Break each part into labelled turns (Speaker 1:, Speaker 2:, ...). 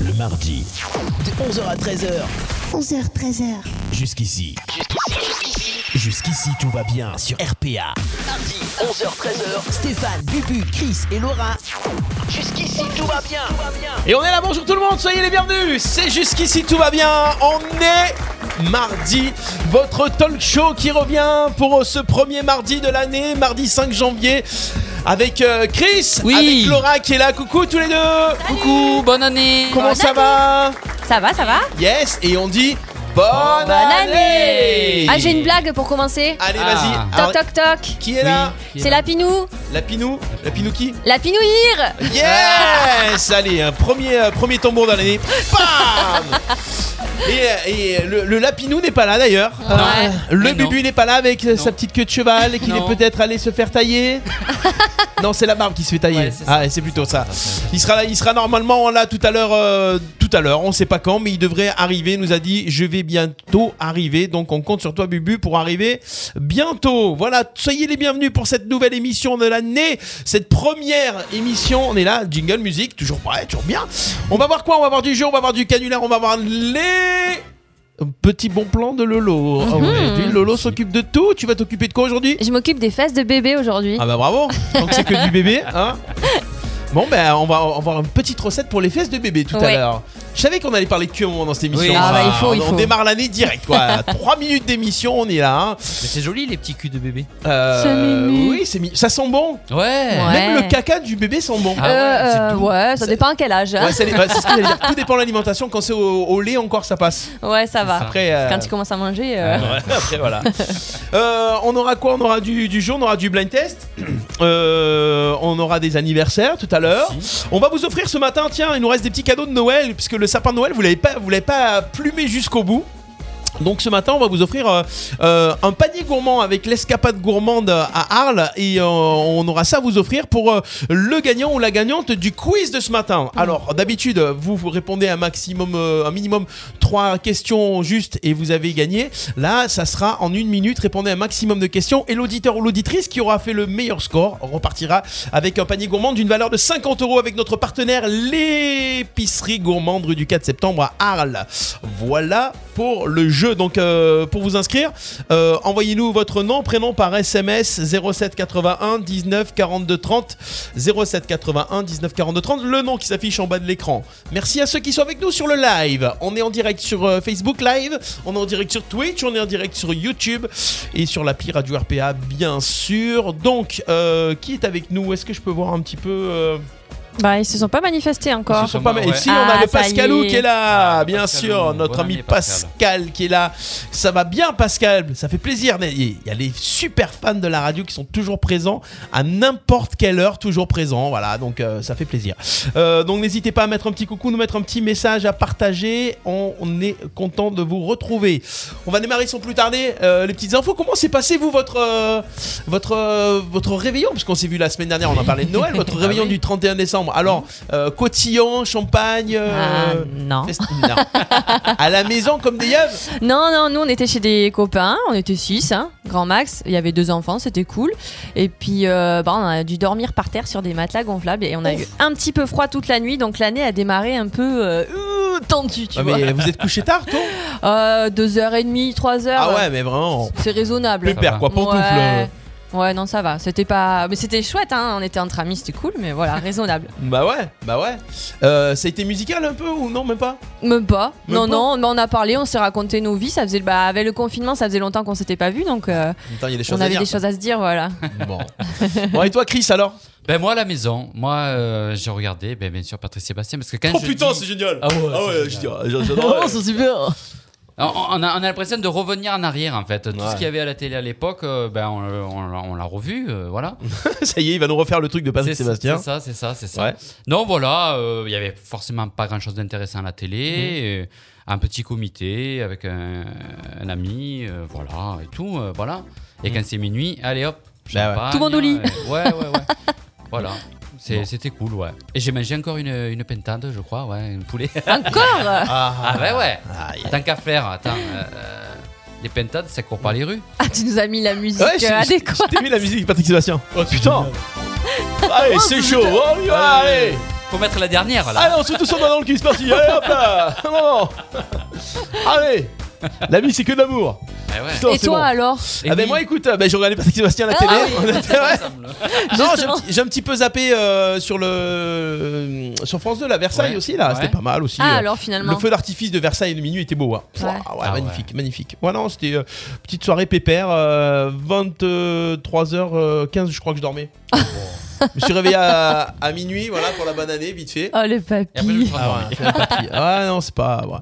Speaker 1: le mardi. De 11h à 13h.
Speaker 2: 11h, 13h.
Speaker 1: Jusqu'ici. Jusqu'ici, tout va bien sur RPA. Mardi, 11h-13h, Stéphane, Bubu, Chris et Laura. Jusqu'ici, tout va bien.
Speaker 3: Et on est là, bonjour tout le monde, soyez les bienvenus. C'est jusqu'ici, tout va bien. On est mardi, votre talk show qui revient pour ce premier mardi de l'année, mardi 5 janvier. Avec euh, Chris,
Speaker 4: Oui.
Speaker 3: avec Laura qui est là, coucou tous les deux
Speaker 4: Coucou, bonne année
Speaker 3: Comment ça va
Speaker 5: Ça va, ça va
Speaker 3: Yes, et on dit Oh, bonne, année
Speaker 5: Oh, Ah, j'ai une blague pour commencer.
Speaker 3: Allez,
Speaker 4: Ah.
Speaker 3: vas-y. Alors,
Speaker 5: Toc toc toc.
Speaker 3: Qui est là
Speaker 5: C'est la pinou,
Speaker 3: La Pinou La Pinou qui
Speaker 5: la pinouïre.
Speaker 3: Yes Allez, un premier, euh, premier tambour dans l'année.
Speaker 5: Bah
Speaker 3: Bam Et, euh, et le, le lapinou n'est pas là d'ailleurs. Euh, le
Speaker 4: Mais non.
Speaker 3: bubu n'est pas là avec euh, sa petite queue de cheval et qu'il est
Speaker 4: Non.
Speaker 3: peut-être allé se faire tailler. non, c'est la barbe qui se fait tailler.
Speaker 4: Ouais, c'est ça.
Speaker 3: ah, c'est plutôt ça. Il sera là, il sera normalement là tout à l'heure, euh, tout à l'heure. On sait pas quand, mais il devrait arriver. Il Nous a dit, je vais bientôt arriver. Donc on compte sur toi, Bubu, pour arriver bientôt. Voilà, soyez les bienvenus pour cette nouvelle émission de l'année, cette première émission. On est là, jingle musique, toujours pareil, toujours bien. On va voir quoi On va voir du jeu, on va voir du canular, on va voir les petits bons plans de Lolo. Aujourd'hui, Lolo s'occupe de tout. Tu vas t'occuper de quoi aujourd'hui
Speaker 5: Je m'occupe des fesses de bébé aujourd'hui.
Speaker 3: ah bah bravo Donc c'est que du bébé, hein Bon ben on va on va avoir une petite recette pour les fesses de bébé tout à
Speaker 5: Ouais.
Speaker 3: l'heure. Je savais qu'on allait parler de cul un moment dans cette émission.
Speaker 4: Oui.
Speaker 5: Ah bah, il faut,
Speaker 3: on,
Speaker 5: il
Speaker 3: on
Speaker 5: faut.
Speaker 3: démarre l'année direct quoi. Trois minutes d'émission, on est là. hein.
Speaker 4: Mais c'est joli les petits culs de bébé.
Speaker 3: Euh,
Speaker 5: Cinq minutes.
Speaker 3: oui, c'est mi- ça sent bon.
Speaker 4: Ouais.
Speaker 5: Ouais.
Speaker 3: Même le caca du bébé sent bon.
Speaker 4: Ah ouais, c'est
Speaker 5: Euh, euh,
Speaker 4: doux.
Speaker 5: ouais, ça dépend à quel âge. hein.
Speaker 3: Ouais, c'est bah, c'est ce que j'allais dire. Tout dépend de l'alimentation. Quand c'est au, au lait encore, ça passe.
Speaker 5: Ouais, ça va.
Speaker 3: Après, euh, Ah,
Speaker 5: Quand tu commences à manger, euh,
Speaker 3: Ouais, après voilà. Euh, on aura quoi On aura du, du jeu, on aura du blind test, Euh, on aura des anniversaires tout à l'heure. On va vous offrir ce matin, tiens, il nous reste des petits cadeaux de Noël, puisque le sapin de Noël, vous l'avez pas, vous l'avez pas plumé jusqu'au bout. Donc ce matin, on va vous offrir euh, euh, un panier gourmand avec l'escapade gourmande à Arles et euh, on aura ça à vous offrir pour euh, le gagnant ou la gagnante du quiz de ce matin. Alors d'habitude, vous, vous répondez un maximum, euh, un minimum trois questions justes et vous avez gagné. Là, ça sera en une minute, répondez à un maximum de questions et l'auditeur ou l'auditrice qui aura fait le meilleur score repartira avec un panier gourmand d'une valeur de 50 euros avec notre partenaire l'épicerie gourmande rue du 4 septembre à Arles. Voilà pour le jeu. Donc euh, pour vous inscrire, euh, envoyez-nous votre nom, prénom par SMS 07 81 19 42 30 07 81 19 42 30, le nom qui s'affiche en bas de l'écran. Merci à ceux qui sont avec nous sur le live. On est en direct sur euh, Facebook Live, on est en direct sur Twitch, on est en direct sur YouTube et sur l'appli Radio RPA bien sûr. Donc euh, qui est avec nous Est-ce que je peux voir un petit peu euh,
Speaker 5: bah ils se sont pas manifestés encore.
Speaker 4: Ils se
Speaker 3: sont pas
Speaker 4: Ouais.
Speaker 3: mal. Et si
Speaker 5: Ah,
Speaker 3: on a le
Speaker 5: ça y
Speaker 3: Pascalou
Speaker 5: est.
Speaker 3: qui est là,
Speaker 4: Ah,
Speaker 3: bien
Speaker 4: Pascalou.
Speaker 3: sûr, notre
Speaker 4: Bonne
Speaker 3: ami
Speaker 4: année,
Speaker 3: Pascal.
Speaker 4: Pascal.
Speaker 3: qui est là. Ça va bien Pascal, ça fait plaisir. Il y a les super fans de la radio qui sont toujours présents à n'importe quelle heure, toujours présents. Voilà, donc euh, ça fait plaisir. Euh, donc n'hésitez pas à mettre un petit coucou, nous mettre un petit message, à partager. On, on est content de vous retrouver. On va démarrer sans plus tarder euh, les petites infos. Comment s'est passé vous votre euh, votre euh, votre réveillon parce qu'on s'est vu la semaine dernière, on en parlait de Noël, votre réveillon
Speaker 4: oui.
Speaker 3: du 31 décembre. Alors euh, cotillon, champagne.
Speaker 5: Ah,
Speaker 3: euh,
Speaker 5: non.
Speaker 3: fest- non. à la maison comme des yeux.
Speaker 5: Non, non, nous on était chez des copains, on était six, hein, grand max. Il y avait deux enfants, c'était cool. Et puis, euh, bah, on a dû dormir par terre sur des matelas gonflables et on a eu un petit peu froid toute la nuit. Donc l'année a démarré un peu euh, euh, tendue, tu vois.
Speaker 3: Ah, mais vous êtes couché tard, toi
Speaker 5: Euh, deux heures et demie, trois heures.
Speaker 3: Ah ouais, mais vraiment.
Speaker 5: C'est raisonnable.
Speaker 3: Le père
Speaker 4: va.
Speaker 3: quoi, pantoufle.
Speaker 5: Ouais. Ouais, non, ça va. C'était pas. Mais c'était chouette, hein. On était entre amis, c'était cool, mais voilà, raisonnable.
Speaker 3: Bah ouais, bah ouais. Euh, ça a été musical un peu ou non même pas
Speaker 5: Même pas.
Speaker 3: Même
Speaker 5: non,
Speaker 3: pas.
Speaker 5: non, mais on a parlé, on s'est raconté nos vies. Ça faisait. Bah, avec le confinement, ça faisait longtemps qu'on s'était pas vu, donc euh,
Speaker 3: Attends, il y a des choses
Speaker 5: on
Speaker 3: à
Speaker 5: avait
Speaker 3: dire.
Speaker 5: des choses à se dire, voilà.
Speaker 3: Bon. bon et toi Chris alors
Speaker 4: Ben moi à la maison, moi euh, j'ai regardé ben, bien sûr Patrice Sébastien parce que quand
Speaker 3: Oh
Speaker 4: je
Speaker 3: putain,
Speaker 4: dis-
Speaker 3: c'est génial.
Speaker 4: Ah ouais, c'est
Speaker 3: je dis,
Speaker 4: génial.
Speaker 3: ah, j'adore.
Speaker 5: c'est super
Speaker 4: on, on a, on a l'impression de revenir en arrière en fait. Tout
Speaker 3: Ouais.
Speaker 4: ce qu'il y avait à la télé à l'époque, euh, ben on, on l'a- on l'a revu, euh, voilà.
Speaker 3: ça y est, il va nous refaire le truc de Patrick
Speaker 4: C'est-
Speaker 3: Sébastien.
Speaker 4: C'est ça, c'est ça, c'est ça.
Speaker 3: Ouais.
Speaker 4: Non, voilà, euh, il y avait forcément pas grand chose d'intéressant à la
Speaker 3: Mhm.
Speaker 4: télé. euh, Un petit comité avec un, un ami, euh, voilà, et tout, euh, voilà. Et quand c'est minuit, allez hop,
Speaker 3: Mhm. Bah ouais.
Speaker 4: champagne,
Speaker 5: Tout le monde au lit.
Speaker 4: euh, Ouais, ouais, ouais. voilà. C'est- C'était cool, ouais. Et j'ai mangé encore une, une pentade, je crois, ouais, une poulet.
Speaker 5: Encore
Speaker 4: ah, ouais, ouais.
Speaker 3: Aïe.
Speaker 4: Tant qu'à faire, attends. euh, euh, les pentades, ça court pas les rues.
Speaker 5: Ah, tu nous as mis la musique
Speaker 3: Ouais,
Speaker 5: euh, adéquate.
Speaker 4: Ah,
Speaker 3: T'as mis la musique de Patrick Sébastien. Oh putain. Allez, c'est chaud. Oh, on y hein, va, allez.
Speaker 4: Faut mettre la dernière là.
Speaker 3: Allez, on se met tous en main dans le cul, c'est parti. Allez, hop là. Non. Allez. La vie, c'est que de l'amour.
Speaker 4: Eh ouais.
Speaker 3: Putain,
Speaker 5: Et
Speaker 3: c'est
Speaker 5: toi
Speaker 3: bon.
Speaker 5: alors
Speaker 3: Ah ben moi écoute, euh, ben, je regardais Patrick Sébastien à la
Speaker 5: Ah,
Speaker 3: télé.
Speaker 5: oui.
Speaker 3: On était- ouais. Non, j'ai un
Speaker 5: Justement.
Speaker 3: petit- j'ai un petit peu zappé euh, sur le sur France 2 la Versailles
Speaker 4: Ouais.
Speaker 3: aussi là,
Speaker 4: Ouais.
Speaker 3: c'était pas mal aussi.
Speaker 5: Ah
Speaker 3: euh,
Speaker 5: alors finalement.
Speaker 3: Le feu d'artifice de Versailles de minuit était beau. hein. Pouah,
Speaker 5: Ouais.
Speaker 3: ouais,
Speaker 4: Ah
Speaker 3: magnifique, magnifique. Voilà, non, c'était euh, petite soirée pépère, euh, 23h15, euh, je crois que je dormais.
Speaker 4: Oh.
Speaker 3: je me suis réveillé à, à minuit, voilà, pour la bonne année, vite fait.
Speaker 5: Oh les
Speaker 4: Et après, je me
Speaker 5: papilles.
Speaker 4: suis
Speaker 3: Ah,
Speaker 4: endormi.
Speaker 3: ouais, c'est n'importe qui. Ah, non, c'est pas. ouais.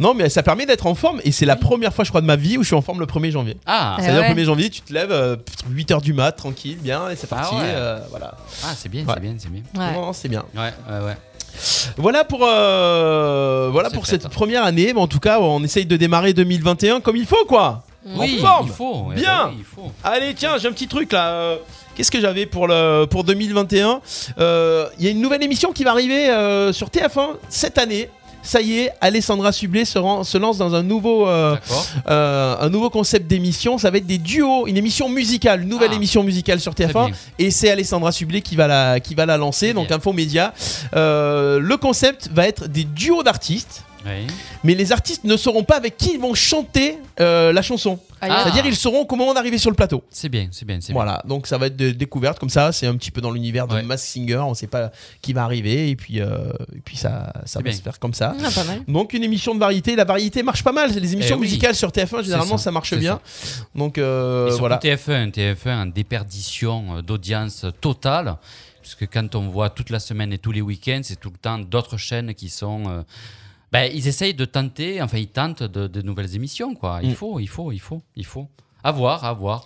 Speaker 3: Non, mais ça permet d'être en forme et c'est la première fois, je crois, de ma vie où je suis en forme le 1er janvier.
Speaker 4: Ah,
Speaker 5: Eh
Speaker 3: C'est-à-dire
Speaker 5: ouais.
Speaker 3: le 1er janvier, tu te lèves 8h du mat, tranquille, bien, et c'est
Speaker 4: Ah
Speaker 3: parti.
Speaker 4: ouais.
Speaker 3: euh, voilà.
Speaker 4: ah, c'est bien,
Speaker 3: Ouais.
Speaker 4: c'est bien, c'est bien.
Speaker 5: Ouais.
Speaker 3: Non, c'est bien.
Speaker 4: Ouais, ouais, ouais.
Speaker 3: Voilà pour, euh, voilà
Speaker 4: C'est
Speaker 3: pour
Speaker 4: fait,
Speaker 3: cette
Speaker 4: hein.
Speaker 3: première année. Mais en tout cas, on essaye de démarrer 2021 comme il faut, quoi.
Speaker 4: Oui,
Speaker 3: En forme.
Speaker 4: il faut. eh
Speaker 3: Bien.
Speaker 4: ben oui, il faut.
Speaker 3: Allez, tiens, j'ai un petit truc là. Euh, Qu'est-ce que j'avais pour, le, pour 2021 Euh, Il y a une nouvelle émission qui va arriver euh, sur TF1 cette année. Ça y est, Alessandra Sublet se, ran- se lance dans un nouveau, euh,
Speaker 4: D'accord.
Speaker 3: euh, un nouveau concept d'émission. Ça va être des duos, une émission musicale, une nouvelle
Speaker 4: Ah.
Speaker 3: émission musicale sur
Speaker 4: Très
Speaker 3: TF1.
Speaker 4: bien.
Speaker 3: Et c'est Alessandra Sublet qui va la, qui va la lancer,
Speaker 4: Très
Speaker 3: donc
Speaker 4: bien.
Speaker 3: Info Média. Euh, le concept va être des duos d'artistes,
Speaker 4: Oui.
Speaker 3: mais les artistes ne sauront pas avec qui ils vont chanter euh, la chanson.
Speaker 4: Ah.
Speaker 3: C'est-à-dire, ils sauront qu'au moment d'arriver sur le plateau.
Speaker 4: C'est bien, c'est bien, c'est bien.
Speaker 3: Voilà, donc ça va être de découverte comme ça, c'est un petit peu dans l'univers de
Speaker 4: Ouais.
Speaker 3: Mask Singer, on sait pas qui va arriver, et puis, euh, et puis ça, ça va
Speaker 4: bien.
Speaker 3: se faire comme ça.
Speaker 5: Ah, pas mal.
Speaker 3: Donc une émission de variété, la variété marche pas mal, les émissions
Speaker 4: Eh oui.
Speaker 3: musicales sur TF1 généralement ça,
Speaker 4: ça,
Speaker 3: marche
Speaker 4: c'est
Speaker 3: bien. Donc euh,
Speaker 4: Et surtout
Speaker 3: voilà.
Speaker 4: TF1, TF1 en déperdition euh, d'audience totale. Puisque quand on voit toute la semaine et tous les week-ends, c'est tout le temps d'autres chaînes qui sont. euh, ben, ils essayent de tenter, enfin, ils tentent de, de nouvelles émissions, quoi. Il
Speaker 3: Mm.
Speaker 4: faut, il faut, il faut, il faut. À voir, à voir.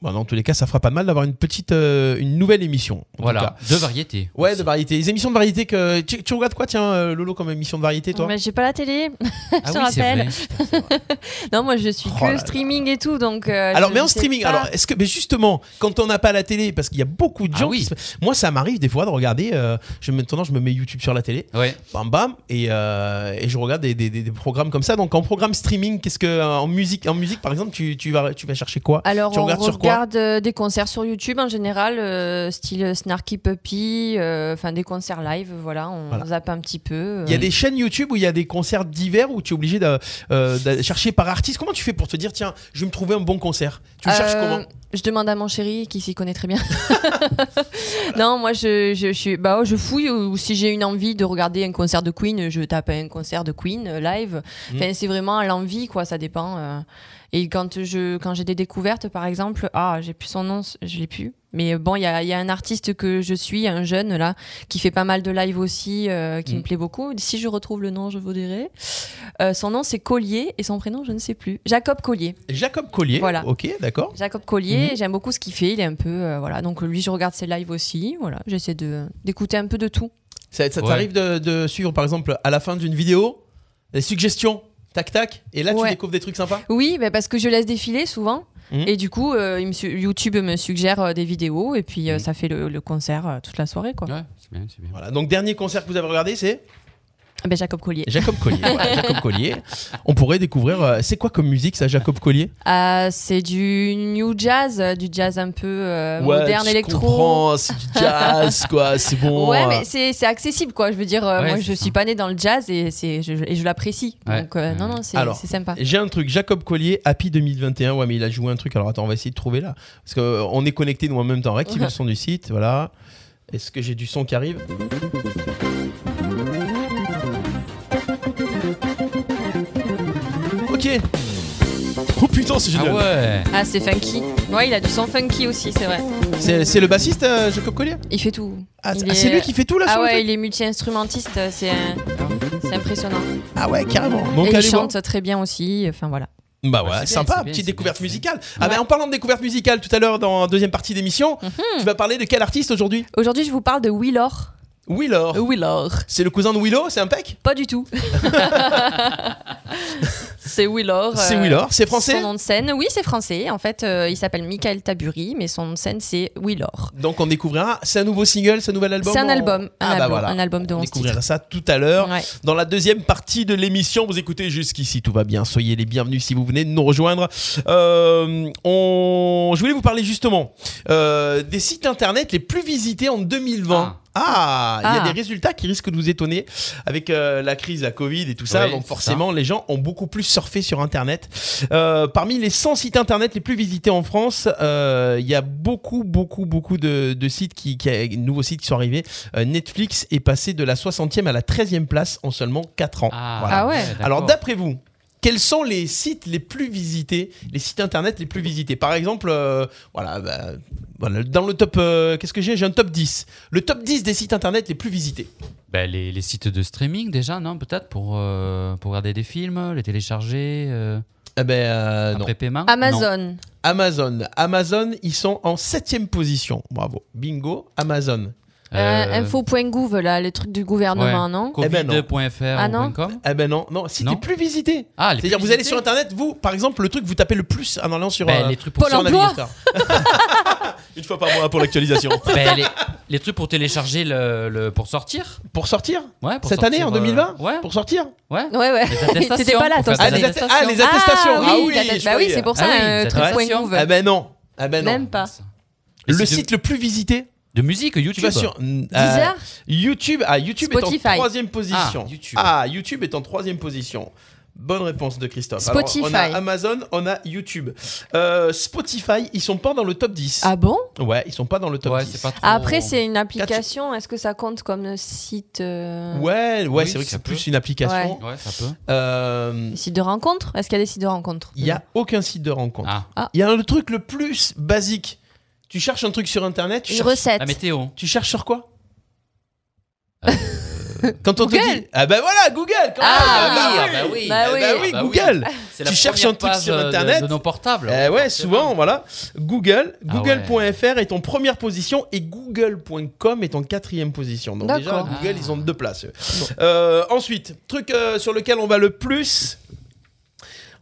Speaker 3: Bon, Bah, dans tous les cas ça fera pas de mal d'avoir une petite, euh, une nouvelle émission. en tout
Speaker 4: Voilà,
Speaker 3: cas.
Speaker 4: de variété.
Speaker 3: Ouais,
Speaker 4: aussi.
Speaker 3: de variété. Les émissions de variété que tu, tu regardes quoi, tiens, euh, Lolo comme émission de variété, toi
Speaker 5: Mais j'ai pas la télé.
Speaker 4: Ah
Speaker 5: je te
Speaker 4: oui, c'est
Speaker 5: rappelle.
Speaker 4: vrai.
Speaker 5: Non moi je suis
Speaker 3: Oh là
Speaker 5: que
Speaker 3: là.
Speaker 5: streaming et tout donc. euh,
Speaker 3: Alors,
Speaker 5: je
Speaker 3: mais en
Speaker 5: sais
Speaker 3: streaming,
Speaker 5: pas.
Speaker 3: alors est-ce que, mais justement, quand on n'a pas la télé, parce qu'il y a beaucoup de
Speaker 4: Ah
Speaker 3: gens
Speaker 4: oui.
Speaker 3: qui se- Moi, ça m'arrive des fois de regarder. euh, je, maintenant, je me mets YouTube sur la télé,
Speaker 4: Ouais.
Speaker 3: bam bam, et, euh, et je regarde des, des- des- des programmes comme ça. Donc, en programme streaming, qu'est-ce que. En musique, en musique par exemple, tu, tu vas, tu vas chercher quoi
Speaker 5: Alors
Speaker 3: Tu
Speaker 5: on
Speaker 3: regardes sur quoi
Speaker 5: regarde euh, des concerts sur YouTube en général, euh, style Snarky Puppy, euh, enfin des concerts live, voilà, on
Speaker 3: Voilà.
Speaker 5: zappe un petit peu. euh.
Speaker 3: Il y a des chaînes YouTube où il y a des concerts divers où tu es obligé de, euh, de chercher par artiste. Comment tu fais pour te dire, tiens, je vais me trouver un bon concert Tu le cherches
Speaker 5: Euh,
Speaker 3: comment
Speaker 5: Je demande à mon chéri qui s'y connaît très bien. Non, moi je, je, je suis, bah, oh, je fouille ou, ou si j'ai une envie de regarder un concert de Queen, je tape un concert de Queen euh, live.
Speaker 3: Mm.
Speaker 5: Enfin, c'est vraiment à l'envie quoi, ça dépend. euh. Et quand je quand j'ai des découvertes par exemple, ah j'ai plus son nom, c- je l'ai plus. Mais bon, il y a, il y a un artiste que je suis, un jeune là, qui fait pas mal de live aussi, euh, qui
Speaker 3: Mm.
Speaker 5: me plaît beaucoup. Si je retrouve le nom, je vous dirai. Euh, son nom c'est Collier et son prénom je ne sais plus. Jacob Collier.
Speaker 3: Jacob Collier.
Speaker 5: Voilà.
Speaker 3: Ok, d'accord.
Speaker 5: Jacob Collier,
Speaker 3: Mhm.
Speaker 5: j'aime beaucoup ce qu'il fait, il est un peu euh, voilà. Donc lui, je regarde ses lives aussi, voilà. J'essaie de d'écouter un peu de tout.
Speaker 3: Ça, ça
Speaker 4: Ouais.
Speaker 3: t'arrive de, de suivre, par exemple, à la fin d'une vidéo, des suggestions, tac tac, et là tu
Speaker 5: Ouais.
Speaker 3: découvres des trucs sympas
Speaker 5: Oui, bah, parce que je laisse défiler souvent
Speaker 3: Mhm.
Speaker 5: et du coup, euh, il me su- YouTube me suggère euh, des vidéos et puis euh,
Speaker 4: Mhm.
Speaker 5: ça fait le, le concert euh, toute la soirée quoi.
Speaker 4: Ouais, c'est bien, c'est bien.
Speaker 3: Voilà, donc dernier concert que vous avez regardé, c'est
Speaker 5: Ah ben, Jacob Collier.
Speaker 3: Jacob Collier. Voilà, Jacob Collier. On pourrait découvrir. euh, c'est quoi comme musique ça, Jacob Collier
Speaker 5: Ah, c'est du new jazz, euh, du jazz un peu euh, moderne
Speaker 3: je
Speaker 5: électro.
Speaker 3: comprends, c'est du jazz, quoi, c'est bon. hein.
Speaker 5: Ouais, mais c'est c'est accessible quoi. Je veux dire, euh,
Speaker 4: Ouais,
Speaker 5: moi
Speaker 4: c'est
Speaker 5: je suis
Speaker 4: ça.
Speaker 5: pas née dans le jazz et c'est je, je- et je l'apprécie.
Speaker 4: Ouais.
Speaker 5: Donc euh, non non, c'est
Speaker 3: Alors,
Speaker 5: c'est sympa.
Speaker 3: J'ai un truc, Jacob Collier, Happy 2021. Ouais, mais il a joué un truc. Alors attends, on va essayer de trouver là. Parce qu'on est connectés nous en même temps. Réactive le son du site, voilà. Est-ce que j'ai du son qui arrive Ok. Oh putain, c'est
Speaker 4: Ah
Speaker 3: génial.
Speaker 4: ouais.
Speaker 5: Ah c'est funky. Ouais, il a du son funky aussi, c'est vrai.
Speaker 3: C'est c'est le bassiste, euh, Jacob Collier
Speaker 5: Il fait tout.
Speaker 3: Ah,
Speaker 5: Il
Speaker 3: ah, c'est
Speaker 5: est-
Speaker 3: lui qui fait tout là
Speaker 5: Ah
Speaker 3: sur le
Speaker 5: ouais,
Speaker 3: truc
Speaker 5: il est multi-instrumentiste, euh, c'est un- c'est impressionnant.
Speaker 3: Ah ouais, carrément. hein. Donc
Speaker 5: et il
Speaker 3: allez voir.
Speaker 5: chante très bien aussi, enfin voilà.
Speaker 3: Bah ouais,
Speaker 4: Ah, c'est bien,
Speaker 3: sympa,
Speaker 4: c'est bien,
Speaker 3: petite
Speaker 4: c'est
Speaker 3: découverte
Speaker 4: bien, c'est
Speaker 3: musicale. Ah
Speaker 5: Ouais. Mhm.
Speaker 3: bah en parlant de découverte musicale tout à l'heure dans la deuxième partie d'émission, tu vas parler de quel artiste aujourd'hui
Speaker 5: Aujourd'hui, je vous parle de Willor.
Speaker 3: Willor.
Speaker 5: Willor.
Speaker 3: C'est le cousin de Willow, c'est un pec
Speaker 5: Pas du tout. C'est Willor.
Speaker 3: C'est Willor. C'est français
Speaker 5: Euh, Son nom de scène, oui, c'est français. En fait, euh, il s'appelle Michael Taburi, mais son nom de scène, c'est Willor.
Speaker 3: Donc on découvrira. C'est un nouveau single, c'est un nouvel album
Speaker 5: C'est un
Speaker 3: on-
Speaker 5: album, un,
Speaker 3: Ah, bah
Speaker 5: album
Speaker 3: voilà.
Speaker 5: un album de
Speaker 3: On
Speaker 5: 11 titres.
Speaker 3: découvrira ça tout à l'heure.
Speaker 5: Ouais.
Speaker 3: Dans la deuxième partie de l'émission, vous écoutez jusqu'ici, tout va bien. Soyez les bienvenus si vous venez de nous rejoindre. Euh, on... Je voulais vous parler justement euh, des sites internet les plus visités en 2020. Ah, il y a
Speaker 5: Ah.
Speaker 3: des résultats qui risquent de vous étonner avec euh, la crise, la Covid et tout ça.
Speaker 4: Oui,
Speaker 3: donc
Speaker 4: c'est
Speaker 3: forcément, les gens ont beaucoup plus surfé sur Internet. Euh, parmi les 100 sites Internet les plus visités en France, euh, il y a beaucoup, beaucoup, beaucoup de, de sites qui, qui- nouveaux sites qui sont arrivés. Euh, Netflix est passé de la 60e à la 13e place en seulement 4 ans. Voilà.
Speaker 5: Ah ouais.
Speaker 4: d'accord.
Speaker 3: Alors d'après vous, quels sont les sites les plus visités, les sites internet les plus visités Par exemple, euh, voilà, bah, voilà, dans le top, euh, qu'est-ce que j'ai J'ai un top 10. Le top 10 des sites internet les plus visités.
Speaker 4: Ben, les, les sites de streaming déjà, non Peut-être pour, euh, pour regarder des films, les télécharger, euh,
Speaker 3: Eh ben euh, non.
Speaker 4: après paiement Non.
Speaker 5: Amazon.
Speaker 3: Amazon. Amazon, ils sont en septième position. Bravo. Bingo. Amazon.
Speaker 5: Euh,
Speaker 4: Euh,
Speaker 5: Info.gouv, là, le truc du gouvernement,
Speaker 4: ouais.
Speaker 5: non
Speaker 3: Eh ben non.
Speaker 4: Covid.fr
Speaker 5: Ah
Speaker 4: ou
Speaker 5: non.
Speaker 4: .com
Speaker 3: Eh ben non, non, site
Speaker 4: Non.
Speaker 3: les plus visité.
Speaker 4: Ah, les
Speaker 3: C'est-à-dire, vous
Speaker 4: publicités.
Speaker 3: allez sur internet, vous, par exemple, le truc que vous tapez le plus en allant sur,
Speaker 4: Ben,
Speaker 3: euh,
Speaker 4: les trucs pour
Speaker 5: Pôle
Speaker 3: sur un
Speaker 5: emploi.
Speaker 3: navigateur. Une fois par mois pour l'actualisation.
Speaker 4: Ben, les, les trucs pour télécharger le, le- pour sortir
Speaker 3: pour sortir
Speaker 4: ouais, pour
Speaker 3: Cette
Speaker 4: sortir,
Speaker 3: année, en
Speaker 4: euh,
Speaker 3: 2020
Speaker 4: ouais,
Speaker 3: Pour sortir
Speaker 4: ouais.
Speaker 5: Ouais, ouais.
Speaker 4: Les attestations,
Speaker 5: T'étais pas là,
Speaker 4: pour
Speaker 5: toi,
Speaker 4: faire
Speaker 3: Ah,
Speaker 5: cette
Speaker 3: les,
Speaker 5: année.
Speaker 4: des
Speaker 3: atta- ah, les attestations.
Speaker 5: Ah oui,
Speaker 3: Ah oui,
Speaker 5: les atta-
Speaker 3: je
Speaker 5: bah oui,
Speaker 3: croyais.
Speaker 5: c'est pour ça,
Speaker 4: Ah oui,
Speaker 5: euh,
Speaker 4: les
Speaker 5: truc
Speaker 4: attestations.
Speaker 5: point gouv.
Speaker 3: Ah ben non. Ah ben non.
Speaker 5: Même pas.
Speaker 4: Les
Speaker 3: Le
Speaker 4: sites de-
Speaker 3: site le plus visité,
Speaker 4: De musique, YouTube.
Speaker 3: tu vas sur mm, euh,
Speaker 5: Deezer
Speaker 3: YouTube. Ah, YouTube est en
Speaker 5: Spotify.
Speaker 3: troisième position.
Speaker 4: Ah, YouTube.
Speaker 3: Ah, YouTube est en troisième position. Bonne réponse de Christophe. Alors, on
Speaker 5: Spotify.
Speaker 3: a Amazon, on a YouTube. Euh, Spotify, ils sont pas dans le top 10.
Speaker 5: Ah bon
Speaker 3: Ouais, ils sont pas dans le top
Speaker 4: Ouais,
Speaker 3: 10.
Speaker 4: c'est pas trop-
Speaker 5: Après, c'est une application. Est-ce que ça compte comme site euh,
Speaker 3: Ouais, ouais,
Speaker 4: Oui,
Speaker 3: c'est vrai que
Speaker 4: ça
Speaker 3: c'est plus
Speaker 4: peut.
Speaker 3: une application.
Speaker 4: Ouais, ça peut.
Speaker 3: Euh,
Speaker 5: Site de rencontre Est-ce qu'il y a des sites de rencontre
Speaker 3: Il y a aucun site de rencontre.
Speaker 4: Ah,
Speaker 3: Il y a le truc le plus basique. Tu cherches un truc sur internet, tu
Speaker 5: Une
Speaker 3: cherches
Speaker 5: recette.
Speaker 4: la météo.
Speaker 3: Tu cherches sur quoi
Speaker 4: Euh,
Speaker 3: Quand on te
Speaker 5: Google.
Speaker 3: dit ah ben voilà Google quand même,
Speaker 5: Ah,
Speaker 4: oui,
Speaker 3: bah
Speaker 4: ah bah
Speaker 3: oui,
Speaker 4: oui.
Speaker 5: Bah
Speaker 3: eh
Speaker 5: oui.
Speaker 3: ben oui,
Speaker 4: Bah oui.
Speaker 3: Google
Speaker 4: C'est
Speaker 3: Tu
Speaker 4: la
Speaker 3: cherches
Speaker 4: première
Speaker 3: un truc
Speaker 4: page euh,
Speaker 3: sur
Speaker 4: de-
Speaker 3: Internet
Speaker 4: de, nos portables.
Speaker 3: Eh ouais souvent voilà Google
Speaker 4: Ah
Speaker 3: Google.fr est en première position et Google.com est en quatrième position donc déjà
Speaker 5: D'accord.
Speaker 3: Google
Speaker 4: Ah.
Speaker 3: ils ont deux places eux. Euh, ensuite truc euh, sur lequel on va le plus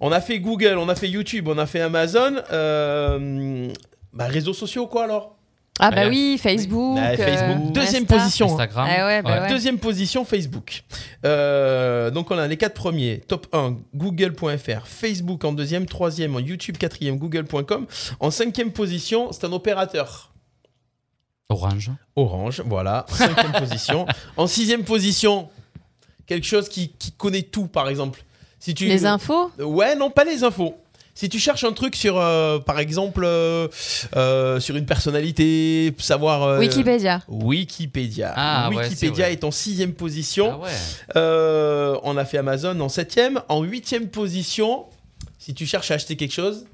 Speaker 3: on a fait Google on a fait YouTube on a fait Amazon euh, bah, réseaux sociaux quoi alors
Speaker 5: Ah bah
Speaker 4: Ouais.
Speaker 5: oui, Facebook.
Speaker 3: Bah, Facebook
Speaker 5: euh,
Speaker 3: deuxième
Speaker 5: Insta.
Speaker 3: position hein.
Speaker 4: Instagram.
Speaker 5: Ah ouais, bah ouais.
Speaker 3: Deuxième position, Facebook. Euh, donc on a les quatre premiers. Top 1, Google.fr. Facebook en deuxième, troisième, en YouTube, quatrième, Google.com. En cinquième position, c'est un opérateur.
Speaker 4: Orange.
Speaker 3: Orange, voilà. Cinquième position. En sixième position, quelque chose qui, qui connaît tout, par exemple. Si tu...
Speaker 5: Les infos
Speaker 3: Ouais, non, pas les infos. Si tu cherches un truc sur, euh, par exemple, euh, euh, sur une personnalité, savoir... euh,
Speaker 5: Wikipédia.
Speaker 3: Wikipédia.
Speaker 4: Ah, ouais, c'est
Speaker 3: Wikipédia
Speaker 4: vrai.
Speaker 3: est en sixième position.
Speaker 4: Ah ouais.
Speaker 3: Euh, on a fait Amazon en 7ème. En 8ème position, si tu cherches à acheter quelque chose,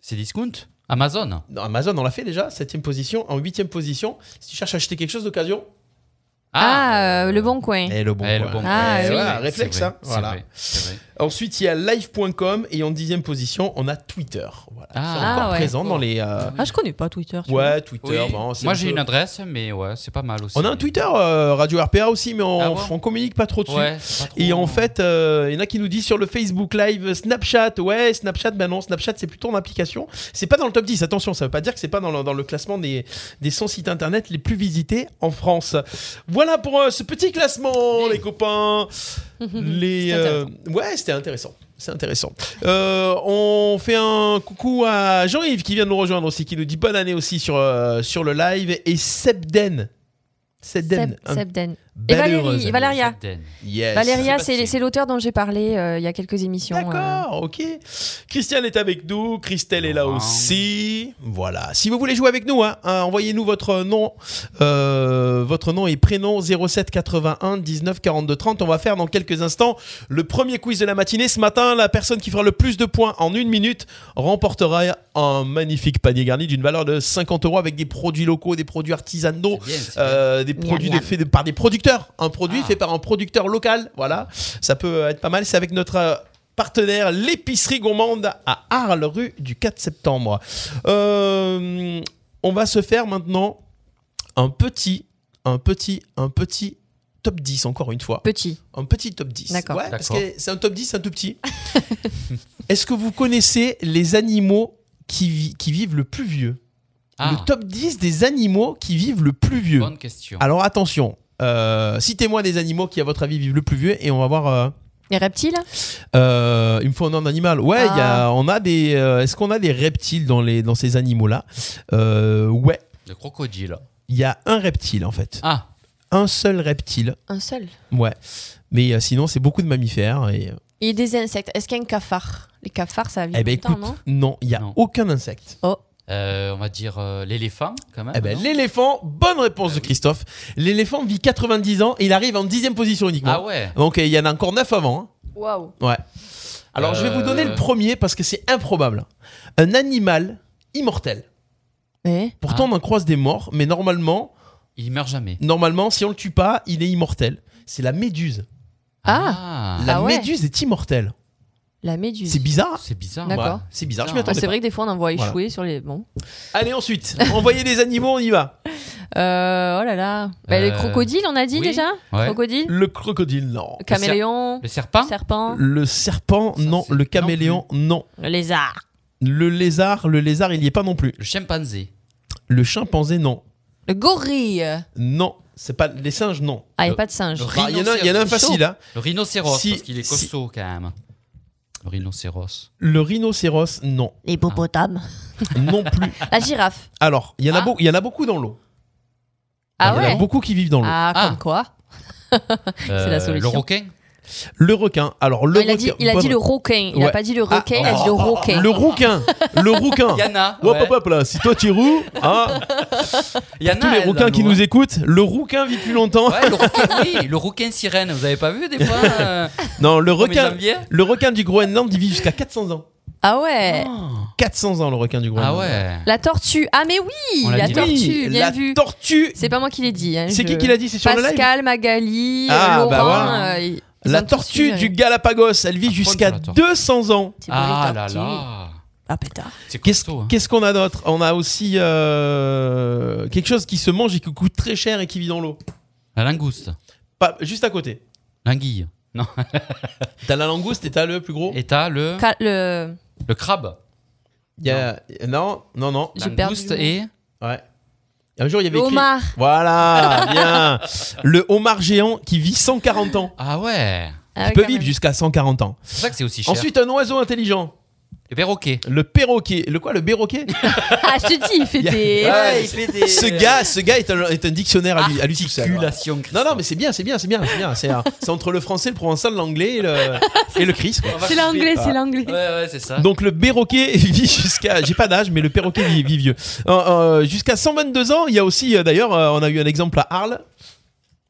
Speaker 4: C'est discount. Amazon.
Speaker 3: non, Amazon, on l'a fait déjà, 7ème position. En 8ème position, si tu cherches à acheter quelque chose d'occasion,
Speaker 5: Ah, euh, le bon coin.
Speaker 3: et le bon.
Speaker 4: Eh, le
Speaker 3: coin.
Speaker 4: bon
Speaker 5: Ah,
Speaker 4: coin.
Speaker 5: oui.
Speaker 4: C'est
Speaker 3: Ouais,
Speaker 4: vrai,
Speaker 3: réflexe,
Speaker 4: c'est
Speaker 3: hein.
Speaker 4: vrai,
Speaker 3: Voilà.
Speaker 4: c'est vrai, c'est vrai.
Speaker 3: Ensuite, il y a live.com et en 10ème position, on a Twitter. Voilà.
Speaker 4: Ah.
Speaker 3: Ils sont encore
Speaker 5: Ah ouais.
Speaker 3: présents dans les. euh,
Speaker 5: Ah, je connais pas Twitter. tu vois.
Speaker 3: Ouais, Twitter.
Speaker 4: Oui.
Speaker 3: bon, c'est
Speaker 4: Moi
Speaker 3: un
Speaker 4: j'ai
Speaker 3: peu-
Speaker 4: une adresse, mais ouais, c'est pas mal aussi.
Speaker 3: On a un Twitter euh, Radio RPA aussi, mais on,
Speaker 4: Ah bon
Speaker 3: on communique pas trop dessus.
Speaker 4: Ouais, c'est pas trop- hein.
Speaker 3: Et en fait, euh, il y en a qui nous disent sur le Facebook Live Snapchat. Ouais, Snapchat, ben non, Snapchat, c'est plutôt en application. C'est pas dans le top 10, attention, ça veut pas dire que c'est pas dans le, dans le classement des, des 100 sites internet les plus visités en France. Voilà pour euh, ce petit classement, les copains. les,
Speaker 5: C'était
Speaker 3: euh, ouais, c'était intéressant. C'est intéressant. Euh, on fait un coucou à Jean-Yves qui vient de nous rejoindre aussi, qui nous dit bonne année aussi sur, euh, sur le live. Et Sebden. Sebden.
Speaker 5: Seb-
Speaker 3: un
Speaker 5: Sebden.
Speaker 3: belle
Speaker 5: Et Valérie,
Speaker 3: heureuse.
Speaker 5: et Valéria.
Speaker 4: Zedden.
Speaker 3: Yes.
Speaker 5: Valéria,
Speaker 4: c'est
Speaker 5: c'est
Speaker 4: parti.
Speaker 5: c'est l'auteur dont j'ai parlé euh, il y a quelques émissions. euh.
Speaker 3: D'accord, ok. Christiane est avec nous, Christelle est là
Speaker 4: Laurent.
Speaker 3: aussi. Voilà. Si vous voulez jouer avec nous, hein, hein, envoyez-nous votre nom, euh, votre nom et prénom 07 81 19 42 30. On va faire dans quelques instants le premier quiz de la matinée. Ce matin, la personne qui fera le plus de points en une minute remportera un magnifique panier garni d'une valeur de 50 euros avec des produits locaux, des produits artisanaux.
Speaker 4: C'est bien, c'est bien.
Speaker 3: Euh, des
Speaker 5: Miam,
Speaker 3: produits
Speaker 5: miam.
Speaker 3: des- faits de- par des producteurs. Un produit
Speaker 4: Ah.
Speaker 3: fait par un producteur local. Voilà, ça peut euh, être pas mal. C'est avec notre euh, partenaire, l'épicerie gourmande à Arles, rue du 4 septembre. Euh, on va se faire maintenant un petit, un petit, un petit top 10 encore une fois.
Speaker 5: Petit.
Speaker 3: Un petit top 10.
Speaker 5: D'accord.
Speaker 3: Ouais, parce
Speaker 4: D'accord.
Speaker 3: que c'est un top 10, c'est un tout petit. Est-ce que vous connaissez les animaux qui, vi- qui vivent le plus vieux
Speaker 4: Ah,
Speaker 3: Le top 10 des animaux qui vivent le plus vieux.
Speaker 4: bonne question.
Speaker 3: Alors attention, euh, citez-moi des animaux qui, à votre avis, vivent le plus vieux et on va voir. euh,
Speaker 5: Les reptiles
Speaker 3: euh, il me faut un nom d'animal. Ouais, il y a-
Speaker 5: Ah.
Speaker 3: on a des. euh, Est-ce qu'on a des reptiles dans, les, dans ces animaux-là Euh, Ouais,
Speaker 4: Le crocodile.
Speaker 3: il y a un reptile en fait.
Speaker 4: Ah,
Speaker 3: Un seul reptile.
Speaker 5: Un seul.
Speaker 3: Ouais. Mais euh, sinon, c'est beaucoup de mammifères. Et...
Speaker 5: Et des insectes. Est-ce qu'il y a un cafard Les cafards, ça vit
Speaker 3: Eh ben
Speaker 5: longtemps,
Speaker 3: écoute,
Speaker 5: non Oh.
Speaker 3: non, il n'y a
Speaker 4: Non.
Speaker 3: aucun insecte.
Speaker 4: euh, on va dire euh, l'éléphant quand même.
Speaker 3: Eh ben,
Speaker 4: non
Speaker 3: l'éléphant, bonne réponse
Speaker 4: Ah
Speaker 3: de
Speaker 4: oui.
Speaker 3: Christophe. L'éléphant vit 90 ans et il arrive en dixième position uniquement.
Speaker 4: ah ouais.
Speaker 3: Donc euh, il y en a encore 9 avant. hein.
Speaker 5: Waouh.
Speaker 3: Alors je vais vous donner
Speaker 4: Euh.
Speaker 3: le premier parce que c'est improbable. Un animal immortel.
Speaker 5: Eh
Speaker 3: Pourtant on en croise des morts, mais normalement,
Speaker 4: Ah. Il meurt jamais.
Speaker 3: normalement si on le tue pas, il est immortel. C'est la méduse.
Speaker 5: Ah.
Speaker 3: La
Speaker 5: Ah ouais.
Speaker 3: méduse est immortelle.
Speaker 5: La méduse.
Speaker 3: C'est bizarre.
Speaker 4: C'est bizarre.
Speaker 5: D'accord.
Speaker 3: Ouais, c'est bizarre, je m'y
Speaker 5: Ah,
Speaker 3: attendais
Speaker 5: c'est
Speaker 3: pas.
Speaker 5: vrai que des fois on en voit échouer
Speaker 3: Voilà.
Speaker 5: sur les. Bon.
Speaker 3: Allez ensuite, envoyez des animaux, on y va.
Speaker 5: Euh, oh là là. Bah,
Speaker 4: Euh,
Speaker 5: Le crocodile, on a dit
Speaker 4: oui.
Speaker 5: déjà
Speaker 4: Ouais.
Speaker 5: Crocodile
Speaker 3: Le crocodile, non.
Speaker 5: Caméléon
Speaker 4: Le serpent
Speaker 5: Serpent
Speaker 3: Le serpent,
Speaker 4: Ça,
Speaker 3: non.
Speaker 4: c'est-
Speaker 3: Le
Speaker 4: non
Speaker 3: caméléon, non.
Speaker 5: Le lézard
Speaker 3: Le lézard, le lézard, il n'y est pas non plus.
Speaker 4: Le chimpanzé.
Speaker 3: Le chimpanzé, non.
Speaker 5: Le gorille
Speaker 3: Non. C'est pas les singes, non.
Speaker 5: Ah, il n'y a
Speaker 4: Le-
Speaker 5: pas de singe.
Speaker 4: le
Speaker 3: Bah, Il y, en a- il y en a un
Speaker 4: Rhinocéros.
Speaker 3: facile, hein.
Speaker 4: Le rhinocéros,
Speaker 3: Si-
Speaker 4: parce qu'il est
Speaker 3: si-
Speaker 4: costaud quand même. Le rhinocéros.
Speaker 3: Le rhinocéros, non. Ah.
Speaker 5: Les hippopotames.
Speaker 3: Non plus.
Speaker 5: La girafe.
Speaker 3: Alors, il y, en a
Speaker 4: Ah.
Speaker 3: beau- il y en a beaucoup dans l'eau.
Speaker 5: Ah
Speaker 3: Il y en a
Speaker 5: ouais
Speaker 3: beaucoup qui vivent dans l'eau.
Speaker 5: Ah,
Speaker 4: Ah. Euh,
Speaker 5: comme quoi la
Speaker 4: Le
Speaker 5: solution.
Speaker 4: requin.
Speaker 3: Le requin. Alors, le
Speaker 5: Non, il, a dit,
Speaker 3: requin-
Speaker 5: il a dit le
Speaker 3: Bonne-
Speaker 5: requin. Il n'a
Speaker 3: Ouais.
Speaker 5: pas dit le
Speaker 3: Ah,
Speaker 5: requin, il a dit le
Speaker 3: oh, oh, oh,
Speaker 5: requin.
Speaker 3: Le rouquin. Le rouquin.
Speaker 4: Yana.
Speaker 3: Hop, hop, hop, là. Si toi, tu es roux, hein, tous les rouquins qui nous écoutent, le rouquin vit plus longtemps.
Speaker 4: Ouais, le requin, oui, le requin sirène, vous avez pas vu des fois euh,
Speaker 3: Non, le
Speaker 4: comme ils
Speaker 3: requin,
Speaker 4: aiment bien
Speaker 3: le requin du Groenland, il vit jusqu'à 400 ans.
Speaker 5: Ah ouais
Speaker 3: 400 ans, le requin du Groenland.
Speaker 4: Ah ouais.
Speaker 5: La tortue. Ah mais oui
Speaker 4: On l'a
Speaker 5: La
Speaker 4: dit.
Speaker 5: tortue,
Speaker 3: Oui,
Speaker 5: bien
Speaker 3: la
Speaker 5: vu.
Speaker 3: tortue.
Speaker 5: C'est pas moi qui l'ai dit. hein,
Speaker 3: C'est
Speaker 5: je-
Speaker 3: qui qui l'a dit C'est sur le live
Speaker 5: Pascal, Magali, euh,
Speaker 3: Ah,
Speaker 5: Laurent.
Speaker 3: bah voilà.
Speaker 5: euh, ils- ils
Speaker 3: La
Speaker 5: ont tous
Speaker 3: tortue
Speaker 5: suivi,
Speaker 3: du
Speaker 5: hein.
Speaker 3: Galapagos, elle
Speaker 4: Par
Speaker 3: vit
Speaker 4: contre,
Speaker 3: jusqu'à
Speaker 4: la tortue.
Speaker 3: 200 ans.
Speaker 5: C'est pour les
Speaker 4: Ah là
Speaker 5: tortues.
Speaker 4: là.
Speaker 5: Ah pétard.
Speaker 4: C'est
Speaker 3: Qu'est-ce
Speaker 4: costaud. hein.
Speaker 3: qu'est-ce qu'on a d'autre On a aussi euh, quelque chose qui se mange et qui coûte très cher et qui vit dans l'eau.
Speaker 4: La langouste.
Speaker 3: Pas- juste à côté.
Speaker 4: L'anguille.
Speaker 3: T'as la langouste et t'as le plus gros.
Speaker 4: Et t'as le,
Speaker 5: Ca- le...
Speaker 4: le crabe.
Speaker 3: Il y a- Non, non, non.
Speaker 5: J'ai
Speaker 4: Langouste
Speaker 5: perdu
Speaker 4: et
Speaker 3: Ouais. Un jour, il y avait
Speaker 5: Le
Speaker 3: écrit.
Speaker 5: homard.
Speaker 3: Voilà, bien. Le homard géant qui vit 140 ans.
Speaker 4: Ah ouais.
Speaker 5: Ah
Speaker 3: Il
Speaker 5: ouais,
Speaker 3: peut
Speaker 5: quand
Speaker 3: vivre
Speaker 5: même.
Speaker 3: jusqu'à 140 ans.
Speaker 4: C'est pour ça que c'est aussi cher.
Speaker 3: Ensuite, un oiseau intelligent.
Speaker 4: le perroquet.
Speaker 3: Le perroquet. Le quoi Le perroquet
Speaker 5: Ah, je te dis, il fait
Speaker 3: Il y a-
Speaker 5: des.
Speaker 3: Ouais, il
Speaker 4: fait des.
Speaker 3: Ce gars, ce gars est un, est un dictionnaire à lui, à lui tout seul.
Speaker 4: Articulation.
Speaker 3: Non, non, mais c'est bien, c'est bien, c'est bien. C'est bien. C'est, euh, c'est entre le français, le provençal, l'anglais et le, et le Chris. quoi.
Speaker 5: C'est l'anglais, c'est l'anglais.
Speaker 4: Ouais, ouais, c'est ça.
Speaker 3: Ah. Donc le perroquet vit jusqu'à... J'ai pas d'âge, mais le perroquet vit, vit vieux. Euh, euh, jusqu'à 122 ans, il y a aussi, euh, d'ailleurs, euh, on a eu un exemple à Arles.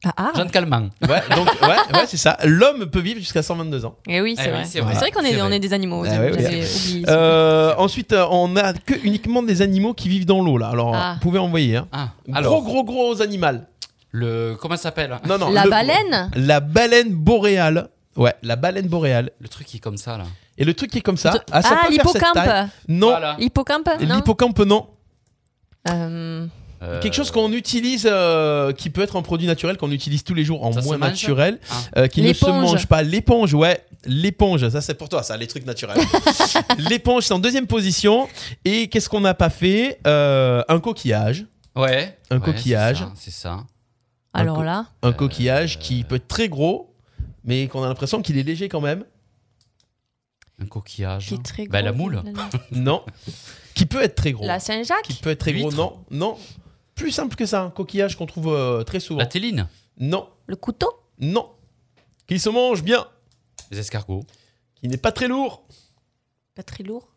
Speaker 5: Ah, ah.
Speaker 4: Jeanne Calment.
Speaker 3: Ouais, donc, ouais, ouais, c'est ça. L'homme peut vivre jusqu'à 122 ans.
Speaker 5: Eh oui,
Speaker 4: Eh
Speaker 5: c'est
Speaker 4: oui,
Speaker 5: vrai.
Speaker 4: c'est
Speaker 5: C'est
Speaker 4: vrai.
Speaker 5: vrai, qu'on
Speaker 4: C'est
Speaker 5: est,
Speaker 4: vrai. Eh
Speaker 5: on est des animaux.
Speaker 3: Ah
Speaker 5: j'avais
Speaker 3: ouais, ouais.
Speaker 5: oublié ça.
Speaker 3: Euh, ensuite, euh, on a que uniquement des animaux qui vivent dans l'eau, là. Alors,
Speaker 5: Ah.
Speaker 3: vous pouvez envoyer. Hein.
Speaker 4: Ah,
Speaker 3: Gros,
Speaker 4: alors.
Speaker 3: gros, gros animal.
Speaker 4: Le. Comment ça s'appelle hein
Speaker 3: Non, non.
Speaker 5: La
Speaker 3: le-
Speaker 5: baleine
Speaker 3: La baleine boréale. Ouais, la baleine boréale.
Speaker 4: Le truc qui est comme ça, là.
Speaker 3: Et le truc qui est comme ça. Ah, ça
Speaker 5: Ah,
Speaker 3: peut faire cette taille.
Speaker 5: l'hippocampe
Speaker 3: Non.
Speaker 4: Voilà.
Speaker 5: L'hippocampe Non.
Speaker 3: L'hippocampe, non.
Speaker 5: Euh,
Speaker 4: Euh,
Speaker 3: Quelque chose qu'on utilise, euh, qui peut être un produit naturel, qu'on utilise tous les jours en
Speaker 4: Ça se
Speaker 3: moins
Speaker 4: mange
Speaker 3: naturel,
Speaker 4: Ah.
Speaker 3: euh, qui ne se
Speaker 5: L'éponge.
Speaker 3: mange pas. L'éponge, ouais, l'éponge, ça c'est pour toi, ça, les trucs naturels. l'éponge, c'est en deuxième position. Et qu'est-ce qu'on n'a pas fait Euh, Un coquillage.
Speaker 4: Ouais.
Speaker 3: Un
Speaker 4: Ouais, c'est
Speaker 3: coquillage.
Speaker 4: ça, C'est ça.
Speaker 5: Alors
Speaker 3: co-
Speaker 5: là,
Speaker 3: Un coquillage qui peut être très gros, mais qu'on a l'impression qu'il est léger quand même.
Speaker 4: Un coquillage.
Speaker 5: qui est très
Speaker 4: Bah,
Speaker 5: gros.
Speaker 4: la moule.
Speaker 3: Non. qui peut être très gros.
Speaker 5: La Saint-Jacques
Speaker 3: Qui peut être très gros.
Speaker 4: L'huître.
Speaker 3: Non, non. Plus simple que ça, un coquillage qu'on trouve euh, très souvent.
Speaker 4: La téline.
Speaker 3: Non,
Speaker 5: Le couteau
Speaker 3: non. Qui se mange bien,
Speaker 4: Les escargots.
Speaker 3: qui n'est pas très lourd.
Speaker 5: Pas très lourd.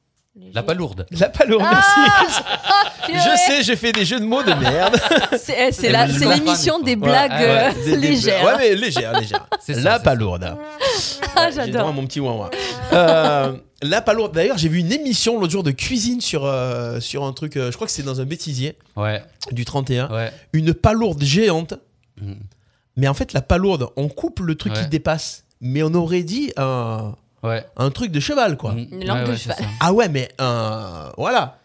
Speaker 4: La palourde.
Speaker 3: La palourde, merci.
Speaker 5: Ah,
Speaker 3: Ah, Je sais, j'ai fait des jeux de mots de merde.
Speaker 5: C'est eh, c'est
Speaker 4: Et
Speaker 5: la-
Speaker 4: le
Speaker 5: c'est
Speaker 4: lapin,
Speaker 5: l'émission
Speaker 4: quoi.
Speaker 5: des
Speaker 4: Ouais,
Speaker 5: blagues
Speaker 4: ouais,
Speaker 5: euh,
Speaker 3: Des- des-
Speaker 5: légères.
Speaker 3: Ouais, mais légère, légère.
Speaker 4: C'est ça,
Speaker 3: la
Speaker 4: c'est
Speaker 3: palourde.
Speaker 5: Ah,
Speaker 3: J'ai
Speaker 5: j'adore.
Speaker 3: droit à mon petit ouin euh, La palourde. D'ailleurs, j'ai vu une émission l'autre jour de cuisine sur, euh, sur un truc, euh, je crois que c'est dans un bêtisier
Speaker 4: ça. Ouais.
Speaker 3: du 31.
Speaker 4: Ouais.
Speaker 3: Une palourde géante.
Speaker 4: Mm.
Speaker 3: Mais en fait, la palourde, on coupe le truc
Speaker 4: Ouais.
Speaker 3: qui dépasse. Mais on aurait dit un,
Speaker 4: Ouais.
Speaker 3: un truc de cheval, quoi.
Speaker 4: Mm.
Speaker 5: Une langue
Speaker 4: Ouais,
Speaker 5: de
Speaker 4: ouais, c'est
Speaker 5: cheval. Euh.
Speaker 4: ça.
Speaker 3: Ah ouais, mais un. Voilà.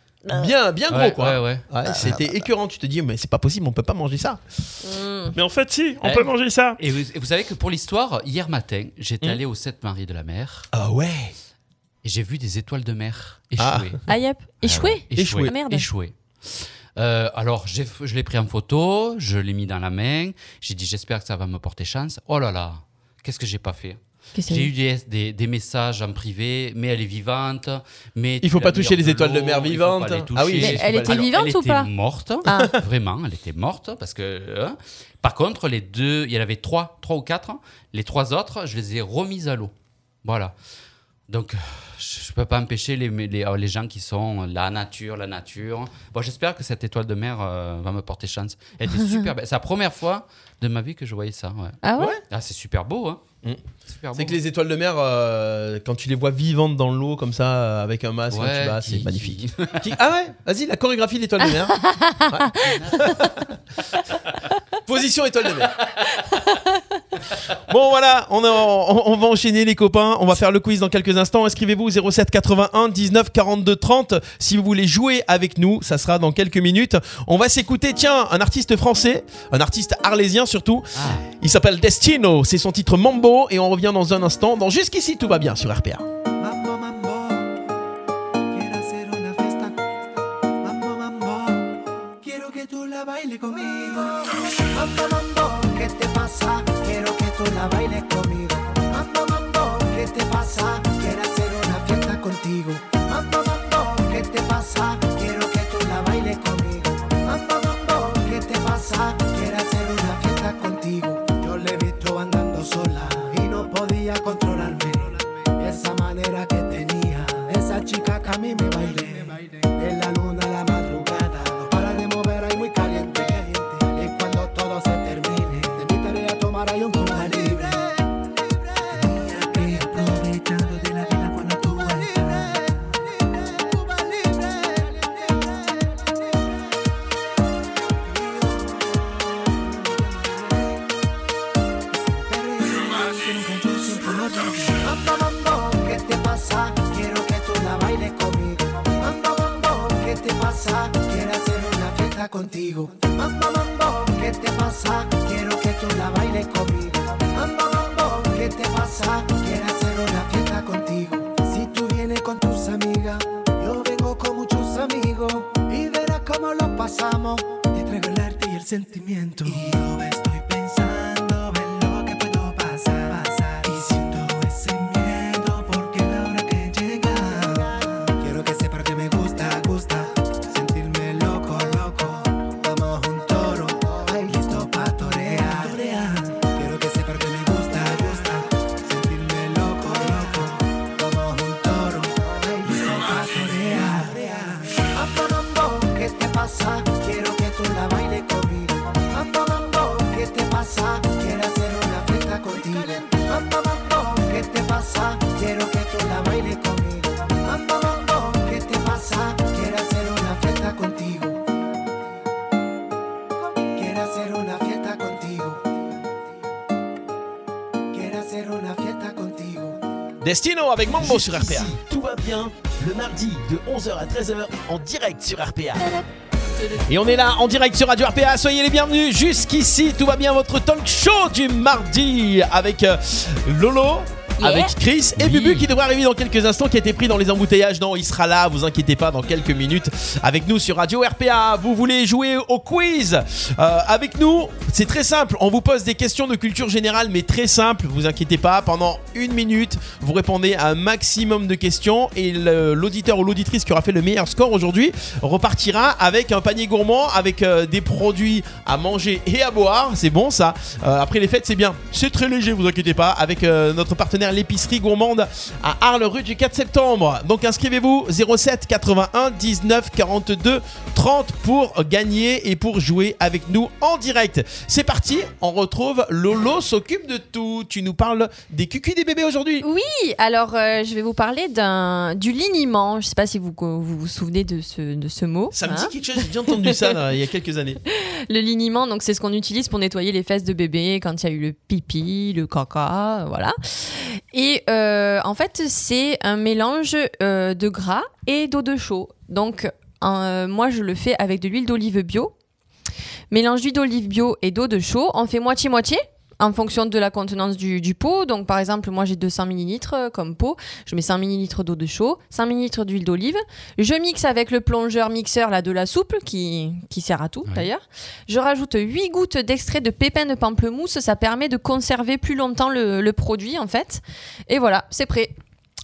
Speaker 3: bien, bien
Speaker 4: Ouais,
Speaker 3: gros quoi.
Speaker 4: ouais, ouais. Ah.
Speaker 3: Ouais, C'était écœurant. Tu te dis, mais c'est pas possible, on peut pas manger ça.
Speaker 5: Mm.
Speaker 3: Mais en fait, si,
Speaker 4: on peut
Speaker 3: manger ça.
Speaker 4: Eh, Et vous, et vous savez que pour l'histoire, hier matin, j'étais
Speaker 3: Hmm.
Speaker 4: allé au 7 Marie de la Mer
Speaker 3: Ah ouais.
Speaker 4: et j'ai vu des étoiles de mer
Speaker 3: Ah.
Speaker 4: échouées.
Speaker 5: Ah, yep. Échoué
Speaker 4: Échoué.
Speaker 5: Ah, merde.
Speaker 4: Échoué. Euh, alors, j'ai f- je l'ai pris en photo, je l'ai mis dans la main, j'ai dit j'espère que ça va me porter chance. Oh là là, qu'est-ce que j'ai pas fait
Speaker 5: Qu'est-ce que
Speaker 4: J'ai
Speaker 5: c'est
Speaker 4: eu des, des, des messages en privé, mais elle est vivante, mais...
Speaker 3: Il
Speaker 4: tu
Speaker 3: faut
Speaker 4: l'as
Speaker 3: pas
Speaker 4: mis
Speaker 3: toucher
Speaker 4: hors
Speaker 3: les étoiles de
Speaker 4: l'eau,
Speaker 3: mer
Speaker 4: il faut
Speaker 3: vivantes.
Speaker 4: pas les
Speaker 3: Ah oui,
Speaker 4: toucher.
Speaker 3: Mais
Speaker 5: elle
Speaker 4: Alors,
Speaker 5: était vivante
Speaker 4: elle
Speaker 5: ou pas
Speaker 4: était morte,
Speaker 5: Ah.
Speaker 4: vraiment, elle était morte, parce que... hein. Par contre, les deux, il y en avait trois, trois ou quatre, hein. les trois autres, je les ai remises à l'eau. Voilà. Donc, euh, je ne peux pas empêcher les, les, euh, les gens qui sont la nature, la nature. Bon, j'espère que cette étoile de mer euh, va me porter chance. Elle était super belle. C'est la première fois de ma vie que je voyais ça. ouais.
Speaker 5: Ah ouais,
Speaker 3: Ouais.
Speaker 4: Ah, c'est super beau, hein
Speaker 3: Mm.
Speaker 4: Super
Speaker 3: C'est
Speaker 4: beau.
Speaker 3: que les étoiles de mer, euh, quand tu les vois vivantes dans l'eau comme ça, euh, avec un masque,
Speaker 4: Ouais,
Speaker 3: tu vas,
Speaker 4: qui-
Speaker 3: c'est magnifique.
Speaker 4: qui-
Speaker 3: Qui- Ah ouais, vas-y, la chorégraphie de l'étoile de mer. Ouais. Position étoile de mer. Bon voilà, on, a- on- on va enchaîner les copains, on va faire le quiz dans quelques instants. Inscrivez-vous au 07 81 19 42 30 si vous voulez jouer avec nous, ça sera dans quelques minutes. On va s'écouter, tiens, un artiste français, un artiste arlésien surtout.
Speaker 4: Ah.
Speaker 3: Il s'appelle Destino, c'est son titre Mambo et on revient dans un instant dans Jusqu'ici tout va bien sur RPA.
Speaker 2: Mambo, mambo, quiero hacer una fiesta. Mambo, mambo, quiero que tú la bailes conmigo. Mambo, mambo, ¿qué te pasa? Quiero que tú la bailes conmigo. Mambo, mambo, ¿qué te pasa? Quiero hacer una fiesta contigo. Mambo, mambo, ¿qué te pasa? Quiero que tú la bailes conmigo. Mambo, mambo, ¿qué te pasa? Quiero hacer una fiesta contigo. Yo le he visto andando sola y no podía controlarme. Esa manera que tenía, esa chica que a mí me bailé. De la luna a la madrugada, no para de mover, ahí muy caliente. Y cuando todo se termine, te invitaré a tomar ahí un Cuba libre. Tenía que ir aprovechando de la vida cuando tú vueltas. Mambo, mambo, ¿qué te pasa? Quiero que tú la bailes conmigo. Mambo, mambo, ¿qué te pasa? Quiero hacer una fiesta contigo. Mambo, mambo, ¿qué te pasa? Quiero que tú la bailes conmigo. Mambo, mambo, ¿qué te pasa? Quiero hacer una fiesta contigo. Si tú vienes con tus amigas, yo vengo con muchos amigos. Y verás cómo lo pasamos. Te traigo el arte y el sentimiento. Y yo estoy pensando en lo que puedo pasar. pasar. Y siento ese miedo porque la hora que llega. Quiero que sepa que me gusta, gusta. Sentirme loco, loco. Vamos un toro, ay, listo pa' torear. Quiero que sepa que me gusta, gusta. Sentirme loco, loco. Vamos un toro, ay, listo pa' torear. Mambo, mambo, ¿qué te pasa? Quiero que tú la bailes conmigo. Mambo, mambo, ¿qué te pasa? Quiero hacer una fiesta contigo. Mambo, mambo, ¿qué te pasa? Quiero que tú la bailes conmigo. Mambo, mambo, ¿qué te pasa? Quiero hacer una fiesta contigo. Quiero hacer una fiesta contigo. Quiero hacer una fiesta contigo.
Speaker 3: Destino avec Mambo sur RPA.
Speaker 1: Jusqu'ici, Tout va bien le mardi de 11h à 13h en direct sur RPA.
Speaker 3: Et on est là en direct sur Radio RPA. Soyez les bienvenus. Jusqu'ici, tout va bien. Votre talk show du mardi avec euh, Lolo.
Speaker 5: Yeah.
Speaker 3: Avec Chris et
Speaker 4: Oui.
Speaker 3: Bubu qui devrait arriver dans quelques instants, qui a été pris dans les embouteillages. Non, il sera là, vous inquiétez pas, dans quelques minutes avec nous sur Radio RPA. Vous voulez jouer au quiz euh, avec nous C'est très simple, on vous pose des questions de culture générale, mais très simple, vous inquiétez pas. Pendant une minute, vous répondez à un maximum de questions et le- l'auditeur ou l'auditrice qui aura fait le meilleur score aujourd'hui repartira avec un panier gourmand, avec euh, des produits à manger et à boire. C'est bon ça. Euh, après les fêtes, c'est bien. C'est très léger, vous inquiétez pas. Avec euh, notre partenaire l'épicerie gourmande à Arles, rue du 4 septembre. Donc inscrivez-vous 07 81 19 42 30 pour gagner et pour jouer avec nous en direct. C'est parti. On retrouve Lolo s'occupe de tout. Tu nous parles des cucuis des bébés aujourd'hui.
Speaker 5: Oui, alors euh, je vais vous parler d'un du liniment. Je sais pas si vous vous, vous souvenez de ce, de ce mot.
Speaker 3: Ça me
Speaker 5: hein.
Speaker 3: dit quelque chose, j'ai déjà entendu ça là, il y a quelques années.
Speaker 5: Le liniment, donc c'est ce qu'on utilise pour nettoyer les fesses de bébé quand il y a eu le pipi, le caca, euh, voilà. Et euh, en fait, c'est un mélange euh, de gras et d'eau de chaux. Donc Euh, moi, je le fais avec de l'huile d'olive bio. Mélange d'huile d'olive bio et d'eau de chaux. On fait moitié-moitié en fonction de la contenance du, du pot. Donc, par exemple, moi, j'ai 200 ml euh, comme pot. Je mets 100 ml d'eau de chaux, 100 ml d'huile d'olive. Je mixe avec le plongeur mixeur là, de la soupe, qui, qui sert à tout
Speaker 4: Oui.
Speaker 5: d'ailleurs. Je rajoute 8 gouttes d'extrait de pépins de pamplemousse. Ça permet de conserver plus longtemps le, le produit, en fait. Et voilà, c'est prêt.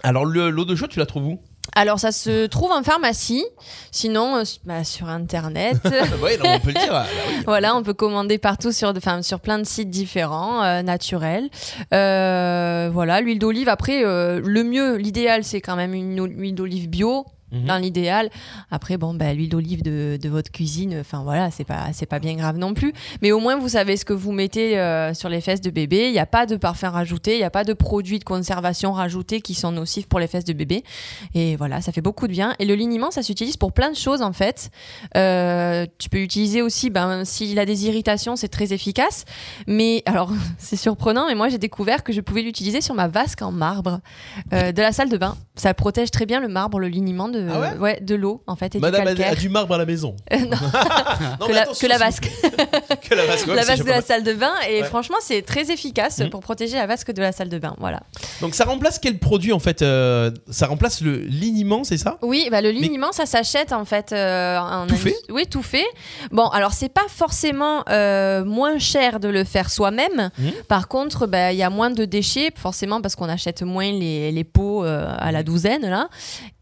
Speaker 3: Alors le- l'eau de chaux, tu la trouves où
Speaker 5: Alors, ça se trouve en pharmacie. Sinon, euh, s- bah, sur Internet.
Speaker 3: Oui, non, on peut le dire. Bah oui.
Speaker 5: Voilà, on peut commander partout sur, enfin, sur plein de sites différents, euh, naturels. Euh, voilà, l'huile d'olive. Après, euh, le mieux, l'idéal, c'est quand même une ou- huile d'olive bio.
Speaker 3: Mhm.
Speaker 5: Dans l'idéal. Après, bon, bah, l'huile d'olive de, de votre cuisine, enfin voilà, c'est pas, c'est pas bien grave non plus. Mais au moins, vous savez ce que vous mettez euh, sur les fesses de bébé. Il n'y a pas de parfum rajouté, il n'y a pas de produits de conservation rajoutés qui sont nocifs pour les fesses de bébé. Et voilà, ça fait beaucoup de bien. Et le liniment, ça s'utilise pour plein de choses en fait. Euh, tu peux l'utiliser aussi, ben, s'il a des irritations, c'est très efficace. Mais alors, c'est surprenant, mais moi j'ai découvert que je pouvais l'utiliser sur ma vasque en marbre euh, de la salle de bain. Ça protège très bien le marbre, le liniment de,
Speaker 3: Ah ouais
Speaker 5: Euh, de l'eau en fait et
Speaker 3: Madame
Speaker 5: du
Speaker 3: a,
Speaker 5: calcaire. Euh,
Speaker 3: a du marbre à la maison.
Speaker 5: non.
Speaker 3: Non,
Speaker 5: que,
Speaker 3: mais
Speaker 5: la,
Speaker 3: attention,
Speaker 5: que la
Speaker 3: si-
Speaker 5: vasque,
Speaker 3: que la vasque. ouais, parce que
Speaker 5: la vasque de
Speaker 3: j'ai
Speaker 5: la
Speaker 3: pas-
Speaker 5: salle de bain et
Speaker 3: Ouais.
Speaker 5: franchement c'est très efficace
Speaker 3: Mhm.
Speaker 5: pour protéger la vasque de la salle de bain. Voilà.
Speaker 3: Donc ça remplace quel produit en fait euh, Ça remplace le liniment, c'est ça
Speaker 5: Oui, bah, le liniment, ça s'achète en fait. euh, en
Speaker 3: Tout
Speaker 5: indus-
Speaker 3: fait
Speaker 5: Oui, tout fait. Bon, alors c'est pas forcément euh, moins cher de le faire soi-même.
Speaker 4: Mmh.
Speaker 3: Mhm.
Speaker 5: Par contre, bah, il y a moins de déchets, forcément parce qu'on achète moins les, les pots euh, à
Speaker 4: Mmh.
Speaker 5: la douzaine là.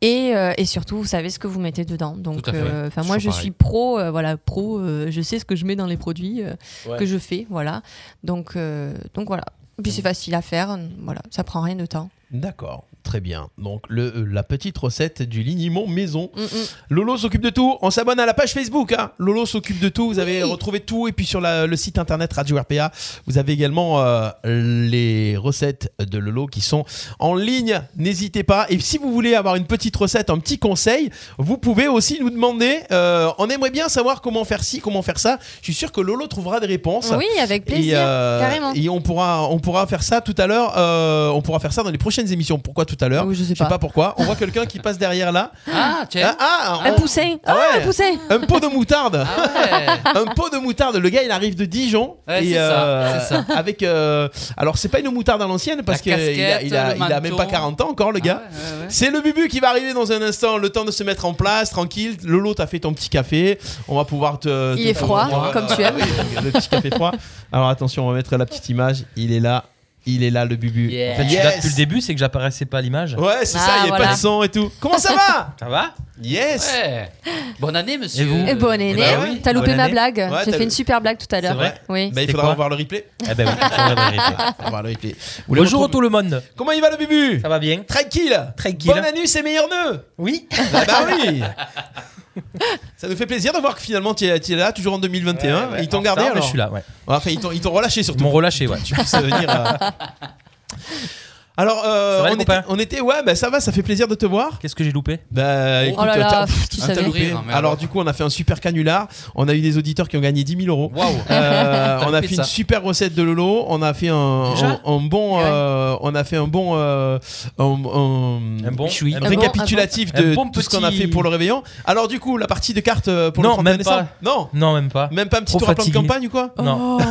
Speaker 5: Et, euh, et surtout, vous savez ce que vous mettez dedans. Donc,
Speaker 4: Tout à fait.
Speaker 5: euh, enfin,
Speaker 4: Toujours
Speaker 5: moi, je
Speaker 4: pareil.
Speaker 5: suis pro. euh, voilà, pro. euh, je sais ce que je mets dans les produits euh,
Speaker 3: Ouais.
Speaker 5: que je fais. Voilà. Donc, euh, donc voilà. Puis
Speaker 4: Mmh.
Speaker 5: c'est facile à faire. Voilà, ça prend rien de temps.
Speaker 3: D'accord, très bien. Donc le, euh, la petite recette du liniment maison.
Speaker 5: Mm, mm.
Speaker 3: Lolo s'occupe de tout. On s'abonne à la page Facebook. hein. Lolo s'occupe de tout. Vous avez
Speaker 5: Oui.
Speaker 3: retrouvé tout. Et puis sur la- le site internet Radio RPA, vous avez également euh, les recettes de Lolo qui sont en ligne. N'hésitez pas. Et si vous voulez avoir une petite recette, un petit conseil, vous pouvez aussi nous demander. euh, on aimerait bien savoir comment faire ci, comment faire ça. Je suis sûr que Lolo trouvera des réponses.
Speaker 5: Oui, avec
Speaker 3: Et,
Speaker 5: plaisir.
Speaker 3: euh,
Speaker 5: carrément.
Speaker 3: et on pourra, on pourra faire ça tout à l'heure. euh, on pourra faire ça dans les prochaines émissions. Pourquoi tout à l'heure
Speaker 5: Ah Oui, je sais
Speaker 3: Je sais
Speaker 5: pas.
Speaker 3: pas pourquoi. On voit quelqu'un qui passe derrière là.
Speaker 4: Ah,
Speaker 3: Ah,
Speaker 4: tiens.
Speaker 3: ah,
Speaker 5: Un
Speaker 3: on-
Speaker 5: poussin.
Speaker 3: Ah
Speaker 5: Ah,
Speaker 3: ouais.
Speaker 5: un poussin.
Speaker 3: un pot de moutarde.
Speaker 4: Ah ouais.
Speaker 3: un pot de moutarde. Le gars, il arrive de Dijon.
Speaker 4: Ouais,
Speaker 3: et
Speaker 4: c'est ça, c'est ça.
Speaker 3: avec. euh, alors, c'est pas une moutarde à l'ancienne parce qu'il
Speaker 4: La
Speaker 3: a, il a,
Speaker 4: casquette,
Speaker 3: il a
Speaker 4: le manteau.
Speaker 3: même pas 40 ans encore, le gars.
Speaker 4: Ah ouais, ouais, ouais.
Speaker 3: C'est le bubu qui va arriver dans un instant, le temps de se mettre en place, tranquille. Lolo, t'as fait ton petit café. On va pouvoir te.
Speaker 5: Il
Speaker 3: te
Speaker 5: est froid,
Speaker 3: prendre.
Speaker 5: comme tu aimes.
Speaker 3: Ah Oui, donc, le petit café froid. Alors attention, on va mettre la petite image. Il est là, il est là, le bubu.
Speaker 4: Yeah.
Speaker 6: En fait, je suis
Speaker 3: Yes.
Speaker 6: là depuis le début, c'est que j'apparaissais pas à l'image.
Speaker 3: Ouais, c'est
Speaker 5: Ah,
Speaker 3: ça, il n'y a
Speaker 5: voilà.
Speaker 3: pas de son et tout. Comment ça va
Speaker 6: Ça va
Speaker 3: Yes
Speaker 4: Ouais. Bonne année, monsieur.
Speaker 6: Et vous
Speaker 5: Et bonne année.
Speaker 3: bah oui,
Speaker 5: T'as loupé
Speaker 6: bonne
Speaker 5: ma
Speaker 6: année.
Speaker 5: blague.
Speaker 3: Ouais, t'as
Speaker 5: J'ai fait
Speaker 3: lu-
Speaker 5: une super blague tout à l'heure.
Speaker 6: vrai
Speaker 5: Oui.
Speaker 3: Bah, il
Speaker 6: C'était
Speaker 3: faudra
Speaker 6: quoi
Speaker 3: revoir le replay.
Speaker 6: Eh ben oui, c'est la vérité.
Speaker 3: On va voir le replay. Vous les
Speaker 6: Bonjour
Speaker 3: retrouvez-
Speaker 6: tout le monde.
Speaker 3: Comment il va le bubu
Speaker 6: Ça va bien
Speaker 3: Tranquille
Speaker 6: Tranquille.
Speaker 3: Bon anus et meilleur nœud
Speaker 6: Oui.
Speaker 3: Bah, bah oui Ça nous fait plaisir de voir que finalement tu es, tu es là, toujours en 2021. ils t'ont gardé alors
Speaker 6: Je suis là, ouais.
Speaker 3: Enfin, ils t'ont- ils t'ont relâché surtout.
Speaker 6: Ils m'ont relâché, ouais.
Speaker 3: tu puisses venir. euh. Alors, euh,
Speaker 6: Ça va, les
Speaker 3: on, était,
Speaker 6: copains
Speaker 3: on était- ouais, bah ça va, ça fait plaisir de te voir.
Speaker 6: Qu'est-ce que j'ai loupé
Speaker 3: Bah, écoute,
Speaker 5: Oh là là,
Speaker 3: t'as-
Speaker 5: pff, tu
Speaker 3: t'as
Speaker 5: savais.
Speaker 3: loupé.
Speaker 4: Rire, hein, mais
Speaker 3: Alors,
Speaker 4: alors.
Speaker 3: du coup, on a fait un super canular. On a eu des auditeurs qui ont gagné 10 000 euros.
Speaker 4: Waouh.
Speaker 3: Euh, on a
Speaker 4: loupé
Speaker 3: fait une
Speaker 4: ça.
Speaker 3: super recette de Lolo. On a fait un, un,
Speaker 4: Déjà
Speaker 3: un bon,
Speaker 6: Eh
Speaker 5: Ouais.
Speaker 3: euh, on a fait un bon, euh, un, un-
Speaker 6: Un bon.
Speaker 4: Michoui.
Speaker 6: un
Speaker 5: bon-
Speaker 3: récapitulatif
Speaker 6: un bon-
Speaker 3: de
Speaker 6: un bon
Speaker 3: tout ce qu'on a
Speaker 6: petit-
Speaker 3: fait pour le réveillon. Alors du coup, la partie de cartes euh, pour le
Speaker 6: Non,
Speaker 3: 31
Speaker 6: même
Speaker 3: décembre.
Speaker 6: pas.
Speaker 3: Non,
Speaker 6: Non, même pas.
Speaker 3: même pas un petit
Speaker 6: Trop
Speaker 3: tour à plan de
Speaker 6: fatigué.
Speaker 3: campagne ou quoi Ah,
Speaker 6: Non,
Speaker 5: Oh.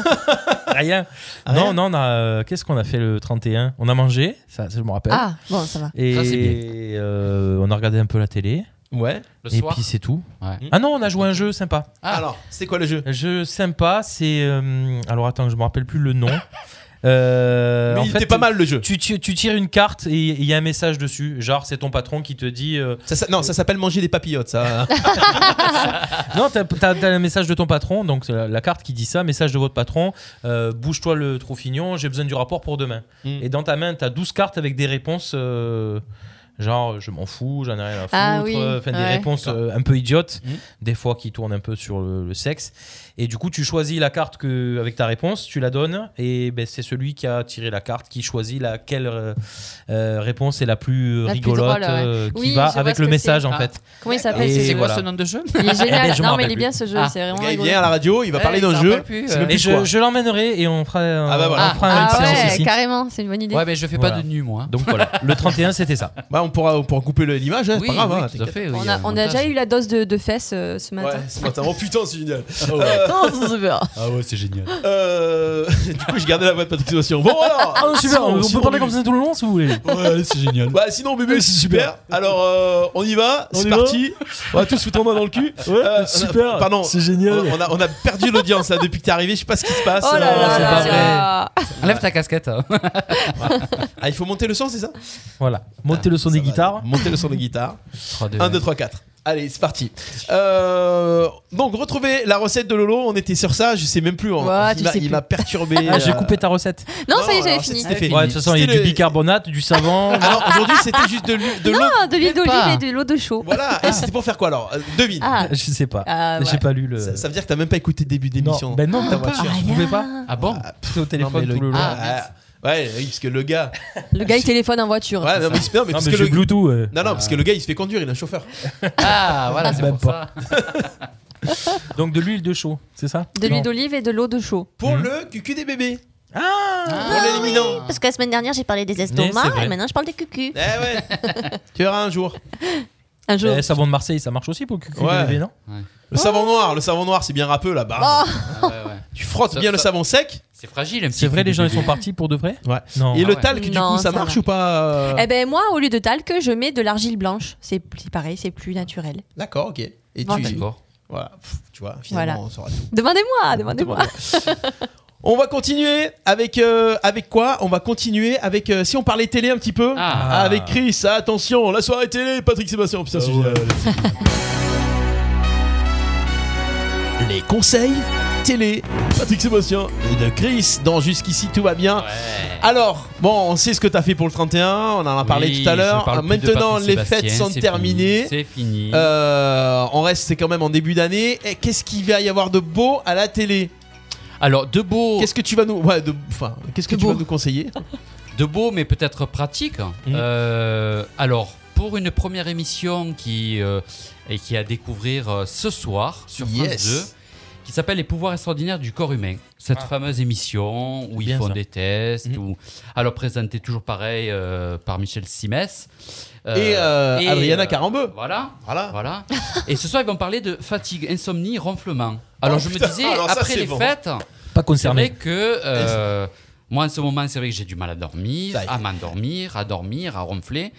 Speaker 6: rien.
Speaker 3: Rien
Speaker 6: Non, non, on a, euh, qu'est-ce qu'on a fait le 31 On a mangé, ça, ça, je me rappelle.
Speaker 5: Ah, bon, ça va.
Speaker 6: Et
Speaker 4: Ça, c'est
Speaker 6: euh, on a regardé un peu la télé.
Speaker 3: Ouais. Hmm.
Speaker 4: Le
Speaker 6: et
Speaker 4: soir.
Speaker 6: puis c'est tout.
Speaker 4: Ouais.
Speaker 6: Ah non, on a joué à un jeu sympa.
Speaker 4: Ah.
Speaker 3: Alors, c'est quoi le jeu
Speaker 6: Un jeu sympa, c'est. euh, alors attends, je me rappelle plus le nom. Euh,
Speaker 3: Mais
Speaker 6: en
Speaker 3: Il
Speaker 6: fait,
Speaker 3: était pas mal le jeu.
Speaker 6: Tu, tu- tu tires une carte et il y a un message dessus. Genre, c'est ton patron qui te dit. euh,
Speaker 3: Ça, ça- non, ça s'appelle manger des papillotes, ça.
Speaker 6: non, t'as t'as- t'as un message de ton patron, donc c'est la, la carte qui dit ça, message de votre patron, euh, bouge-toi le troufignon, j'ai besoin du rapport pour demain.
Speaker 3: Mm.
Speaker 6: Et dans ta main, t'as 12 cartes avec des réponses, euh, genre je m'en fous, j'en ai rien à foutre,
Speaker 5: Ah oui,
Speaker 6: enfin des
Speaker 5: ouais.
Speaker 6: réponses euh, un peu idiotes,
Speaker 3: Mm.
Speaker 6: des fois qui tournent un peu sur le, le sexe. Et du coup, tu choisis la carte que, avec ta réponse, tu la donnes, et ben, c'est celui qui a tiré la carte qui choisit laquelle euh, euh, réponse est la plus
Speaker 5: La plus
Speaker 6: rigolote,
Speaker 5: drôle, ouais.
Speaker 6: euh, qui
Speaker 5: Oui,
Speaker 6: va
Speaker 5: je vois
Speaker 6: avec
Speaker 5: ce
Speaker 6: le
Speaker 5: que
Speaker 6: message en
Speaker 4: Ah.
Speaker 6: fait.
Speaker 5: Comment il
Speaker 6: Et
Speaker 5: s'appelle
Speaker 4: Et Eh
Speaker 5: ce
Speaker 4: c'est
Speaker 5: jeu
Speaker 4: quoi
Speaker 6: voilà.
Speaker 4: ce nom de jeu
Speaker 5: Il est génial.
Speaker 6: je m'en
Speaker 5: non, mais il
Speaker 6: rappelle
Speaker 5: est bien ce jeu.
Speaker 4: Ah,
Speaker 5: C'est
Speaker 3: Le
Speaker 5: vraiment.
Speaker 3: gars, il
Speaker 5: rigolo.
Speaker 3: vient à la radio, il va parler
Speaker 4: Eh,
Speaker 3: d'un
Speaker 4: ça
Speaker 3: jeu.
Speaker 4: rappelle plus,
Speaker 3: c'est
Speaker 4: euh.
Speaker 3: même
Speaker 6: Mais
Speaker 3: plus
Speaker 6: je,
Speaker 3: quoi.
Speaker 6: je l'emmènerai et on fera, un-
Speaker 3: Ah bah voilà.
Speaker 6: on fera une
Speaker 5: ah
Speaker 6: séance
Speaker 5: ouais,
Speaker 6: ici.
Speaker 5: carrément, c'est une bonne idée.
Speaker 4: Ouais, mais je fais
Speaker 6: Voilà.
Speaker 4: pas de nu, moi.
Speaker 6: Donc voilà, le 31 c'était ça.
Speaker 3: Bah, on pourra, pour couper le- l'image, hein, c'est
Speaker 4: Oui,
Speaker 3: pas grave.
Speaker 4: oui,
Speaker 3: hein,
Speaker 4: tout à
Speaker 3: t'inquiète.
Speaker 4: fait, oui,
Speaker 5: On
Speaker 4: il y a
Speaker 5: a,
Speaker 4: un
Speaker 5: on a
Speaker 4: montage.
Speaker 5: déjà eu la dose de, de fesses euh, ce
Speaker 3: Ouais,
Speaker 5: matin.
Speaker 3: ce matin. Oh putain, c'est génial.
Speaker 6: Euh,
Speaker 5: Oh, c'est super.
Speaker 4: Ah ouais, c'est génial.
Speaker 3: Euh, du coup, je gardais la voix de Patrick Sébastien. Bon, alors.
Speaker 6: Ah non, super,
Speaker 3: sinon,
Speaker 6: on peut
Speaker 3: sinon,
Speaker 6: parler
Speaker 3: Bubu.
Speaker 6: comme ça tout le long si vous voulez.
Speaker 4: Ouais, c'est génial.
Speaker 3: Bah, sinon, bébé, c'est super. Alors, euh, on y va.
Speaker 6: On
Speaker 3: C'est
Speaker 6: y va
Speaker 3: parti. On va tous foutre en main dans le cul.
Speaker 6: Ouais,
Speaker 3: Euh, on a-
Speaker 6: super,
Speaker 3: pardon.
Speaker 6: c'est
Speaker 3: On
Speaker 6: génial.
Speaker 3: on a, on a perdu l'audience là depuis que t'es arrivé. Je sais pas ce qui se passe.
Speaker 5: Oh là
Speaker 3: Euh,
Speaker 5: là
Speaker 4: c'est
Speaker 5: là
Speaker 4: pas
Speaker 5: là.
Speaker 4: Enlève ta casquette. hein.
Speaker 3: Ah, il faut monter le son, c'est ça
Speaker 6: Voilà, montez le son
Speaker 3: Ah,
Speaker 6: des
Speaker 3: Ça va,
Speaker 6: guitares.
Speaker 3: Monter le son des guitares.
Speaker 4: Oh, de-
Speaker 3: 1, 2, 3, 4. Allez, c'est parti. Euh, donc, retrouvez la recette de Lolo. On était sur ça. Je sais même plus. hein.
Speaker 5: Ouais,
Speaker 3: il
Speaker 5: tu
Speaker 3: m'a-
Speaker 5: sais
Speaker 3: il
Speaker 5: plus.
Speaker 3: m'a perturbé.
Speaker 6: Ah, j'ai
Speaker 3: euh,
Speaker 6: coupé ta recette.
Speaker 5: Non, ça y est,
Speaker 3: alors,
Speaker 5: j'avais
Speaker 3: c'est-
Speaker 5: fini.
Speaker 3: C'était fait.
Speaker 4: fini.
Speaker 6: Ouais, de toute façon, il y a
Speaker 3: C'était
Speaker 6: du
Speaker 3: le-
Speaker 6: bicarbonate, du savon.
Speaker 3: Alors, aujourd'hui, c'était juste de l'eau. de l'eau.
Speaker 5: Ah, de l'huile
Speaker 4: Même
Speaker 5: d'olive
Speaker 4: pas.
Speaker 5: et de l'eau de chaux.
Speaker 3: Voilà. Et c'était pour faire quoi alors Euh, Devine.
Speaker 5: Ah,
Speaker 6: Je sais pas.
Speaker 5: Ah, ouais. Ah, bah
Speaker 6: J'ai pas lu le.
Speaker 3: Ça, ça veut dire que t'as même pas écouté le début d'émission.
Speaker 6: Non, ben non,
Speaker 3: ta
Speaker 6: t'as pas.
Speaker 3: voiture.
Speaker 6: Je pouvais pas.
Speaker 4: Ah bon
Speaker 6: T'es au téléphone
Speaker 3: Non, mais
Speaker 6: tout le long.
Speaker 4: Ah,
Speaker 3: Ah, ouais, oui, parce que le gars.
Speaker 5: le gars il téléphone en voiture.
Speaker 3: Ouais, non, mais, non, mais
Speaker 6: Non,
Speaker 3: parce
Speaker 6: mais
Speaker 3: que
Speaker 6: j'ai
Speaker 3: le.
Speaker 6: Bluetooth. euh.
Speaker 3: Non, non, parce que le gars il se fait conduire, il est un chauffeur.
Speaker 4: Ah, voilà, c'est
Speaker 6: Même
Speaker 4: pour ça.
Speaker 6: Donc de l'huile de chaux, c'est ça
Speaker 5: De
Speaker 6: Non.
Speaker 5: l'huile d'olive et de l'eau de chaux.
Speaker 3: Pour le cucu des bébés.
Speaker 6: Ah
Speaker 3: Pour l'éliminant.
Speaker 7: Parce que la semaine dernière, j'ai parlé des
Speaker 6: Mais c'est
Speaker 7: estomacs
Speaker 6: vrai.
Speaker 7: et maintenant je parle des cucus.
Speaker 3: Eh ouais. tu verras un jour.
Speaker 5: Un jour.
Speaker 6: Eh, Savon de Marseille, ça marche aussi pour le cul
Speaker 3: Ouais.
Speaker 6: bébé, non
Speaker 3: Le savon noir, le savon noir c'est bien râpeux là-bas.
Speaker 5: Oh,
Speaker 4: Ah ouais, ouais.
Speaker 3: Tu frottes
Speaker 4: Ça-
Speaker 3: bien le
Speaker 4: ça-
Speaker 3: savon sec.
Speaker 4: C'est fragile, un petit
Speaker 6: C'est vrai,
Speaker 4: coup
Speaker 6: les
Speaker 4: de
Speaker 6: gens ils sont
Speaker 4: bébé.
Speaker 6: partis pour de vrai
Speaker 3: Ouais.
Speaker 6: Non.
Speaker 3: Et le
Speaker 4: Ah ouais.
Speaker 3: talc, du
Speaker 5: Non,
Speaker 3: coup, ça,
Speaker 5: ça
Speaker 3: marche
Speaker 5: va.
Speaker 3: ou pas euh,
Speaker 5: Eh ben moi, au lieu de talc, je mets de l'argile blanche. C'est plus- pareil, c'est plus naturel.
Speaker 3: D'accord, ok. Et
Speaker 5: Bon,
Speaker 3: tu,
Speaker 4: D'accord.
Speaker 3: voilà, Pff, tu vois, finalement,
Speaker 5: Voilà.
Speaker 3: on saura tout. Ah,
Speaker 5: Demandez-moi, demandez-moi.
Speaker 3: On va continuer avec euh, avec quoi On va continuer avec euh, si on parlait télé un petit peu
Speaker 4: Ah.
Speaker 3: avec Chris. Ah, attention, la soirée télé, Patrick Sébastien. Putain, c'est génial. Les conseils télé, Patrick Sébastien et de Chris dans Jusqu'ici tout va bien.
Speaker 4: Ouais.
Speaker 3: Alors, bon, on sait ce que t'as fait pour le 31, on en a parlé
Speaker 4: Oui,
Speaker 3: tout à
Speaker 4: je
Speaker 3: l'heure.
Speaker 4: parle
Speaker 3: Alors,
Speaker 4: plus de
Speaker 3: Maintenant,
Speaker 4: Patrick
Speaker 3: les
Speaker 4: Sébastien,
Speaker 3: fêtes sont
Speaker 4: c'est
Speaker 3: terminées.
Speaker 4: fini, C'est fini.
Speaker 3: Euh, on reste, c'est quand même en début d'année. Et Qu'est-ce qu'il va y avoir de beau à la télé
Speaker 4: Alors, de beau,
Speaker 3: Qu'est-ce que tu vas nous, ouais, de- enfin, qu'est-ce que
Speaker 5: De
Speaker 3: tu vas
Speaker 5: beau.
Speaker 3: nous conseiller
Speaker 4: de beau, mais peut-être pratique.
Speaker 3: Mhm.
Speaker 4: Euh, alors, pour une première émission qui euh, et qui est à découvrir euh, ce soir sur France
Speaker 3: Yes.
Speaker 4: 2, qui s'appelle Les pouvoirs extraordinaires du corps humain. Cette
Speaker 6: Ah.
Speaker 4: fameuse émission où ils
Speaker 6: Bien
Speaker 4: font
Speaker 6: ça.
Speaker 4: des tests,
Speaker 6: Mhm.
Speaker 4: ou alors présentée toujours pareil euh, par Michel Simès Euh,
Speaker 3: Et, euh, Adriana
Speaker 4: euh,
Speaker 3: Carambeu.
Speaker 4: Voilà.
Speaker 3: Voilà.
Speaker 4: Voilà. Et ce soir, ils vont parler de fatigue, insomnie, ronflement. Alors,
Speaker 3: Oh,
Speaker 4: je me
Speaker 3: putain,
Speaker 4: disais,
Speaker 3: alors ça,
Speaker 4: après
Speaker 3: c'est
Speaker 4: les
Speaker 3: bon.
Speaker 4: fêtes,
Speaker 6: Pas
Speaker 4: c'est vrai
Speaker 6: concerné.
Speaker 4: que. euh, moi, en ce moment, c'est vrai que j'ai du mal à dormir,
Speaker 3: Ça y est.
Speaker 4: à m'endormir, à dormir, à ronfler.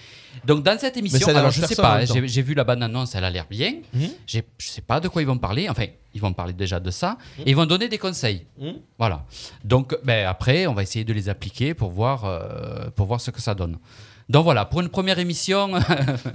Speaker 4: Donc, dans cette
Speaker 3: Mais
Speaker 4: émission,
Speaker 3: ça
Speaker 4: alors
Speaker 3: dérange
Speaker 4: je sais
Speaker 3: personne en
Speaker 4: pas,
Speaker 3: même
Speaker 4: hein,
Speaker 3: temps.
Speaker 4: j'ai j'ai vu la bande-annonce, elle a l'air bien.
Speaker 3: Mhm.
Speaker 4: J'ai- Je sais pas de quoi ils vont parler. Enfin, ils vont parler déjà de ça.
Speaker 3: Mmh.
Speaker 4: Et ils vont donner des conseils.
Speaker 3: Mhm.
Speaker 4: Voilà. Donc, ben, après, on va essayer de les appliquer pour voir, euh, pour voir ce que ça donne. Donc voilà, pour une première émission,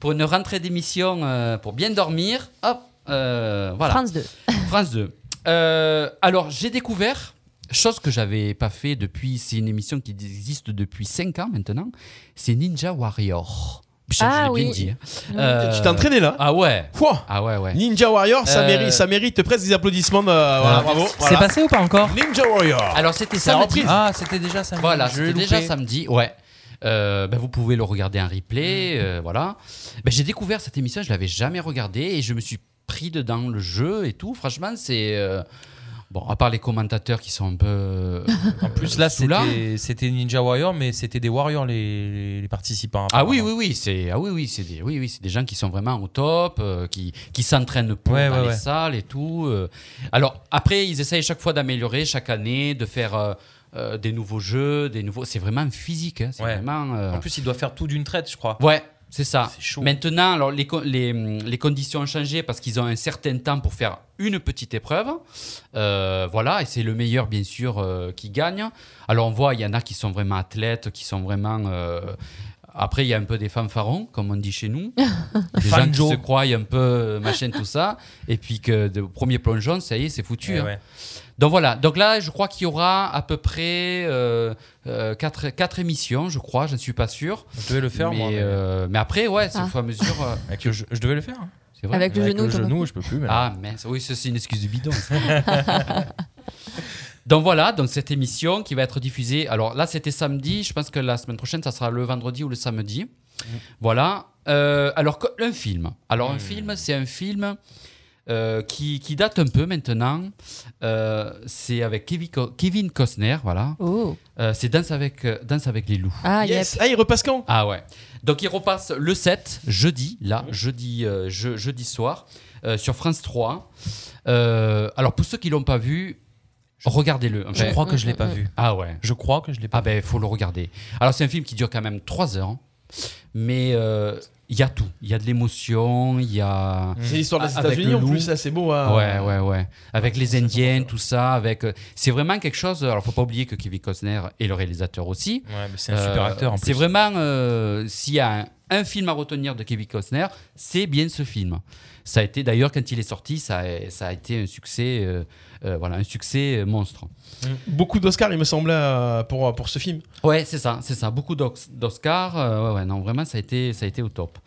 Speaker 4: pour une rentrée d'émission, euh, pour bien dormir, hop, euh, voilà.
Speaker 5: France 2.
Speaker 4: France 2. Euh, alors, j'ai découvert, chose que j'avais pas fait depuis, c'est une émission qui existe depuis 5 ans maintenant, c'est Ninja Warrior. Putain,
Speaker 5: Ah
Speaker 4: je l'ai
Speaker 5: oui.
Speaker 4: bien dit. hein.
Speaker 5: Oui.
Speaker 4: Euh,
Speaker 3: Tu t'es entraîné là
Speaker 4: Ah ouais,
Speaker 3: Quoi
Speaker 4: ah ouais, ouais.
Speaker 3: Ninja Warrior, ça,
Speaker 4: Euh,
Speaker 3: mérite, ça mérite presque des applaudissements. de- voilà,
Speaker 6: Ah,
Speaker 3: bravo.
Speaker 6: C'est
Speaker 3: voilà.
Speaker 6: passé ou pas encore
Speaker 3: Ninja Warrior.
Speaker 4: Alors, c'était
Speaker 3: C'est la
Speaker 4: samedi.
Speaker 3: reprise.
Speaker 6: Ah, c'était déjà samedi.
Speaker 4: Voilà,
Speaker 6: Je l'ai
Speaker 4: c'était déjà
Speaker 6: loupé.
Speaker 4: samedi, ouais. Euh, ben, vous pouvez le regarder en replay, euh, voilà. Ben, j'ai découvert cette émission, je l'avais jamais regardée et je me suis pris dedans le jeu et tout. Franchement, c'est euh, bon, à part les commentateurs qui sont un peu euh,
Speaker 6: En plus, là,
Speaker 4: sous là.
Speaker 6: c'était- c'était Ninja Warrior, mais c'était des Warriors les, les participants.
Speaker 4: Ah oui,
Speaker 6: apparemment.
Speaker 4: oui, oui, c'est ah oui, oui, c'est des, oui, oui, c'est des gens qui sont vraiment au top, euh, qui, qui s'entraînent pour
Speaker 6: Ouais,
Speaker 4: dans
Speaker 6: ouais,
Speaker 4: les
Speaker 6: ouais.
Speaker 4: salles et tout. euh. Alors après, ils essayent chaque fois d'améliorer chaque année, de faire euh, euh, des nouveaux jeux, des nouveaux. C'est vraiment physique, hein, c'est
Speaker 6: Ouais.
Speaker 4: vraiment. euh,
Speaker 6: En plus, il doit faire tout d'une traite, je crois.
Speaker 4: Ouais, c'est ça.
Speaker 6: C'est chaud.
Speaker 4: Maintenant, alors, les, co- les, hum, les conditions ont changé parce qu'ils ont un certain temps pour faire une petite épreuve. Euh, voilà, et c'est le meilleur, bien sûr, euh, qui gagne. Alors, on voit, il y en a qui sont vraiment athlètes, qui sont vraiment. euh, Après, il y a un peu des fanfarons, comme on dit chez nous. des gens qui
Speaker 6: Fanjo.
Speaker 4: se croient un peu euh, machin, tout ça. Et puis que de premier plongeon, ça y est, c'est foutu.
Speaker 6: Eh
Speaker 4: hein.
Speaker 6: ouais.
Speaker 4: Donc voilà, donc là je crois qu'il y aura à peu près euh, 4, émissions, je crois, je ne suis pas sûr.
Speaker 6: Je devais le faire,
Speaker 4: mais,
Speaker 6: moi. mais-
Speaker 4: euh, mais après, ouais, c'est
Speaker 5: Ah.
Speaker 4: au fur et à mesure. euh,
Speaker 6: Avec le je, je devais le faire. hein.
Speaker 4: c'est vrai.
Speaker 5: Avec le
Speaker 6: Avec
Speaker 5: genou.
Speaker 6: le
Speaker 5: t'en-
Speaker 6: genou, je peux plus. mais-
Speaker 4: Ah mince, oui, ça, c'est une excuse de bidon. ça. donc voilà, donc cette émission qui va être diffusée. Alors là, c'était samedi, je pense que la semaine prochaine, ça sera le vendredi ou le samedi.
Speaker 3: Hmm.
Speaker 4: Voilà. Euh, alors, co- un film. Alors, un film, c'est un film euh, qui, qui date un peu maintenant. Euh, c'est avec Kevin, Co- Kevin Costner, voilà.
Speaker 5: Oh.
Speaker 4: Euh, c'est Danse avec, euh, Danse avec les loups.
Speaker 5: Ah,
Speaker 3: Yes.
Speaker 5: yep.
Speaker 3: Ah, il repasse quand
Speaker 4: Ah ouais. Donc il repasse le 7, jeudi, là, jeudi, euh, je- jeudi soir, euh, sur France 3. Euh, alors pour ceux qui l'ont pas vu, regardez-le.
Speaker 6: Je
Speaker 4: Enfin,
Speaker 6: crois que je l'ai pas vu.
Speaker 4: Ah ouais.
Speaker 6: Je crois que je l'ai pas
Speaker 4: Ah ben, il faut le regarder. Alors, c'est un film qui dure quand même 3 heures, mais euh, il y a tout. Il y a de l'émotion, il y a...
Speaker 3: C'est l'histoire des
Speaker 4: Avec
Speaker 3: États-Unis
Speaker 4: le
Speaker 3: en
Speaker 4: loup.
Speaker 3: plus, ça c'est beau. hein.
Speaker 4: Ouais, ouais, ouais. Avec les Indiens, tout ça, avec... euh, C'est vraiment quelque chose... Alors, faut pas oublier que Kevin Costner est le réalisateur aussi.
Speaker 6: Ouais, mais c'est un super
Speaker 4: Euh,
Speaker 6: acteur en plus.
Speaker 4: C'est vraiment... euh, S'il y a un, un film à retenir de Kevin Costner, c'est bien ce film. Ça a été... D'ailleurs, quand il est sorti, ça a, ça a été un succès... euh, euh, voilà, un succès euh, monstre.
Speaker 3: Beaucoup d'Oscars, il me semble, euh, pour, pour ce film.
Speaker 4: Ouais, c'est ça, c'est ça. Beaucoup d'Ox- d'Oscars. euh, ouais, ouais, non, vraiment, ça a été, ça a été au top.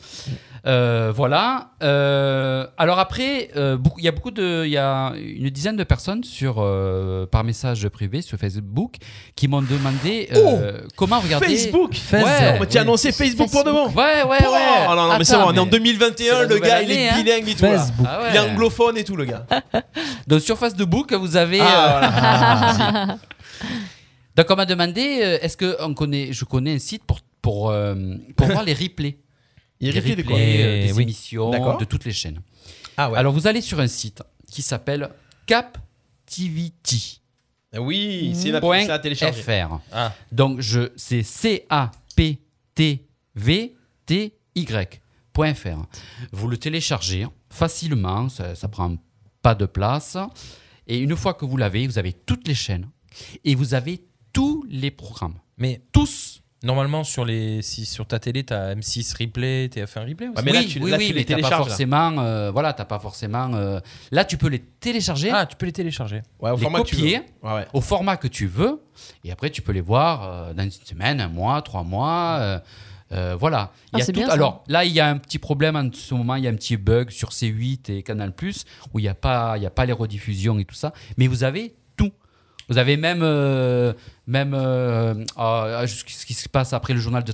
Speaker 4: Euh, voilà. Euh, alors après, euh, beaucoup- il y a beaucoup de, il y a une dizaine de personnes sur euh, par message privé sur Facebook qui m'ont demandé euh, comment regarder
Speaker 3: Oh Facebook
Speaker 4: Ouais.
Speaker 3: On m'a dit annoncé Facebook pour devant
Speaker 4: Ouais, ouais, ouais.
Speaker 3: Oh, non, non, mais c'est
Speaker 4: Attends,
Speaker 3: bon, on est en
Speaker 4: c'est
Speaker 3: 2021,
Speaker 4: la
Speaker 3: le gars,
Speaker 4: nouvelle
Speaker 3: il est
Speaker 4: année, hein.
Speaker 3: bilingue et tout. là.
Speaker 4: Ah ouais.
Speaker 3: Il est anglophone et tout, le gars. Ah,
Speaker 4: Donc sur Facebook, vous avez. euh, Ah, Donc on m'a demandé, euh, est-ce que on connaît, je connais un site pour pour euh, pour voir les replays.
Speaker 3: Il
Speaker 4: Les
Speaker 3: répète quoi
Speaker 4: replays, euh, des
Speaker 6: Oui.
Speaker 4: émissions,
Speaker 3: D'accord.
Speaker 4: de toutes les chaînes.
Speaker 3: Ah ouais.
Speaker 4: Alors vous allez sur un site qui s'appelle Captivity.
Speaker 3: Ah Oui, c'est une
Speaker 4: Point
Speaker 3: appli, c'est à télécharger.
Speaker 4: FR.
Speaker 6: Ah.
Speaker 4: Donc je c'est C A P T V T Y. point .fr. Vous le téléchargez facilement, ça, ça prend pas de place et une fois que vous l'avez, vous avez toutes les chaînes et vous avez tous les programmes,
Speaker 6: Mais
Speaker 4: tous.
Speaker 6: normalement, sur, les, si, sur ta télé, t'as M6 Replay, TF1 Replay aussi.
Speaker 3: Ouais, mais là,
Speaker 4: oui,
Speaker 3: tu-
Speaker 4: oui,
Speaker 3: là,
Speaker 4: oui,
Speaker 3: tu les
Speaker 4: mais t'as pas
Speaker 3: télécharges, là.
Speaker 4: forcément, euh, voilà, t'as pas forcément. euh, là, tu peux les télécharger
Speaker 6: Ah, tu peux les télécharger.
Speaker 3: Ouais, au
Speaker 4: Les
Speaker 3: format que tu veux.
Speaker 4: copier.
Speaker 3: Ouais, ouais.
Speaker 4: au format que tu veux, et après tu peux les voir euh, dans une semaine, un mois, trois mois. euh, euh, voilà. Il y
Speaker 5: Ah,
Speaker 4: a
Speaker 5: c'est
Speaker 4: tout-
Speaker 5: bien, ça.
Speaker 4: Alors là, il y a un petit problème en ce moment, il y a un petit bug sur C8 et Canal Plus où il n'y a, pas- il y a pas les rediffusions et tout ça, mais vous avez tout. Vous avez même, euh, même euh, euh, ce qui- ce qui se passe après le journal de euh,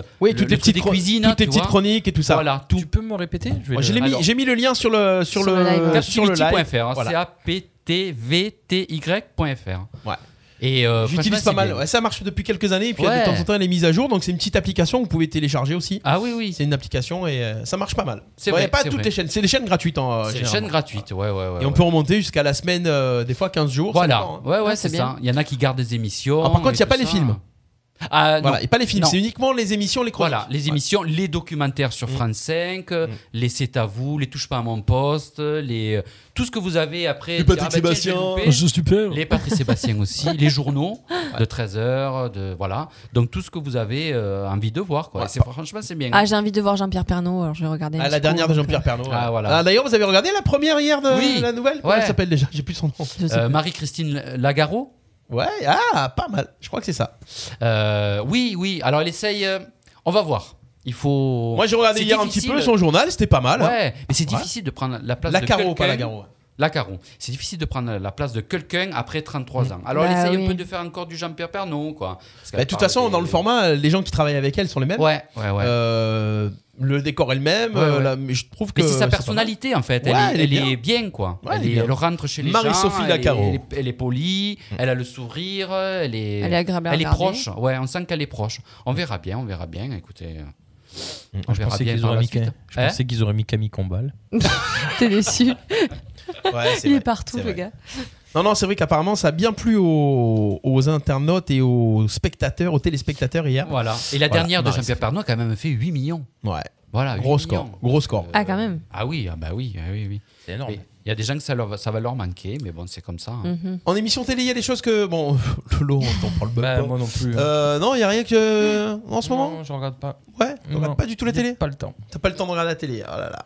Speaker 4: 13h.
Speaker 3: Oui, toutes les petites
Speaker 4: des
Speaker 3: chron-
Speaker 4: cuisines, hein,
Speaker 3: toutes les
Speaker 4: tu
Speaker 3: petites
Speaker 4: vois.
Speaker 3: chroniques et tout ça.
Speaker 4: Voilà, tout.
Speaker 6: Tu peux me répéter Je vais
Speaker 3: Moi,
Speaker 6: le-
Speaker 3: je l'ai mis-
Speaker 4: Alors-
Speaker 3: J'ai mis, le lien sur le sur,
Speaker 5: Sur
Speaker 3: le,
Speaker 5: le live.
Speaker 3: euh, sur le live.
Speaker 4: Captivity.fr,
Speaker 3: Voilà.
Speaker 4: C-A-P-T-V-T-Y.fr. Et euh,
Speaker 3: J'utilise
Speaker 4: franchement,
Speaker 3: pas
Speaker 4: c'est
Speaker 3: mal.
Speaker 4: bien.
Speaker 3: Ouais, ça marche depuis quelques années. Et puis
Speaker 4: Ouais.
Speaker 3: de temps en temps, elle est mise à jour. Donc c'est une petite application que vous pouvez télécharger aussi.
Speaker 4: Ah oui, oui.
Speaker 3: C'est une application et euh, ça marche pas mal.
Speaker 4: C'est
Speaker 3: Bon,
Speaker 4: vrai,
Speaker 3: y a pas
Speaker 4: c'est
Speaker 3: toutes
Speaker 4: vrai.
Speaker 3: les chaînes. C'est des chaînes gratuites. En,
Speaker 4: C'est une chaîne gratuite, ouais, ouais, ouais.
Speaker 3: Et on
Speaker 4: ouais.
Speaker 3: peut remonter jusqu'à la semaine, euh, des fois 15 jours. ça
Speaker 4: Voilà,
Speaker 3: dépend, hein.
Speaker 4: ouais, ouais,
Speaker 5: Ah,
Speaker 4: c'est
Speaker 5: c'est
Speaker 4: ça. Il y en a qui gardent des émissions.
Speaker 3: Ah, par contre,
Speaker 4: et
Speaker 3: il y a
Speaker 4: tout
Speaker 3: pas les
Speaker 4: ça.
Speaker 3: films.
Speaker 4: Ah, non.
Speaker 3: Voilà, et pas les films,
Speaker 4: Non.
Speaker 3: c'est uniquement les émissions, les chroniques. Mm.
Speaker 4: Voilà, les émissions, les documentaires sur France 5, euh, les C'est à vous, les Touche pas à mon poste, les euh, tout ce que vous avez après.
Speaker 3: Les
Speaker 4: dire,
Speaker 3: Patrick
Speaker 4: ah, bah, tiens,
Speaker 3: Sébastien.
Speaker 4: j'ai loupé.
Speaker 6: super.
Speaker 4: Les Patrick Sébastien aussi, les journaux de 13h, de, voilà. Donc tout ce que vous avez euh, envie de voir, quoi.
Speaker 3: Ouais,
Speaker 4: Et c'est- franchement, c'est bien.
Speaker 5: Ah, j'ai envie de voir Jean-Pierre Pernaud, alors je vais regarder. un
Speaker 3: Ah,
Speaker 5: petit
Speaker 3: la
Speaker 5: coup,
Speaker 3: dernière de
Speaker 5: donc,
Speaker 3: Jean-Pierre Pernaud.
Speaker 4: Ah,
Speaker 3: ouais.
Speaker 4: voilà.
Speaker 3: D'ailleurs, vous avez regardé la première hier de
Speaker 4: Oui.
Speaker 3: la nouvelle Comment
Speaker 4: Ouais.
Speaker 3: elle s'appelle déjà J'ai plus son nom.
Speaker 5: je sais
Speaker 4: Euh,
Speaker 5: pas.
Speaker 4: Marie-Christine Lagaro
Speaker 3: Ouais, ah, pas mal. Je crois que c'est ça.
Speaker 4: Euh, Oui, oui. Alors elle essaye. euh, on va voir. Il faut.
Speaker 3: Moi, j'ai regardé
Speaker 4: C'est
Speaker 3: hier un petit
Speaker 4: difficile.
Speaker 3: peu son journal, c'était pas mal. hein.
Speaker 4: Ouais, mais c'est
Speaker 3: Ouais.
Speaker 4: difficile de prendre la place
Speaker 3: La
Speaker 4: de
Speaker 3: Caro, pas la
Speaker 4: quelqu'un.
Speaker 3: Caro.
Speaker 4: La Caro. C'est difficile de prendre la place de quelqu'un après 33 ans. Alors,
Speaker 5: Bah
Speaker 4: elle essaye
Speaker 5: oui.
Speaker 4: un peu de faire encore du Jean-Pierre Pernon, quoi. Parce qu'elle
Speaker 3: Bah, de toute
Speaker 4: parle
Speaker 3: façon,
Speaker 4: des-
Speaker 3: dans le format, les gens qui travaillent avec elle sont les mêmes.
Speaker 4: Ouais, ouais, ouais.
Speaker 3: Euh, le décor est le même.
Speaker 4: Ouais, ouais.
Speaker 3: euh, la- mais je trouve que.
Speaker 4: mais c'est sa
Speaker 3: pas
Speaker 4: personnalité, en fait. Elle,
Speaker 3: Ouais,
Speaker 4: est, elle est bien, quoi.
Speaker 3: Ouais,
Speaker 4: elle,
Speaker 3: elle est
Speaker 4: est-
Speaker 3: bien.
Speaker 4: elle rentre chez les
Speaker 3: Marie-Sophie Mm.
Speaker 4: gens. elle
Speaker 3: Lacaro.
Speaker 4: est- Elle, est, elle est polie, elle a le sourire, elle est.
Speaker 5: Elle est agréable à
Speaker 4: elle est
Speaker 5: regarder.
Speaker 4: proche. Ouais, on sent qu'elle est proche. On verra bien, on verra bien. Écoutez, euh, on
Speaker 6: Mm. Ah, Je
Speaker 4: verra
Speaker 6: pensais
Speaker 4: bien
Speaker 6: qu'ils
Speaker 4: par
Speaker 6: auraient,
Speaker 4: la
Speaker 6: mis...
Speaker 4: suite.
Speaker 6: je
Speaker 4: Hein
Speaker 6: pensais qu'ils auraient mis Camille Combal.
Speaker 5: T'es déçu.
Speaker 3: mal. Ouais, c'est
Speaker 5: Il est
Speaker 3: vrai,
Speaker 5: partout,
Speaker 3: c'est
Speaker 5: le
Speaker 3: vrai.
Speaker 5: gars.
Speaker 3: Non, non, c'est vrai qu'apparemment, ça a bien plu aux, aux internautes et aux spectateurs, aux téléspectateurs hier.
Speaker 4: Voilà. Et la
Speaker 3: Voilà,
Speaker 4: dernière de
Speaker 3: Marie-Sophie.
Speaker 4: Jean-Pierre Pernon a quand même fait 8 millions.
Speaker 3: Ouais.
Speaker 4: Voilà. 8
Speaker 3: Gros score.
Speaker 4: millions.
Speaker 3: Gros score.
Speaker 5: Ah, quand même.
Speaker 4: Ah oui, ah bah oui, ah oui, oui.
Speaker 6: C'est énorme.
Speaker 4: Mais Il y a des gens que ça, leur, ça va leur manquer, mais bon, c'est comme ça. hein.
Speaker 5: Mhm.
Speaker 3: En émission télé, il y a des choses que. Bon, Lolo, on t'en parle même
Speaker 6: Bah,
Speaker 3: pas.
Speaker 6: moi non plus.
Speaker 3: Euh, non, il y a rien que. euh, En ce moment
Speaker 6: Non, je regarde pas.
Speaker 3: Ouais, on
Speaker 6: Non.
Speaker 3: regarde pas du tout la
Speaker 6: J'ai
Speaker 3: télé.
Speaker 6: Pas le temps.
Speaker 3: T'as pas le temps de regarder la télé. Oh là là.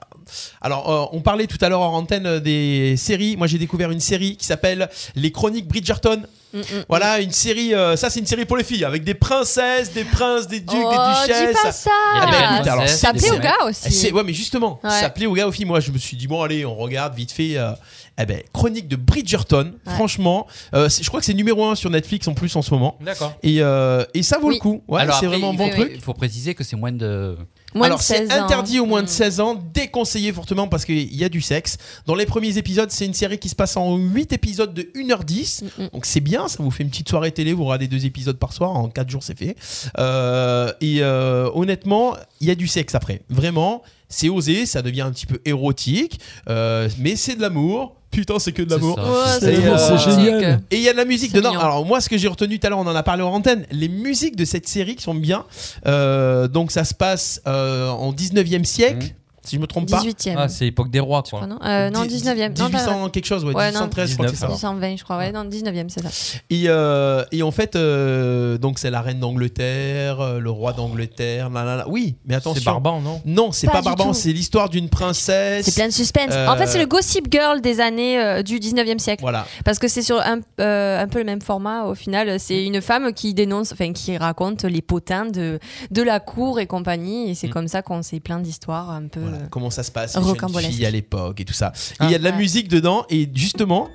Speaker 3: Alors, euh, on parlait tout à l'heure en antenne euh, des séries. Moi, j'ai découvert une série qui s'appelle Les Chroniques Bridgerton.
Speaker 5: Mm, mm.
Speaker 3: Voilà, une série. euh, ça, c'est une série pour les filles, avec des princesses, des princes, des ducs,
Speaker 5: oh,
Speaker 3: des
Speaker 5: dis pas
Speaker 3: duchesses.
Speaker 5: ça
Speaker 4: Il y a
Speaker 3: Ah
Speaker 4: des
Speaker 3: bah,
Speaker 4: belles
Speaker 3: écoute, alors,
Speaker 4: princesses,
Speaker 5: Ça
Speaker 4: des
Speaker 5: plaît
Speaker 4: beaux
Speaker 5: aux
Speaker 4: mecs.
Speaker 5: gars
Speaker 3: Eh, c'est-
Speaker 5: aussi.
Speaker 3: ouais, mais justement,
Speaker 5: Ouais.
Speaker 3: ça plaît aux gars, aux filles. Moi, je me suis dit, bon, allez, on regarde vite fait. euh, eh ben, Chronique de Bridgerton,
Speaker 5: Ouais.
Speaker 3: franchement. euh, c'est- je crois que c'est numéro 1 sur Netflix en plus en ce moment.
Speaker 6: D'accord.
Speaker 3: Et, euh, et ça vaut
Speaker 5: Oui.
Speaker 3: le coup. Ouais,
Speaker 4: Alors
Speaker 3: c'est
Speaker 4: après,
Speaker 3: vraiment un
Speaker 4: il
Speaker 3: bon
Speaker 4: faut-
Speaker 3: truc.
Speaker 4: Il faut préciser que c'est moins de
Speaker 5: Moins
Speaker 3: Alors,
Speaker 5: de
Speaker 3: c'est
Speaker 5: 16 ans.
Speaker 3: interdit au moins de 16 ans, déconseillé fortement parce qu'il y a du sexe. Dans les premiers épisodes, c'est une série qui se passe en 8 épisodes de 1h10. Donc c'est bien, ça vous fait une petite soirée télé, vous regardez deux épisodes par soir, en 4 jours c'est fait. Euh, et euh, honnêtement, il y a du sexe après. Vraiment, c'est osé, ça devient un petit peu érotique, euh, mais c'est de l'amour. Putain, c'est que de l'amour.
Speaker 8: ça. Ouais, c'est vraiment, c'est génial.
Speaker 3: Et il y a de la musique
Speaker 8: C'est
Speaker 3: dedans.
Speaker 8: mignon.
Speaker 3: Alors moi, ce que j'ai retenu tout à l'heure, on en a parlé en antenne, les musiques de cette série qui sont bien. Euh, donc ça se passe euh, en 19e siècle, si je me trompe pas.
Speaker 5: 18e.
Speaker 4: Mmh. Ah, c'est époque des rois, quoi.
Speaker 5: non, Euh, non, 19e. Non,
Speaker 3: 1800
Speaker 5: pas-
Speaker 3: quelque chose, ouais, 1813, je crois que c'est ça.
Speaker 5: 1820, je crois, ouais, non, 19e, c'est ça.
Speaker 3: Et, euh, et en fait, euh, donc c'est la reine d'Angleterre, euh, le roi d'Angleterre, là, là, là. Oui, mais attention.
Speaker 6: Barbant, non
Speaker 3: Non, c'est
Speaker 5: Pas
Speaker 3: pas,
Speaker 5: du
Speaker 3: Barbant,
Speaker 5: tout.
Speaker 3: c'est l'histoire d'une princesse.
Speaker 5: C'est plein de suspense. En fait, c'est le Gossip Girl des années euh, du 19e siècle.
Speaker 3: Euh, Voilà.
Speaker 5: Parce que c'est sur un, euh, un peu le même format au final. C'est une femme qui dénonce, enfin qui raconte les potins de, de la cour et compagnie.
Speaker 3: Mm.
Speaker 5: Et c'est comme ça qu'on sait plein d'histoires un peu. euh,
Speaker 3: comment ça se passe, les jeunes
Speaker 5: Rocambolesque.
Speaker 3: filles à l'époque et tout ça. Et Il y a de la musique dedans et justement,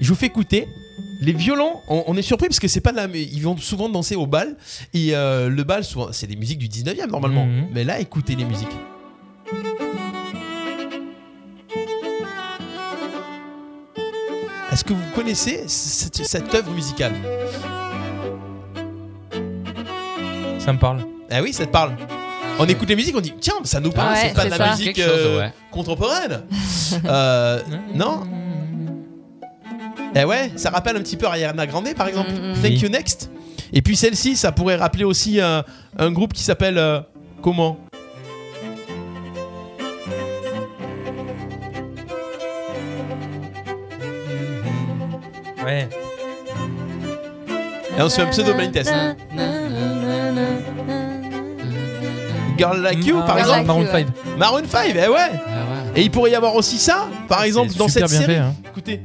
Speaker 3: je vous fais écouter. Les violons, on, on est surpris parce que c'est pas de la, mu- ils vont souvent danser au bal et euh, le bal, souvent, c'est des musiques du 19e normalement. Mais là, écoutez les musiques. Est-ce que vous connaissez cette, cette œuvre musicale
Speaker 6: Ça me parle.
Speaker 3: Ah oui, ça te parle. On écoute les musiques, on dit tiens, ça nous parle,
Speaker 6: Ouais,
Speaker 3: c'est pas
Speaker 6: c'est
Speaker 3: de la
Speaker 6: ça.
Speaker 3: musique
Speaker 6: Quelque chose,
Speaker 3: euh,
Speaker 6: ouais.
Speaker 3: contemporaine. Euh, non Eh ouais, ça rappelle un petit peu Ariana Grande par exemple. Thank
Speaker 6: Oui.
Speaker 3: you next. Et puis celle-ci, ça pourrait rappeler aussi un, un groupe qui s'appelle euh, comment
Speaker 6: Ouais.
Speaker 3: Et on se fait un pseudo blind test. hein. Girl Like You, par
Speaker 6: Girl
Speaker 3: exemple.
Speaker 6: Like Maroon You, ouais. Ah,
Speaker 3: Maroon 5, eh ouais. Et il pourrait y avoir aussi ça, par exemple, dans
Speaker 6: super
Speaker 3: cette
Speaker 6: bien
Speaker 3: série.
Speaker 6: fait, hein.
Speaker 3: Écoutez.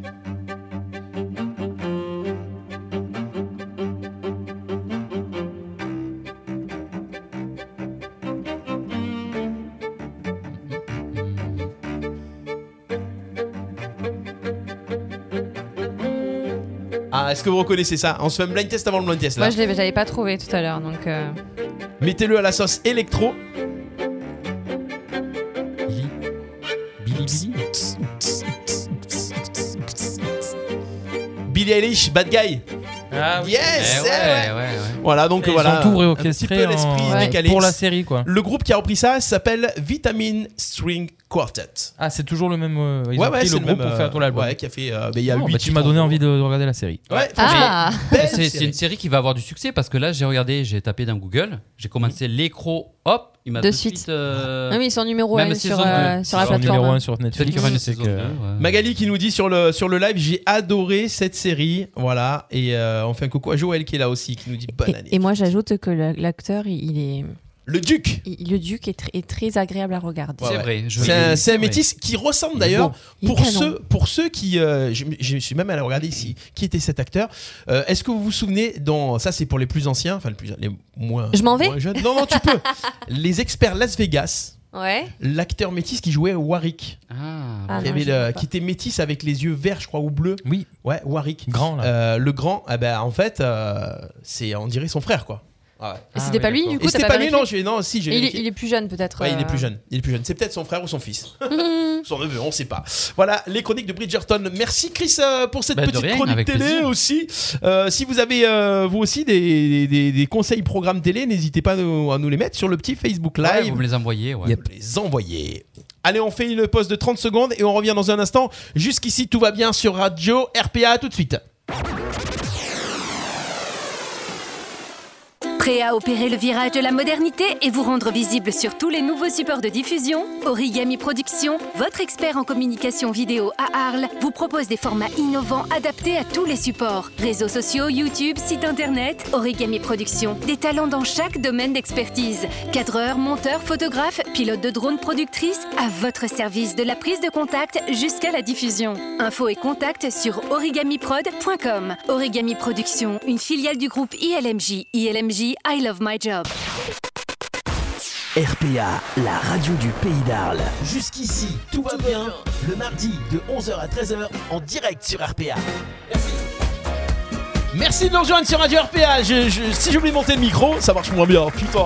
Speaker 3: Ah, est-ce que vous reconnaissez ça On se fait un blind test avant le blind test là.
Speaker 5: Moi, je l'ai- j'avais pas trouvé tout à l'heure, donc. euh,
Speaker 3: Mettez-le à la sauce électro. Billie Eilish, bad guy.
Speaker 6: Ah
Speaker 3: oui. Yes, Eh ouais, eh ouais. Voilà, donc
Speaker 6: Ils
Speaker 3: voilà.
Speaker 6: ont tout
Speaker 3: un
Speaker 6: réorchestré
Speaker 3: petit peu l'esprit
Speaker 6: en-
Speaker 3: décalé.
Speaker 6: pour la série, quoi.
Speaker 3: Le groupe qui a repris ça s'appelle Vitamin String Quartet.
Speaker 6: Ah, c'est toujours le même. euh, ils
Speaker 3: Ouais,
Speaker 6: ont
Speaker 3: ouais,
Speaker 6: pris
Speaker 3: c'est
Speaker 6: le
Speaker 3: le
Speaker 6: groupe
Speaker 3: même,
Speaker 6: pour faire tout l'album.
Speaker 3: ouais, qui a fait, euh, ben, il y a
Speaker 6: Non,
Speaker 3: huit
Speaker 6: bah, tu
Speaker 3: titres
Speaker 6: m'as
Speaker 3: en
Speaker 6: donné envie de regarder la série.
Speaker 3: Ouais,
Speaker 5: Ah.
Speaker 3: belle
Speaker 4: Mais C'est
Speaker 3: série.
Speaker 4: c'est une série qui va avoir du succès parce que là, j'ai regardé, j'ai tapé dans Google, j'ai commencé l'écro, hop, il m'a
Speaker 5: De
Speaker 4: de
Speaker 5: suite.
Speaker 4: suite. euh,
Speaker 5: Ah oui, ils sont numéro
Speaker 4: même
Speaker 5: un
Speaker 4: saison
Speaker 5: sur,
Speaker 4: deux.
Speaker 5: euh, sur la
Speaker 4: Ils sont
Speaker 5: plateforme.
Speaker 4: numéro un
Speaker 6: sur Netflix.
Speaker 4: Peut-être qu'il y aura une
Speaker 6: C'est
Speaker 4: saison
Speaker 6: que-
Speaker 4: 2. ouais.
Speaker 3: Magali qui nous dit sur le, sur le live, j'ai adoré cette série. Voilà, et euh, on fait un coucou à Joël qui est là aussi, qui nous dit bonne année.
Speaker 5: Et, et moi, j'ajoute que la- l'acteur, il il est.
Speaker 3: Le duc
Speaker 5: il- Le duc est, tr- est très agréable à regarder.
Speaker 3: Ouais, ouais. C'est un, c'est un métis qui ressemble
Speaker 5: Il est
Speaker 3: d'ailleurs
Speaker 5: beau. Il est
Speaker 3: pour
Speaker 5: canon.
Speaker 3: ceux pour ceux qui euh, je, je suis même allé regarder ici qui était cet acteur. Euh, Est-ce que vous vous souvenez dans ça c'est pour les plus anciens enfin les plus les moins
Speaker 5: Je m'en vais
Speaker 3: moins jeunes. Non non tu peux. les experts Las Vegas.
Speaker 5: Ouais.
Speaker 3: L'acteur métis qui jouait Warwick,
Speaker 5: Ah,
Speaker 3: qui,
Speaker 5: non,
Speaker 3: avait
Speaker 5: je
Speaker 3: le-
Speaker 5: sais pas.
Speaker 3: qui était métis avec les yeux verts, je crois, ou bleus.
Speaker 6: Oui.
Speaker 3: Ouais, Warwick.
Speaker 6: Grand là.
Speaker 3: Euh, le grand, ah ben, en fait, euh, c'est on dirait son frère quoi. Ah ouais.
Speaker 5: Et c'était pas lui, du
Speaker 3: Et
Speaker 5: coup, t'as
Speaker 3: C'était pas lui,
Speaker 5: vérifié
Speaker 3: non, j'ai- non, si, j'ai
Speaker 5: il, est,
Speaker 3: vérifié.
Speaker 5: il est plus jeune, peut-être.
Speaker 3: Ouais, il est
Speaker 5: euh,
Speaker 3: plus jeune. Il est plus jeune. C'est peut-être son frère ou son fils. son neveu, on sait pas. Voilà, les chroniques de Bridgerton. Merci Chris euh, pour cette
Speaker 4: Bah, de
Speaker 3: petite
Speaker 4: rien,
Speaker 3: chronique
Speaker 4: avec
Speaker 3: télé
Speaker 4: plaisir.
Speaker 3: aussi. Euh, si vous avez euh, vous aussi des, des- des conseils programmes télé, n'hésitez pas à nous, à nous les mettre sur le petit Facebook Live.
Speaker 4: Ouais, vous me les envoyez, ouais.
Speaker 3: Vous les envoyez. Allez, on fait une pause de 30 secondes et on revient dans un instant. Jusqu'ici, tout va bien sur Radio RPA. À tout de suite.
Speaker 9: Prêt à opérer le virage de la modernité et vous rendre visible sur tous les nouveaux supports de diffusion Origami Productions, votre expert en communication vidéo à Arles, vous propose des formats innovants adaptés à tous les supports. Réseaux sociaux, YouTube, site internet, Origami Productions, des talents dans chaque domaine d'expertise. Cadreur, monteur, photographe, pilote de drone, productrice, à votre service de la prise de contact jusqu'à la diffusion. Info et contact sur origamiprod.com. Origami Productions, une filiale du groupe ILMJ. ILMJ, I love my job.
Speaker 1: RPA, la radio du pays d'Arles. Jusqu'ici, tout va bien. Le mardi de 11h à 13h en direct sur RPA. Merci.
Speaker 3: Merci de nous rejoindre sur Radio RPA. Je- je- si j'oublie de monter le micro, ça marche moins bien. Putain.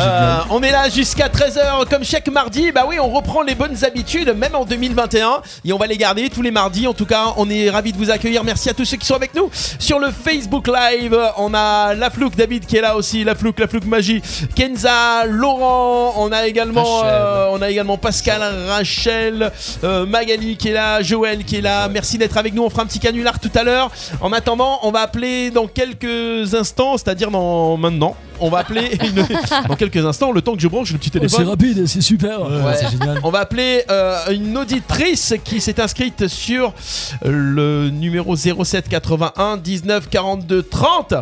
Speaker 3: Euh, on est là jusqu'à 13h comme chaque mardi. Bah oui, on reprend les bonnes habitudes, même en 2021. Et on va les garder tous les mardis. En tout cas, on est ravis de vous accueillir. Merci à tous ceux qui sont avec nous sur le Facebook Live. On a La Flouque, David qui est là aussi. La Flouque, La Flouque Magie. Kenza, Laurent. On a également,
Speaker 6: Rachel.
Speaker 3: euh, on a également Pascal, Rachel, euh, Magali qui est là, Joël qui est là. Merci d'être avec nous. On fera un petit canular tout à l'heure. En attendant, on va appeler dans quelques instants, c'est-à-dire dans maintenant. On va appeler une- dans quelques instants, le temps que je branche le petit
Speaker 10: Oh,
Speaker 3: téléphone.
Speaker 10: c'est rapide, c'est super.
Speaker 3: Ouais.
Speaker 10: C'est génial.
Speaker 3: On va appeler euh, une auditrice qui s'est inscrite sur le numéro 07 81 19 42 30.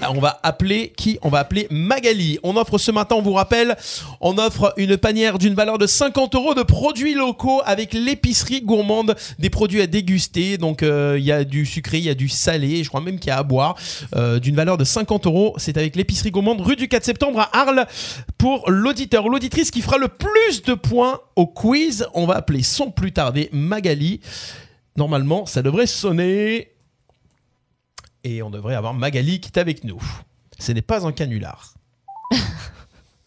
Speaker 3: Ah, On va appeler qui On va appeler Magali. On offre ce matin, on vous rappelle, on offre une panière d'une valeur de 50 euros de produits locaux avec l'épicerie gourmande, des produits à déguster. Donc euh, il y a du sucré, il y a du salé, je crois même qu'il y a à boire, euh, d'une valeur de 50 euros. C'est avec l'épicerie gourmande rue du 4 septembre à Arles pour l'auditeur ou l'auditrice qui fera le plus de points au quiz. On va appeler sans plus tarder Magali. Normalement, ça devrait sonner et on devrait avoir Magali qui est avec nous. Ce n'est pas un canular.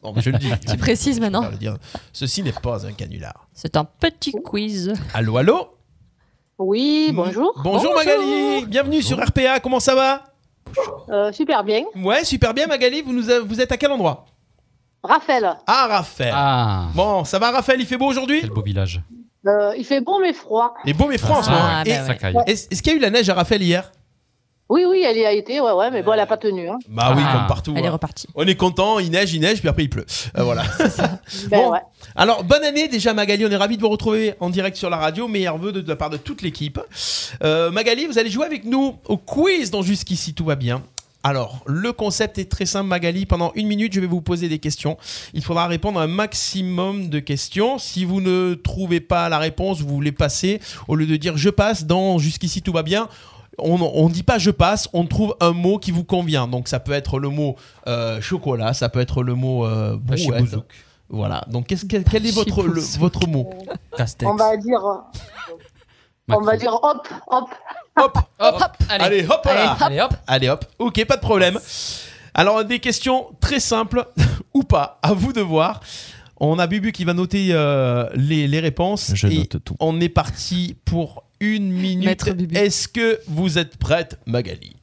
Speaker 3: Bon, mais je le dis.
Speaker 5: Tu précises maintenant.
Speaker 3: Je vais le dire. Ceci n'est pas un canular.
Speaker 5: C'est un petit quiz.
Speaker 3: Allô, allô
Speaker 11: Oui, bonjour.
Speaker 3: Hmm. Bonjour, Magali, bienvenue sur RPA, comment ça va
Speaker 11: Euh, super bien.
Speaker 3: Ouais, super bien Magali, vous, nous a- vous êtes à quel endroit
Speaker 11: Raphaël,
Speaker 3: Ah, Raphaël. Bon, ça va Raphaël, il fait beau aujourd'hui Quel beau village.
Speaker 11: euh, il fait bon mais froid.
Speaker 3: Et beau mais froid en ce
Speaker 11: Ah,
Speaker 3: moment.
Speaker 11: bah
Speaker 3: Et-
Speaker 11: ouais. Ça caille.
Speaker 3: Est-ce est-ce qu'il y a eu la neige à Raphaël hier
Speaker 11: Oui, oui, elle y a été, ouais, ouais, mais bon, elle a pas tenu. hein.
Speaker 3: Bah oui, comme partout.
Speaker 11: Elle est
Speaker 5: repartie.
Speaker 3: On est content, il neige, il neige, puis après il pleut. Euh, voilà.
Speaker 11: Ben
Speaker 3: Bon.
Speaker 11: ouais.
Speaker 3: Alors, bonne année déjà, Magali. On est ravis de vous retrouver en direct sur la radio. Meilleurs vœux de, de la part de toute l'équipe. Euh, Magali, vous allez jouer avec nous au quiz dont jusqu'ici tout va bien. Alors, le concept est très simple, Magali. Pendant une minute, je vais vous poser des questions. Il faudra répondre à un maximum de questions. Si vous ne trouvez pas la réponse, vous voulez passer, au lieu de dire je passe dans jusqu'ici tout va bien, on ne dit pas je passe, on trouve un mot qui vous convient. Donc ça peut être le mot euh, chocolat, ça peut être le mot euh, brouette.
Speaker 6: Pachibouzouk.
Speaker 3: Voilà. Donc qu'est-ce que- quel est votre le-
Speaker 6: Pachibouzouk.
Speaker 3: votre mot
Speaker 11: On va dire, euh, on va dire hop, hop.
Speaker 3: Hop,
Speaker 11: hop,
Speaker 3: Allez, hop là. Allez hop. OK, pas de problème. Alors des questions très simples ou pas, à vous de voir. On a Bubu qui va noter euh, les, les réponses. Je note tout. On est parti pour une minute. Est-ce que vous êtes prête, Magali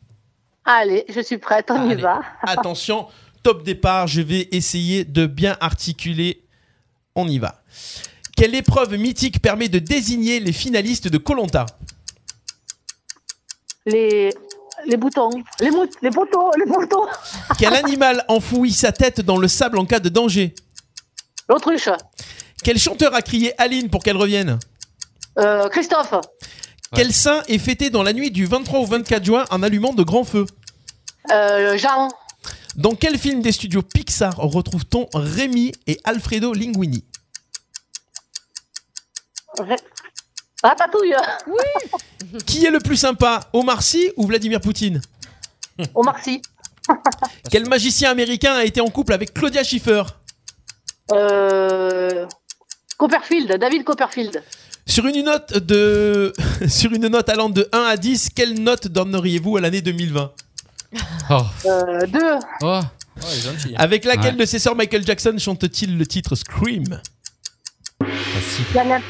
Speaker 11: Allez, je suis prête, on y va.
Speaker 3: Attention, top départ, je vais essayer de bien articuler. On y va. Quelle épreuve mythique permet de désigner les finalistes de Colanta
Speaker 11: Les, les boutons, les mout- les poteaux, les poteaux.
Speaker 3: Quel animal enfouit sa tête dans le sable en cas de danger
Speaker 11: L'autruche,
Speaker 3: Quel chanteur a crié Aline pour qu'elle revienne
Speaker 11: euh, Christophe,
Speaker 3: Quel saint est fêté dans la nuit du 23 au 24 juin en allumant de grands feux
Speaker 11: euh, Jean,
Speaker 3: Dans quel film des studios Pixar retrouve-t-on Rémi et Alfredo Linguini
Speaker 11: Ré- Ah, Ratatouille,
Speaker 3: Qui est le plus sympa, Omar Sy ou Vladimir Poutine
Speaker 11: Omar Sy,
Speaker 3: Quel magicien américain a été en couple avec Claudia Schiffer
Speaker 11: euh, Copperfield, David Copperfield.
Speaker 3: Sur une note de sur une note allant de 1 à 10, quelle note donneriez-vous à l'année 2020
Speaker 6: Oh.
Speaker 11: Euh, deux.
Speaker 6: hein.
Speaker 3: Avec laquelle de ses sœurs Michael Jackson chante-t-il le titre Scream
Speaker 11: Janet,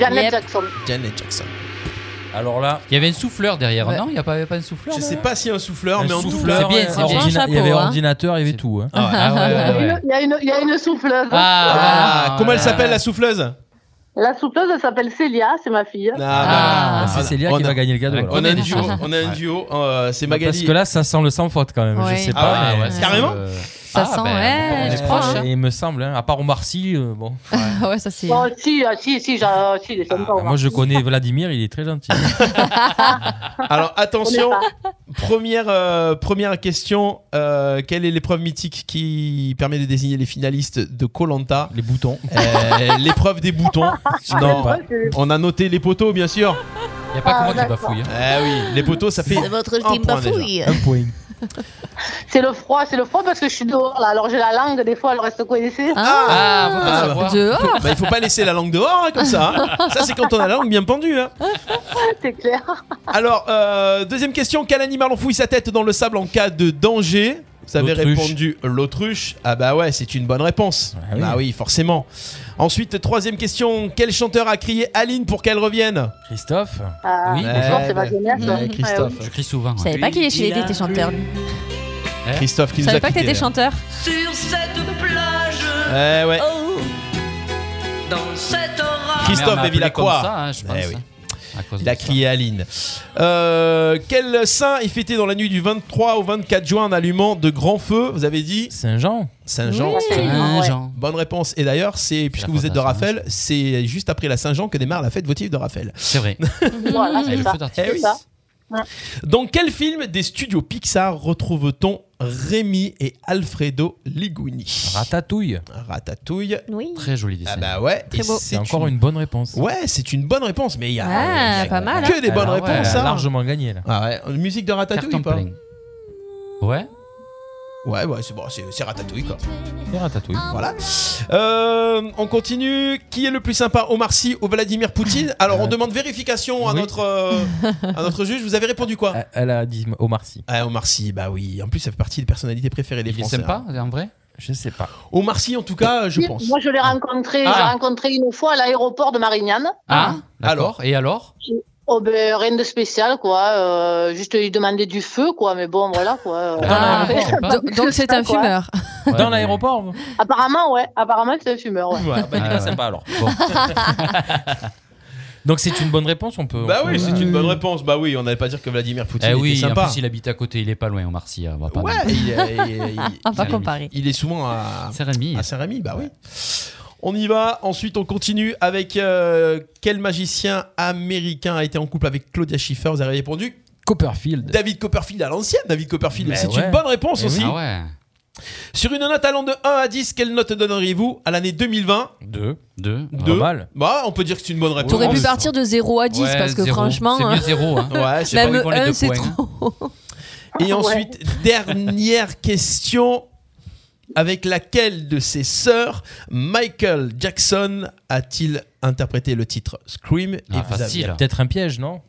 Speaker 11: Janet
Speaker 4: Yep.
Speaker 11: Jackson.
Speaker 3: Janet Jackson.
Speaker 6: Alors là.
Speaker 4: Il y avait un souffleur derrière,
Speaker 3: Ouais.
Speaker 4: non Il n'y avait pas un souffleur
Speaker 3: Je
Speaker 4: là
Speaker 3: sais pas s'il y a un souffleur, mais en tout
Speaker 6: souffleur,
Speaker 4: c'est bien,
Speaker 6: euh,
Speaker 4: c'est bien. Ah
Speaker 6: ordina-
Speaker 4: Chapeau,
Speaker 6: il y avait
Speaker 4: hein.
Speaker 6: ordinateur, il y avait tout. hein.
Speaker 11: Il y a une- Il y a une, il y a une souffleuse.
Speaker 3: Ah,
Speaker 6: Ah,
Speaker 3: comment elle
Speaker 6: voilà.
Speaker 3: s'appelle la souffleuse
Speaker 11: La souffleuse, elle s'appelle Célia, c'est ma fille.
Speaker 3: bah.
Speaker 6: Ah, c'est Célia qui va gagner le cadeau, alors.
Speaker 3: On a un duo,
Speaker 6: Ouais.
Speaker 3: on a un duo. euh, c'est Magali.
Speaker 6: Parce que là, ça sent le sans faute quand même.
Speaker 3: Ouais.
Speaker 6: Je sais
Speaker 3: Ah
Speaker 6: pas.
Speaker 3: ouais,
Speaker 6: mais-
Speaker 3: ouais, ça Carrément Ah, ben, sent le-
Speaker 5: Ça sent, ouais,
Speaker 6: on
Speaker 5: je
Speaker 6: est
Speaker 5: crois,
Speaker 6: proche,
Speaker 5: hein.
Speaker 6: Et il me semble, hein, à part Omar Sy, euh, bon.
Speaker 5: Ah ouais, ça c'est.
Speaker 11: Bon, si, euh, si, si, j'a- euh, si, il est
Speaker 3: Ah,
Speaker 11: sympa,
Speaker 6: Moi,
Speaker 11: Omar.
Speaker 6: je connais Vladimir, il est très gentil.
Speaker 3: Alors attention, première, euh, première question. euh, quelle est l'épreuve mythique qui permet de désigner les finalistes de Colanta
Speaker 6: Les boutons.
Speaker 3: l'épreuve des boutons.
Speaker 6: Je connais
Speaker 3: non,
Speaker 6: pas.
Speaker 3: on a noté les poteaux, bien sûr. Il n'y a
Speaker 6: pas que Ah, moi qui d'accord. bafouille,
Speaker 3: Eh oui, les poteaux, ça fait
Speaker 7: C'est votre
Speaker 3: un
Speaker 7: ultime
Speaker 3: point déjà.
Speaker 7: bafouille.
Speaker 6: Un point.
Speaker 11: C'est le froid, c'est le froid parce que je suis dehors là. Alors j'ai la langue, des fois elle reste coincée.
Speaker 3: Ah, faut pas savoir. Bah, il faut pas laisser la langue dehors hein, comme ça. hein. Ça, c'est quand on a la langue bien pendue. hein.
Speaker 11: C'est clair.
Speaker 3: Alors, euh, deuxième question quel animal enfouit sa tête dans le sable en cas de danger vous avez
Speaker 6: L'autruche.
Speaker 3: répondu l'autruche. Ah bah ouais, c'est une bonne réponse. Ah
Speaker 6: oui.
Speaker 3: oui. forcément. Ensuite, troisième question. Quel chanteur a crié Aline pour qu'elle revienne Christophe.
Speaker 11: Ah,
Speaker 3: Oui,
Speaker 11: bonjour, c'est pas génial, ça.
Speaker 3: Ouais, Christophe.
Speaker 11: Ouais,
Speaker 4: Je crie souvent.
Speaker 5: Je savais pas qu'il est chez les dés, t'es chanteur.
Speaker 3: Christophe qui
Speaker 5: Je
Speaker 3: nous a
Speaker 5: savais pas que
Speaker 3: quittés,
Speaker 5: t'étais
Speaker 3: là.
Speaker 5: chanteur.
Speaker 10: Sur cette plage,
Speaker 3: Eh ouais.
Speaker 10: oh, dans cette orage.
Speaker 4: Ah,
Speaker 3: Christophe
Speaker 4: Mais on a appelé
Speaker 3: et
Speaker 4: comme
Speaker 3: Villacroix.
Speaker 4: ça, hein, je pense,
Speaker 3: Eh oui.
Speaker 4: hein,
Speaker 3: Il a crié Aline. Euh, quel saint est fêté dans la nuit du 23 au 24 juin en allumant de grands feux Vous avez dit Saint-Jean. Saint-Jean.
Speaker 4: Oui. Saint-Jean.
Speaker 3: Bonne réponse. Et d'ailleurs, c'est puisque
Speaker 4: la
Speaker 3: vous êtes de
Speaker 4: fondation.
Speaker 3: Raphaël, c'est juste après la Saint-Jean que démarre la fête votive de Raphaël.
Speaker 4: C'est vrai.
Speaker 11: Voilà,
Speaker 3: Et
Speaker 11: c'est
Speaker 3: le
Speaker 11: ça.
Speaker 3: feu d'artifice.
Speaker 11: C'est
Speaker 3: Eh oui.
Speaker 11: ça. Ouais.
Speaker 3: Dans quel film des studios Pixar retrouve-t-on Rémi et Alfredo Liguni Ratatouille. Ratatouille.
Speaker 5: Oui.
Speaker 4: Très joli dessin.
Speaker 3: Ah bah ouais.
Speaker 4: Très
Speaker 3: et
Speaker 4: beau.
Speaker 6: C'est encore une bonne réponse.
Speaker 3: Ouais, c'est une bonne réponse, mais il y a,
Speaker 5: Ah,
Speaker 3: il y a
Speaker 5: pas mal,
Speaker 3: que
Speaker 5: hein.
Speaker 3: des bonnes
Speaker 6: Alors Ah ouais,
Speaker 3: réponses.
Speaker 6: elle a
Speaker 3: hein.
Speaker 6: largement gagné là.
Speaker 3: Ah ouais, musique de Ratatouille
Speaker 6: Carton
Speaker 3: ou pas
Speaker 6: plein.
Speaker 4: Ouais.
Speaker 3: Ouais, ouais, c'est bon, c'est c'est Ratatouille quoi.
Speaker 6: C'est ratatouille.
Speaker 3: Voilà. Euh, on continue. Qui est le plus sympa, Omar Sy ou Vladimir Poutine Alors,
Speaker 4: Euh.
Speaker 3: on demande vérification à
Speaker 6: oui.
Speaker 3: notre euh, à notre juge. Vous avez répondu
Speaker 4: Euh.
Speaker 3: quoi
Speaker 6: Elle a dit Omar Sy.
Speaker 3: Ah, Omar Sy, bah oui. En plus, ça fait partie des personnalités préférées des
Speaker 4: Il est
Speaker 3: Français.
Speaker 4: sympa,
Speaker 3: hein.
Speaker 4: en vrai
Speaker 6: Je sais pas.
Speaker 3: Omar Sy, en tout cas, je
Speaker 11: Oui,
Speaker 3: pense.
Speaker 11: Moi je l'ai rencontré,
Speaker 3: Ah.
Speaker 11: j'ai rencontré une fois à l'aéroport de Marignane.
Speaker 4: Ah, d'accord. Et alors
Speaker 11: Oh ben, rien de spécial quoi, Euh, juste lui demander du feu quoi, mais bon voilà quoi. Euh,
Speaker 6: Ah,
Speaker 11: après,
Speaker 6: sympa.
Speaker 11: pas
Speaker 5: Donc-
Speaker 11: plus
Speaker 5: donc
Speaker 11: que
Speaker 5: c'est
Speaker 11: ça,
Speaker 5: un
Speaker 11: quoi.
Speaker 5: fumeur.
Speaker 6: Dans l'aéroport vous
Speaker 11: Apparemment ouais, apparemment c'est un fumeur ouais.
Speaker 6: Ouais, bah, il est
Speaker 4: Ah,
Speaker 6: pas
Speaker 4: ouais.
Speaker 6: sympa alors.
Speaker 4: Bon.
Speaker 6: Donc c'est une bonne réponse, on peut.
Speaker 3: Bah
Speaker 6: on
Speaker 3: oui,
Speaker 6: peut- euh,
Speaker 3: c'est une bonne réponse. Bah oui, on n'allait pas dire que Vladimir Poutine
Speaker 4: euh, Eh oui,
Speaker 3: était
Speaker 4: en
Speaker 3: sympa.
Speaker 4: plus, il habite à côté, il est pas loin, au Sy. On va pas
Speaker 3: Ouais,
Speaker 4: non plus.
Speaker 3: il, est- il-
Speaker 5: On va
Speaker 4: Jérémy.
Speaker 5: comparer.
Speaker 3: il est souvent à
Speaker 4: C'est Rémi.
Speaker 3: à Saint-Rémy. Bah oui. On y va. Ensuite, on continue avec euh, quel magicien américain a été en couple avec Claudia Schiffer Vous avez répondu
Speaker 6: Copperfield.
Speaker 3: David Copperfield à l'ancienne. David Copperfield,
Speaker 6: Mais
Speaker 3: c'est
Speaker 6: ouais.
Speaker 3: une bonne réponse
Speaker 6: Eh oui.
Speaker 3: aussi.
Speaker 4: Ah ouais.
Speaker 3: Sur une note allant de 1 à 10, quelle note donneriez-vous à l'année 2020
Speaker 6: Deux.
Speaker 4: Deux.
Speaker 6: Pas
Speaker 3: Deux.
Speaker 6: mal.
Speaker 3: Bah, on peut dire que c'est une bonne réponse.
Speaker 5: T'aurais pu partir de 0 à 10
Speaker 4: Ouais,
Speaker 5: parce que
Speaker 4: zéro.
Speaker 5: franchement,
Speaker 4: C'est
Speaker 5: hein,
Speaker 4: mieux zéro. Hein.
Speaker 3: Ouais, c'est
Speaker 5: même
Speaker 4: pas bon, les deux
Speaker 5: 1 c'est
Speaker 4: points,
Speaker 5: trop.
Speaker 3: Et ensuite, dernière question. Avec laquelle de ses sœurs Michael Jackson a-t-il interprété le titre Scream
Speaker 4: Ah,
Speaker 3: vous avez-
Speaker 4: facile.
Speaker 6: Peut-être un piège, non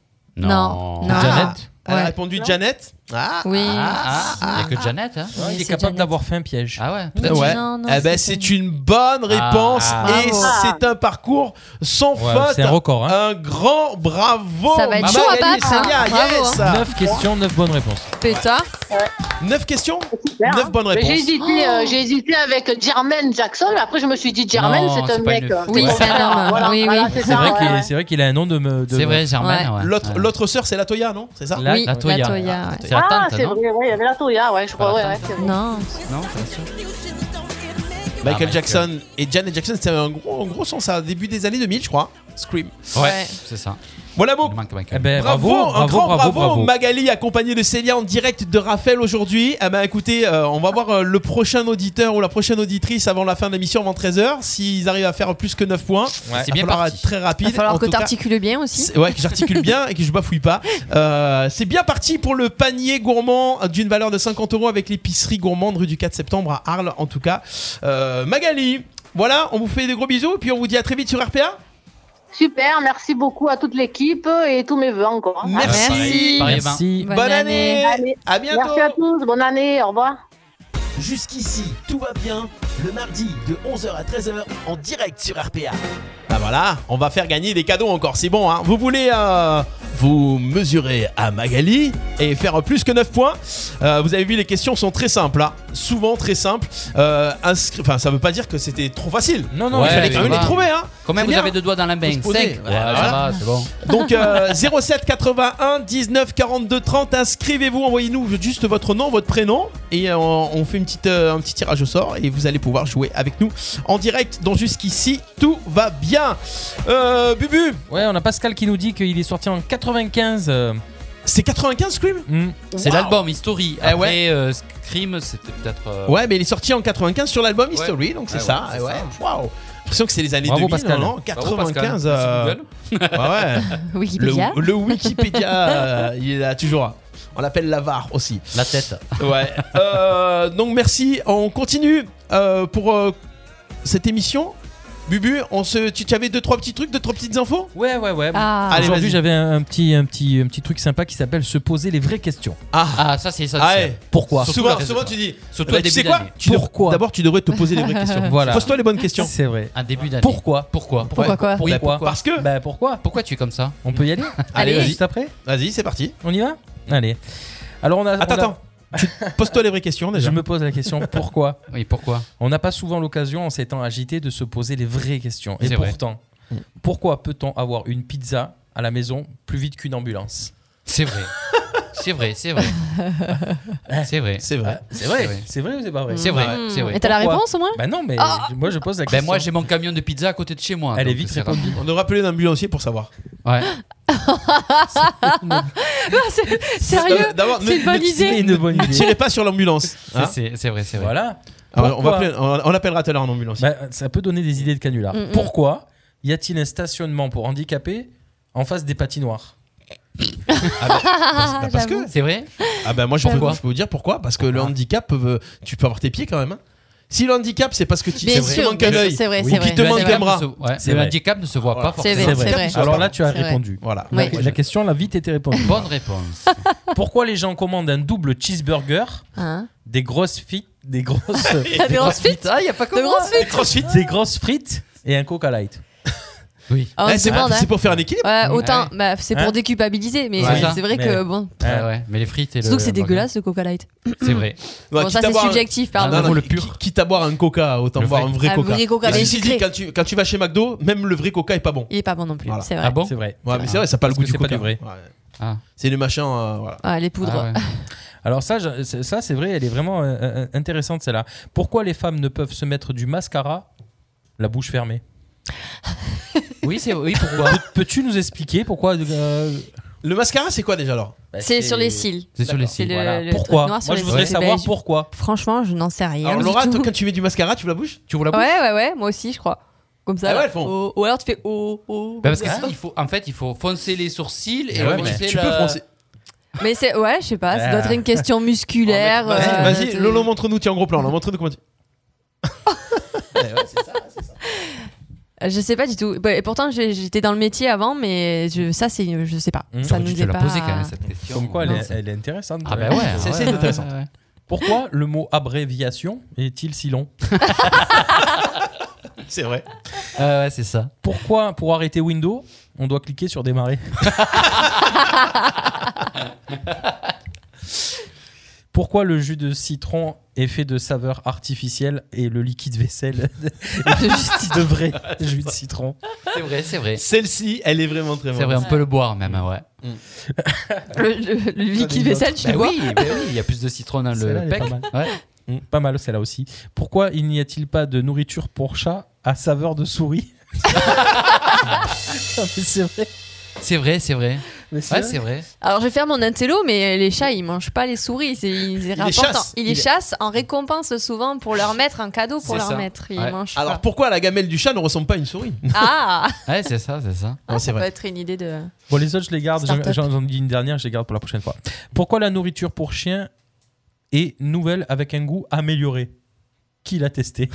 Speaker 3: Ah.
Speaker 5: Non. Non.
Speaker 6: Janet
Speaker 3: Elle a
Speaker 5: Ouais.
Speaker 3: répondu
Speaker 11: Non.
Speaker 3: Janet Ah,
Speaker 5: Oui.
Speaker 4: Ah, il n'y a que Janet. Hein.
Speaker 5: Ouais,
Speaker 6: Il est
Speaker 5: c'est
Speaker 6: capable
Speaker 5: Janet.
Speaker 6: d'avoir fait un piège.
Speaker 4: Ah ouais.
Speaker 3: Ouais.
Speaker 5: Non, non,
Speaker 3: Eh ben,
Speaker 5: c'est
Speaker 3: c'est une bonne réponse
Speaker 4: Ah.
Speaker 3: et
Speaker 5: Bravo.
Speaker 3: c'est un parcours sans
Speaker 6: Ouais,
Speaker 3: faute.
Speaker 6: c'est un record, hein.
Speaker 3: Un grand bravo.
Speaker 5: Ça va être chaud à
Speaker 3: Magali
Speaker 5: battre, hein.
Speaker 3: Sagna,
Speaker 5: Bravo,
Speaker 3: yes.
Speaker 6: 9 questions, 9 bonnes réponses.
Speaker 5: Pétard.
Speaker 3: Neuf questions,
Speaker 11: Super,
Speaker 3: neuf
Speaker 11: hein.
Speaker 3: bonnes
Speaker 11: Mais J'ai
Speaker 3: réponses.
Speaker 11: hésité, euh, j'ai hésité avec Jermaine Jackson, après je me suis dit Jermaine
Speaker 4: Non,
Speaker 11: c'est un
Speaker 4: c'est pas
Speaker 11: mec.
Speaker 4: une-
Speaker 11: euh,
Speaker 5: Oui,
Speaker 11: bon,
Speaker 5: c'est un homme.
Speaker 11: Voilà,
Speaker 5: Oui,
Speaker 11: voilà,
Speaker 5: oui.
Speaker 11: c'est
Speaker 6: C'est
Speaker 11: ça.
Speaker 6: vrai
Speaker 11: ouais,
Speaker 6: qu'il
Speaker 11: ouais.
Speaker 6: est- c'est vrai qu'il a un nom de. me- de
Speaker 4: C'est vrai, Germaine.
Speaker 5: Ouais.
Speaker 4: Ouais.
Speaker 3: L'autre
Speaker 4: Ouais.
Speaker 3: l'autre sœur, c'est Latoya, non C'est ça
Speaker 6: La,
Speaker 5: Oui,
Speaker 6: la Toya.
Speaker 5: la Toya, ouais.
Speaker 4: C'est la
Speaker 11: Ah,
Speaker 4: tante,
Speaker 11: c'est
Speaker 4: non
Speaker 11: vrai, ouais, il y avait la Toya, ouais, je crois, ouais, ouais, c'est vrai.
Speaker 5: Non.
Speaker 4: Non, c'est la sœur.
Speaker 3: Michael
Speaker 4: Ah,
Speaker 3: Jackson et Janet Jackson, c'était un gros, un gros sens ça, début des années 2000, je crois. Scream.
Speaker 4: Ouais, c'est ça.
Speaker 3: Voilà, bon.
Speaker 4: Il manque
Speaker 6: Eh
Speaker 4: Michael.
Speaker 6: ben,
Speaker 3: Bravo,
Speaker 6: bravo,
Speaker 3: un
Speaker 6: bravo,
Speaker 3: grand bravo,
Speaker 6: bravo, bravo.
Speaker 3: Magali accompagnée de Célia en direct de Raphaël aujourd'hui. Ah ben écoutez, euh, on va voir euh, le prochain auditeur ou la prochaine auditrice avant la fin de l'émission avant 13h s'ils arrivent à faire plus que 9 points.
Speaker 6: Ouais.
Speaker 4: C'est
Speaker 3: Il
Speaker 4: bien
Speaker 3: va falloir
Speaker 4: parti.
Speaker 3: être très
Speaker 5: Il
Speaker 3: rapide.
Speaker 5: va falloir
Speaker 3: En
Speaker 5: que
Speaker 3: tout cas,
Speaker 5: t'articules bien aussi.
Speaker 3: c'est- Ouais, que j'articule bien et que je bafouille pas. Euh, c'est bien parti pour le panier gourmand d'une valeur de 50 euros avec l'épicerie gourmande rue du 4 septembre à Arles, en tout cas. Euh, Magali, voilà, on vous fait des gros bisous et puis on vous dit à très vite sur RPA.
Speaker 11: Super, merci beaucoup à toute l'équipe et tous mes vœux encore. hein.
Speaker 3: Merci.
Speaker 5: Merci.
Speaker 4: Pareil, ben.
Speaker 6: Merci.
Speaker 5: Bonne
Speaker 3: année.
Speaker 11: année.
Speaker 3: À bientôt.
Speaker 11: Merci à tous, bonne année, au revoir.
Speaker 1: Jusqu'ici, tout va bien. Le mardi de 11h à 13h en direct sur RPA.
Speaker 3: Bah voilà, on va faire gagner des cadeaux encore, c'est bon hein. Vous voulez euh, vous mesurer à Magali et faire plus que 9 points Euh, Vous avez vu, les questions sont très simples, hein. souvent très simples. Euh, inscri- Enfin, ça veut pas dire que c'était trop facile.
Speaker 6: Non, non,
Speaker 4: Ouais,
Speaker 3: il fallait quand
Speaker 4: mais
Speaker 3: même les
Speaker 4: voilà.
Speaker 3: trouver. Hein.
Speaker 4: Combien
Speaker 3: C'est
Speaker 4: vous
Speaker 3: bien.
Speaker 4: avez deux doigts dans la main
Speaker 3: Faut se
Speaker 4: 5
Speaker 3: poser.
Speaker 4: Ouais,
Speaker 3: Voilà.
Speaker 4: ça va, c'est bon.
Speaker 3: Donc euh, 07 81 19 42 30, inscrivez-vous, envoyez-nous juste votre nom, votre prénom et euh, on fait une petite, euh, un petit tirage au sort et vous allez pouvoir jouer avec nous en direct. Donc jusqu'ici, tout va bien. Euh, Bubu,
Speaker 6: Ouais, on a Pascal qui nous dit qu'il est sorti en 95. euh,
Speaker 3: c'est 95 Scream
Speaker 6: hmm.
Speaker 4: C'est
Speaker 3: Wow.
Speaker 4: l'album History.
Speaker 3: Eh
Speaker 4: Après,
Speaker 3: ouais.
Speaker 4: euh, Scream, c'était peut-être. euh,
Speaker 3: Ouais, mais il est sorti en 95 sur l'album History, donc c'est
Speaker 4: Ouais,
Speaker 3: ça.
Speaker 4: ouais, c'est
Speaker 3: ouais.
Speaker 4: ça.
Speaker 3: Waouh. L'impression que c'est les années
Speaker 6: Bravo,
Speaker 3: 2000,
Speaker 6: Pascal.
Speaker 3: non
Speaker 4: Bravo, Pascal.
Speaker 3: 95.
Speaker 4: Merci,
Speaker 3: euh,
Speaker 4: Google.
Speaker 3: ouais, ouais.
Speaker 5: Wikipédia.
Speaker 3: Le, le Wikipédia, euh, il est là toujours. On l'appelle la VAR aussi.
Speaker 6: La tête.
Speaker 3: Ouais. Euh, donc merci. On continue euh, pour euh, cette émission. Bubu, on se, tu, tu avais deux trois petits trucs, deux trois petites infos.
Speaker 6: Ouais ouais ouais.
Speaker 3: Ah. Allez,
Speaker 6: Aujourd'hui,
Speaker 3: vas-y.
Speaker 6: j'avais un, un petit, un, petit, un petit truc sympa qui s'appelle se poser les vraies questions.
Speaker 3: Ah,
Speaker 4: ça c'est
Speaker 6: essentiel. Pourquoi
Speaker 3: Souvent, souvent tu dis.
Speaker 6: Surtout
Speaker 3: bah,
Speaker 6: au
Speaker 3: tu sais
Speaker 6: début
Speaker 3: quoi
Speaker 6: d'année.
Speaker 3: Tu devrais-
Speaker 6: Pourquoi
Speaker 3: D'abord, tu devrais te poser les vraies questions.
Speaker 6: Voilà.
Speaker 3: Pose-toi les bonnes questions.
Speaker 6: C'est vrai.
Speaker 4: Un début d'année.
Speaker 6: Pourquoi
Speaker 4: Pourquoi
Speaker 6: Pourquoi quoi
Speaker 4: Oui,
Speaker 6: Pourquoi
Speaker 4: Parce
Speaker 3: que.
Speaker 6: Bah pourquoi
Speaker 4: Pourquoi tu es comme ça
Speaker 6: On peut y aller
Speaker 4: Allez,
Speaker 6: Allez,
Speaker 4: vas-y.
Speaker 6: juste après
Speaker 3: Vas-y, c'est parti.
Speaker 6: On y va Allez. Alors on a.
Speaker 3: Attends, attends. Pose-toi les vraies questions déjà.
Speaker 6: Je me pose la question pourquoi
Speaker 4: Oui, pourquoi
Speaker 6: On n'a pas souvent l'occasion, en s'étant agité, de se poser les vraies questions. Et
Speaker 4: C'est vrai.
Speaker 6: pourtant, pourquoi peut-on avoir une pizza à la maison plus vite qu'une ambulance
Speaker 4: C'est vrai. C'est vrai, c'est vrai. C'est vrai.
Speaker 3: C'est vrai.
Speaker 6: C'est vrai. C'est vrai ou c'est pas vrai
Speaker 4: C'est vrai.
Speaker 6: Mmh.
Speaker 4: C'est vrai.
Speaker 5: Ah. Et t'as la
Speaker 6: Pourquoi
Speaker 5: réponse au moins
Speaker 6: Bah non, mais
Speaker 5: Ah
Speaker 6: moi je pose la
Speaker 4: Ben
Speaker 6: question.
Speaker 4: moi j'ai mon camion de pizza à côté de chez moi.
Speaker 6: Elle est
Speaker 4: donc
Speaker 6: vite
Speaker 4: c'est
Speaker 6: répondue.
Speaker 4: rapide.
Speaker 3: On devrait appeler un ambulancier pour savoir.
Speaker 4: Ouais.
Speaker 5: Ah.
Speaker 7: Eh
Speaker 5: Non, c'est- Sérieux
Speaker 3: Euh, d'abord, ne-
Speaker 5: C'est une bonne
Speaker 3: ne-
Speaker 5: idée
Speaker 6: une bonne
Speaker 3: Ne
Speaker 6: idée.
Speaker 3: tirez pas sur l'ambulance.
Speaker 4: C'est-
Speaker 3: hein.
Speaker 4: C'est c'est vrai, c'est vrai.
Speaker 6: Voilà.
Speaker 3: Alors, on, va
Speaker 6: Pourquoi
Speaker 3: appeler- on- on appellera tout à l'heure un ambulancier.
Speaker 6: Bah, ça peut donner des idées de canular.
Speaker 5: Mm, mm.
Speaker 6: Pourquoi y a-t-il un stationnement pour handicapés en face des patinoires
Speaker 3: Parce- Ah bah, parce que
Speaker 4: C'est vrai
Speaker 3: ah bah moi je peux,
Speaker 4: Pourquoi
Speaker 3: je peux vous dire pourquoi parce que le handicap peut- euh, tu peux avoir tes pieds quand même. hein. Si le handicap c'est parce que tu
Speaker 5: Bien
Speaker 3: tu
Speaker 5: sûr,
Speaker 3: manques un
Speaker 5: bien sûr,
Speaker 3: œil
Speaker 5: c'est vrai,
Speaker 3: ou qui
Speaker 5: c'est vrai.
Speaker 3: te
Speaker 4: Le
Speaker 3: manque un
Speaker 4: handicap
Speaker 3: bras.
Speaker 4: ne se- ouais,
Speaker 6: C'est
Speaker 4: Le
Speaker 6: vrai.
Speaker 4: handicap ne se voit pas forcément.
Speaker 5: C'est vrai,
Speaker 6: C'est vrai.
Speaker 5: c'est vrai.
Speaker 6: Alors là, tu as
Speaker 5: C'est vrai.
Speaker 6: répondu.
Speaker 3: Voilà.
Speaker 5: Ouais.
Speaker 6: La, la question, elle a vite été répondue.
Speaker 4: Bonne réponse.
Speaker 6: Pourquoi les gens commandent un double cheeseburger
Speaker 5: Hein
Speaker 6: des grosses frites, des grosses,
Speaker 5: Des grosses frites
Speaker 4: Ah, y a pas
Speaker 5: De grosses frites
Speaker 3: Crossfit.
Speaker 6: des grosses frites et un coca light.
Speaker 4: Oui.
Speaker 5: Ah, on
Speaker 3: Eh, c'est
Speaker 5: se
Speaker 3: pour,
Speaker 5: demande, hein.
Speaker 3: c'est pour faire un équilibre.
Speaker 5: Ouais, autant,
Speaker 6: Ouais.
Speaker 5: bah, c'est pour
Speaker 6: Hein
Speaker 5: déculpabiliser, mais
Speaker 4: Ouais. C'est ça.
Speaker 5: c'est vrai
Speaker 6: Mais
Speaker 5: que
Speaker 6: ouais.
Speaker 5: bon.
Speaker 4: Ouais, ouais, mais les frites et le.
Speaker 5: Surtout que c'est
Speaker 4: burger.
Speaker 5: dégueulasse le Coca Light.
Speaker 4: C'est vrai.
Speaker 3: Ouais,
Speaker 5: bon,
Speaker 3: quitte
Speaker 5: ça
Speaker 3: à
Speaker 5: c'est
Speaker 3: boire un-
Speaker 5: subjectif,
Speaker 3: Ah,
Speaker 5: pardon.
Speaker 3: non, non,
Speaker 4: le
Speaker 3: qui-
Speaker 4: pur.
Speaker 3: Quitte à boire un coca, autant
Speaker 4: Le
Speaker 3: boire
Speaker 4: vrai.
Speaker 3: un vrai
Speaker 5: Ah,
Speaker 3: coca.
Speaker 5: vrai coca,
Speaker 3: Et
Speaker 5: mais
Speaker 3: ceci
Speaker 5: sucré.
Speaker 3: dit, quand tu, quand tu vas chez McDo, même le vrai coca est pas bon.
Speaker 5: Il est pas bon non plus,
Speaker 3: Voilà.
Speaker 5: c'est vrai.
Speaker 4: Ah bon
Speaker 6: C'est vrai.
Speaker 3: Ouais, mais c'est vrai, ça n'a pas le
Speaker 6: Parce
Speaker 3: goût
Speaker 6: que
Speaker 3: du
Speaker 6: c'est
Speaker 3: coca.
Speaker 6: pas du vrai.
Speaker 3: Ouais.
Speaker 4: Ah.
Speaker 3: C'est le machin. euh, voilà.
Speaker 5: Ah, les poudres.
Speaker 4: Ah ouais.
Speaker 6: Alors ça, je- c'est- ça c'est vrai, elle est vraiment euh, euh, intéressante celle-là. Pourquoi les femmes ne peuvent se mettre du mascara la bouche fermée
Speaker 4: Oui, c'est oui, pourquoi
Speaker 6: Pe- Peux-tu nous expliquer pourquoi euh,
Speaker 3: Le mascara, c'est quoi déjà alors
Speaker 6: bah,
Speaker 5: C'est sur les cils.
Speaker 4: C'est sur les
Speaker 5: C'est
Speaker 4: cils.
Speaker 5: le-
Speaker 6: Voilà.
Speaker 5: le
Speaker 6: Pourquoi
Speaker 5: truc noir sur
Speaker 6: Moi je
Speaker 5: les
Speaker 6: voudrais
Speaker 5: cils.
Speaker 6: savoir
Speaker 5: Ben, je-
Speaker 6: pourquoi.
Speaker 5: Franchement, je n'en sais rien.
Speaker 3: Alors
Speaker 5: du
Speaker 3: Laura,
Speaker 5: tout.
Speaker 3: toi, quand tu mets du mascara, tu ouvres la bouche
Speaker 4: Tu ouvres la bouche
Speaker 5: Ouais, ouais, ouais, moi aussi, je crois. Comme ça.
Speaker 3: Ah ouais,
Speaker 5: là.
Speaker 3: elles font.
Speaker 5: Oh, Ou alors tu fais oh, oh.
Speaker 4: Ben, parce que
Speaker 5: comme
Speaker 4: si,
Speaker 5: ça.
Speaker 4: il faut, en fait, il faut foncer les sourcils et
Speaker 3: Eh Ouais, mais
Speaker 4: foncer
Speaker 3: Tu
Speaker 4: la-
Speaker 3: peux foncer.
Speaker 5: Mais c'est. Ouais, je sais pas, ça doit
Speaker 4: Ah.
Speaker 5: être une question musculaire. euh,
Speaker 3: Oh, Ah, Vas-y, vas-y,
Speaker 5: de-
Speaker 3: Lolo, montre-nous, tiens, en gros plan, là, montre-nous comment tu.
Speaker 5: Je sais pas du tout. Bah, Et pourtant, j'ai- j'étais dans le métier avant, mais je- ça, c'est. Je sais pas.
Speaker 6: Mmh.
Speaker 5: Ça
Speaker 4: T'aurais
Speaker 5: nous
Speaker 4: dû
Speaker 5: est
Speaker 4: te la
Speaker 5: pas.
Speaker 4: poser quand même cette question.
Speaker 6: Comme quoi elle,
Speaker 4: Non,
Speaker 6: est,
Speaker 4: c'est-
Speaker 6: elle est intéressante.
Speaker 4: Ah ben ouais.
Speaker 3: C'est- c'est
Speaker 4: ouais,
Speaker 3: intéressant.
Speaker 4: ouais, ouais.
Speaker 6: Pourquoi le mot abréviation est-il si long
Speaker 3: C'est vrai.
Speaker 4: Ah ouais, c'est ça.
Speaker 6: Pourquoi pour arrêter Windows on doit cliquer sur démarrer Pourquoi le jus de citron est fait de saveur artificielle et le liquide vaisselle de vrai jus de citron
Speaker 4: C'est vrai, c'est vrai.
Speaker 3: Celle-ci, elle est vraiment très
Speaker 4: C'est vrai,
Speaker 3: bonne.
Speaker 4: on peut le boire même,
Speaker 6: Mm.
Speaker 4: ouais.
Speaker 5: Le, le- le liquide vaisselle, tu
Speaker 4: Ben
Speaker 6: Bah
Speaker 5: le vois.
Speaker 4: oui, ben oui, il y a plus de citron dans
Speaker 6: Celle-là,
Speaker 4: le
Speaker 6: elle est
Speaker 4: pec.
Speaker 6: pas mal.
Speaker 4: Ouais.
Speaker 6: Hmm, Pas mal celle-là aussi. Pourquoi il n'y a-t-il pas de nourriture pour chat à saveur de souris Non, mais C'est vrai.
Speaker 4: C'est vrai, c'est vrai.
Speaker 6: mais c'est
Speaker 4: Ouais,
Speaker 6: vrai.
Speaker 4: c'est vrai.
Speaker 5: Alors, je vais faire mon intello, mais les chats, ils mangent pas les souris. c'est- Ils, les rapportent en-
Speaker 3: chassent.
Speaker 5: ils
Speaker 3: Il-
Speaker 5: les chassent en récompense souvent pour leur maître, un cadeau pour
Speaker 4: C'est
Speaker 5: leur
Speaker 4: ça.
Speaker 5: maître. Ils
Speaker 4: Ouais.
Speaker 5: mangent
Speaker 3: Alors pourquoi la gamelle du chat ne ressemble pas à une souris
Speaker 5: pas. Ah,
Speaker 4: Ouais, c'est ça, c'est ça.
Speaker 5: Ah,
Speaker 3: Ouais, c'est
Speaker 5: Ça peut
Speaker 3: vrai.
Speaker 5: être une idée de.
Speaker 6: Bon, les autres, je les garde. J'en-
Speaker 5: Start-up.
Speaker 6: J'en j'en dis une dernière, je les garde pour la prochaine fois. Pourquoi la nourriture pour chien est nouvelle avec un goût amélioré Qui l'a testé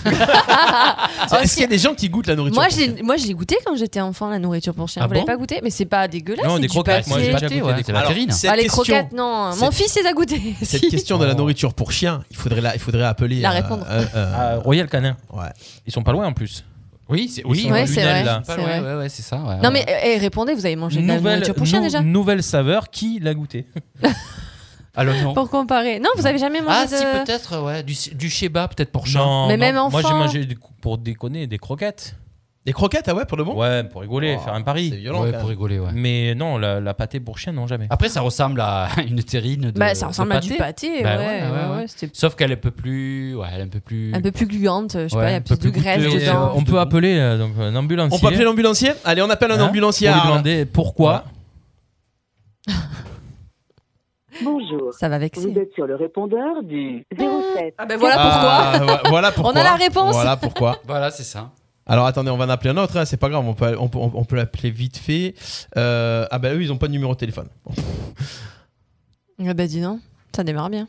Speaker 3: Est-ce qu'il y a des gens qui goûtent la nourriture
Speaker 5: Oh, Moi,
Speaker 3: pour
Speaker 5: j'ai
Speaker 3: chien
Speaker 5: moi, j'ai goûté quand j'étais enfant la nourriture pour chien.
Speaker 4: Ah
Speaker 5: Vous l'avez
Speaker 4: bon
Speaker 5: pas goûté Mais c'est pas dégueulasse.
Speaker 6: Non,
Speaker 5: c'est
Speaker 6: des
Speaker 5: du
Speaker 6: croquettes, moi,
Speaker 5: pâté.
Speaker 6: j'ai déjà
Speaker 4: Pâté,
Speaker 6: goûté
Speaker 4: ouais,
Speaker 6: des
Speaker 4: c'est la
Speaker 3: Alors,
Speaker 4: terrine.
Speaker 3: cette
Speaker 5: Ah, les
Speaker 3: question-
Speaker 5: croquettes, non. Mon
Speaker 3: cette-
Speaker 5: fils les a goûtées.
Speaker 3: Cette
Speaker 5: Si.
Speaker 3: question de la
Speaker 6: Oh.
Speaker 3: nourriture pour chien, il faudrait, la, il faudrait appeler.
Speaker 5: La
Speaker 3: euh,
Speaker 5: répondre.
Speaker 3: euh, euh,
Speaker 6: Ah, Royal Canin.
Speaker 3: ouais.
Speaker 6: Ils sont pas loin en plus.
Speaker 4: Oui, c'est oui,
Speaker 6: sont
Speaker 5: Ouais,
Speaker 6: en
Speaker 5: c'est
Speaker 6: lunelle,
Speaker 5: vrai,
Speaker 6: là.
Speaker 5: c'est
Speaker 4: Pas loin,
Speaker 5: vrai.
Speaker 4: ouais, ouais, c'est ça. ouais,
Speaker 5: Non, mais
Speaker 4: ouais.
Speaker 5: eh, eh, répondez, vous avez mangé de la nourriture pour chien
Speaker 6: nou-
Speaker 5: déjà
Speaker 6: nouvelle saveur, qui l'a goûté
Speaker 4: alors non.
Speaker 5: Pour comparer. Non, vous avez jamais mangé
Speaker 4: Ah
Speaker 5: de.
Speaker 4: si peut-être ouais du du sheba peut-être pour chat.
Speaker 6: Non,
Speaker 5: Mais
Speaker 6: non.
Speaker 5: même
Speaker 6: Moi, j'ai
Speaker 5: enfant.
Speaker 6: mangé, des cou- pour déconner, des croquettes.
Speaker 3: Des croquettes, ah ouais, pour le bon
Speaker 6: Ouais, pour rigoler,
Speaker 3: Oh,
Speaker 6: faire un
Speaker 3: C'est
Speaker 6: pari.
Speaker 3: violent.
Speaker 4: Ouais,
Speaker 3: quand
Speaker 4: pour
Speaker 3: même.
Speaker 4: rigoler ouais.
Speaker 6: Mais non, la, la pâté pour chien, non, jamais.
Speaker 4: Après ça ressemble à une terrine de
Speaker 5: Bah, ça
Speaker 4: de
Speaker 5: ressemble à du pâté.
Speaker 4: Bah,
Speaker 5: ouais,
Speaker 4: ouais, ouais,
Speaker 5: ouais,
Speaker 4: ouais.
Speaker 5: ouais, c'était
Speaker 4: Sauf qu'elle est un peu plus ouais, elle est un peu plus
Speaker 5: un peu plus gluante, Euh, je sais
Speaker 4: Ouais,
Speaker 5: pas, il y
Speaker 4: un
Speaker 5: a
Speaker 4: peu
Speaker 5: plus de
Speaker 4: plus
Speaker 5: graisse
Speaker 4: goûteux, ouais.
Speaker 5: dedans.
Speaker 6: On peut appeler euh, donc, un ambulancier.
Speaker 3: On peut appeler l'ambulancier Allez, on appelle un
Speaker 6: Hein
Speaker 3: ambulancier. Ah,
Speaker 6: Pour lui
Speaker 3: à Arles.
Speaker 6: demander pourquoi.
Speaker 12: Bonjour.
Speaker 5: Ça va vexer.
Speaker 12: Vous êtes sur le répondeur du 07.
Speaker 5: Ah ben voilà pourquoi.
Speaker 3: Ah, ouais, voilà pourquoi.
Speaker 5: On a la réponse.
Speaker 3: Voilà pourquoi.
Speaker 4: Voilà, c'est ça.
Speaker 3: Alors attendez, on va en appeler un autre, hein, c'est pas grave, on peut, on peut, ben on peut l'appeler vite fait. Euh, ah bah eux, ils ont pas de numéro de téléphone. Bon.
Speaker 5: Ah bah dis non, ça démarre bien.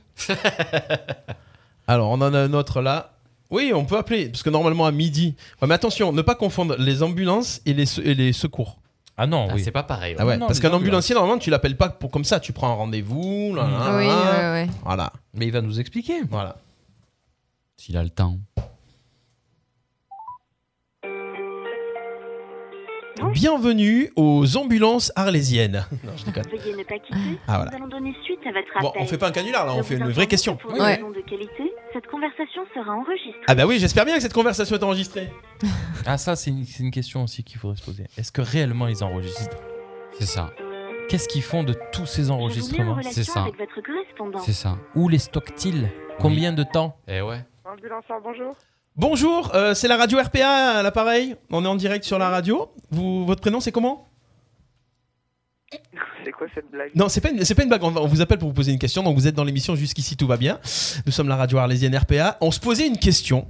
Speaker 3: Alors, on en a un autre là. Oui, on peut appeler, parce que normalement à midi. Ouais, mais attention, ne pas confondre les ambulances et les, se- et les secours.
Speaker 6: Ah non,
Speaker 4: C'est pas pareil.
Speaker 3: Ah ouais,
Speaker 4: Non,
Speaker 3: parce
Speaker 4: les
Speaker 3: qu'un
Speaker 4: ambulances.
Speaker 3: ambulancier, normalement, tu l'appelles pas pour comme ça. Tu prends un rendez-vous. là, là,
Speaker 5: Oui,
Speaker 3: là.
Speaker 5: ouais, ouais.
Speaker 3: Voilà.
Speaker 6: Mais il va nous expliquer.
Speaker 3: Voilà.
Speaker 4: S'il a le temps.
Speaker 3: Bienvenue aux ambulances arlésiennes. Non, je déconne.
Speaker 12: Veuillez ne pas quitter.
Speaker 3: Ah, voilà.
Speaker 12: Nous allons donner suite à votre
Speaker 3: Bon,
Speaker 12: appel.
Speaker 3: on fait pas un canular là, on
Speaker 12: Nous
Speaker 3: fait une
Speaker 12: vous informons
Speaker 3: vraie
Speaker 12: que
Speaker 3: question.
Speaker 12: Pour des raisons de qualité, cette conversation sera enregistrée.
Speaker 3: Ah bah oui, j'espère bien que cette conversation est enregistrée.
Speaker 6: Ah ça, c'est une, c'est une question aussi qu'il faudrait se poser. Est-ce que réellement ils enregistrent
Speaker 4: C'est ça.
Speaker 6: Qu'est-ce qu'ils font de tous ces enregistrements
Speaker 12: C'est ça. Avec votre correspondant.
Speaker 6: C'est ça. Où les stockent-ils Combien de temps
Speaker 4: Eh ouais.
Speaker 12: Ambulancière, bonjour.
Speaker 3: Bonjour, euh, c'est la radio RPA à l'appareil. On est en direct sur la radio. Vous, votre prénom, c'est comment
Speaker 12: C'est quoi cette blague
Speaker 3: Non, c'est pas, une- c'est pas une blague. On va- on vous appelle pour vous poser une question. Donc vous êtes dans l'émission jusqu'ici, tout va bien. Nous sommes la radio arlésienne RPA. On se posait une question.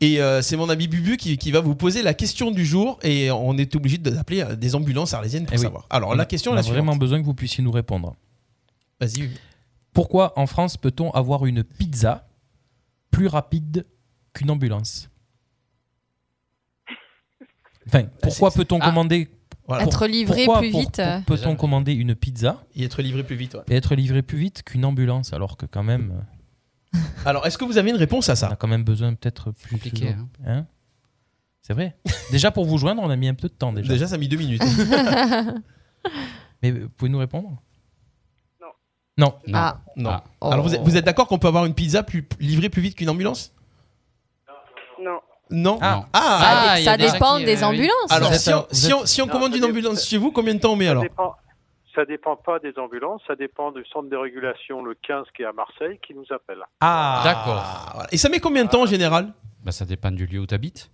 Speaker 3: Et euh, c'est mon ami Bubu qui, qui va vous poser la question du jour. Et on est obligé d'appeler euh, des ambulances arlésiennes pour
Speaker 6: Eh oui.
Speaker 3: savoir. Alors la question
Speaker 6: On
Speaker 3: est
Speaker 6: a
Speaker 3: la
Speaker 6: vraiment
Speaker 3: suivante.
Speaker 6: besoin que vous puissiez nous répondre.
Speaker 3: Vas-y.
Speaker 6: Pourquoi en France peut-on avoir une pizza plus rapide qu'une ambulance Enfin,
Speaker 3: Bah,
Speaker 6: pourquoi peut-on
Speaker 5: Ah.
Speaker 6: commander
Speaker 5: Voilà. Être livré
Speaker 6: pourquoi
Speaker 5: plus vite, euh.
Speaker 6: Peut-on commander une pizza
Speaker 3: Et être livré plus vite. ouais.
Speaker 6: et être livré plus vite qu'une ambulance alors que quand même
Speaker 3: Alors, est-ce que vous avez une réponse à ça
Speaker 6: On a quand même besoin peut-être plus
Speaker 4: compliqué, hein.
Speaker 6: Hein C'est vrai. déjà pour vous joindre, on a mis un peu de temps déjà.
Speaker 3: Déjà, ça a mis deux minutes.
Speaker 6: Mais euh, pouvez-nous répondre Non. Non.
Speaker 3: Ah. Non.
Speaker 6: Ah.
Speaker 3: Alors vous êtes,
Speaker 5: Oh.
Speaker 3: vous êtes d'accord qu'on peut avoir une pizza plus, livrée plus vite qu'une ambulance
Speaker 12: Non.
Speaker 3: Non
Speaker 6: Ah.
Speaker 5: Ça dé- ça dépend des ambulances.
Speaker 3: Alors
Speaker 13: Vous êtes
Speaker 3: si on,
Speaker 13: un- vous
Speaker 3: si on-
Speaker 13: êtes-
Speaker 3: si on
Speaker 13: Non,
Speaker 3: commande
Speaker 13: ça
Speaker 3: une
Speaker 13: dé-
Speaker 3: ambulance chez vous, combien de temps on met alors
Speaker 13: dépend, ça dépend pas des ambulances, ça dépend du centre de régulation, le 15 qui est à Marseille, qui nous appelle.
Speaker 3: Ah
Speaker 4: D'accord.
Speaker 3: Et ça met combien de
Speaker 5: Ah.
Speaker 3: temps en général
Speaker 4: Bah, ça dépend du lieu où t'habites.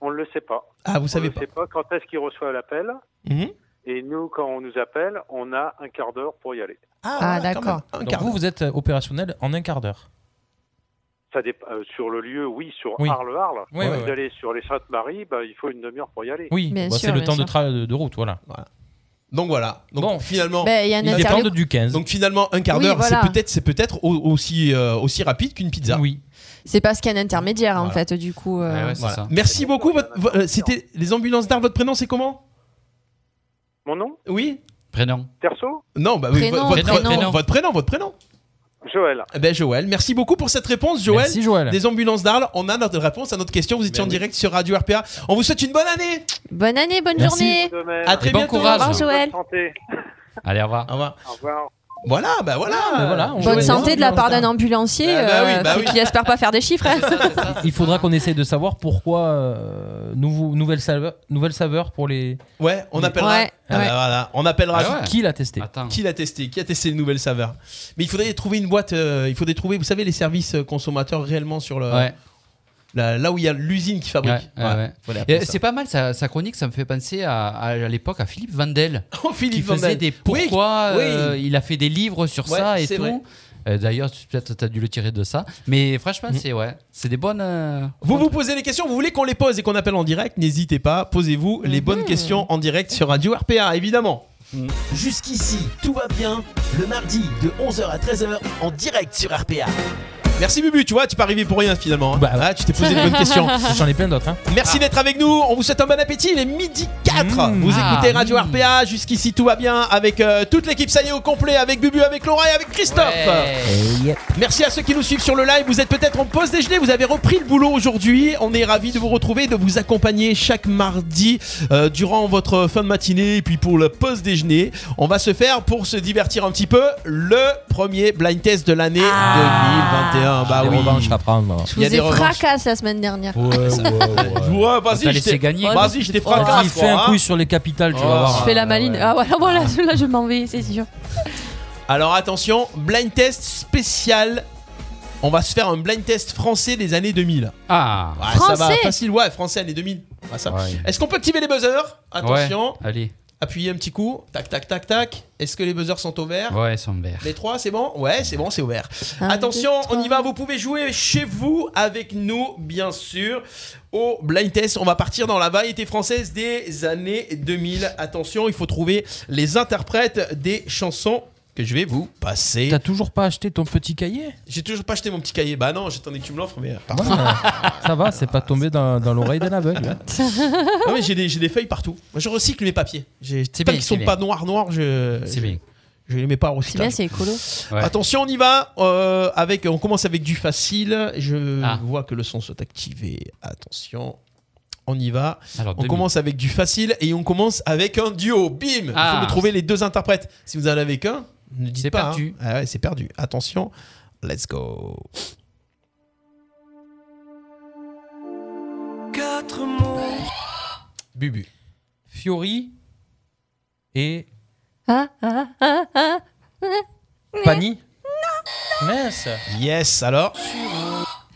Speaker 13: On ne le sait pas.
Speaker 3: Ah, vous
Speaker 13: on
Speaker 3: savez
Speaker 13: le
Speaker 3: pas.
Speaker 13: sait pas quand est-ce qu'il reçoit l'appel.
Speaker 3: Mhm.
Speaker 13: Et nous, quand on nous appelle, on a un quart d'heure pour y aller.
Speaker 5: Ah, d'accord.
Speaker 6: Donc vous, vous êtes euh, opérationnel en un quart d'heure.
Speaker 13: Ça dépend, euh, sur le lieu, oui, sur
Speaker 6: Oui.
Speaker 13: Arles-Arles.
Speaker 6: Oui,
Speaker 13: Quand
Speaker 6: oui,
Speaker 13: vous
Speaker 6: oui.
Speaker 13: allez sur les Sainte-Marie, bah, il faut une demi-heure pour y aller.
Speaker 6: Oui, bah, c'est le temps de, tra- de, de route, voilà.
Speaker 3: Donc voilà. Donc finalement,
Speaker 5: Ben, il y a un Il interview- dépend
Speaker 6: du 15.
Speaker 3: Donc finalement, un quart
Speaker 5: Oui,
Speaker 3: d'heure,
Speaker 5: voilà.
Speaker 3: c'est peut-être, c'est peut-être au- aussi euh, aussi rapide qu'une pizza.
Speaker 6: Oui.
Speaker 5: C'est parce qu'il y a un intermédiaire en fait, du coup. euh,
Speaker 3: Merci beaucoup. votre- vo- euh, C'était les ambulances d'art. Votre prénom, c'est comment
Speaker 13: Mon nom
Speaker 3: Oui.
Speaker 4: Prénom.
Speaker 13: Terceau
Speaker 3: Non, bah oui,
Speaker 13: Prénom,
Speaker 3: vo- votre
Speaker 13: prénom.
Speaker 3: prénom, votre prénom, votre prénom.
Speaker 13: Joël.
Speaker 3: Eh Ben Joël, merci beaucoup pour cette réponse, Joël.
Speaker 6: Merci, Joël.
Speaker 3: Des ambulances d'Arles, on a notre réponse à notre question. Vous étiez en direct sur Radio RPA. On vous souhaite une bonne année.
Speaker 5: Bonne année, bonne
Speaker 3: Merci.
Speaker 5: journée.
Speaker 3: À très
Speaker 4: Et bon
Speaker 3: bientôt.
Speaker 4: courage. Au
Speaker 5: revoir, Joël.
Speaker 13: Santé.
Speaker 4: Allez, au revoir.
Speaker 3: Au revoir.
Speaker 13: Au revoir.
Speaker 3: Voilà, bah voilà.
Speaker 5: Ah, ben Bonne santé de la part d'un ambulancier
Speaker 3: Ah bah oui,
Speaker 5: euh,
Speaker 3: bah
Speaker 5: faut
Speaker 3: oui.
Speaker 5: qui espère pas faire des chiffres. hein.
Speaker 3: Ah.
Speaker 6: Il faudra qu'on essaye de savoir pourquoi euh, nouveau, nouvelle, saveur, nouvelle saveur pour les.
Speaker 3: Ouais, on appellera.
Speaker 6: Ouais,
Speaker 3: Ah bah
Speaker 6: ouais.
Speaker 3: voilà, on appellera.
Speaker 6: Ah ouais. Qui l'a testé
Speaker 3: Qui l'a testé Qui a testé les nouvelles saveurs Mais il faudrait trouver une boîte. euh, il faudrait trouver, vous savez, les services euh, consommateurs réellement sur le.
Speaker 4: Ouais.
Speaker 3: la- là où il y a l'usine qui fabrique.
Speaker 4: Ah Ouais, ouais, ouais.
Speaker 3: Faut les
Speaker 4: Et
Speaker 3: appeler ça.
Speaker 4: C'est pas mal, sa, sa chronique, ça me fait penser à, à, à l'époque à Philippe Vandel.
Speaker 3: Oh, Philippe
Speaker 4: qui faisait
Speaker 3: Vandel.
Speaker 4: des
Speaker 3: Oui,
Speaker 4: pourquoi,
Speaker 3: oui.
Speaker 4: euh, il a fait des livres sur
Speaker 3: Ouais,
Speaker 4: ça et
Speaker 3: c'est
Speaker 4: tout.
Speaker 3: vrai.
Speaker 4: Euh, D'ailleurs, tu- peut-être t'as dû le tirer de ça. Mais
Speaker 3: Mhm.
Speaker 4: franchement, c'est ouais, c'est des bonnes. euh,
Speaker 3: Vous vous posez les questions, vous voulez qu'on les pose et qu'on appelle en direct, n'hésitez pas, posez-vous les
Speaker 4: Mhm.
Speaker 3: bonnes questions en direct sur Radio RPA, évidemment.
Speaker 1: Jusqu'ici, tout va bien. Le mardi de 11h à 13h en direct sur RPA.
Speaker 3: Merci Bubu, tu vois, tu pas arrivé pour rien finalement. hein. Ah, tu t'es posé les bonnes questions.
Speaker 6: Bah,
Speaker 3: Ah.
Speaker 6: J'en ai plein d'autres. hein.
Speaker 3: Merci d'être avec nous, on vous souhaite un bon appétit, il est midi 4. vous
Speaker 6: Ah,
Speaker 3: écoutez Radio RPA, jusqu'ici tout va bien avec euh, toute l'équipe, ça y est au complet, avec Bubu, avec Laura et avec Christophe.
Speaker 7: Eh,
Speaker 3: Merci à ceux qui nous suivent sur le live. Vous êtes peut-être en pause déjeuner, vous avez repris le boulot aujourd'hui. On est ravis de vous retrouver, de vous accompagner chaque mardi euh, durant votre fin de matinée et puis pour la pause déjeuner. On va se faire pour se divertir un petit peu le premier blind test de l'année 2021. Bah
Speaker 6: Des
Speaker 3: oui.
Speaker 6: revanches à prendre. hein.
Speaker 5: Je
Speaker 3: Il y a
Speaker 5: vous
Speaker 3: des
Speaker 5: ai
Speaker 3: revanches.
Speaker 5: fracasse la semaine dernière.
Speaker 3: Ouais, Ah, vas-y,
Speaker 6: T'as
Speaker 3: je
Speaker 6: laissé
Speaker 3: t'ai-
Speaker 6: gagner.
Speaker 3: Vas-y, je t'ai
Speaker 6: Vas-y,
Speaker 3: fracasse.
Speaker 6: fais
Speaker 3: quoi,
Speaker 6: un
Speaker 3: hein.
Speaker 6: quiz sur les capitales, tu vas
Speaker 3: Oh.
Speaker 6: voir.
Speaker 5: Je fais la maline. Ah voilà, voilà, là je m'en vais, c'est sûr.
Speaker 3: Alors attention, blind test spécial. On va se faire un blind test français des années 2000.
Speaker 4: Ah,
Speaker 3: Ouais, Ça va
Speaker 4: Français
Speaker 3: facile, ouais, français années 2000. Ouais, ça. Est-ce qu'on peut activer les buzzers Attention.
Speaker 4: allez.
Speaker 3: Appuyez un petit coup. Tac, tac, tac, tac. Est-ce que les buzzers sont au vert
Speaker 4: Ouais, ils sont verts.
Speaker 3: Les trois, c'est bon Ouais, c'est bon, c'est ouvert. Attention, on y va. Vous pouvez jouer chez vous avec nous, bien sûr, au blind test. On va partir dans la variété française des années 2000. Attention, il faut trouver les interprètes des chansons que que je vais vous passer.
Speaker 6: T'as toujours pas acheté ton petit cahier
Speaker 3: J'ai toujours pas acheté mon petit cahier. Bah non, j'attendais que tu me l'offres, mais.
Speaker 6: Ouais, Ça va, c'est pas tombé dans, dans l'oreille d'un aveugle. hein.
Speaker 3: non, mais j'ai des, j'ai des feuilles partout. Moi, je recycle mes papiers. J'ai, tant
Speaker 6: bien,
Speaker 3: qu'ils
Speaker 6: c'est
Speaker 3: sont
Speaker 6: bien.
Speaker 3: pas noirs, noirs, je.
Speaker 4: C'est
Speaker 3: je-
Speaker 4: bien.
Speaker 3: Je les mets pas au
Speaker 5: C'est
Speaker 3: recyclage.
Speaker 5: bien, c'est écolo.
Speaker 4: Ouais.
Speaker 3: Attention, on y va. euh, avec, on commence avec du facile. Je vois que le son soit activé. Attention. On y va.
Speaker 4: Alors,
Speaker 3: on
Speaker 4: demi.
Speaker 3: commence avec du facile et on commence avec un duo. Bim Il
Speaker 4: Ah.
Speaker 3: faut me trouver les deux interprètes. Si vous en avez qu'un, ne dites
Speaker 4: C'est
Speaker 3: pas.
Speaker 4: perdu.
Speaker 3: hein. Ah ouais, c'est perdu. Attention. Let's go.
Speaker 10: Quatre mots.
Speaker 3: Bubu.
Speaker 6: Fiori et
Speaker 5: Ah, ah, ah, ah.
Speaker 6: Pani. Mince.
Speaker 3: Yes, alors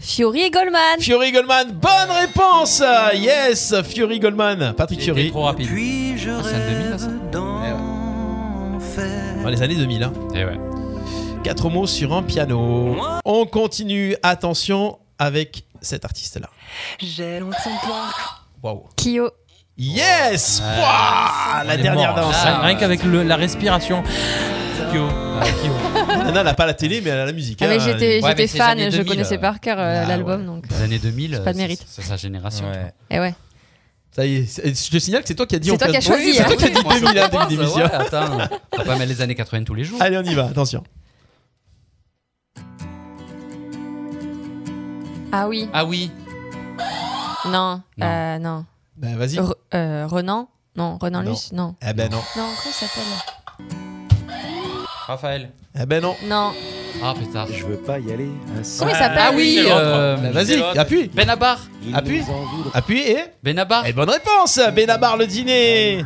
Speaker 5: Fiori et Goldman.
Speaker 3: Fiori Goldman, bonne réponse Yes, Fiori Goldman, Patrick Fiori.
Speaker 6: trop rapide.
Speaker 3: Dans les années 2000. Hein.
Speaker 4: Eh ouais.
Speaker 3: Quatre mots sur un piano. On continue, attention, avec cet artiste-là.
Speaker 10: J'ai longtemps pas.
Speaker 3: Waouh.
Speaker 5: Kyo.
Speaker 3: Yes Pouah, La
Speaker 6: On est
Speaker 3: dernière
Speaker 6: mort,
Speaker 3: danse.
Speaker 4: Ah,
Speaker 6: là. Rien qu'avec le- la respiration. Kyo.
Speaker 3: Nana, elle a pas la télé, mais elle a la musique.
Speaker 5: Ah, mais
Speaker 3: hein.
Speaker 5: j'étais
Speaker 4: Ouais,
Speaker 5: j'étais
Speaker 4: mais c'est les
Speaker 5: fan,
Speaker 4: années
Speaker 5: je
Speaker 4: 2000,
Speaker 5: connaissais
Speaker 4: euh.
Speaker 5: par cœur euh, l'album donc.
Speaker 4: Les années 2000,
Speaker 5: C'est pas de
Speaker 4: euh,
Speaker 5: mérite.
Speaker 4: c'est- C'est sa génération.
Speaker 5: Et ouais.
Speaker 3: Ça y est, c'est- je te signale que c'est toi qui as dit
Speaker 5: C'est
Speaker 3: on
Speaker 5: toi
Speaker 3: fait-
Speaker 5: qui as choisi,
Speaker 3: Oui, c'est
Speaker 5: hein.
Speaker 3: toi qui as dit
Speaker 5: Oui, moi, je
Speaker 3: 2000 hein,
Speaker 5: pense,
Speaker 3: début d'émission.
Speaker 4: Ouais, attends, faut pas mettre les années 80 tous les jours.
Speaker 3: Allez, on y va, attention.
Speaker 5: Ah oui.
Speaker 4: Ah oui.
Speaker 5: Non. euh, non.
Speaker 3: Ben, vas-y.
Speaker 5: Re- euh, Renan Non, Renan
Speaker 3: Non.
Speaker 5: Luce Non.
Speaker 3: Eh ben non.
Speaker 5: Non, comment il s'appelle
Speaker 6: Raphaël.
Speaker 3: Eh ben non.
Speaker 5: Non.
Speaker 4: Ah putain. Je
Speaker 14: veux pas y aller.
Speaker 5: Comment il s'appelle
Speaker 4: Ah oui,
Speaker 3: C'est l'autre.
Speaker 4: euh,
Speaker 3: Ben, vas-y,
Speaker 4: c'est l'autre.
Speaker 3: appuie.
Speaker 4: Benabar.
Speaker 3: Appuie. Appuie et.
Speaker 4: Benabar.
Speaker 3: Et bonne réponse, Benabar le dîner.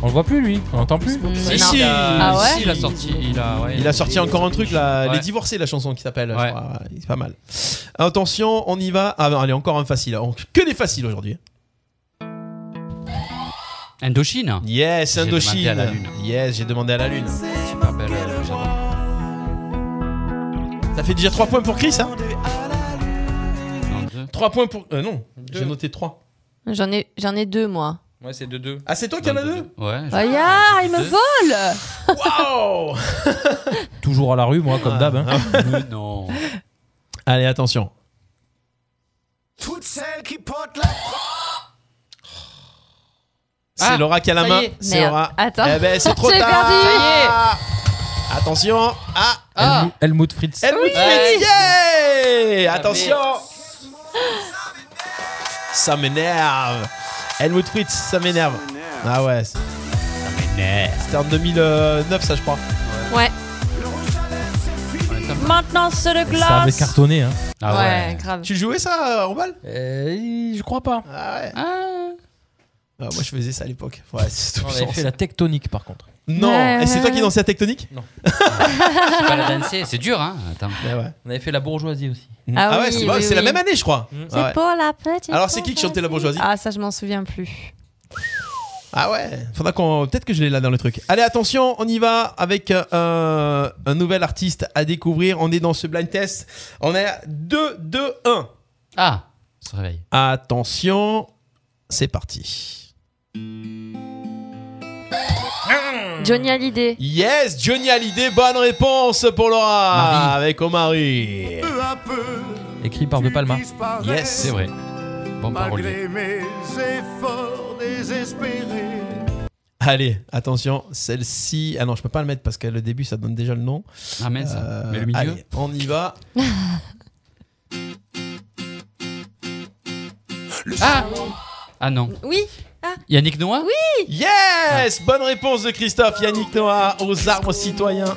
Speaker 6: On le voit plus lui, on l'entend plus.
Speaker 3: Si,
Speaker 4: Non.
Speaker 3: si.
Speaker 4: Il a-
Speaker 5: Ah ouais
Speaker 4: si, il a sorti. Il a, ouais,
Speaker 3: Il a sorti encore un truc là,
Speaker 4: Ouais.
Speaker 3: Les Divorcés, la chanson qui s'appelle. je
Speaker 4: Ouais.
Speaker 3: crois. C'est pas mal. Attention, on y va. Ah, non, allez, encore un facile. On- Que des faciles aujourd'hui.
Speaker 4: Indochine.
Speaker 3: Yes,
Speaker 4: J'ai
Speaker 3: Indochine.
Speaker 4: demandé à la lune.
Speaker 3: Yes, j'ai demandé à la lune.
Speaker 4: Super belle. euh, j'adore.
Speaker 3: Ça fait déjà 3 points pour Chris, hein
Speaker 4: Non, deux.
Speaker 3: 3 points pour. euh, non, j'ai noté 3.
Speaker 5: J'en ai j'en ai deux moi.
Speaker 6: Ouais, c'est 2-2.
Speaker 3: Ah, c'est toi qui en as deux
Speaker 4: Ouais. je-
Speaker 5: Regarde, il me
Speaker 4: deux.
Speaker 5: vole
Speaker 3: Waouh
Speaker 6: Toujours à la rue, moi, comme d'hab.
Speaker 3: Ah,
Speaker 6: hein.
Speaker 4: Mais non.
Speaker 3: Allez, attention.
Speaker 2: Toutes celles qui portent la
Speaker 3: C'est
Speaker 4: Ah,
Speaker 3: Laura qui a la
Speaker 4: ça y
Speaker 3: main.
Speaker 4: est.
Speaker 3: C'est
Speaker 5: Merde.
Speaker 3: Laura.
Speaker 5: Attends.
Speaker 3: Eh ben, c'est trop
Speaker 5: J'ai
Speaker 3: tard.
Speaker 5: perdu.
Speaker 3: Attention. Ah,
Speaker 4: Ah.
Speaker 6: Helmut Fritz.
Speaker 3: Helmut
Speaker 4: Oui.
Speaker 3: Fritz. Yeah
Speaker 4: Ah,
Speaker 3: Attention. Ça m'énerve. Helmut Fritz, ça m'énerve. Ah ouais. c'est- C'était en 2009, ça, je crois.
Speaker 5: Ouais. Maintenant c'est le
Speaker 6: Ça avait
Speaker 5: glace.
Speaker 6: cartonné. Hein.
Speaker 4: Ah
Speaker 5: ouais, grave.
Speaker 3: Tu jouais ça euh, en balle
Speaker 6: Euh, je crois pas.
Speaker 3: Ah ouais.
Speaker 5: Ah.
Speaker 3: Ah, moi, je faisais ça à l'époque. Ouais, c'est tout
Speaker 6: On
Speaker 3: le
Speaker 6: avait
Speaker 3: sens.
Speaker 6: fait la tectonique par contre.
Speaker 3: Non.
Speaker 5: Ouais.
Speaker 3: Et c'est toi qui dansais la tectonique
Speaker 4: C'est pas la danser, c'est dur, hein. Attends.
Speaker 3: Ouais, Eh ouais.
Speaker 6: On avait fait la bourgeoisie aussi.
Speaker 5: Ah
Speaker 3: ouais,
Speaker 5: oui,
Speaker 3: c'est, bah,
Speaker 5: oui,
Speaker 3: c'est la
Speaker 5: oui.
Speaker 3: même année, je crois.
Speaker 6: Mm.
Speaker 5: C'est
Speaker 3: Ah ouais.
Speaker 5: pour la petite.
Speaker 3: Alors, c'est qui qui chantait la bourgeoisie
Speaker 5: Ah ça je m'en souviens plus.
Speaker 3: Ah ouais, faudra qu'on. Peut-être que je l'ai là dans le truc. Allez, attention, on y va avec euh, un nouvel artiste à découvrir. On est dans ce blind test. On est à 2, 2, 1.
Speaker 4: Ah, on se réveille.
Speaker 3: Attention, c'est parti. Mmh.
Speaker 5: Johnny Hallyday.
Speaker 3: Yes, Johnny Hallyday, bonne réponse pour Laura
Speaker 4: Marie.
Speaker 3: avec Omari.
Speaker 2: peu à peu
Speaker 6: Écrit par De Palma.
Speaker 2: disparaît.
Speaker 3: Yes,
Speaker 4: C'est vrai. Bon parolier.
Speaker 2: Malgré mes efforts désespérés.
Speaker 3: Allez, attention, celle-ci. Ah non, je peux pas le mettre parce que le début ça donne déjà le nom.
Speaker 4: Ah, mais ça.
Speaker 3: Euh,
Speaker 4: Mais le milieu.
Speaker 3: allez, on y va.
Speaker 4: Ah Ah non.
Speaker 5: Oui.
Speaker 4: Yannick Noah Oui
Speaker 3: Yes, bonne réponse de Christophe Yannick Noah aux arbres citoyens.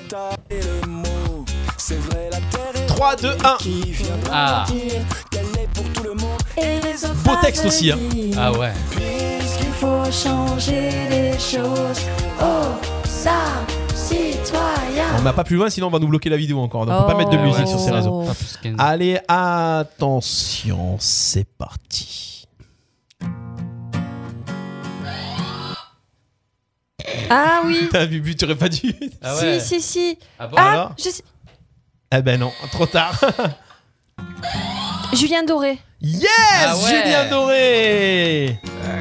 Speaker 3: 3, 2, 1.
Speaker 4: Ah
Speaker 3: Beau texte aussi. Hein.
Speaker 4: Ah ouais.
Speaker 7: Puisqu'il faut changer les choses. Oh, ça, citoyen.
Speaker 3: On va pas plus loin, sinon on va nous bloquer la vidéo encore. Donc on peut pas
Speaker 5: Oh.
Speaker 3: mettre de
Speaker 5: Ouais,
Speaker 3: musique
Speaker 5: ouais,
Speaker 3: sur
Speaker 5: c'est
Speaker 3: ces
Speaker 5: ça.
Speaker 3: réseaux.
Speaker 4: Pas plus qu'un.
Speaker 3: Allez, attention, c'est parti.
Speaker 5: Ah oui.
Speaker 3: T'as vu, vu, tu aurais pas dû.
Speaker 4: Ah ouais.
Speaker 5: Si si si.
Speaker 4: Ah bon
Speaker 5: Ah,
Speaker 3: Alors
Speaker 5: je sais-
Speaker 3: Eh ben non, trop tard.
Speaker 5: Julien Doré.
Speaker 3: Yes,
Speaker 4: Ah ouais.
Speaker 3: Julien Doré.
Speaker 2: Quand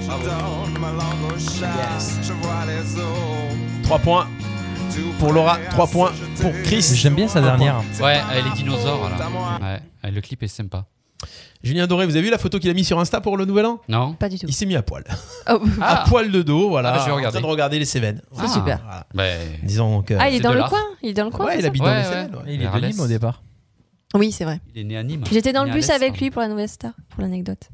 Speaker 2: je donne ma langue au chat, je vois les os.
Speaker 3: 3 points. pour Laura, 3 points pour Chris.
Speaker 6: J'aime bien sa dernière.
Speaker 4: Ouais, euh, les dinosaures là. Ouais, euh, le clip est sympa.
Speaker 3: Julien Doré, vous avez vu la photo qu'il a mis sur Insta pour le nouvel an
Speaker 4: Non.
Speaker 5: Pas du tout.
Speaker 3: Il s'est mis à poil.
Speaker 5: Oh.
Speaker 3: À poil de dos, voilà.
Speaker 4: Ah, bah, je vais
Speaker 3: en
Speaker 4: regarder. Ah.
Speaker 3: train de regarder les Cévennes.
Speaker 5: C'est super.
Speaker 3: Voilà. Disons que.
Speaker 5: Ah, il est dans le coin Il est dans le coin
Speaker 3: Ouais,
Speaker 5: c'est
Speaker 3: il
Speaker 5: ça
Speaker 3: habite dans les Cévennes. ouais.
Speaker 6: Il est de Nîmes au départ.
Speaker 5: Oui, c'est vrai.
Speaker 4: Il est né à Nîmes.
Speaker 5: J'étais
Speaker 4: Il
Speaker 5: dans le
Speaker 4: est à
Speaker 5: bus
Speaker 4: l'Est,
Speaker 5: avec
Speaker 4: hein.
Speaker 5: lui pour la nouvelle star, pour l'anecdote.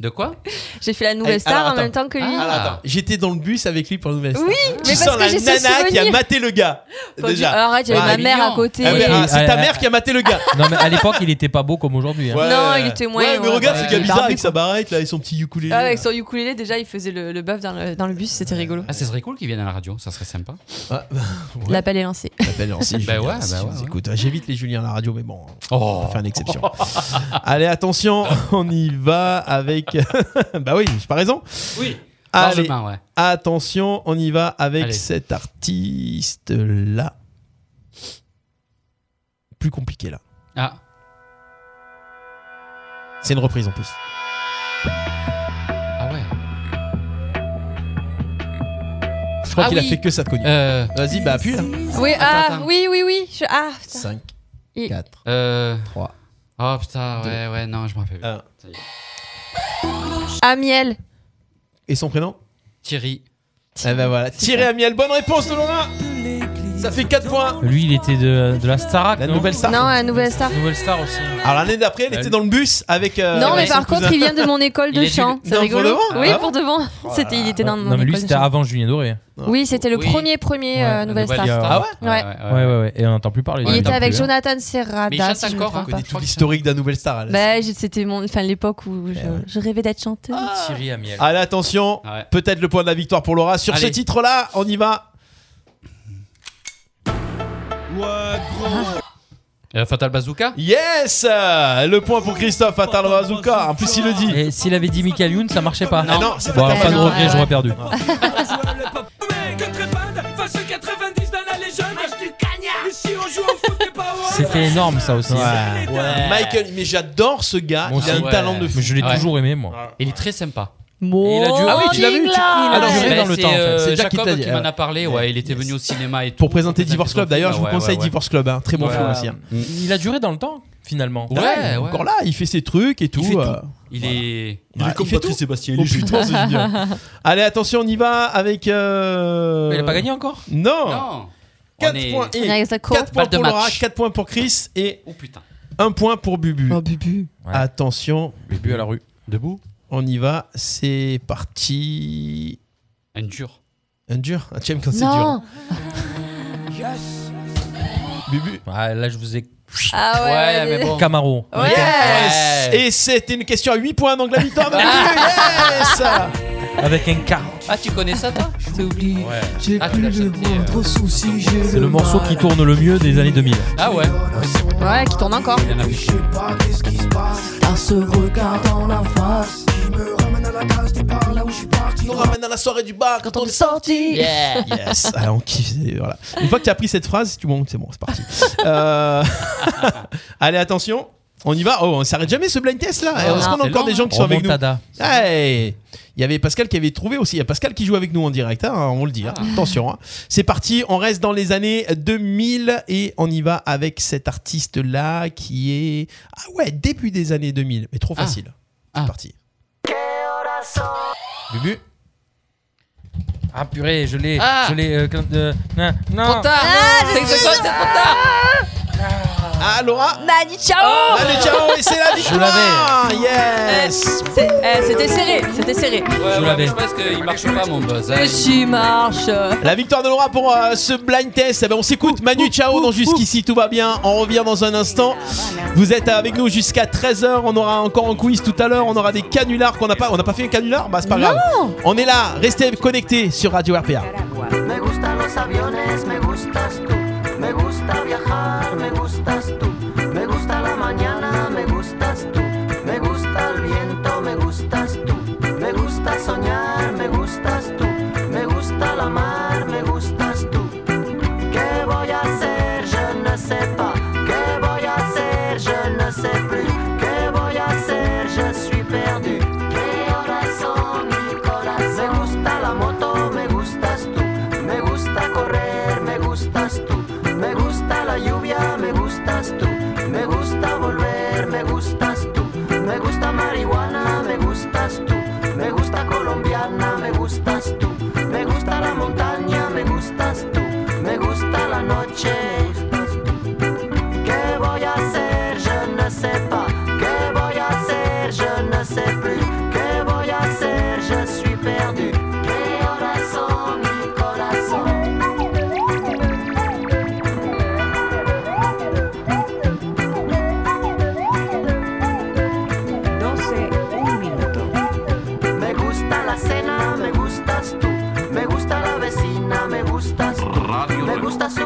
Speaker 4: De quoi
Speaker 5: J'ai fait la nouvelle
Speaker 3: Eh,
Speaker 5: star
Speaker 3: Ah alors,
Speaker 5: en même
Speaker 3: attends.
Speaker 5: temps que lui.
Speaker 3: Ah, alors, attends. J'étais dans le bus avec lui pour le nouvel star.
Speaker 5: Oui,
Speaker 3: tu
Speaker 5: mais
Speaker 3: sens
Speaker 5: parce que
Speaker 3: la
Speaker 5: j'ai ce
Speaker 3: nana qui a
Speaker 5: souvenir.
Speaker 3: maté le gars.
Speaker 5: Pas du-
Speaker 3: déjà.
Speaker 5: Alors, arrête, j'avais
Speaker 3: Ah,
Speaker 5: ma
Speaker 3: il est
Speaker 5: mère à
Speaker 3: mignon.
Speaker 5: côté.
Speaker 3: Ah, mais, ah, c'est ta
Speaker 6: Ah,
Speaker 3: mère qui a maté le gars.
Speaker 6: Non, mais à l'époque, il était pas beau comme aujourd'hui. hein.
Speaker 3: Ouais.
Speaker 5: Non, il était moyen,
Speaker 3: Ouais, mais
Speaker 5: ouais.
Speaker 3: regarde
Speaker 5: Ouais.
Speaker 3: ce gars
Speaker 5: Il est
Speaker 3: bizarre
Speaker 5: barbu,
Speaker 3: avec sa barrette là et son petit ukulélé.
Speaker 5: Ah, avec son ukulélé, déjà, il faisait le, le bœuf dans le, dans le bus, c'était rigolo.
Speaker 4: Ah, ce serait cool qu'ils viennent à la radio, ça serait sympa.
Speaker 3: Ah, bah, ouais.
Speaker 5: L'appel est lancé.
Speaker 3: L'appel est lancé,
Speaker 4: Bah
Speaker 3: Julien,
Speaker 4: ouais,
Speaker 3: si
Speaker 4: bah
Speaker 3: tu
Speaker 4: ouais, Oh.
Speaker 3: nous
Speaker 4: ouais.
Speaker 3: écoutes. J'évite les Julien à la radio, mais bon, on va faire une exception. Allez, attention, on y va avec. bah oui, j'ai pas raison.
Speaker 4: Oui,
Speaker 3: Allez,
Speaker 4: largement, ouais.
Speaker 3: attention, on y va avec
Speaker 4: Allez.
Speaker 3: cet artiste-là. Plus compliqué là.
Speaker 4: Ah.
Speaker 3: C'est une reprise en plus.
Speaker 4: Ah ouais.
Speaker 3: Je crois
Speaker 4: Ah
Speaker 3: qu'il
Speaker 4: oui.
Speaker 3: a fait que ça de connu. Vas-y, bah appuie. Là.
Speaker 5: Oui,
Speaker 4: Attends,
Speaker 5: ah,
Speaker 4: attends.
Speaker 5: oui, oui, oui. je- Ah, putain.
Speaker 3: 5,
Speaker 5: Il-
Speaker 3: 4.
Speaker 4: Euh...
Speaker 3: 3.
Speaker 4: Oh putain, ouais, ouais, non, je m'en rappelle plus. Ça y est.
Speaker 5: Amiel.
Speaker 3: Et son prénom
Speaker 4: Thierry.
Speaker 3: Eh ben voilà. Thierry Amiel, bonne réponse de Laura Ça fait 4 points.
Speaker 6: Lui, il était de, de la Starac. La
Speaker 3: nouvelle star.
Speaker 5: Non, la nouvelle star.
Speaker 6: Nouvelle star aussi.
Speaker 3: Alors l'année d'après, elle était dans le bus avec. euh,
Speaker 5: non, mais
Speaker 3: avec son
Speaker 5: par contre,
Speaker 3: cousin.
Speaker 5: il vient de mon école
Speaker 3: Il
Speaker 5: de
Speaker 3: est
Speaker 5: chant.
Speaker 3: nul.
Speaker 5: C'est
Speaker 3: Non, pour
Speaker 5: rigolo.
Speaker 3: devant
Speaker 5: Oui,
Speaker 3: Ah.
Speaker 5: pour devant. C'était, il était dans mon
Speaker 6: Non, mais lui,
Speaker 5: école de
Speaker 6: c'était
Speaker 5: chant.
Speaker 6: avant Julien Doré. hein.
Speaker 5: Oui, c'était le
Speaker 4: Oui.
Speaker 5: premier, premier euh,
Speaker 4: Ouais,
Speaker 5: nouvelle star.
Speaker 4: Nouvelle Star. Ah
Speaker 5: ouais Ouais.
Speaker 6: Ouais, ouais, ouais. Et on n'entend plus hein. parler.
Speaker 5: Il était avec
Speaker 3: hein.
Speaker 5: Jonathan Serrada.
Speaker 4: Mais il chante
Speaker 5: si je me
Speaker 4: encore,
Speaker 5: trompe
Speaker 4: hein,
Speaker 5: pas.
Speaker 4: connaît tout
Speaker 3: Historique d'un nouvelle star. elle.
Speaker 5: Bah, j'ai- c'était mon, enfin l'époque où je, je rêvais d'être chanteuse.
Speaker 4: Ah.
Speaker 6: Thierry Amiel.
Speaker 3: Allez, attention, peut-être le point de la victoire pour Laura. Sur ce
Speaker 6: Allez.
Speaker 3: titre-là, on y va.
Speaker 4: Euh, Fatal Bazooka
Speaker 3: Yes euh, Le point pour Christophe, Fatal Bazooka. En plus, il le dit.
Speaker 6: Et s'il avait dit Michael Youn, ça marchait pas.
Speaker 3: Non, non, c'est
Speaker 6: Bon,
Speaker 3: Fatal
Speaker 6: pas de
Speaker 5: Ah.
Speaker 3: Bazooka.
Speaker 6: regret, j'aurais perdu. C'était énorme, ça aussi.
Speaker 3: Michael, mais j'adore ce gars.
Speaker 6: Moi
Speaker 3: il a
Speaker 6: aussi.
Speaker 3: un
Speaker 6: Ouais.
Speaker 3: talent de fou.
Speaker 6: Mais je l'ai
Speaker 4: Ouais.
Speaker 6: toujours aimé, moi.
Speaker 4: Il est très sympa.
Speaker 5: Bon,
Speaker 6: il a dû- Ah oui, tu l'avais
Speaker 3: vu, Oh. tu- il
Speaker 5: là.
Speaker 3: a
Speaker 4: Ah,
Speaker 3: duré
Speaker 4: ben,
Speaker 3: dans le
Speaker 4: c'est,
Speaker 3: temps, en fait.
Speaker 4: euh,
Speaker 3: C'est Jack qui
Speaker 4: Jacob
Speaker 3: t'a
Speaker 4: qui,
Speaker 3: dit,
Speaker 4: m'en
Speaker 3: euh,
Speaker 4: a parlé, ouais, il était venu au cinéma et tout.
Speaker 3: Pour présenter Divorce Club, d'ailleurs, je vous
Speaker 4: Ouais,
Speaker 3: conseille
Speaker 4: ouais,
Speaker 3: Divorce Club. hein. Très bon
Speaker 4: Ouais.
Speaker 3: film aussi. hein.
Speaker 6: Il a duré dans le temps, finalement.
Speaker 4: Ouais,
Speaker 3: Ah, il est
Speaker 4: ouais.
Speaker 3: Encore là, il fait ses trucs et tout.
Speaker 4: fait tout.
Speaker 3: euh,
Speaker 4: Il est.
Speaker 3: Ouais, il fait tout.
Speaker 6: Sébastien,
Speaker 3: Oh, putain, c'est génial. Allez, attention, on y va avec. euh,
Speaker 6: Mais il a pas gagné encore
Speaker 3: Non.
Speaker 4: Non.
Speaker 3: 4
Speaker 4: On est-
Speaker 3: points, et
Speaker 5: On est avec sa
Speaker 3: 4
Speaker 5: cour.
Speaker 3: points
Speaker 4: Balle de
Speaker 3: pour Laura,
Speaker 4: match.
Speaker 3: 4 points pour Chris et
Speaker 4: Oh putain.
Speaker 3: 1 point pour Bubu.
Speaker 5: Oh, Bubu.
Speaker 3: Attention.
Speaker 6: Bubu à la rue. Debout.
Speaker 3: On y va, c'est parti.
Speaker 4: Un dur.
Speaker 3: Un dur Ah, tu aimes quand c'est dur.
Speaker 5: Non.
Speaker 3: Bubu.
Speaker 6: Ouais, là, je vous ai.
Speaker 5: Ah ouais, ouais,
Speaker 6: mais
Speaker 5: ouais.
Speaker 6: bon. Camaro.
Speaker 5: Ouais.
Speaker 3: Yes Et c'était une question à 8 points, donc la victoire de Bubu, yes
Speaker 6: Avec un K.
Speaker 4: Ah, tu connais ça toi Je
Speaker 10: oublié.
Speaker 4: Ouais.
Speaker 10: J'ai
Speaker 4: Ah, tu
Speaker 10: plus
Speaker 4: l'as
Speaker 10: le
Speaker 4: chanté, euh,
Speaker 10: moindre souci. j'ai
Speaker 6: C'est le morceau
Speaker 10: mal.
Speaker 6: qui tourne le mieux des années 2000.
Speaker 4: Ah ouais.
Speaker 5: Ouais, qui tourne encore.
Speaker 6: Ah
Speaker 10: Je sais pas qu'est-ce qui se passe. À ce regard dans la face qui me ramène à la case départ là où je suis parti.
Speaker 3: On ramène à la soirée du bar quand on est sorti.
Speaker 10: Yeah.
Speaker 3: Yes. Ah, on kiffe. c'est- Voilà. Une fois que tu as appris cette phrase, tu montes, c'est bon, c'est parti. Euh, Allez, attention. On y va. Oh, on s'arrête jamais ce blind test là.
Speaker 6: Non,
Speaker 3: Est-ce qu'on a
Speaker 6: c'est
Speaker 3: encore
Speaker 6: long. hein.
Speaker 3: des gens qui sont avec nous
Speaker 6: Remontada.
Speaker 3: Hey Il y avait Pascal qui avait trouvé aussi. Il y a Pascal qui joue avec nous en direct. hein, on le dit. hein.
Speaker 6: Ah.
Speaker 3: Attention. hein. C'est parti. On reste dans les années 2000 et on y va avec cet artiste là qui est ah ouais début des années 2000. Mais
Speaker 6: Ah.
Speaker 3: trop facile. C'est parti. Bubu.
Speaker 6: Ah purée, je l'ai.
Speaker 4: Ah.
Speaker 6: Je l'ai. euh, quand- euh, non, non.
Speaker 4: Trop tard.
Speaker 5: Ah,
Speaker 4: Cinq secondes, c'est trop tard.
Speaker 3: Ah Laura.
Speaker 5: Nani,
Speaker 15: Oh.
Speaker 5: ciao.
Speaker 3: Allez, ciao, et c'est la victoire Yes
Speaker 5: C'est- eh, C'était serré, c'était serré.
Speaker 4: Ouais, ouais,
Speaker 6: l'avais.
Speaker 4: mais Je pense qu'il marche pas mon buzz. hein.
Speaker 5: Que tu marches.
Speaker 3: La victoire de Laura pour euh, ce blind test. Eh ben, on s'écoute. Manu, ciao. Donc jusqu'ici, tout va bien. On revient dans un instant. Vous êtes avec nous jusqu'à 13h. On aura encore un quiz tout à l'heure. On aura des canulars qu'on n'a pas. On n'a pas fait un canular Bah, c'est pas grave. On est là. Restez connectés sur Radio RPA.
Speaker 2: Me gustan los aviones, me gustas tú. Me gusta viajar, me gustas tú. Me gusta la mañana, me gustas tú. Me gusta el viento, me gustas tú. Me gusta soñar, me gustas tú. Me gusta la mar, me gustas tú. ¿Qué voy a hacer? Je ne sais pas. ¿Qué voy a hacer? Je ne sais plus. ¿Qué voy a hacer? Je suis perdu. ¿Qué corazón, mi corazón? Me gusta la moto, me gustas tú. Me gusta correr, me gusta.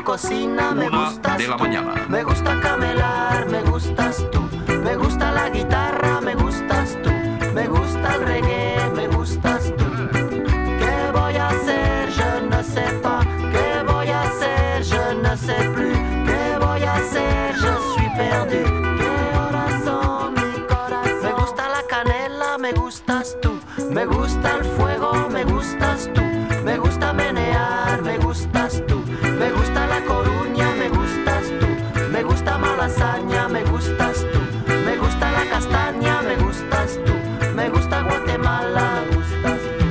Speaker 14: cocina, me
Speaker 16: Una
Speaker 14: gustas
Speaker 16: de la
Speaker 14: tú.
Speaker 16: mañana.
Speaker 14: Me gusta camelar, me gustas tú. Me gusta la guitarra, me gustas tú. Me gusta el reggae, me gustas tú. ¿Qué voy a hacer? Je ne sais pas. ¿Qué voy a hacer? Je ne sais plus. ¿Qué voy a hacer? Je suis perdu. ¿Qué corazón, mi corazón? Me gusta la canela, me gustas tú. Me gusta el fuego, me gustas tú. Me gusta menear, me gustas tú. Me gusta la coruña, me gustas tú. Me gusta malasaña, me gustas tú. Me gusta la castaña, me gustas tú. Me gusta Guatemala, me gustas tú.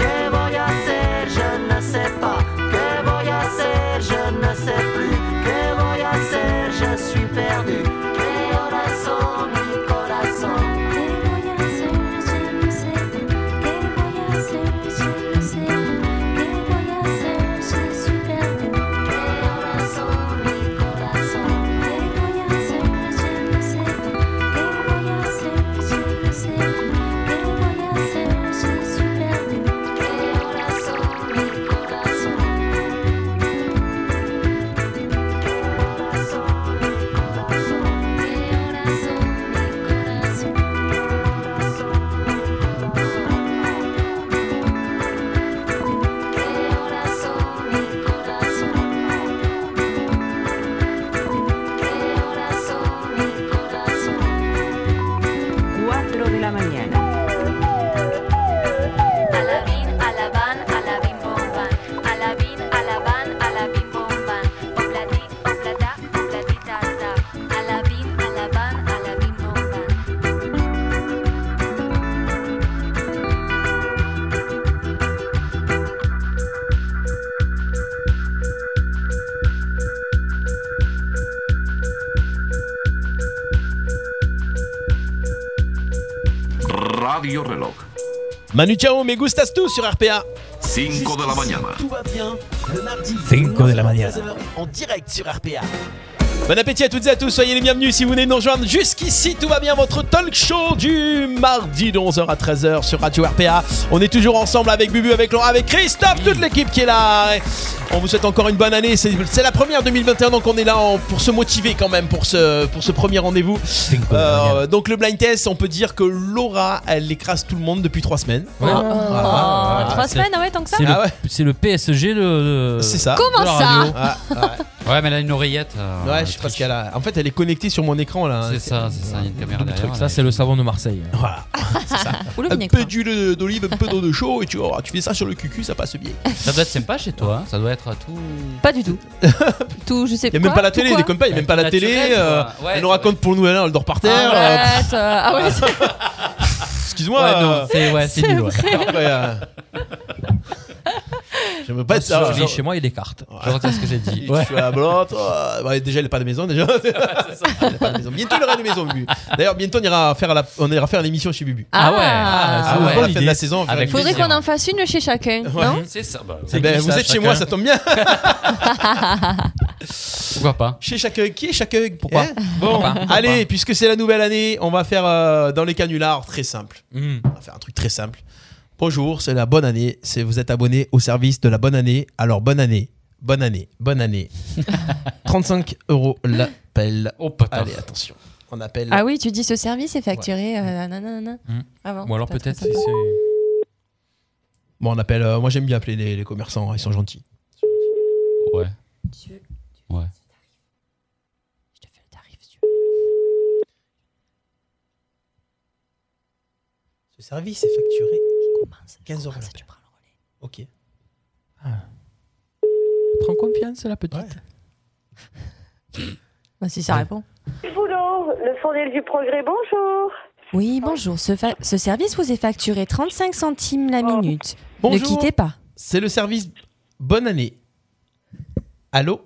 Speaker 14: ¿Qué voy a hacer? Je ne sais pas. ¿Qué voy a hacer? Je ne sais plus. ¿Qué voy a hacer? Je suis perdu. ¿Qué corazón, mi corazón? ¿Qué voy a hacer? Je ne sais plus.
Speaker 17: Cuatro de la mañana.
Speaker 15: A la bin, a la van, a la bim bom van. A la bin, a la van, a la bim bom van. Obladi, oblada, obladi ta ta. A la bin, a la van, a la bim bom van.
Speaker 16: Radio Reloj.
Speaker 3: Manu Chao, me gustas tú sur RPA.
Speaker 16: 5 de la mañana.
Speaker 1: Tout va bien le mardi.
Speaker 3: 5 de la mañana.
Speaker 1: 13 heures, En direct sur RPA.
Speaker 3: Bon appétit à toutes et à tous, soyez les bienvenus si vous venez de nous rejoindre jusqu'ici, tout va bien, votre talk show du mardi de 11h à 13h sur Radio RPA. On est toujours ensemble avec Bubu, avec Laura, avec Christophe, toute l'équipe qui est là. Et On vous souhaite encore une bonne année, c'est c'est la première 2021 donc on est là en- pour se motiver quand même pour ce, pour ce premier rendez-vous. Euh, donc le blind test, on peut dire que Laura, elle écrase tout le monde depuis 3 semaines.
Speaker 5: Ouais.
Speaker 3: Voilà.
Speaker 5: Oh,
Speaker 3: Voilà.
Speaker 5: trois semaines, ah ouais, tant que ça
Speaker 3: C'est le-
Speaker 5: Ah ouais.
Speaker 4: C'est le PSG de. de-
Speaker 3: C'est ça.
Speaker 5: Comment
Speaker 4: euh, de la
Speaker 5: ça
Speaker 4: radio.
Speaker 3: Ah,
Speaker 4: Ouais, mais elle a une oreillette.
Speaker 6: Ah,
Speaker 3: Ouais, je sais pas ce qu'elle a. En fait, elle est connectée sur mon écran là. hein.
Speaker 4: C'est ça, c'est ça, il y a une caméra
Speaker 3: Double
Speaker 4: derrière.
Speaker 3: truc,
Speaker 4: elle a-
Speaker 6: Ça, c'est le savon de Marseille.
Speaker 3: Voilà. un peu d'huile d'olive, un peu d'eau de chaud et tu vois, tu fais ça sur le cucu, ça passe bien.
Speaker 4: Ça doit être sympa chez toi, hein. ça doit être tout.
Speaker 5: Pas du tout. tout, je sais
Speaker 3: Il y a même
Speaker 5: quoi,
Speaker 3: pas la
Speaker 5: tout
Speaker 3: télé,
Speaker 5: quoi.
Speaker 3: il est comme pas, il y a même pas la
Speaker 4: Naturel,
Speaker 3: télé.
Speaker 4: quoi.
Speaker 3: euh,
Speaker 4: Ouais,
Speaker 3: elle nous raconte pour le nouvel an, elle dort par terre. euh,
Speaker 5: Arrête, euh, ah ouais, c'est-
Speaker 3: Excuse-moi.
Speaker 4: Ouais, non,
Speaker 3: euh,
Speaker 4: c'est- ouais, c'est C'est nul, ouais. vrai.
Speaker 3: Après, euh, J'aimerais pas être
Speaker 6: Moi,
Speaker 3: ça.
Speaker 6: je lis chez moi, il y a des cartes. Je retiens ce que j'ai dit.
Speaker 3: Je
Speaker 6: Ouais.
Speaker 3: suis à la blonde, oh, bah, déjà, elle est pas à la maison, déjà. Elle est pas à la maison. Bientôt, il aura une maison, Bubu. D'ailleurs, bientôt, on ira faire, la- on ira faire une émission chez Bubu.
Speaker 5: Ah ouais.
Speaker 4: Ah,
Speaker 3: Ah
Speaker 4: c'est une
Speaker 3: ouais, à la
Speaker 4: bonne
Speaker 3: fin de
Speaker 4: idée.
Speaker 3: la saison, on fera
Speaker 4: Avec
Speaker 3: une
Speaker 5: Faudrait
Speaker 3: émission.
Speaker 5: qu'on en fasse une chez chacun, non
Speaker 4: C'est ça. bah,
Speaker 3: Eh ben, vous
Speaker 4: ça,
Speaker 3: êtes chez
Speaker 4: chacun.
Speaker 3: moi, ça tombe bien.
Speaker 4: Pourquoi pas
Speaker 3: Chez chaque œil. qui est chaque œil Pourquoi Bon,
Speaker 4: Pourquoi pas Pourquoi
Speaker 3: allez,
Speaker 4: pas
Speaker 3: puisque c'est la nouvelle année, on va faire euh, dans les canulars très simple.
Speaker 6: Hmm.
Speaker 3: On va faire un truc très simple. Bonjour, c'est la bonne année. C'est vous êtes abonné au service de la bonne année. Alors bonne année, bonne année, bonne année. 35 euros l'appel.
Speaker 4: Oh putain.
Speaker 3: Allez, attention. On appelle.
Speaker 5: Ah oui, tu dis ce service est facturé. euh, nanana. Ah bon,
Speaker 3: Mm. Hmm. Ou alors
Speaker 5: c'est pas
Speaker 3: peut-être
Speaker 5: très
Speaker 3: si
Speaker 5: sympa.
Speaker 3: Bon, on appelle. euh, moi, j'aime bien appeler les, les commerçants. hein, Ils sont gentils.
Speaker 4: Ouais. Ouais.
Speaker 3: Ce service est facturé. 15 euros. l'appel. Ok.
Speaker 6: Prends Ah. confiance, la petite.
Speaker 5: Bah, si ça répond.
Speaker 12: Boulot, le Fondel du Progrès, bonjour.
Speaker 17: Oui, bonjour. Ce, fa- ce service vous est facturé 35 centimes la minute.
Speaker 3: Bonjour.
Speaker 17: Ne quittez pas.
Speaker 3: C'est le service. Bonne année. Allô.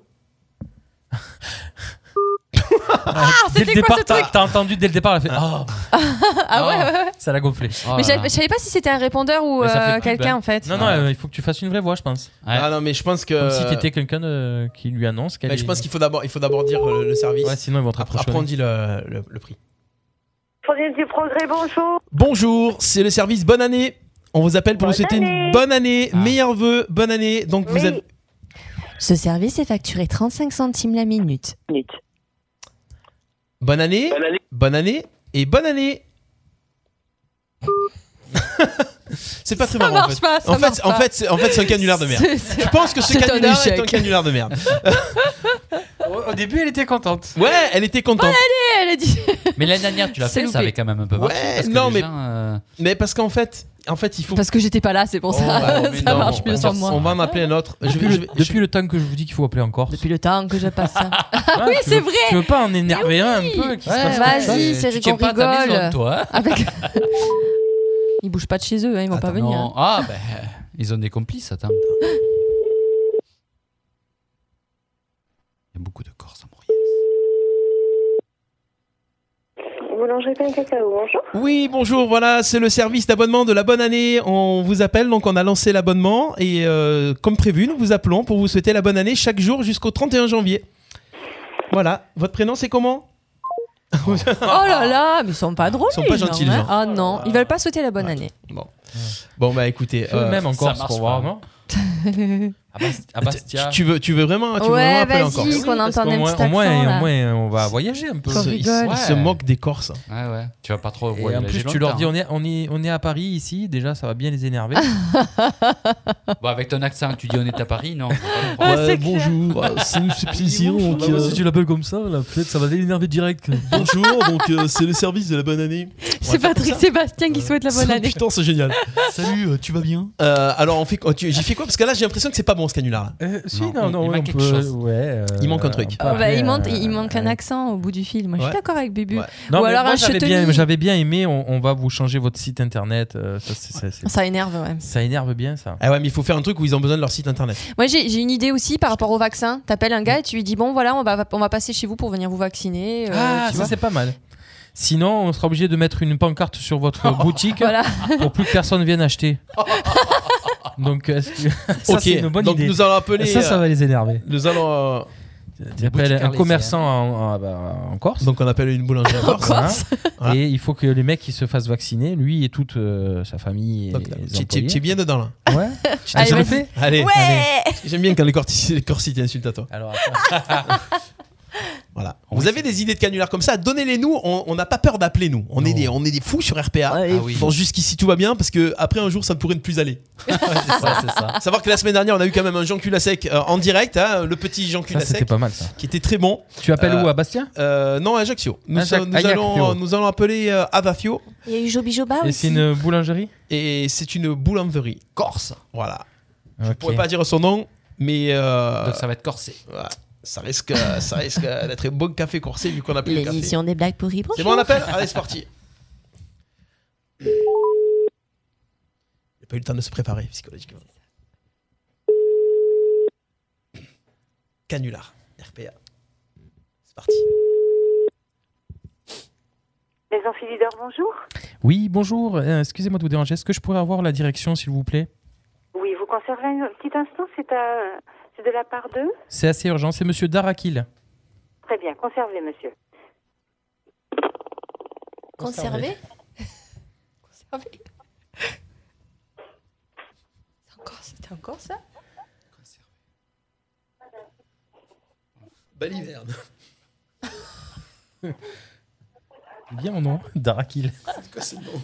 Speaker 3: Bah,
Speaker 6: Ah,
Speaker 5: c'était
Speaker 6: dès le
Speaker 5: quoi
Speaker 6: départ,
Speaker 5: ce
Speaker 6: t'as-
Speaker 5: truc
Speaker 6: T'as entendu dès le départ, elle a fait Ah,
Speaker 5: ah ouais, ouais, ouais.
Speaker 6: ça l'a gonflé.
Speaker 5: Mais j'avais- je savais pas si c'était un répondeur ou
Speaker 6: Ah Mais ça fait
Speaker 5: euh,
Speaker 6: plus
Speaker 5: quelqu'un
Speaker 6: belle.
Speaker 5: en fait.
Speaker 6: Non, non, euh, il faut que tu fasses une vraie voix, je pense.
Speaker 3: Ah non, mais je pense que.
Speaker 6: Comme si t'étais quelqu'un de- qui lui annonce qu'elle
Speaker 3: Mais je
Speaker 6: est-
Speaker 3: pense qu'il faut d'abord, il faut d'abord dire euh, le service.
Speaker 6: Ouais, sinon ils vont te
Speaker 3: Après,
Speaker 6: rapprocher.
Speaker 3: après, on dit le, le- le prix.
Speaker 12: Fondel du Progrès, bonjour.
Speaker 3: Bonjour, c'est le service. Bonne
Speaker 6: Ah.
Speaker 3: année. On vous appelle pour vous souhaiter une bonne année, meilleurs vœux, bonne année. Donc vous avez.
Speaker 17: Ce service est facturé 35 centimes la minute.
Speaker 3: Bonne année. Bonne année. Et bonne année. c'est pas très
Speaker 6: Ça
Speaker 3: marrant. en
Speaker 6: marche
Speaker 3: fait.
Speaker 6: pas, ça
Speaker 3: en, fait
Speaker 6: marche
Speaker 3: c'est- en
Speaker 6: pas.
Speaker 3: fait, c'est- en fait, c'est un canular de merde.
Speaker 6: C'est- c'est-
Speaker 3: Je pense que ce
Speaker 6: C'est un
Speaker 3: canular est
Speaker 6: échec.
Speaker 3: un canular de merde.
Speaker 6: Au début, elle était contente.
Speaker 3: Ouais, elle était contente.
Speaker 5: elle a dit.
Speaker 4: Mais l'année dernière, tu l'as
Speaker 3: C'est
Speaker 4: fait,
Speaker 3: loupé.
Speaker 4: ça avait quand même un peu marché.
Speaker 3: Ouais,
Speaker 4: parce que
Speaker 3: non,
Speaker 4: les
Speaker 3: mais-
Speaker 4: gens, euh,
Speaker 3: Mais parce qu'en fait, en fait, il faut.
Speaker 5: Parce que j'étais pas là, c'est pour ça.
Speaker 3: Oh, mais
Speaker 5: ça
Speaker 3: non,
Speaker 5: marche mieux
Speaker 3: on
Speaker 5: sur
Speaker 3: va-
Speaker 5: moi.
Speaker 3: On va en appeler un autre. Je vais- je vais-
Speaker 6: Depuis le temps que je vous dis qu'il faut appeler encore.
Speaker 5: Depuis le temps que je passe ça. Ah oui, c'est vrai.
Speaker 6: Tu veux pas en énerver un un peu qui se
Speaker 5: Ouais,
Speaker 6: passe
Speaker 5: vas-y,
Speaker 6: comme ça
Speaker 5: c'est
Speaker 6: Tu
Speaker 5: qu'on
Speaker 6: tiens pas à ta
Speaker 5: rigole. Ah.
Speaker 6: maison, toi, hein
Speaker 3: Ah, ben,
Speaker 5: Avec- Ils bougent pas de chez eux, hein, ils vont pas venir.
Speaker 4: non. Ah, ben, ils ont des complices, attends. Il y a beaucoup de Corses.
Speaker 12: Boulangerie Pain Cacao, bonjour.
Speaker 3: Oui, bonjour, voilà, c'est le service d'abonnement de la bonne année. On vous appelle, donc on a lancé l'abonnement et euh, comme prévu, nous vous appelons pour vous souhaiter la bonne année chaque jour jusqu'au 31 janvier. Voilà, votre prénom c'est comment
Speaker 5: Oh là là, mais ils sont pas drôles.
Speaker 3: Ah. Ils sont pas gentils, les gens.
Speaker 5: Ah non, ils veulent pas souhaiter la bonne année.
Speaker 3: Bon. Bon bah écoutez,
Speaker 6: Fais le même en Corse pour voir, non
Speaker 5: Bah,
Speaker 6: À Ah, Bastia.
Speaker 3: Tu veux, tu veux vraiment, tu veux
Speaker 5: Ouais,
Speaker 3: vraiment appeler
Speaker 5: vas-y,
Speaker 3: encore
Speaker 5: qu'on
Speaker 6: Parce
Speaker 5: entende
Speaker 6: qu'au
Speaker 5: un
Speaker 6: moins-
Speaker 5: petit
Speaker 6: au moins-
Speaker 5: accent, là.
Speaker 6: Au moins, on va voyager un peu.
Speaker 3: Ils se- ils se- ils se moquent des Corses.
Speaker 4: Ouais, ouais. Tu vas pas trop
Speaker 6: Et en
Speaker 4: voyager
Speaker 6: plus, tu leur
Speaker 4: longtemps,
Speaker 6: dis
Speaker 4: hein.
Speaker 6: on est, on, est, on est à Paris ici, déjà ça va bien les énerver. Bah,
Speaker 4: Bon, avec ton accent, tu dis on est à Paris, non
Speaker 6: Ouais, c'est clair. bonjour,
Speaker 3: Ah,
Speaker 4: Ouais,
Speaker 6: c'est une
Speaker 4: substitution, donc, euh,
Speaker 18: Si tu l'appelles comme ça, là, peut-être ça va l'énerver direct. Bonjour, donc
Speaker 3: euh,
Speaker 18: c'est le service de la bonne année.
Speaker 5: C'est Patrick Sébastien qui souhaite la bonne année.
Speaker 18: Putain, c'est génial. Salut, euh, tu vas bien
Speaker 3: Euh, alors on fait, quoi Tu- j'ai fait quoi parce que là j'ai l'impression que c'est pas bon ce canular.
Speaker 6: Euh, si, Non, non, il-
Speaker 3: il
Speaker 6: non, il ouais, manque on quelque peut- chose. ouais, euh,
Speaker 3: il manque un truc.
Speaker 6: on peut
Speaker 5: Ah bah, il,
Speaker 6: Après,
Speaker 5: manque,
Speaker 6: euh,
Speaker 5: il manque un accent au bout du film. Moi, je
Speaker 6: Ouais.
Speaker 5: suis d'accord avec Bubu.
Speaker 6: Non,
Speaker 5: Ou
Speaker 6: mais
Speaker 5: alors
Speaker 6: moi,
Speaker 5: un
Speaker 6: j'avais
Speaker 5: châtenier.
Speaker 6: bien, j'avais bien aimé, on, on va vous changer votre site internet. euh, ça, c'est- ça, c'est-
Speaker 5: Ça énerve, ouais.
Speaker 6: ça énerve bien ça.
Speaker 3: Ah ouais, mais il faut faire un truc où ils ont besoin de leur site internet.
Speaker 5: Moi, j'ai j'ai une idée aussi par rapport au vaccin. T'appelles un gars et tu lui dis Bon, voilà, on va, on va passer chez vous pour venir vous vacciner. euh,
Speaker 6: Ah,
Speaker 5: tu
Speaker 6: ça
Speaker 5: vois.
Speaker 6: c'est pas mal. Sinon, on sera obligé de mettre une pancarte sur votre boutique
Speaker 5: Voilà.
Speaker 6: pour plus que personne vienne acheter. Donc, est-ce que... ça,
Speaker 3: Ok,
Speaker 6: c'est une bonne
Speaker 3: donc
Speaker 6: idée.
Speaker 3: nous allons appeler,
Speaker 6: Ça, ça
Speaker 3: euh,
Speaker 6: va les énerver.
Speaker 3: Nous allons. euh,
Speaker 6: Tu appelles un commerçant en, en- bah, en Corse.
Speaker 3: Donc on appelle une boulangerie en Corse. Corse. Voilà.
Speaker 6: Et il faut que les mecs ils se fassent vacciner, lui et toute euh, sa famille. Et
Speaker 3: Donc,
Speaker 6: les
Speaker 3: t'es- t'es-
Speaker 6: employés.
Speaker 3: t'es bien dedans là.
Speaker 6: Ouais. Ah,
Speaker 3: Tu
Speaker 6: Allez,
Speaker 3: t'as
Speaker 6: vas-y.
Speaker 3: fait Allez.
Speaker 6: Ouais.
Speaker 3: allez. J'aime bien quand les Corsi- les Corsites insultent à toi.
Speaker 6: Alors,
Speaker 3: voilà. Vous avez des idées de canulars comme ça Donnez-les nous. On on n'a pas peur d'appeler nous. On est des, on est des fous sur RPA.
Speaker 6: Ah oui.
Speaker 3: Bon, jusqu'ici tout va bien parce que après un jour ça ne pourrait ne plus aller. Savoir que la semaine dernière on a eu quand même un Jean cul à sec euh, en direct, hein, le petit Jean cul
Speaker 6: Ça,
Speaker 3: à sec.
Speaker 6: c'était pas mal ça.
Speaker 3: Qui était très bon.
Speaker 6: Tu appelles où, à Bastia
Speaker 3: euh, Non, à Ajaccio. Nous,
Speaker 6: Ajac-
Speaker 3: so- nous
Speaker 6: Ajaccio.
Speaker 3: allons, nous allons appeler euh, Ajaccio.
Speaker 17: Il y a eu Joby Joba aussi.
Speaker 6: boulangerie
Speaker 3: Ah Et c'est une boulangerie corse. Voilà. Je pourrais pas dire son nom, mais. euh,
Speaker 4: Donc ça va être corsé.
Speaker 3: voilà. Ça risque, ça risque d'être un bon café corsé vu qu'on appelle le café.
Speaker 17: L'émission des blagues pourries.
Speaker 3: C'est bon, on appelle Allez, c'est parti. Il n'a pas eu le temps de se préparer psychologiquement. Canular, RPA.
Speaker 12: Les Infilideurs, bonjour.
Speaker 6: Oui, bonjour. euh, Excusez-moi de vous déranger. Est-ce que je pourrais avoir la direction, s'il vous plaît
Speaker 12: Oui, vous conservez un petit instant, c'est à- c'est de la part d'eux
Speaker 6: C'est assez urgent. C'est Monsieur Darakil.
Speaker 12: Très bien, conservez, monsieur.
Speaker 5: Conservé Conservé C'est encore- C'était encore ça
Speaker 3: Baliverne.
Speaker 6: Bien mon nom, Darakil.
Speaker 3: C'est quoi ce nom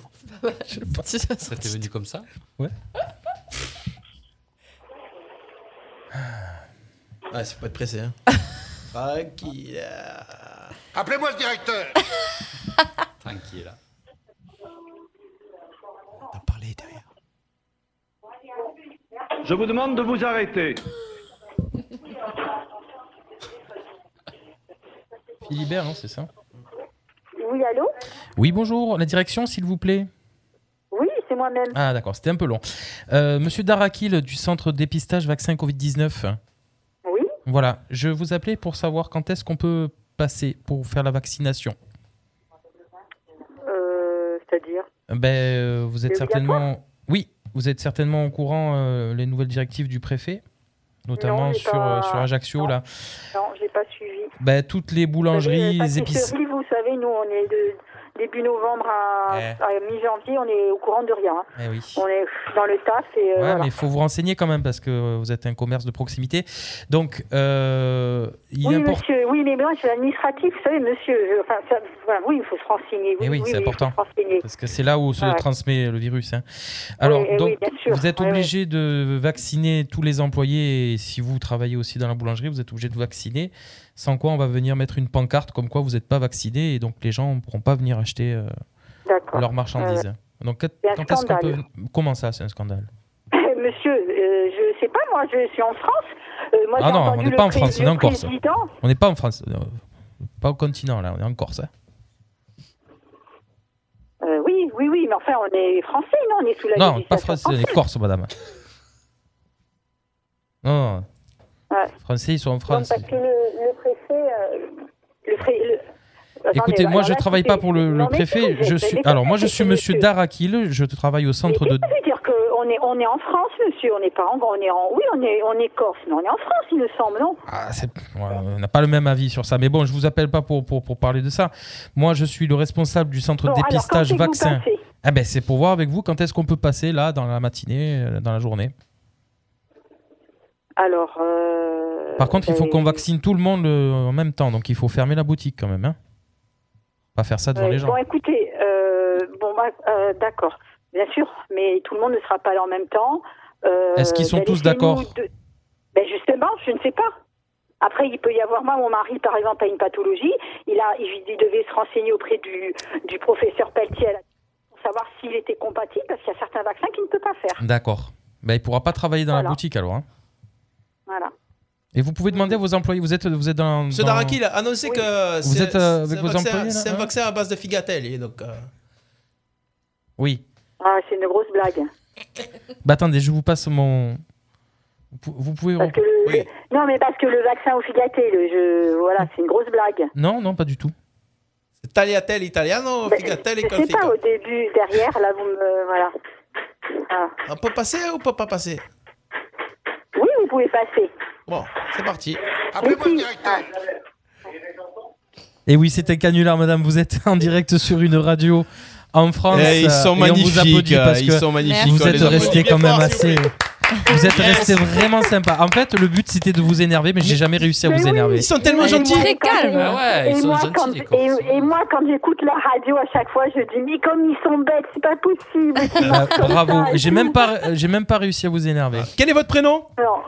Speaker 4: Je sais pas. Ça t'est venu comme ça
Speaker 6: Ouais.
Speaker 3: Ah, c'est pas être pressé. Hein. euh, Tranquille.
Speaker 14: Euh, Appelez-moi le directeur.
Speaker 4: Tranquille.
Speaker 13: Je vous demande de vous arrêter.
Speaker 6: Philibert, hein, c'est ça
Speaker 12: Oui, allô
Speaker 6: Oui, bonjour. La direction, s'il vous plaît.
Speaker 12: Oui, c'est moi-même.
Speaker 6: Ah, d'accord. C'était un peu long. Euh, Monsieur Darakil du centre dépistage vaccin Covid-19.
Speaker 12: Oui.
Speaker 6: Voilà. Je vous appelais pour savoir quand est-ce qu'on peut passer pour faire la vaccination.
Speaker 12: Euh, C'est-à-dire
Speaker 6: Ben, euh, vous êtes
Speaker 12: C'est obligatoire
Speaker 6: certainement. Oui, vous êtes certainement au courant euh, les nouvelles directives du préfet, notamment
Speaker 12: Non, j'ai
Speaker 6: sur,
Speaker 12: pas-
Speaker 6: euh, sur Ajaccio là.
Speaker 12: Non, j'ai pas suivi.
Speaker 6: Ben, toutes les boulangeries,
Speaker 12: Vous savez,
Speaker 6: les épices.
Speaker 12: pâtisserie, Vous savez, nous, on est de, début novembre à,
Speaker 6: Eh.
Speaker 12: à mi-janvier, on est au courant de rien. hein.
Speaker 6: Eh oui.
Speaker 12: On est dans le taf et euh,
Speaker 6: Ouais,
Speaker 12: voilà.
Speaker 6: mais il faut vous renseigner quand même parce que euh, vous êtes un commerce de proximité. Donc, euh, il
Speaker 12: oui,
Speaker 6: importe.
Speaker 12: monsieur, oui, mais moi, je suis administratif, vous savez, monsieur. je- enfin, ça- voilà, oui, il faut se renseigner.
Speaker 6: Eh oui, c'est important. Parce que c'est là où se
Speaker 12: Ah ouais.
Speaker 6: transmet le virus. hein. Alors,
Speaker 12: eh oui,
Speaker 6: donc,
Speaker 12: bien sûr.
Speaker 6: vous êtes
Speaker 12: Ouais,
Speaker 6: obligé de vacciner tous les employés. Et si vous travaillez aussi dans la boulangerie, vous êtes obligé de vacciner. Sans quoi, on va venir mettre une pancarte comme quoi vous n'êtes pas vacciné. Et donc, les gens ne pourront pas venir acheter euh, leurs marchandises.
Speaker 12: Ouais, ouais.
Speaker 6: Donc, quand,
Speaker 12: Euh, C'est un
Speaker 6: quand est-ce qu'on peut.
Speaker 12: scandale.
Speaker 6: Comment ça, c'est un scandale
Speaker 12: Monsieur, euh, je sais pas, moi, je suis en France. Euh, moi,
Speaker 6: Ah
Speaker 12: j'ai
Speaker 6: non,
Speaker 12: entendu
Speaker 6: on n'est
Speaker 12: le
Speaker 6: pas en
Speaker 12: pré-
Speaker 6: France, on
Speaker 12: le
Speaker 6: est en Corse.
Speaker 12: président.
Speaker 6: On n'est pas en France. euh, Pas au continent, là, on est en Corse. hein.
Speaker 12: Euh, oui, oui, oui, mais enfin, on est français, non On est sous la
Speaker 6: Non,
Speaker 12: législation
Speaker 6: pas français, les
Speaker 12: française.
Speaker 6: Corses, madame. Non, non,
Speaker 12: Ouais.
Speaker 6: français, ils sont en
Speaker 12: Non,
Speaker 6: France.
Speaker 12: parce que le, le préfet. euh, le pré- le- Attendez,
Speaker 6: Écoutez,
Speaker 12: alors
Speaker 6: moi je
Speaker 12: là,
Speaker 6: travaille
Speaker 12: écoutez,
Speaker 6: pas pour le, le
Speaker 12: non, mais si,
Speaker 6: préfet.
Speaker 12: vous
Speaker 6: Je
Speaker 12: êtes-
Speaker 6: suis
Speaker 12: mais
Speaker 6: alors moi
Speaker 12: pourquoi
Speaker 6: je suis
Speaker 12: c'est
Speaker 6: Monsieur Darakil. Je travaille au centre de.
Speaker 12: Ça veut dire qu'on est, on est en France, monsieur. On n'est pas en. On est en oui, on est, on est Corse, mais on est en France, il me semble, non
Speaker 6: Ah, c'est- ouais, on n'a pas le même avis sur ça, mais bon, je vous appelle pas pour, pour, pour parler de ça. Moi je suis le responsable du centre
Speaker 12: Bon, alors,
Speaker 6: dépistage
Speaker 12: quand est-ce que vous
Speaker 6: vaccin.
Speaker 12: passez
Speaker 6: Ah ben c'est pour voir avec vous quand est-ce qu'on peut passer là dans la matinée, euh, dans la journée.
Speaker 12: Alors. euh,
Speaker 6: Par contre, il faut
Speaker 12: ben,
Speaker 6: qu'on vaccine tout le monde euh, en même temps, donc il faut fermer la boutique quand même. Hein pas faire ça devant
Speaker 12: euh,
Speaker 6: les gens.
Speaker 12: Bon, écoutez, euh, bon, bah, euh, d'accord, bien sûr, mais tout le monde ne sera pas là en même temps. Euh,
Speaker 6: Est-ce qu'ils sont
Speaker 12: ben,
Speaker 6: tous
Speaker 12: laissez-nous
Speaker 6: d'accord
Speaker 12: deux- Ben justement, je ne sais pas. Après, il peut y avoir, moi, mon mari, par exemple, a une pathologie. Il, a, il, il devait se renseigner auprès du, du professeur Pelletier à la- pour savoir s'il était compatible, parce qu'il y a certains vaccins qu'il ne peut pas faire.
Speaker 6: D'accord. Ben, il pourra pas travailler dans la
Speaker 12: Voilà.
Speaker 6: boutique alors. hein.
Speaker 12: Voilà.
Speaker 6: Et vous pouvez demander à vos employés. Vous êtes vous êtes dans.
Speaker 3: Monsieur
Speaker 6: dans-
Speaker 3: Daraki il a annoncé que
Speaker 6: Vous
Speaker 3: c'est-
Speaker 6: êtes, euh, avec
Speaker 3: c'est un
Speaker 6: vos
Speaker 3: vaccin-
Speaker 6: employés, là,
Speaker 3: C'est un
Speaker 6: hein
Speaker 3: vaccin à base de figatelle. et donc, euh,
Speaker 6: Oui.
Speaker 12: Ah, c'est une grosse blague.
Speaker 6: Bah attendez, je vous passe mon. Vous pou- Vous pouvez.
Speaker 12: Parce que le- Non, mais parce que le vaccin au figaté, le jeu, voilà, c'est une grosse blague.
Speaker 6: Non, non, pas du tout.
Speaker 3: tagliatelle italiano,
Speaker 12: Ben,
Speaker 3: figatelle
Speaker 12: je
Speaker 3: et
Speaker 12: sais pas, au début, derrière, là, vous me... Voilà. Ah.
Speaker 3: On peut passer ou on peut pas passer
Speaker 12: Oui, vous pouvez passer.
Speaker 3: Bon, c'est parti.
Speaker 12: Appelez-moi
Speaker 6: Et Eh oui, c'est un canular, madame. Vous êtes en direct sur une radio en France. euh,
Speaker 3: Eh, ils sont
Speaker 6: et on vous
Speaker 3: magnifiques,
Speaker 6: applaudit parce
Speaker 3: ils
Speaker 6: que
Speaker 3: sont magnifiques,
Speaker 6: Vous
Speaker 3: on
Speaker 6: êtes
Speaker 3: les applaudit.
Speaker 6: resté quand même
Speaker 3: Bien fort,
Speaker 6: assez.
Speaker 3: s'il vous
Speaker 6: Vous êtes
Speaker 3: Yes.
Speaker 6: resté vraiment sympa. En fait, le but c'était de vous énerver, mais j'ai jamais réussi à vous énerver.
Speaker 12: Et moi, quand-
Speaker 6: Ah
Speaker 3: Ah
Speaker 6: ouais, ils
Speaker 12: et
Speaker 6: sont
Speaker 12: moi,
Speaker 6: gentils,
Speaker 12: quand-
Speaker 6: les
Speaker 12: et, et moi, quand j'écoute la radio à chaque fois, je dis mais comme ils sont bêtes, c'est pas possible.
Speaker 6: Bah, bravo. J'ai même pas, j'ai même pas réussi à vous énerver.
Speaker 3: Quel est votre prénom
Speaker 12: Non.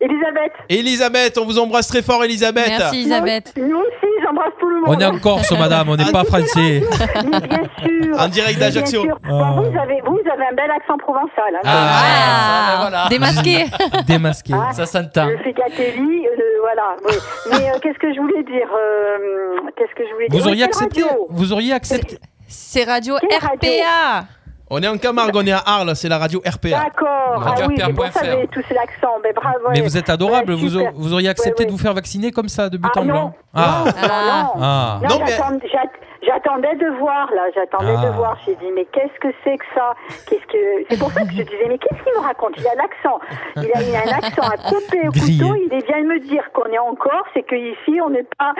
Speaker 12: Elisabeth.
Speaker 3: Elisabeth, on vous embrasse très fort, Elisabeth.
Speaker 12: Nous, nous aussi, j'embrasse tout le monde.
Speaker 6: On est en Corse, madame. On n'est pas français.
Speaker 12: Mais bien sûr.
Speaker 6: En direct
Speaker 12: Mais bien
Speaker 6: d'Ajaccio.
Speaker 12: sûr. Bon,
Speaker 6: Ah.
Speaker 12: vous, avez, vous avez un bel accent provençal. hein.
Speaker 5: Démasqué.
Speaker 6: Démasqué.
Speaker 12: Ah,
Speaker 4: Ça s'entend.
Speaker 12: Le Fegatelli, euh, voilà. oui. Mais euh, qu'est-ce que je voulais dire euh, Qu'est-ce que je voulais dire
Speaker 6: Vous auriez
Speaker 12: Mais quelle
Speaker 6: accepté.
Speaker 12: radio
Speaker 6: Vous auriez accepté.
Speaker 5: C'est radio
Speaker 12: Quelle radio
Speaker 5: RPA.
Speaker 3: On est en Camargue, on est à Arles, c'est la radio RPA.
Speaker 12: D'accord. Ah oui, c'est pour ça que j'ai tous ces accents. Mais bravo.
Speaker 6: Mais vous êtes adorable,
Speaker 12: Ouais,
Speaker 6: vous,
Speaker 12: super.
Speaker 6: aur- vous auriez accepté de vous faire vacciner comme ça, de but en blanc Ah,
Speaker 12: Ah, non.
Speaker 6: Ah.
Speaker 12: Non, j'attend- j'att- J'attendais de voir, là, j'attendais
Speaker 6: Ah.
Speaker 12: de voir. J'ai dit, mais qu'est-ce que c'est que ça Qu'est-ce que C'est pour ça que je disais, mais qu'est-ce qu'il me raconte Il a l'accent. Il a, il a un accent à couper au
Speaker 6: Grillé.
Speaker 12: couteau. Il vient de me dire qu'on est en Corse et qu'ici, on n'est pas.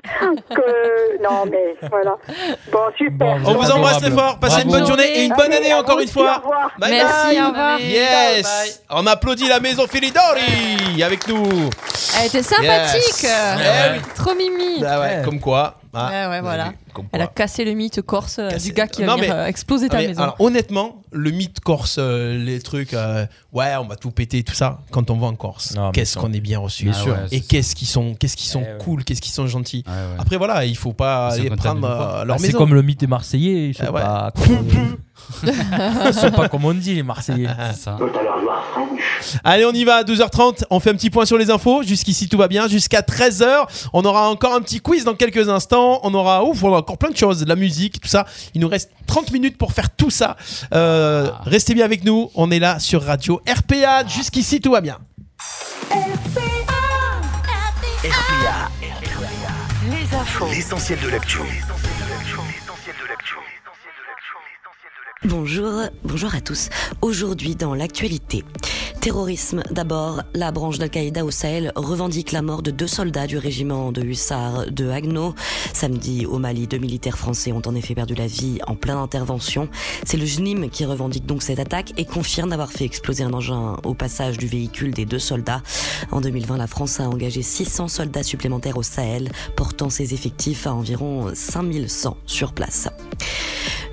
Speaker 12: Que... Non, mais voilà. Bon, super.
Speaker 3: On vous embrasse très fort, passez une bonne journée et une bonne année encore une fois. Bye
Speaker 5: Merci,
Speaker 3: bye.
Speaker 5: au revoir.
Speaker 3: Yes. On applaudit la maison Filidori avec nous.
Speaker 5: Elle était sympathique.
Speaker 3: Yes. Eh oui.
Speaker 5: Trop mimi.
Speaker 3: Bah ouais, comme quoi. Ah,
Speaker 12: Eh
Speaker 5: Ouais, ouais,
Speaker 3: vous avez
Speaker 5: voilà.
Speaker 3: vu, comme
Speaker 5: Elle a
Speaker 3: quoi.
Speaker 5: cassé le mythe corse euh, du gars qui va
Speaker 3: Non,
Speaker 5: venir
Speaker 3: mais- Ah,
Speaker 5: euh, exploser ta
Speaker 3: mais
Speaker 5: maison.
Speaker 3: alors, honnêtement, le mythe corse, euh, les trucs, euh, ouais, on va tout péter, tout ça. Quand on va en Corse, qu'est-ce qu'on est bien reçu
Speaker 6: Bien sûr. Ah ouais,
Speaker 3: Et
Speaker 6: c'est
Speaker 3: qu'est-ce qu'ils sont, qu'est-ce qu'ils sont
Speaker 6: Eh ouais. Ah
Speaker 3: cool, qu'est-ce qu'ils sont gentils. Après voilà, il faut pas
Speaker 6: C'est
Speaker 3: aller
Speaker 6: quand
Speaker 3: prendre
Speaker 6: t'as vu le
Speaker 3: euh,
Speaker 6: poids.
Speaker 3: leur
Speaker 6: Ah,
Speaker 3: maison.
Speaker 6: C'est comme le mythe des Marseillais, ils sont
Speaker 3: Ah ouais.
Speaker 6: pas. ils sont pas comme on dit les Marseillais.
Speaker 3: Allez, on y va à 12h30. On fait un petit point sur les infos. Jusqu'ici, tout va bien. Jusqu'à 13h, on aura encore un petit quiz dans quelques instants. On aura, ouf, on aura encore plein de choses, de la musique, tout ça. Il nous reste 30 minutes pour faire tout ça. Euh, Restez bien avec nous. On est là sur Radio RPA. Jusqu'ici, tout va bien.
Speaker 1: RPA. Les infos. L'essentiel de l'actu.
Speaker 19: Bonjour, bonjour à tous. Aujourd'hui dans l'actualité, Terrorisme d'abord, la branche d'Al-Qaïda au Sahel revendique la mort de deux soldats du régiment de hussards de Hagno. Samedi au Mali, deux militaires français ont en effet perdu la vie en pleine intervention. C'est le JNIM qui revendique donc cette attaque et confirme d'avoir fait exploser un engin au passage du véhicule des deux soldats. En 2020, la France a engagé 600 soldats supplémentaires au Sahel, portant ses effectifs à environ 5100 sur place.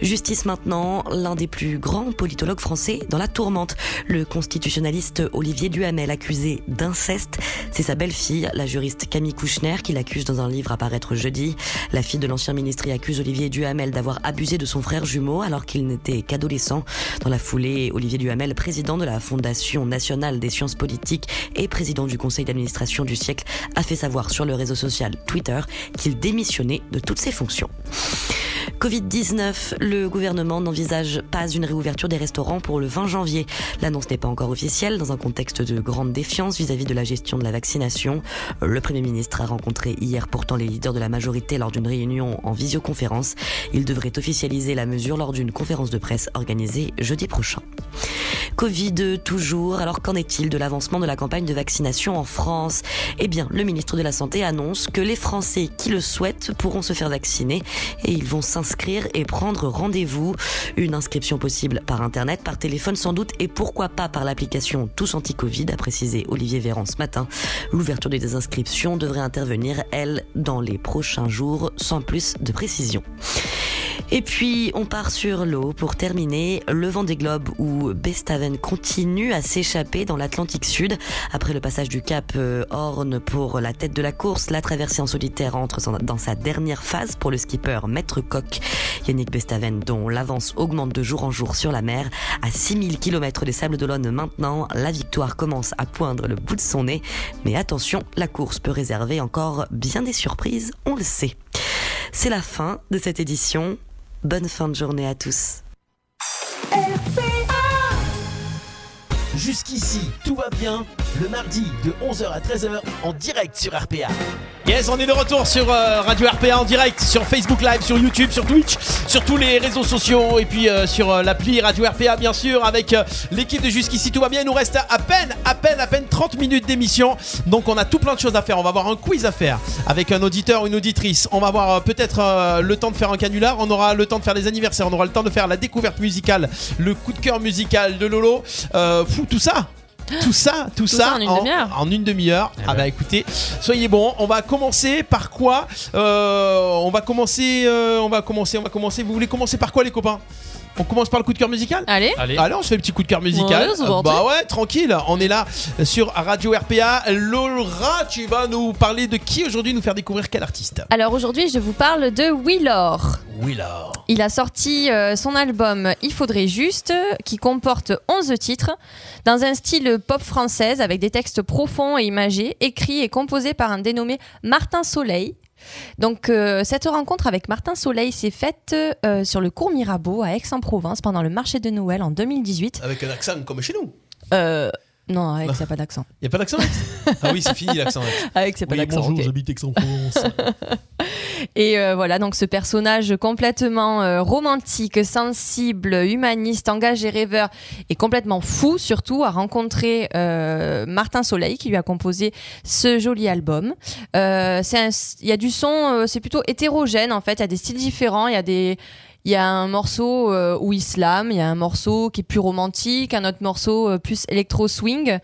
Speaker 19: Justice maintenant, l'un des plus grands politologues français dans la tourmente. Le constitutionnaliste Olivier Duhamel accusé d'inceste, c'est sa belle-fille, la juriste Camille Kouchner, qui l'accuse dans un livre à paraître jeudi. La fille de l'ancien ministre y accuse Olivier Duhamel d'avoir abusé de son frère jumeau alors qu'il n'était qu'adolescent. Dans la foulée, Olivier Duhamel, président de la Fondation nationale des sciences politiques et président du conseil d'administration du siècle, a fait savoir sur le réseau social Twitter qu'il démissionnait de toutes ses fonctions. Covid-19, le gouvernement n'envisage pas une réouverture des restaurants pour le 20 janvier. L'annonce n'est pas encore officielle dans un contexte de grande défiance vis-à-vis de la gestion de la vaccination. Le Premier ministre a rencontré hier pourtant les leaders de la majorité lors d'une réunion en visioconférence. Il devrait officialiser la mesure lors d'une conférence de presse organisée jeudi prochain. Covid toujours, alors qu'en est-il de l'avancement de la campagne de vaccination en France Eh bien, le ministre de la Santé annonce que les Français qui le souhaitent pourront se faire vacciner et ils vont s'inscrire et prendre rendez-vous. Une inscription possible par Internet, par téléphone sans doute et pourquoi pas par l'application Tous Anti-Covid, a précisé Olivier Véran ce matin. L'ouverture des inscriptions devrait intervenir, elle, dans les prochains jours, sans plus de précision. Et puis, on part sur l'eau pour terminer. Le vent des globes où Bestaven continue à s'échapper dans l'Atlantique Sud. Après le passage du Cap euh, Horn pour la tête de la course, la traversée en solitaire entre son- dans sa dernière phase pour le skipper Maître Coq. Yannick Bestaven, dont l'avance augmente de jour en jour sur la mer, à 6000 km des Sables d'Olonne maintenant, la victoire commence à poindre le bout de son nez. Mais attention, la course peut réserver encore bien des surprises, on le sait. C'est la fin de cette édition. Bonne fin de journée à tous.
Speaker 1: Jusqu'ici, tout va bien. Le mardi de 11h à 13h en direct sur RPA.
Speaker 3: Yes, on est de retour sur euh, Radio RPA en direct, sur Facebook Live, sur YouTube, sur Twitch, sur tous les réseaux sociaux et puis euh, sur euh, l'appli Radio RPA bien sûr avec euh, l'équipe de Jusqu'ici tout va bien. Il nous reste à peine, à peine, à peine 30 minutes d'émission. Donc on a tout plein de choses à faire. On va avoir un quiz à faire avec un auditeur ou une auditrice. On va avoir euh, peut-être euh, le temps de faire un canular, on aura le temps de faire les anniversaires, on aura le temps de faire la découverte musicale, le coup de cœur musical de Lolo. Euh, fou, tout ça tout ça, tout,
Speaker 5: Tout
Speaker 3: ça,
Speaker 5: ça en une demi-heure.
Speaker 3: en une demi-heure.
Speaker 18: Eh
Speaker 3: Ah
Speaker 18: ben.
Speaker 3: bah écoutez, soyez bons. On va commencer par quoi Euh, On va commencer, euh, on va commencer, on va commencer. Vous voulez commencer par quoi les copains on commence par le coup de cœur musical
Speaker 5: Allez.
Speaker 3: Allez. on se fait le petit coup de cœur musical.
Speaker 5: Ouais, ça va
Speaker 3: bah
Speaker 5: rentrer.
Speaker 3: ouais, tranquille. On est là sur Radio RPA. Laura, tu vas nous parler de qui aujourd'hui, nous faire découvrir quel artiste
Speaker 5: Alors aujourd'hui, je vous parle de Willor.
Speaker 3: Oui, Laura.
Speaker 5: Il a sorti euh, son album Il faudrait juste, qui comporte 11 titres, dans un style pop française avec des textes profonds et imagés, écrits et composés par un dénommé Martin Soleil. Donc euh, cette rencontre avec Martin Soleil s'est faite euh, sur le cours Mirabeau à Aix-en-Provence pendant le marché de Noël en 2018.
Speaker 3: Avec un accent comme chez nous.
Speaker 5: Euh, non, avec ça pas d'accent.
Speaker 3: Y a pas d'accent Alex Ah oui, c'est fini l'accent. Alex.
Speaker 5: Avec c'est pas
Speaker 18: Oui,
Speaker 5: d'accent.
Speaker 18: bonjour,
Speaker 5: ok.
Speaker 18: j'habite Aix-en-Provence.
Speaker 5: Et euh, voilà, donc ce personnage complètement euh, romantique, sensible, humaniste, engagé, rêveur et complètement fou, surtout, a rencontré euh, Martin Soleil qui lui a composé ce joli album. Euh, c'est un- Il y a du son, euh, c'est plutôt hétérogène en fait, il y a des styles différents, il y a des. Il y a un morceau euh, où il slam, il y a un morceau qui est plus romantique, un autre morceau euh, plus électro-swing.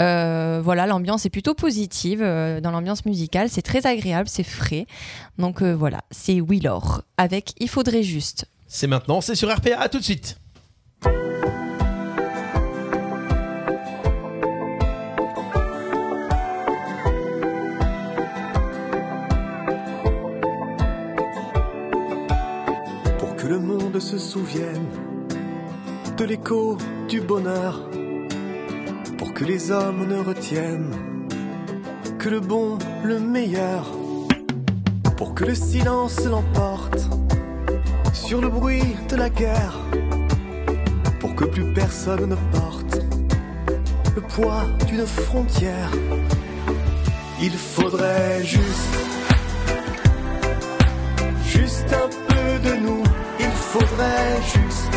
Speaker 5: Euh, voilà, l'ambiance est plutôt positive euh, dans l'ambiance musicale. C'est très agréable, c'est frais. Donc euh, voilà, c'est Willor avec Il faudrait juste.
Speaker 3: C'est maintenant, c'est sur RPA. À tout de suite.
Speaker 20: pour que le monde se souvienne de l'écho du bonheur, pour que les hommes ne retiennent que le bon, le meilleur, pour que le silence l'emporte sur le bruit de la guerre, pour que plus personne ne porte le poids d'une frontière. Il faudrait juste juste un peu de nous, il faudrait juste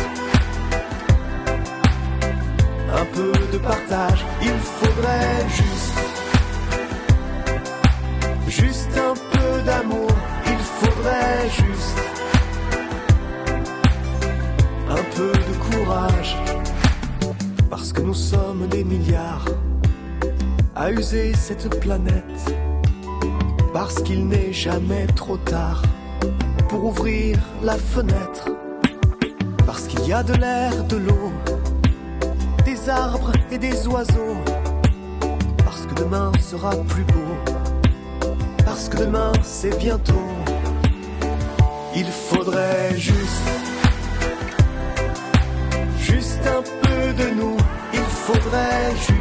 Speaker 20: un peu de partage, il faudrait juste, juste un peu d'amour, il faudrait juste, un peu de courage, parce que nous sommes des milliards à user cette planète, parce qu'il n'est jamais trop tard pour ouvrir la fenêtre, parce qu'il y a de l'air, de l'eau, des arbres et des oiseaux, parce que demain sera plus beau, parce que demain c'est bientôt, il faudrait juste, juste un peu de nous, il faudrait juste.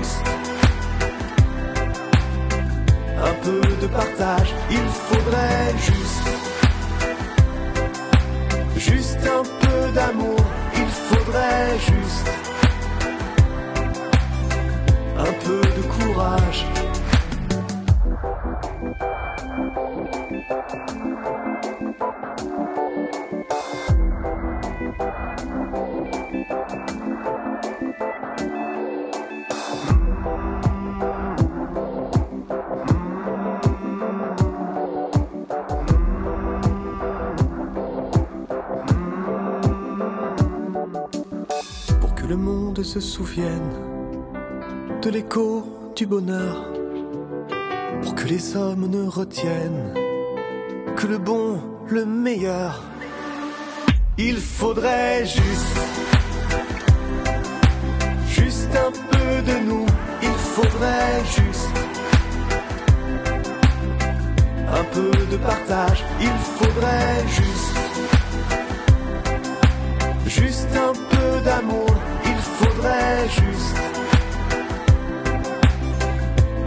Speaker 20: Un peu de partage, il faudrait juste Juste un peu d'amour, il faudrait juste un peu de courage. pour que le monde se souvienne de l'écho du bonheur, pour que les hommes ne retiennent que le bon, le meilleur. Il faudrait juste, juste un peu de nous, il faudrait juste un peu de partage, il faudrait juste. Juste un peu d'amour, il faudrait juste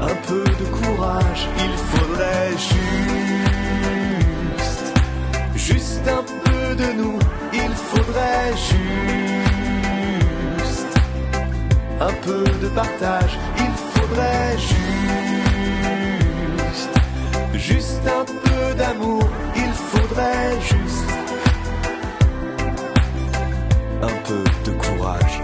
Speaker 20: un peu de courage, il faudrait juste juste un peu de nous, il faudrait juste un peu de partage, il faudrait juste juste un peu d'amour, il faudrait juste un peu de courage.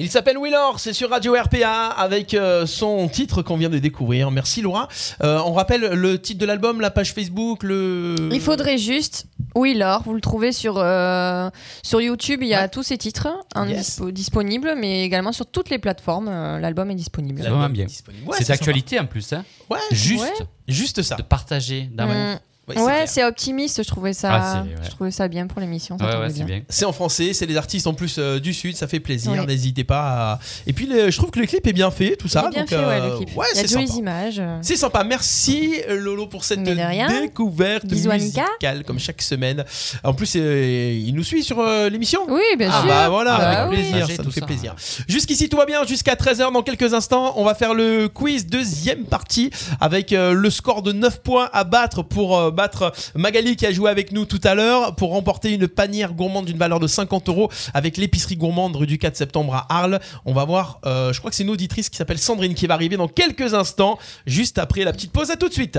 Speaker 3: Il s'appelle Willor, c'est sur Radio RPA avec euh, son titre qu'on vient de découvrir. Merci Laura. Euh, on rappelle le titre de l'album, la page Facebook, le.
Speaker 5: Il faudrait juste. Oui, Laure, vous le trouvez sur, euh, sur YouTube. Il y a tous ses titres hein,
Speaker 3: Yes.
Speaker 5: dispo- disponibles, mais également sur toutes les plateformes. euh, L'album est disponible.
Speaker 4: C'est vraiment bien.
Speaker 3: Ouais,
Speaker 4: c'est
Speaker 3: c'est
Speaker 4: d'actualité en plus. Hein.
Speaker 3: Ouais.
Speaker 4: Juste.
Speaker 5: Ouais.
Speaker 3: Juste ça.
Speaker 4: De partager, d'amour.
Speaker 5: Mm. Ouais, c'est optimiste. Je trouvais ça,
Speaker 3: Ah, c'est- ouais.
Speaker 5: je trouvais ça bien pour l'émission. ça tombait bien.
Speaker 3: C'est en français, c'est les artistes en plus euh, du sud, ça fait plaisir.
Speaker 5: Ouais.
Speaker 3: N'hésitez pas. à- Et puis le- je trouve que le clip est bien fait, tout ça.
Speaker 5: Il est bien
Speaker 3: donc,
Speaker 5: fait, ouais,
Speaker 3: euh,
Speaker 5: le clip.
Speaker 3: ouais,
Speaker 5: Il y a
Speaker 3: c'est
Speaker 5: de
Speaker 3: sympa.
Speaker 5: jolies images. euh.
Speaker 3: C'est sympa, merci euh, Lolo pour cette
Speaker 5: Mais de rien.
Speaker 3: découverte
Speaker 5: Bisous, Annika.
Speaker 3: musicale comme chaque semaine. En plus, euh, il nous suit sur euh, l'émission.
Speaker 5: Oui, bien
Speaker 3: ah,
Speaker 5: sûr.
Speaker 3: Bah voilà,
Speaker 5: Bah
Speaker 3: avec
Speaker 5: oui.
Speaker 3: plaisir,
Speaker 5: Partager
Speaker 3: ça nous
Speaker 5: tout
Speaker 3: fait
Speaker 5: ça.
Speaker 3: plaisir. Jusqu'ici tout va bien, jusqu'à 13h dans quelques instants, on va faire le quiz deuxième partie avec euh, le score de 9 points à battre pour euh, battre Magali qui a joué avec nous tout à l'heure pour remporter une panière gourmande d'une valeur de 50 euros avec l'épicerie gourmande rue du 4 septembre à Arles. On va voir, euh, je crois que c'est une auditrice qui s'appelle Sandrine qui va arriver dans quelques instants, juste après la petite pause. À tout de suite.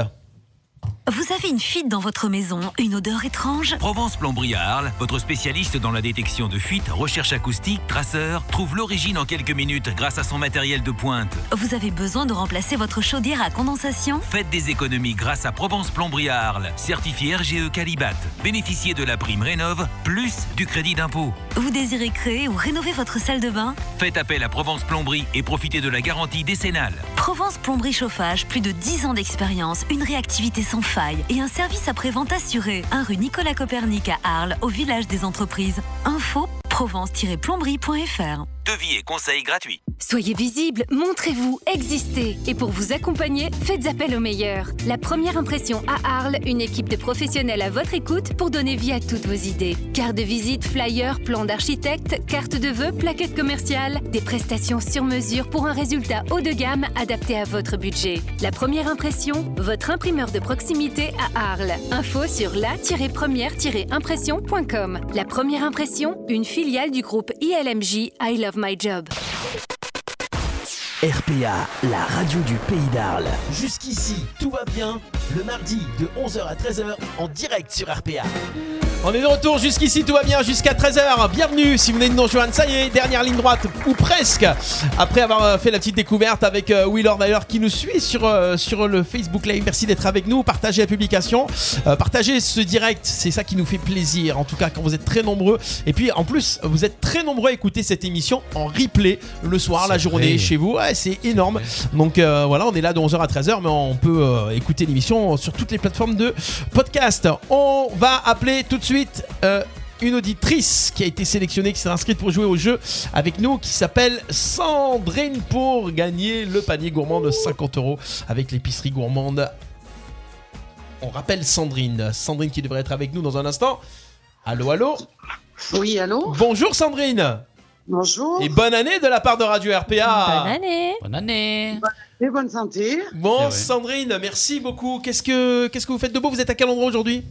Speaker 9: Vous avez une fuite dans votre maison, une odeur étrange
Speaker 21: Provence Plomberie à Arles, votre spécialiste dans la détection de fuites, recherche acoustique, traceur, trouve l'origine en quelques minutes grâce à son matériel de pointe.
Speaker 9: Vous avez besoin de remplacer votre chaudière à condensation
Speaker 21: Faites des économies grâce à Provence Plomberie à Arles, certifié RGE Calibat. Bénéficiez de la prime Rénov, plus du crédit d'impôt.
Speaker 9: Vous désirez créer ou rénover votre salle de bain
Speaker 21: Faites appel à Provence Plomberie et profitez de la garantie décennale.
Speaker 9: Provence Plomberie Chauffage, plus de 10 ans d'expérience, une réactivité sans faille et un service après-vente assuré. Un rue Nicolas Copernic à Arles, au village des entreprises. Info provence-plomberie.fr
Speaker 21: Devis et conseils gratuits.
Speaker 9: Soyez visible, montrez-vous, existez. Et pour vous accompagner, faites appel au meilleur. La première impression à Arles, une équipe de professionnels à votre écoute pour donner vie à toutes vos idées. Cartes de visite, flyers, plans d'architecte, cartes de vœux, plaquettes commerciales, des prestations sur mesure pour un résultat haut de gamme adapté à votre budget. La première impression, votre imprimeur de proximité à Arles. Info sur la-première-impression.com. La première impression, une filiale du groupe ILMJ I Love My Job.
Speaker 1: RPA, la radio du pays d'Arles. Jusqu'ici, tout va bien. Le mardi de 11h à 13h en direct sur RPA.
Speaker 3: On est de retour jusqu'ici, tout va bien, jusqu'à 13h. Bienvenue si vous venez de nous rejoindre. Ça y est, dernière ligne droite, ou presque. Après avoir euh, fait la petite découverte avec euh, Willard d'ailleurs qui nous suit sur, euh, sur le Facebook Live. Merci d'être avec nous. Partagez la publication. Euh, partagez ce direct. C'est ça qui nous fait plaisir. En tout cas, quand vous êtes très nombreux. Et puis en plus, vous êtes très nombreux à écouter cette émission en replay le soir, la journée,
Speaker 6: vrai.
Speaker 3: chez vous. Ouais, c'est énorme. Donc euh, voilà, on est là de 11h à 13h, mais on peut euh, écouter l'émission sur toutes les plateformes de podcast. On va appeler tout de suite euh, une auditrice qui a été sélectionnée, qui s'est inscrite pour jouer au jeu avec nous, qui s'appelle Sandrine pour gagner le panier gourmand de 50 euros avec l'épicerie gourmande. On rappelle Sandrine. Sandrine qui devrait être avec nous dans un instant. Allô, allô
Speaker 11: Oui, allô
Speaker 3: Bonjour Sandrine
Speaker 11: Bonjour.
Speaker 3: Et bonne année de la part de Radio RPA
Speaker 5: Bonne année.
Speaker 4: Bonne année. Eh
Speaker 11: Et bonne santé.
Speaker 3: Bon, Sandrine, merci beaucoup. Qu'est-ce que qu'est-ce que vous faites de beau Vous êtes à quel endroit aujourd'hui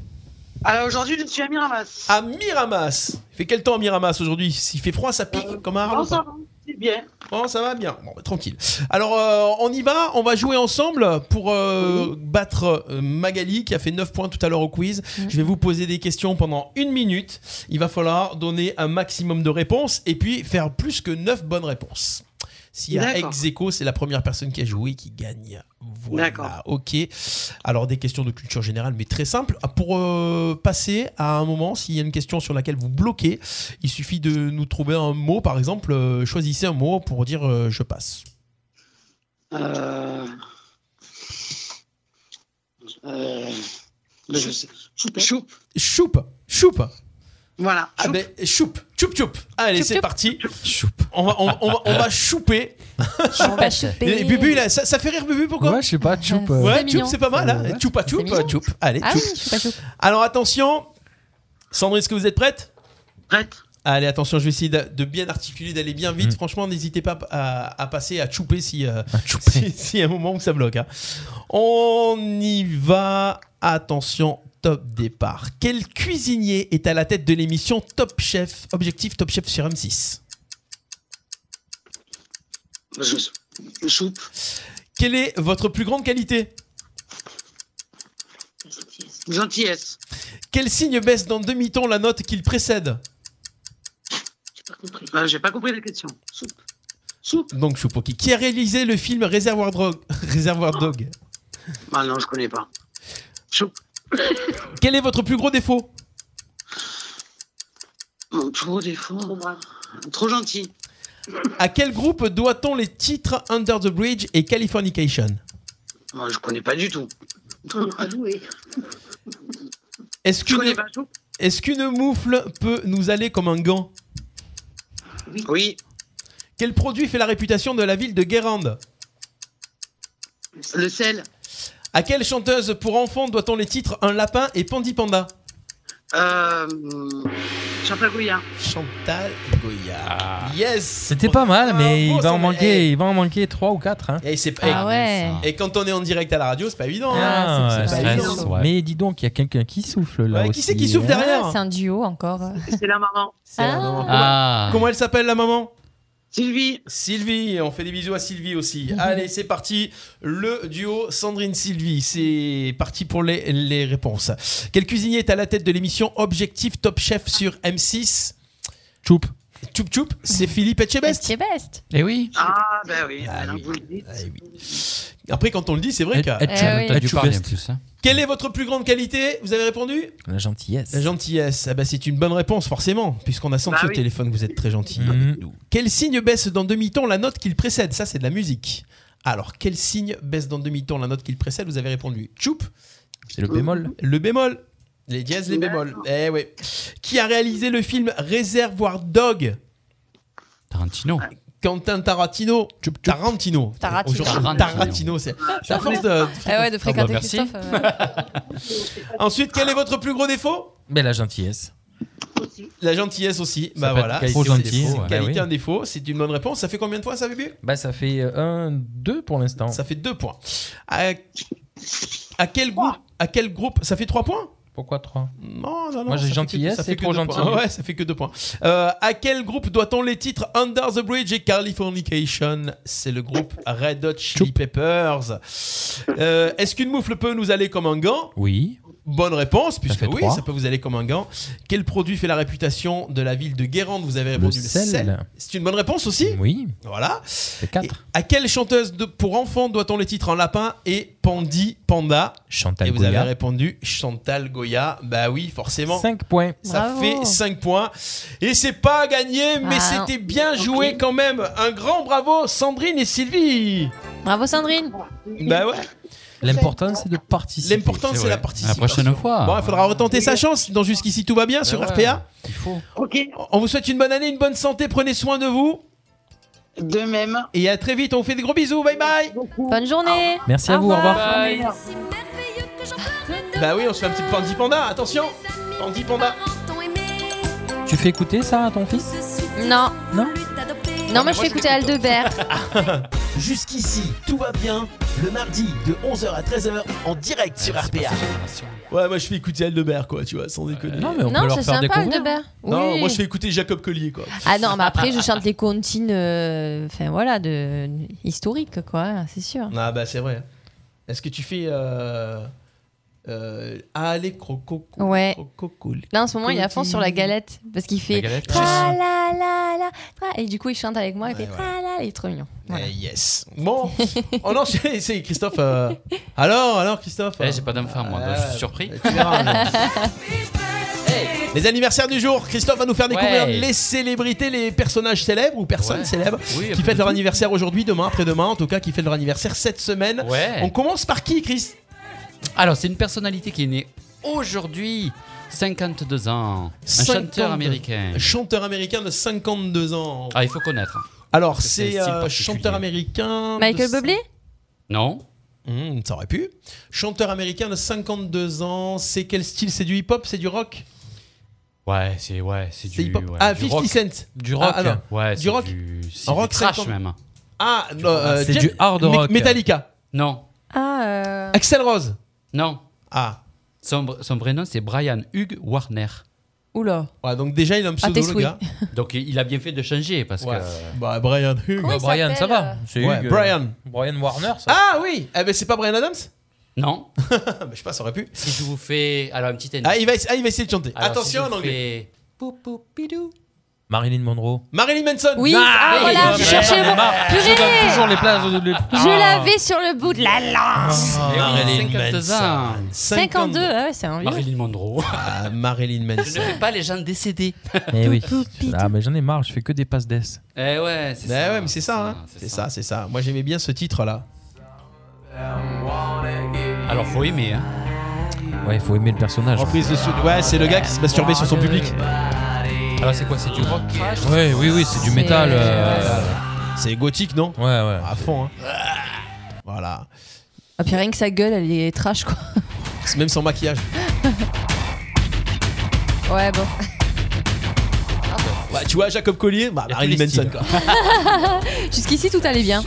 Speaker 11: Alors aujourd'hui, je suis à Miramas.
Speaker 3: À Miramas. Il fait quel temps à Miramas aujourd'hui S'il fait froid, ça pique comme un
Speaker 11: Non,
Speaker 3: harlot.
Speaker 11: ça va, hein. c'est bien.
Speaker 3: Bon, ça va bien. Bon, bah, tranquille. Alors, euh, on y va. On va jouer ensemble pour euh, battre euh, Magali qui a fait 9 points tout à l'heure au quiz.
Speaker 11: Mm.
Speaker 3: Je vais vous poser des questions pendant une minute. Il va falloir donner un maximum de réponses et puis faire plus que 9 bonnes réponses. S'il y a
Speaker 11: D'accord.
Speaker 3: ex aequo, c'est la première personne qui a joué qui gagne. Voilà.
Speaker 11: D'accord.
Speaker 3: Ok. Alors, des questions de culture générale, mais très simples. Ah, Pour euh, passer à un moment, s'il y a une question sur laquelle vous bloquez, il suffit de nous trouver un mot. Par exemple, euh, choisissez un mot pour dire euh, je passe.
Speaker 11: Euh... Euh... Je sais. Choupe. Choupe.
Speaker 3: Choupe. Choupe.
Speaker 11: Voilà.
Speaker 3: Ah ben, choupe. Choupe, choupe. Allez,
Speaker 11: Choup,
Speaker 3: c'est
Speaker 11: choup.
Speaker 3: parti. On va, on, va- on va, on va chouper.
Speaker 11: On va chouper.
Speaker 3: Et Bubu, là, ça, ça fait rire Bubu, pourquoi
Speaker 18: Ouais, je
Speaker 5: Ah,
Speaker 18: sais pas, choupe. euh.
Speaker 3: Ouais, choupe, c'est pas mal. Hein. Choupa, choup, choup. Allez,
Speaker 18: Ah
Speaker 3: choup.
Speaker 18: oui, choupa, choup.
Speaker 3: Alors attention, Sandrine, est-ce que vous êtes prête
Speaker 11: Prête. Mm.
Speaker 3: Allez, attention, je vais essayer de, de bien articuler, d'aller bien vite. Franchement, n'hésitez pas à, à passer, à chouper si, euh, si, si à un moment où ça bloque. hein. On y va. Attention, top départ. Quel cuisinier est à la tête de l'émission Top Chef Objectif Top Chef sur M6
Speaker 11: Je... Choupe.
Speaker 3: Quelle est votre plus grande qualité
Speaker 11: Gentillesse.
Speaker 3: Quel signe baisse dans demi-ton la note qu'il précède
Speaker 11: Euh, J'ai pas compris la question. Soupe.
Speaker 3: Donc Choupoki. Qui a réalisé le film Réservoir, Drogue- Réservoir Dog
Speaker 11: Ah non, je connais pas. Choupe.
Speaker 3: Quel est votre plus gros défaut
Speaker 11: Mon trop défaut. Trop gentil.
Speaker 3: À quel groupe doit-on les titres Under the Bridge et Californication
Speaker 11: Moi, je connais pas du tout.
Speaker 3: Est-ce qu'une est-ce qu'une moufle peut nous aller comme un gant
Speaker 11: Oui.
Speaker 3: Quel produit fait la réputation de la ville de Guérande
Speaker 11: Le sel.
Speaker 3: À quelle chanteuse pour enfants doit-on les titres Un lapin et Pandi Panda
Speaker 11: Euh... Chantal Goya.
Speaker 3: Chantal Goya. Yes
Speaker 6: Ah. C'était pas mal,
Speaker 12: Ah,
Speaker 6: mais il va en
Speaker 3: Sandrine.
Speaker 6: manquer, il va en manquer 3 ou 4.
Speaker 3: Et, c'est
Speaker 6: Ah
Speaker 3: et-
Speaker 6: ouais.
Speaker 3: et quand on est en direct à la radio, c'est pas évident. hein.
Speaker 6: Ah,
Speaker 3: C'est pas
Speaker 6: ouais.
Speaker 3: évident.
Speaker 6: Mais dis donc, il y a quelqu'un qui souffle là
Speaker 3: Ouais, qui
Speaker 6: aussi.
Speaker 3: c'est qui souffle
Speaker 6: hein.
Speaker 3: derrière
Speaker 5: Ah, C'est un duo encore.
Speaker 11: C'est la maman.
Speaker 3: C'est la maman. Comment-
Speaker 6: Ah.
Speaker 3: Comment elle s'appelle la maman
Speaker 11: Sylvie.
Speaker 3: Sylvie, on fait des bisous à Sylvie aussi.
Speaker 11: Mhm.
Speaker 3: Allez, c'est parti. Le duo Sandrine-Sylvie, c'est parti pour les, les réponses. Quel cuisinier est à la tête de l'émission Objectif Top Chef sur M6
Speaker 6: Choup.
Speaker 3: Choup Choup, c'est Philippe Etchebest.
Speaker 5: Etchebest.
Speaker 6: Eh oui.
Speaker 11: Ah, ben oui. Alors, vous le dites.
Speaker 15: eh
Speaker 3: Après, quand on le dit, c'est vrai que.
Speaker 6: Et- et Choup, Eh oui. t'as dû parler en plus, hein.
Speaker 3: Quelle est votre plus grande qualité Vous avez répondu
Speaker 6: La gentillesse.
Speaker 3: La gentillesse. Ah bah, c'est une bonne réponse, forcément, puisqu'on a senti
Speaker 6: Bah
Speaker 3: au
Speaker 6: oui.
Speaker 3: téléphone que vous êtes très gentil
Speaker 6: Mm-hmm.
Speaker 3: avec nous. Quel signe baisse dans demi-ton la note qu'il précède Ça, c'est de la musique. Alors, quel signe baisse dans demi-ton la note qu'il précède Vous avez répondu Choup.
Speaker 6: C'est le bémol.
Speaker 3: Le bémol. Les dièses, les bémols. Eh ouais. Qui a réalisé le film Réservoir Dog
Speaker 4: Tarantino.
Speaker 3: Quentin Tarantino. Tarantino.
Speaker 5: Tarantino.
Speaker 3: Aujourd'hui, Tarantino, c'est c'est à force de.
Speaker 5: Eh ouais, de fréquenter
Speaker 6: Ah bah, merci.
Speaker 5: Christophe. euh,
Speaker 3: Ensuite, quel est votre plus gros défaut
Speaker 6: Mais la gentillesse.
Speaker 3: La gentillesse aussi. bah
Speaker 6: Ça peut être
Speaker 3: voilà.
Speaker 6: qualité Trop
Speaker 3: C'est-
Speaker 6: gentil,
Speaker 3: c'est- c'est
Speaker 6: ouais.
Speaker 3: qualité,
Speaker 6: Bah oui.
Speaker 3: un défaut. C'est une bonne réponse. Ça fait combien de fois ça, Bubu
Speaker 6: Bah ça fait 1, 2 pour l'instant.
Speaker 3: Ça fait deux points. À, à quel groupe À quel groupe Ça fait trois points
Speaker 6: Pourquoi 3
Speaker 3: Non, non, non.
Speaker 6: Moi,
Speaker 3: ça
Speaker 6: j'ai
Speaker 3: fait que-
Speaker 6: gentillesse
Speaker 3: ça fait
Speaker 6: et
Speaker 3: que
Speaker 6: trop
Speaker 3: deux
Speaker 6: gentil.
Speaker 3: points. Ouais, ça fait que deux points. Euh, à quel groupe doit-on les titres Under the Bridge et Californication C'est le groupe Red Hot Chili Peppers. Euh, Est-ce qu'une moufle peut nous aller comme un gant
Speaker 6: Oui.
Speaker 3: Bonne réponse, puisque
Speaker 6: fait
Speaker 3: oui,
Speaker 6: trois.
Speaker 3: ça peut vous aller comme un gant. Quel produit fait la réputation de la ville de Guérande Vous avez répondu le,
Speaker 6: sel.
Speaker 3: C'est une bonne réponse aussi
Speaker 6: Oui.
Speaker 3: Voilà.
Speaker 6: C'est 4.
Speaker 3: À quelle chanteuse de- pour enfants doit-on les titres en lapin et Pandi Panda
Speaker 6: Chantal
Speaker 3: Et vous
Speaker 6: Goya.
Speaker 3: avez répondu Chantal Goya. Bah oui, forcément.
Speaker 6: 5 points.
Speaker 3: Ça
Speaker 6: Bravo.
Speaker 3: fait 5 points. Et c'est pas gagné, mais
Speaker 5: Ah,
Speaker 3: c'était bien joué quand même. Un grand bravo, Sandrine et Sylvie.
Speaker 5: Bravo Sandrine.
Speaker 3: Bah ouais.
Speaker 6: L'important, c'est de participer.
Speaker 3: L'important, c'est la participation.
Speaker 6: La prochaine fois. Bah
Speaker 3: Bon, il faudra retenter sa chance. Dans Jusqu'ici, tout va bien sur
Speaker 6: ouais.
Speaker 3: RPA.
Speaker 6: Il faut.
Speaker 3: On vous souhaite une bonne année, une bonne santé. Prenez soin de vous.
Speaker 11: De même.
Speaker 3: Et à très vite. On vous fait des gros bisous. Bye bye.
Speaker 5: Bonne journée.
Speaker 6: Merci à vous, au revoir.
Speaker 5: Bye.
Speaker 3: Bah oui, on se fait un petit Pandi Panda. Attention. Pandi Panda.
Speaker 6: Tu fais écouter ça à ton fils
Speaker 5: Non.
Speaker 6: Non.
Speaker 5: Non, moi je fais écouter Aldebert.
Speaker 1: Jusqu'ici, tout va bien. Le mardi de 11h à 13h en direct sur RPA.
Speaker 3: Ouais, moi je fais écouter Aldebert, quoi, tu vois, sans déconner.
Speaker 6: Non, mais on
Speaker 5: Non, peut leur c'est faire sympa, découvrir. Aldebert.
Speaker 3: Non,
Speaker 5: Oui.
Speaker 3: moi je fais écouter Jacob Collier, quoi.
Speaker 5: Ah non, mais après je chante les comptines, euh, enfin voilà, de historiques quoi, c'est sûr.
Speaker 3: Ah bah c'est vrai. Est-ce que tu fais. Euh... Euh, allez, croco.
Speaker 5: Ouais.
Speaker 3: Oh, Crococoli.
Speaker 5: Là en ce moment il est à fond sur la galette parce qu'il fait.
Speaker 3: La galette,
Speaker 5: tra la la la tra- et du coup il chante avec moi, il fait tra la, il est trop mignon.
Speaker 3: Eh, yes. Bon, on enchaîne. Oh C'est Christophe. euh, Alors, alors, Christophe.
Speaker 4: Eh, j'ai pas d'enfant, moi, donc je suis
Speaker 3: euh,
Speaker 4: surpris.
Speaker 3: tu verras, mais- Les anniversaires du jour, Christophe va nous faire découvrir
Speaker 4: Ouais.
Speaker 3: les célébrités, les personnages célèbres ou personnes
Speaker 4: Ouais.
Speaker 3: célèbres
Speaker 4: Oui, un
Speaker 3: qui
Speaker 4: peu
Speaker 3: fêtent
Speaker 4: de
Speaker 3: leur
Speaker 4: tout.
Speaker 3: anniversaire aujourd'hui, demain, après-demain, en tout cas qui fêtent leur anniversaire cette semaine.
Speaker 4: Ouais.
Speaker 3: On commence par qui, Chris
Speaker 4: Alors, c'est une personnalité qui est née aujourd'hui, 52 ans. Un
Speaker 3: 52.
Speaker 4: chanteur américain.
Speaker 3: Chanteur américain de 52 ans.
Speaker 4: Ah, il faut connaître.
Speaker 3: Alors,
Speaker 4: Parce que
Speaker 3: c'est
Speaker 4: un style
Speaker 3: euh,
Speaker 4: particulier.
Speaker 3: chanteur américain. de
Speaker 5: Michael Bublé
Speaker 4: Non.
Speaker 3: Hmm, ça aurait pu. Chanteur américain de 52 ans. C'est quel style C'est du hip-hop C'est du rock
Speaker 4: Ouais, c'est ouais, c'est du,
Speaker 3: hip-hop.
Speaker 4: ouais,
Speaker 3: Ah,
Speaker 4: du
Speaker 3: 50
Speaker 4: rock.
Speaker 3: Cent.
Speaker 4: Du rock.
Speaker 3: Ah, ah non.
Speaker 4: ouais,
Speaker 3: Du
Speaker 4: c'est
Speaker 3: rock.
Speaker 4: Du, c'est
Speaker 3: Un
Speaker 4: du
Speaker 3: rock
Speaker 4: trash
Speaker 3: 50.
Speaker 4: même.
Speaker 3: Ah, non, euh,
Speaker 4: C'est
Speaker 3: Jack-
Speaker 4: du hard
Speaker 3: Me-
Speaker 4: rock.
Speaker 3: Metallica.
Speaker 4: Non.
Speaker 5: Ah, euh,
Speaker 3: Axel Rose.
Speaker 4: Non.
Speaker 3: Ah.
Speaker 4: Son, br- son vrai nom, c'est Brian Hugh Warner.
Speaker 5: oula.
Speaker 3: Ouais, donc déjà, il a un
Speaker 5: Ah,
Speaker 3: pseudo,
Speaker 5: t'es
Speaker 3: le
Speaker 5: sweet.
Speaker 3: gars.
Speaker 4: Donc il il a bien fait de changer parce
Speaker 3: Ouais.
Speaker 4: que.
Speaker 3: Bah, Brian Hughes.
Speaker 6: Bah, Brian, ça va. C'est
Speaker 3: Ouais,
Speaker 6: Hugues, euh,
Speaker 3: Brian.
Speaker 6: Brian Warner, ça.
Speaker 3: Ah oui Eh ben, c'est pas Brian Adams
Speaker 4: Non.
Speaker 3: Bah, Je sais pas, ça aurait pu.
Speaker 4: Si je vous fais. Alors, un petit indice.
Speaker 3: Ah, il va, essa- ah, il va essayer de chanter.
Speaker 4: Alors,
Speaker 3: Attention
Speaker 4: si je
Speaker 3: en
Speaker 4: vous
Speaker 3: anglais.
Speaker 4: fais- Pou, pou, pidou.
Speaker 6: Marilyn Monroe.
Speaker 3: Marilyn Manson.
Speaker 5: Oui, ah,
Speaker 3: oui,
Speaker 5: voilà,
Speaker 3: oui,
Speaker 5: je cherchais
Speaker 3: oui.
Speaker 5: le mot.
Speaker 4: Ah,
Speaker 5: Purée
Speaker 6: Ah, donne toujours les Ah. places. de- de-
Speaker 5: Je l'avais sur le bout de la lance.
Speaker 3: Marilyn
Speaker 4: 52 ans.
Speaker 5: 52, ah ouais, c'est un vieux.
Speaker 4: Marilyn Monroe.
Speaker 3: Ah, Marilyn
Speaker 4: Je
Speaker 3: Manson.
Speaker 4: ne fais pas les gens décédés.
Speaker 6: Eh oui. Ah, mais j'en ai marre, je fais que des passes d'ess.
Speaker 4: Eh ouais, c'est
Speaker 3: Bah
Speaker 4: ça.
Speaker 3: ouais, mais c'est ça, hein. C'est ça, c'est ça. Moi, j'aimais bien ce titre-là.
Speaker 4: Alors, faut aimer. Hein.
Speaker 6: Ouais, il faut aimer le personnage.
Speaker 3: Reprise de sou- Ouais, c'est le gars qui se masturbait sur son public.
Speaker 4: Alors, c'est quoi C'est du rock
Speaker 5: Ah,
Speaker 4: trash
Speaker 6: Ouais, oui, oui, c'est du métal. euh,
Speaker 3: C'est gothique, non
Speaker 6: Ouais, ouais.
Speaker 3: À fond, hein. Voilà.
Speaker 5: Ah, puis rien que sa gueule, elle est trash quoi.
Speaker 3: C'est Même sans maquillage.
Speaker 5: Ouais, bon.
Speaker 3: Bah, tu vois, Jacob Collier, bah, Marilyn Manson, quoi.
Speaker 5: Jusqu'ici tout allait bien.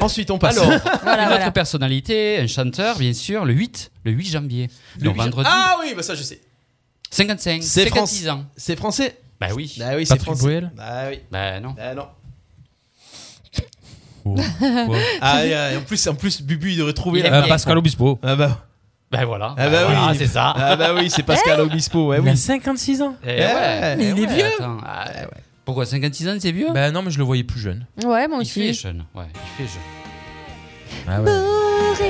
Speaker 3: Ensuite, on passe.
Speaker 4: Alors,
Speaker 5: Voilà,
Speaker 4: une
Speaker 5: voilà.
Speaker 4: autre personnalité, un chanteur, bien sûr, le 8, le 8 janvier. Le
Speaker 3: huit-
Speaker 4: vendredi.
Speaker 3: Ah oui, bah ça, je sais.
Speaker 4: 55,
Speaker 3: C'est
Speaker 4: 56
Speaker 3: Fran-
Speaker 4: ans.
Speaker 3: C'est français.
Speaker 4: Bah oui.
Speaker 3: Bah oui, c'est
Speaker 6: Patrick
Speaker 3: français.
Speaker 6: Bruel
Speaker 3: Bah oui.
Speaker 4: Bah non.
Speaker 3: Bah non.
Speaker 6: quoi.
Speaker 3: Ah, et, euh, et en plus, en plus, Bubu, il devrait trouver
Speaker 4: Il
Speaker 3: la
Speaker 4: aime
Speaker 6: Euh,
Speaker 4: bien.
Speaker 6: Pascal Obispo.
Speaker 3: Ah bah,
Speaker 4: Bah voilà.
Speaker 3: ah bah
Speaker 4: Voilà,
Speaker 3: oui.
Speaker 4: c'est ça.
Speaker 3: Ah bah oui, c'est Pascal Obispo, ouais,
Speaker 6: Il a
Speaker 3: oui.
Speaker 6: 56 ans.
Speaker 4: Eh
Speaker 3: Eh
Speaker 4: ouais.
Speaker 3: ouais. Eh
Speaker 6: Mais il est
Speaker 4: Ouais,
Speaker 6: vieux.
Speaker 4: attends, ah, Pourquoi 56 ans, c'est vieux
Speaker 6: Bah non, mais je le voyais plus jeune.
Speaker 5: Ouais, moi
Speaker 4: Il fait
Speaker 5: aussi.
Speaker 4: jeune. Ouais, il fait jeune.
Speaker 6: Ah ouais.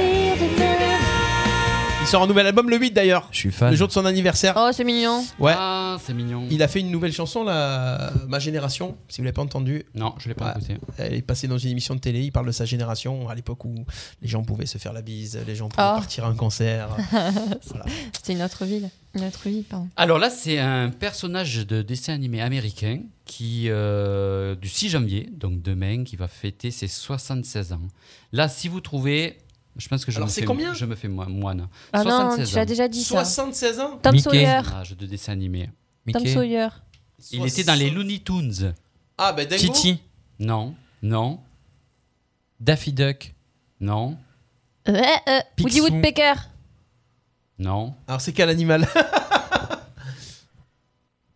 Speaker 3: Il sort un nouvel album le 8 d'ailleurs,
Speaker 6: Je suis fan.
Speaker 3: le jour de son anniversaire.
Speaker 5: Oh, c'est mignon.
Speaker 3: Ouais.
Speaker 4: Ah, c'est mignon.
Speaker 3: Il a fait une nouvelle chanson, là, Ma Génération, si vous l'avez pas entendu.
Speaker 4: Non, je l'ai pas
Speaker 3: Ouais.
Speaker 4: écouté.
Speaker 3: Elle est passée dans une émission de télé, il parle de sa génération, à l'époque où les gens pouvaient se faire la bise, les gens pouvaient
Speaker 5: Oh.
Speaker 3: partir à un concert.
Speaker 5: C'était une autre ville. Une autre vie, pardon.
Speaker 4: Alors là, c'est un personnage de dessin animé américain qui, euh, du 6 janvier, donc demain, qui va fêter ses 76 ans. Là, si vous trouvez, je pense que je,
Speaker 3: Alors,
Speaker 4: me,
Speaker 3: c'est
Speaker 4: fais,
Speaker 3: combien
Speaker 4: je me fais moi- moine.
Speaker 5: Ah non,
Speaker 4: 76
Speaker 5: tu l'as
Speaker 4: ans.
Speaker 5: déjà dit ça.
Speaker 3: 76 ans
Speaker 5: Tom
Speaker 6: Mickey.
Speaker 5: Sawyer.
Speaker 4: Personnage Ah, de dessin animé.
Speaker 5: Tom
Speaker 6: Mickey.
Speaker 5: Sawyer.
Speaker 4: Il était dans les Looney Tunes.
Speaker 3: Ah
Speaker 4: ben
Speaker 3: bah dingo.
Speaker 6: Titi.
Speaker 4: Non, non,
Speaker 6: Daffy Duck.
Speaker 4: non,
Speaker 5: Euh, euh, Woody
Speaker 6: Picsou.
Speaker 5: Woodpecker.
Speaker 4: non.
Speaker 3: Alors c'est quel animal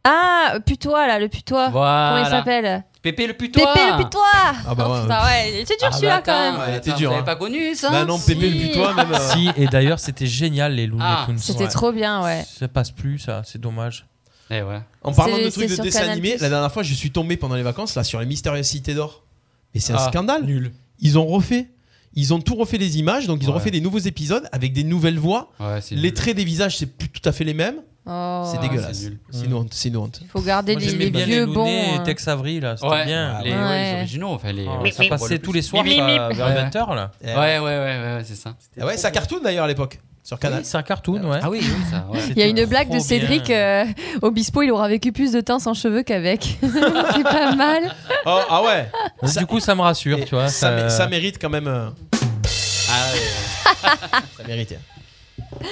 Speaker 5: Ah, putois là, le putois.
Speaker 4: Voilà.
Speaker 5: Comment il s'appelle
Speaker 4: Pépé le putois
Speaker 5: Pépé le putois
Speaker 3: Ah bah ouais.
Speaker 5: Putain, ouais, il était dur
Speaker 4: Ah bah
Speaker 5: celui-là
Speaker 4: attends,
Speaker 5: quand même.
Speaker 4: ouais,
Speaker 3: était
Speaker 4: attends,
Speaker 3: dur,
Speaker 4: Vous
Speaker 3: hein.
Speaker 4: l'avez pas connu ça
Speaker 3: Bah non, Pépé le putois, même, euh,
Speaker 6: Si, et d'ailleurs, c'était génial, les Looney
Speaker 4: Ah,
Speaker 6: Tunes.
Speaker 5: C'était trop bien, ouais.
Speaker 6: Ça passe plus, ça, c'est dommage.
Speaker 4: Eh ouais.
Speaker 3: En parlant de
Speaker 5: C'est-
Speaker 3: trucs
Speaker 5: c'est
Speaker 3: de
Speaker 5: sur
Speaker 3: dessins
Speaker 5: Canal+.
Speaker 3: animés, la dernière fois, je suis tombé pendant les vacances là sur les mystérieuses cités d'or. Mais c'est un
Speaker 6: Ah,
Speaker 3: scandale. Nul. Ils ont refait. Ils ont tout refait les images, donc ils ont
Speaker 4: Ouais.
Speaker 3: refait des nouveaux épisodes avec des nouvelles voix.
Speaker 4: Ouais, c'est
Speaker 3: les
Speaker 4: nul.
Speaker 3: traits des visages, c'est plus tout à fait les mêmes.
Speaker 5: Oh.
Speaker 3: c'est
Speaker 5: Ah,
Speaker 3: dégueulasse.
Speaker 4: c'est nul.
Speaker 3: C'est une honte. C'est une honte.
Speaker 5: Faut garder
Speaker 6: Moi,
Speaker 5: les,
Speaker 6: j'aimais
Speaker 5: les
Speaker 6: bien
Speaker 5: vieux
Speaker 6: les
Speaker 5: bons.
Speaker 6: Looney et
Speaker 5: hein.
Speaker 6: Tex Avery, là, c'était
Speaker 4: Ouais,
Speaker 6: bien.
Speaker 4: les,
Speaker 5: ouais.
Speaker 4: ouais, les originaux, enfin les.
Speaker 6: Ah,
Speaker 4: ouais,
Speaker 6: ça passait tous les soirs,
Speaker 4: Mip,
Speaker 6: ça,
Speaker 4: mip, mip.
Speaker 6: vers
Speaker 4: Ouais.
Speaker 6: 20 heures, là.
Speaker 4: Ouais, ouais, ouais, ouais, ouais, c'est ça.
Speaker 3: Ah Eh ouais, c'est un cartoon d'ailleurs à l'époque sur Canal.
Speaker 6: Oui, c'est un cartoon, ouais.
Speaker 4: Ah oui, oui, ça. ouais.
Speaker 5: Il y a une blague
Speaker 6: trop
Speaker 5: de Cédric euh, Obispo, il aura vécu plus de temps sans cheveux qu'avec. c'est pas mal.
Speaker 3: Oh, ah ouais.
Speaker 6: Donc, Du coup, ça me rassure, tu vois.
Speaker 3: Ça, mé-
Speaker 6: ça-
Speaker 3: ça mérite quand même. euh,
Speaker 4: Ah ouais.
Speaker 3: ça mérite.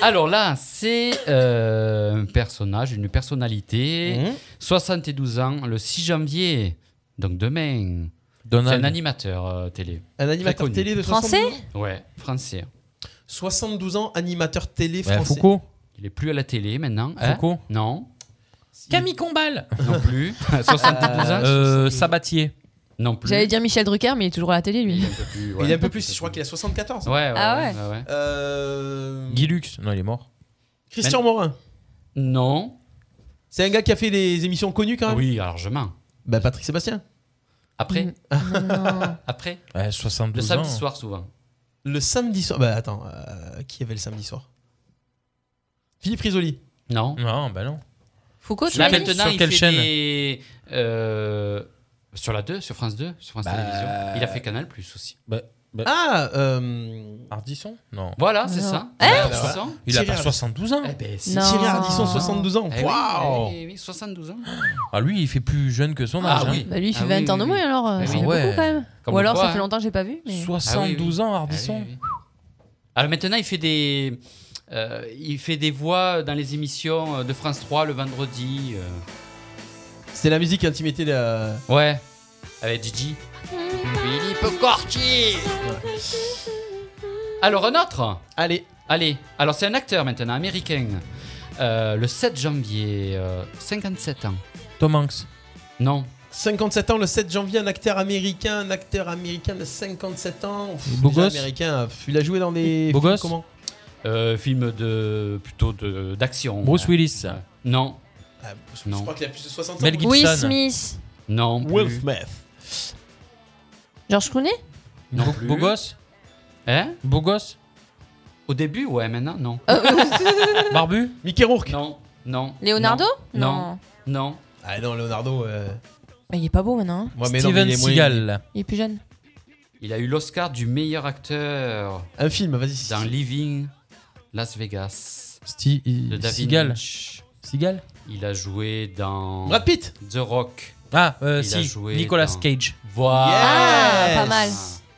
Speaker 4: Alors là, c'est euh, un personnage, une personnalité.
Speaker 6: Mmh.
Speaker 4: 72 ans, le 6 janvier, donc demain.
Speaker 6: Donald.
Speaker 4: C'est un animateur euh, télé.
Speaker 3: Un
Speaker 4: Très
Speaker 3: animateur
Speaker 4: connu.
Speaker 3: télé de
Speaker 5: Français
Speaker 3: 72
Speaker 4: Ouais, français.
Speaker 3: 72 ans, animateur télé
Speaker 6: Ouais,
Speaker 3: français.
Speaker 6: Bah, Foucault.
Speaker 4: Il est plus à la télé maintenant. hein
Speaker 6: Foucault.
Speaker 4: Non.
Speaker 6: Camille Combal.
Speaker 4: Non plus.
Speaker 6: Ah,
Speaker 4: 72 ans.
Speaker 6: Euh, Sabatier.
Speaker 4: Non plus.
Speaker 5: J'allais dire Michel Drucker, mais il est toujours à la télé lui.
Speaker 4: Il est un peu plus. ouais.
Speaker 3: Il est un peu plus, je crois qu'il a 74.
Speaker 4: Ouais, ouais,
Speaker 5: Ah
Speaker 4: ouais,
Speaker 5: ouais.
Speaker 4: ouais, ouais.
Speaker 3: Euh,
Speaker 6: Guy Lux. Non, il est mort.
Speaker 3: Christian Morin.
Speaker 4: Non.
Speaker 3: C'est un gars qui a fait des émissions connues quand même
Speaker 4: Oui, largement.
Speaker 3: Bah Patrick Sébastien.
Speaker 5: Mm.
Speaker 4: Après
Speaker 5: Non.
Speaker 4: Après
Speaker 6: Ouais,
Speaker 4: Le
Speaker 6: 72 ans.
Speaker 4: samedi soir, souvent.
Speaker 3: Le samedi soir. Bah attends, euh, qui y avait le samedi soir Philippe Risoli.
Speaker 4: Non.
Speaker 6: Non, bah non.
Speaker 5: Foucault, tu
Speaker 4: Là,
Speaker 5: l'as dit
Speaker 4: maintenant,
Speaker 6: Sur
Speaker 4: il
Speaker 6: quelle
Speaker 4: fait
Speaker 6: chaîne
Speaker 4: des, euh, Sur la 2, sur France 2, sur France
Speaker 6: Bah,
Speaker 4: Télévisions. Il a fait Canal Plus aussi.
Speaker 3: Ah euh,
Speaker 6: Ardisson Non.
Speaker 4: Voilà, c'est
Speaker 5: Non.
Speaker 4: ça.
Speaker 5: Eh
Speaker 4: Voilà,
Speaker 3: Voilà.
Speaker 4: tu sens
Speaker 6: Il a
Speaker 3: Thierry
Speaker 6: pas
Speaker 3: Ardisson.
Speaker 6: 72 ans.
Speaker 4: Eh ben, c'est-
Speaker 3: C'est
Speaker 5: Non.
Speaker 3: Thierry Ardisson, 72 ans.
Speaker 4: Eh oui,
Speaker 3: Waouh
Speaker 4: eh oui, eh oui, 72 ans.
Speaker 6: Ah, lui, il fait plus jeune que son
Speaker 4: Ah
Speaker 6: âge. hein.
Speaker 4: oui.
Speaker 5: Bah, lui, il fait
Speaker 4: Ah
Speaker 5: 20
Speaker 4: oui,
Speaker 5: ans
Speaker 4: oui,
Speaker 5: de moins
Speaker 4: oui.
Speaker 5: alors, euh,
Speaker 4: Ah
Speaker 5: c'est
Speaker 6: oui.
Speaker 5: beaucoup
Speaker 6: Ouais.
Speaker 5: quand même.
Speaker 4: Comme
Speaker 5: Ou alors,
Speaker 4: quoi,
Speaker 5: ça fait
Speaker 4: hein.
Speaker 5: longtemps que j'ai pas vu. Mais...
Speaker 6: 72 ans,
Speaker 4: Ah oui,
Speaker 6: Ardisson.
Speaker 4: oui. Alors maintenant, il fait des, euh, il fait des voix dans les émissions euh, de France 3 le vendredi. euh.
Speaker 3: C'était la musique intimité de.
Speaker 4: Ouais, avec Gigi.
Speaker 5: Mm.
Speaker 4: Philippe Corti. Alors un autre.
Speaker 3: Allez,
Speaker 4: Allez, alors c'est un acteur maintenant, américain. Euh, le 7 janvier, euh, 57 ans.
Speaker 6: Tom Hanks.
Speaker 4: Non.
Speaker 3: 57 ans le 7 janvier, un acteur américain, un acteur américain de 57 ans. Pff,
Speaker 6: Beau
Speaker 3: déjà,
Speaker 6: gosse.
Speaker 3: américain, pff, il a joué dans des.
Speaker 6: Beau
Speaker 3: films,
Speaker 6: gosse.
Speaker 3: Comment
Speaker 4: Euh, film de plutôt de d'action.
Speaker 6: Bruce
Speaker 4: Ouais. Euh,
Speaker 6: Willis.
Speaker 4: Non,
Speaker 3: Ah, Je
Speaker 4: Non.
Speaker 3: crois qu'il a plus de 60 ans.
Speaker 6: Mel Gibson.
Speaker 5: Will Smith,
Speaker 4: non. plus.
Speaker 3: Will Smith.
Speaker 5: George Clooney
Speaker 4: Non
Speaker 6: Beau-
Speaker 4: plus.
Speaker 6: Beau gosse.
Speaker 4: Hein
Speaker 6: Beau gosse.
Speaker 4: Au début, ouais, maintenant, non.
Speaker 5: Euh,
Speaker 6: Barbu.
Speaker 3: Mickey Rourke.
Speaker 4: Non, non.
Speaker 5: Leonardo
Speaker 4: Non. Non. non.
Speaker 3: Ah non, Leonardo. euh,
Speaker 5: Mais il est pas beau maintenant. hein.
Speaker 3: Moi, mais non, mais
Speaker 6: Steven
Speaker 3: il est moins-
Speaker 6: Seagal.
Speaker 5: Il est plus jeune.
Speaker 4: Il a eu l'Oscar du meilleur acteur
Speaker 3: Un film, vas-y.
Speaker 4: dans Living Las Vegas
Speaker 6: Steve
Speaker 4: de David
Speaker 6: Seagal.
Speaker 4: Lynch.
Speaker 6: Seagal.
Speaker 4: Il a joué dans
Speaker 3: Brad Pitt.
Speaker 4: The Rock.
Speaker 6: Ah,
Speaker 4: Il
Speaker 6: euh,
Speaker 4: a
Speaker 6: si.
Speaker 4: joué
Speaker 6: Nicolas
Speaker 4: dans-
Speaker 6: Cage.
Speaker 4: Voilà.
Speaker 5: Ah, pas mal.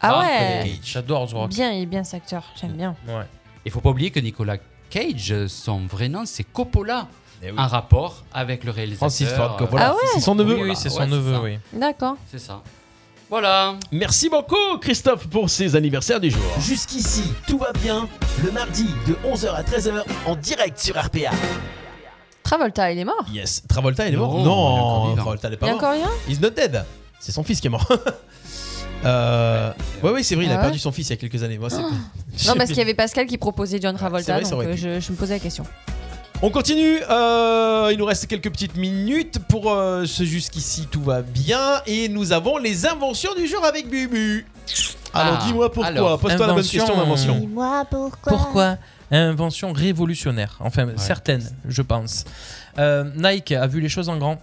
Speaker 5: Ah
Speaker 4: Parfait.
Speaker 5: ouais.
Speaker 6: J'adore ce rock.
Speaker 5: Bien, il est bien cet acteur. J'aime bien.
Speaker 6: Ouais.
Speaker 4: Il faut pas oublier que Nicolas Cage, son vrai nom, c'est Coppola.
Speaker 3: Eh oui.
Speaker 4: Un rapport avec le réalisateur.
Speaker 3: Francis Ford
Speaker 4: euh,
Speaker 3: Coppola.
Speaker 5: Ah ouais
Speaker 3: C'est son neveu.
Speaker 6: Oui, oui, c'est son
Speaker 4: Ouais, c'est
Speaker 6: neveu,
Speaker 4: ça.
Speaker 6: oui.
Speaker 5: D'accord.
Speaker 4: C'est ça. Voilà.
Speaker 3: Merci beaucoup, Christophe, pour ces anniversaires du jour.
Speaker 1: Jusqu'ici, tout va bien. Le mardi de 11h à 13h en direct sur RPA.
Speaker 5: Travolta, il est mort.
Speaker 3: Yes. Travolta, il est
Speaker 4: Non,
Speaker 3: mort
Speaker 4: il est encore
Speaker 3: Non,
Speaker 4: vivant.
Speaker 3: Travolta, il est
Speaker 5: Il y
Speaker 3: pas
Speaker 5: a
Speaker 3: mort.
Speaker 5: encore rien
Speaker 3: He's not dead. C'est son fils qui est mort. Euh, ouais, ouais, c'est vrai, il a
Speaker 5: Ah ouais Ah.
Speaker 3: perdu son fils il y a quelques années. Moi, c'est-
Speaker 5: Non, parce qu'il y avait Pascal qui proposait
Speaker 6: Ah,
Speaker 5: John
Speaker 3: c'est
Speaker 5: Travolta,
Speaker 3: vrai, ça
Speaker 5: donc
Speaker 3: aurait
Speaker 5: euh,
Speaker 3: pu.
Speaker 5: je, je me posais la question.
Speaker 3: On continue, euh, il nous reste quelques petites minutes pour euh, ce jusqu'ici tout va bien et nous avons les inventions du jour avec Bubu. Alors
Speaker 4: Ah,
Speaker 3: dis-moi pourquoi,
Speaker 4: alors,
Speaker 3: pose-toi la bonne
Speaker 6: invention,
Speaker 3: question d'invention.
Speaker 17: Dis-moi pourquoi.
Speaker 6: Pourquoi Invention révolutionnaire. Enfin, certaines, je pense. Euh, Nike a vu les choses en grand.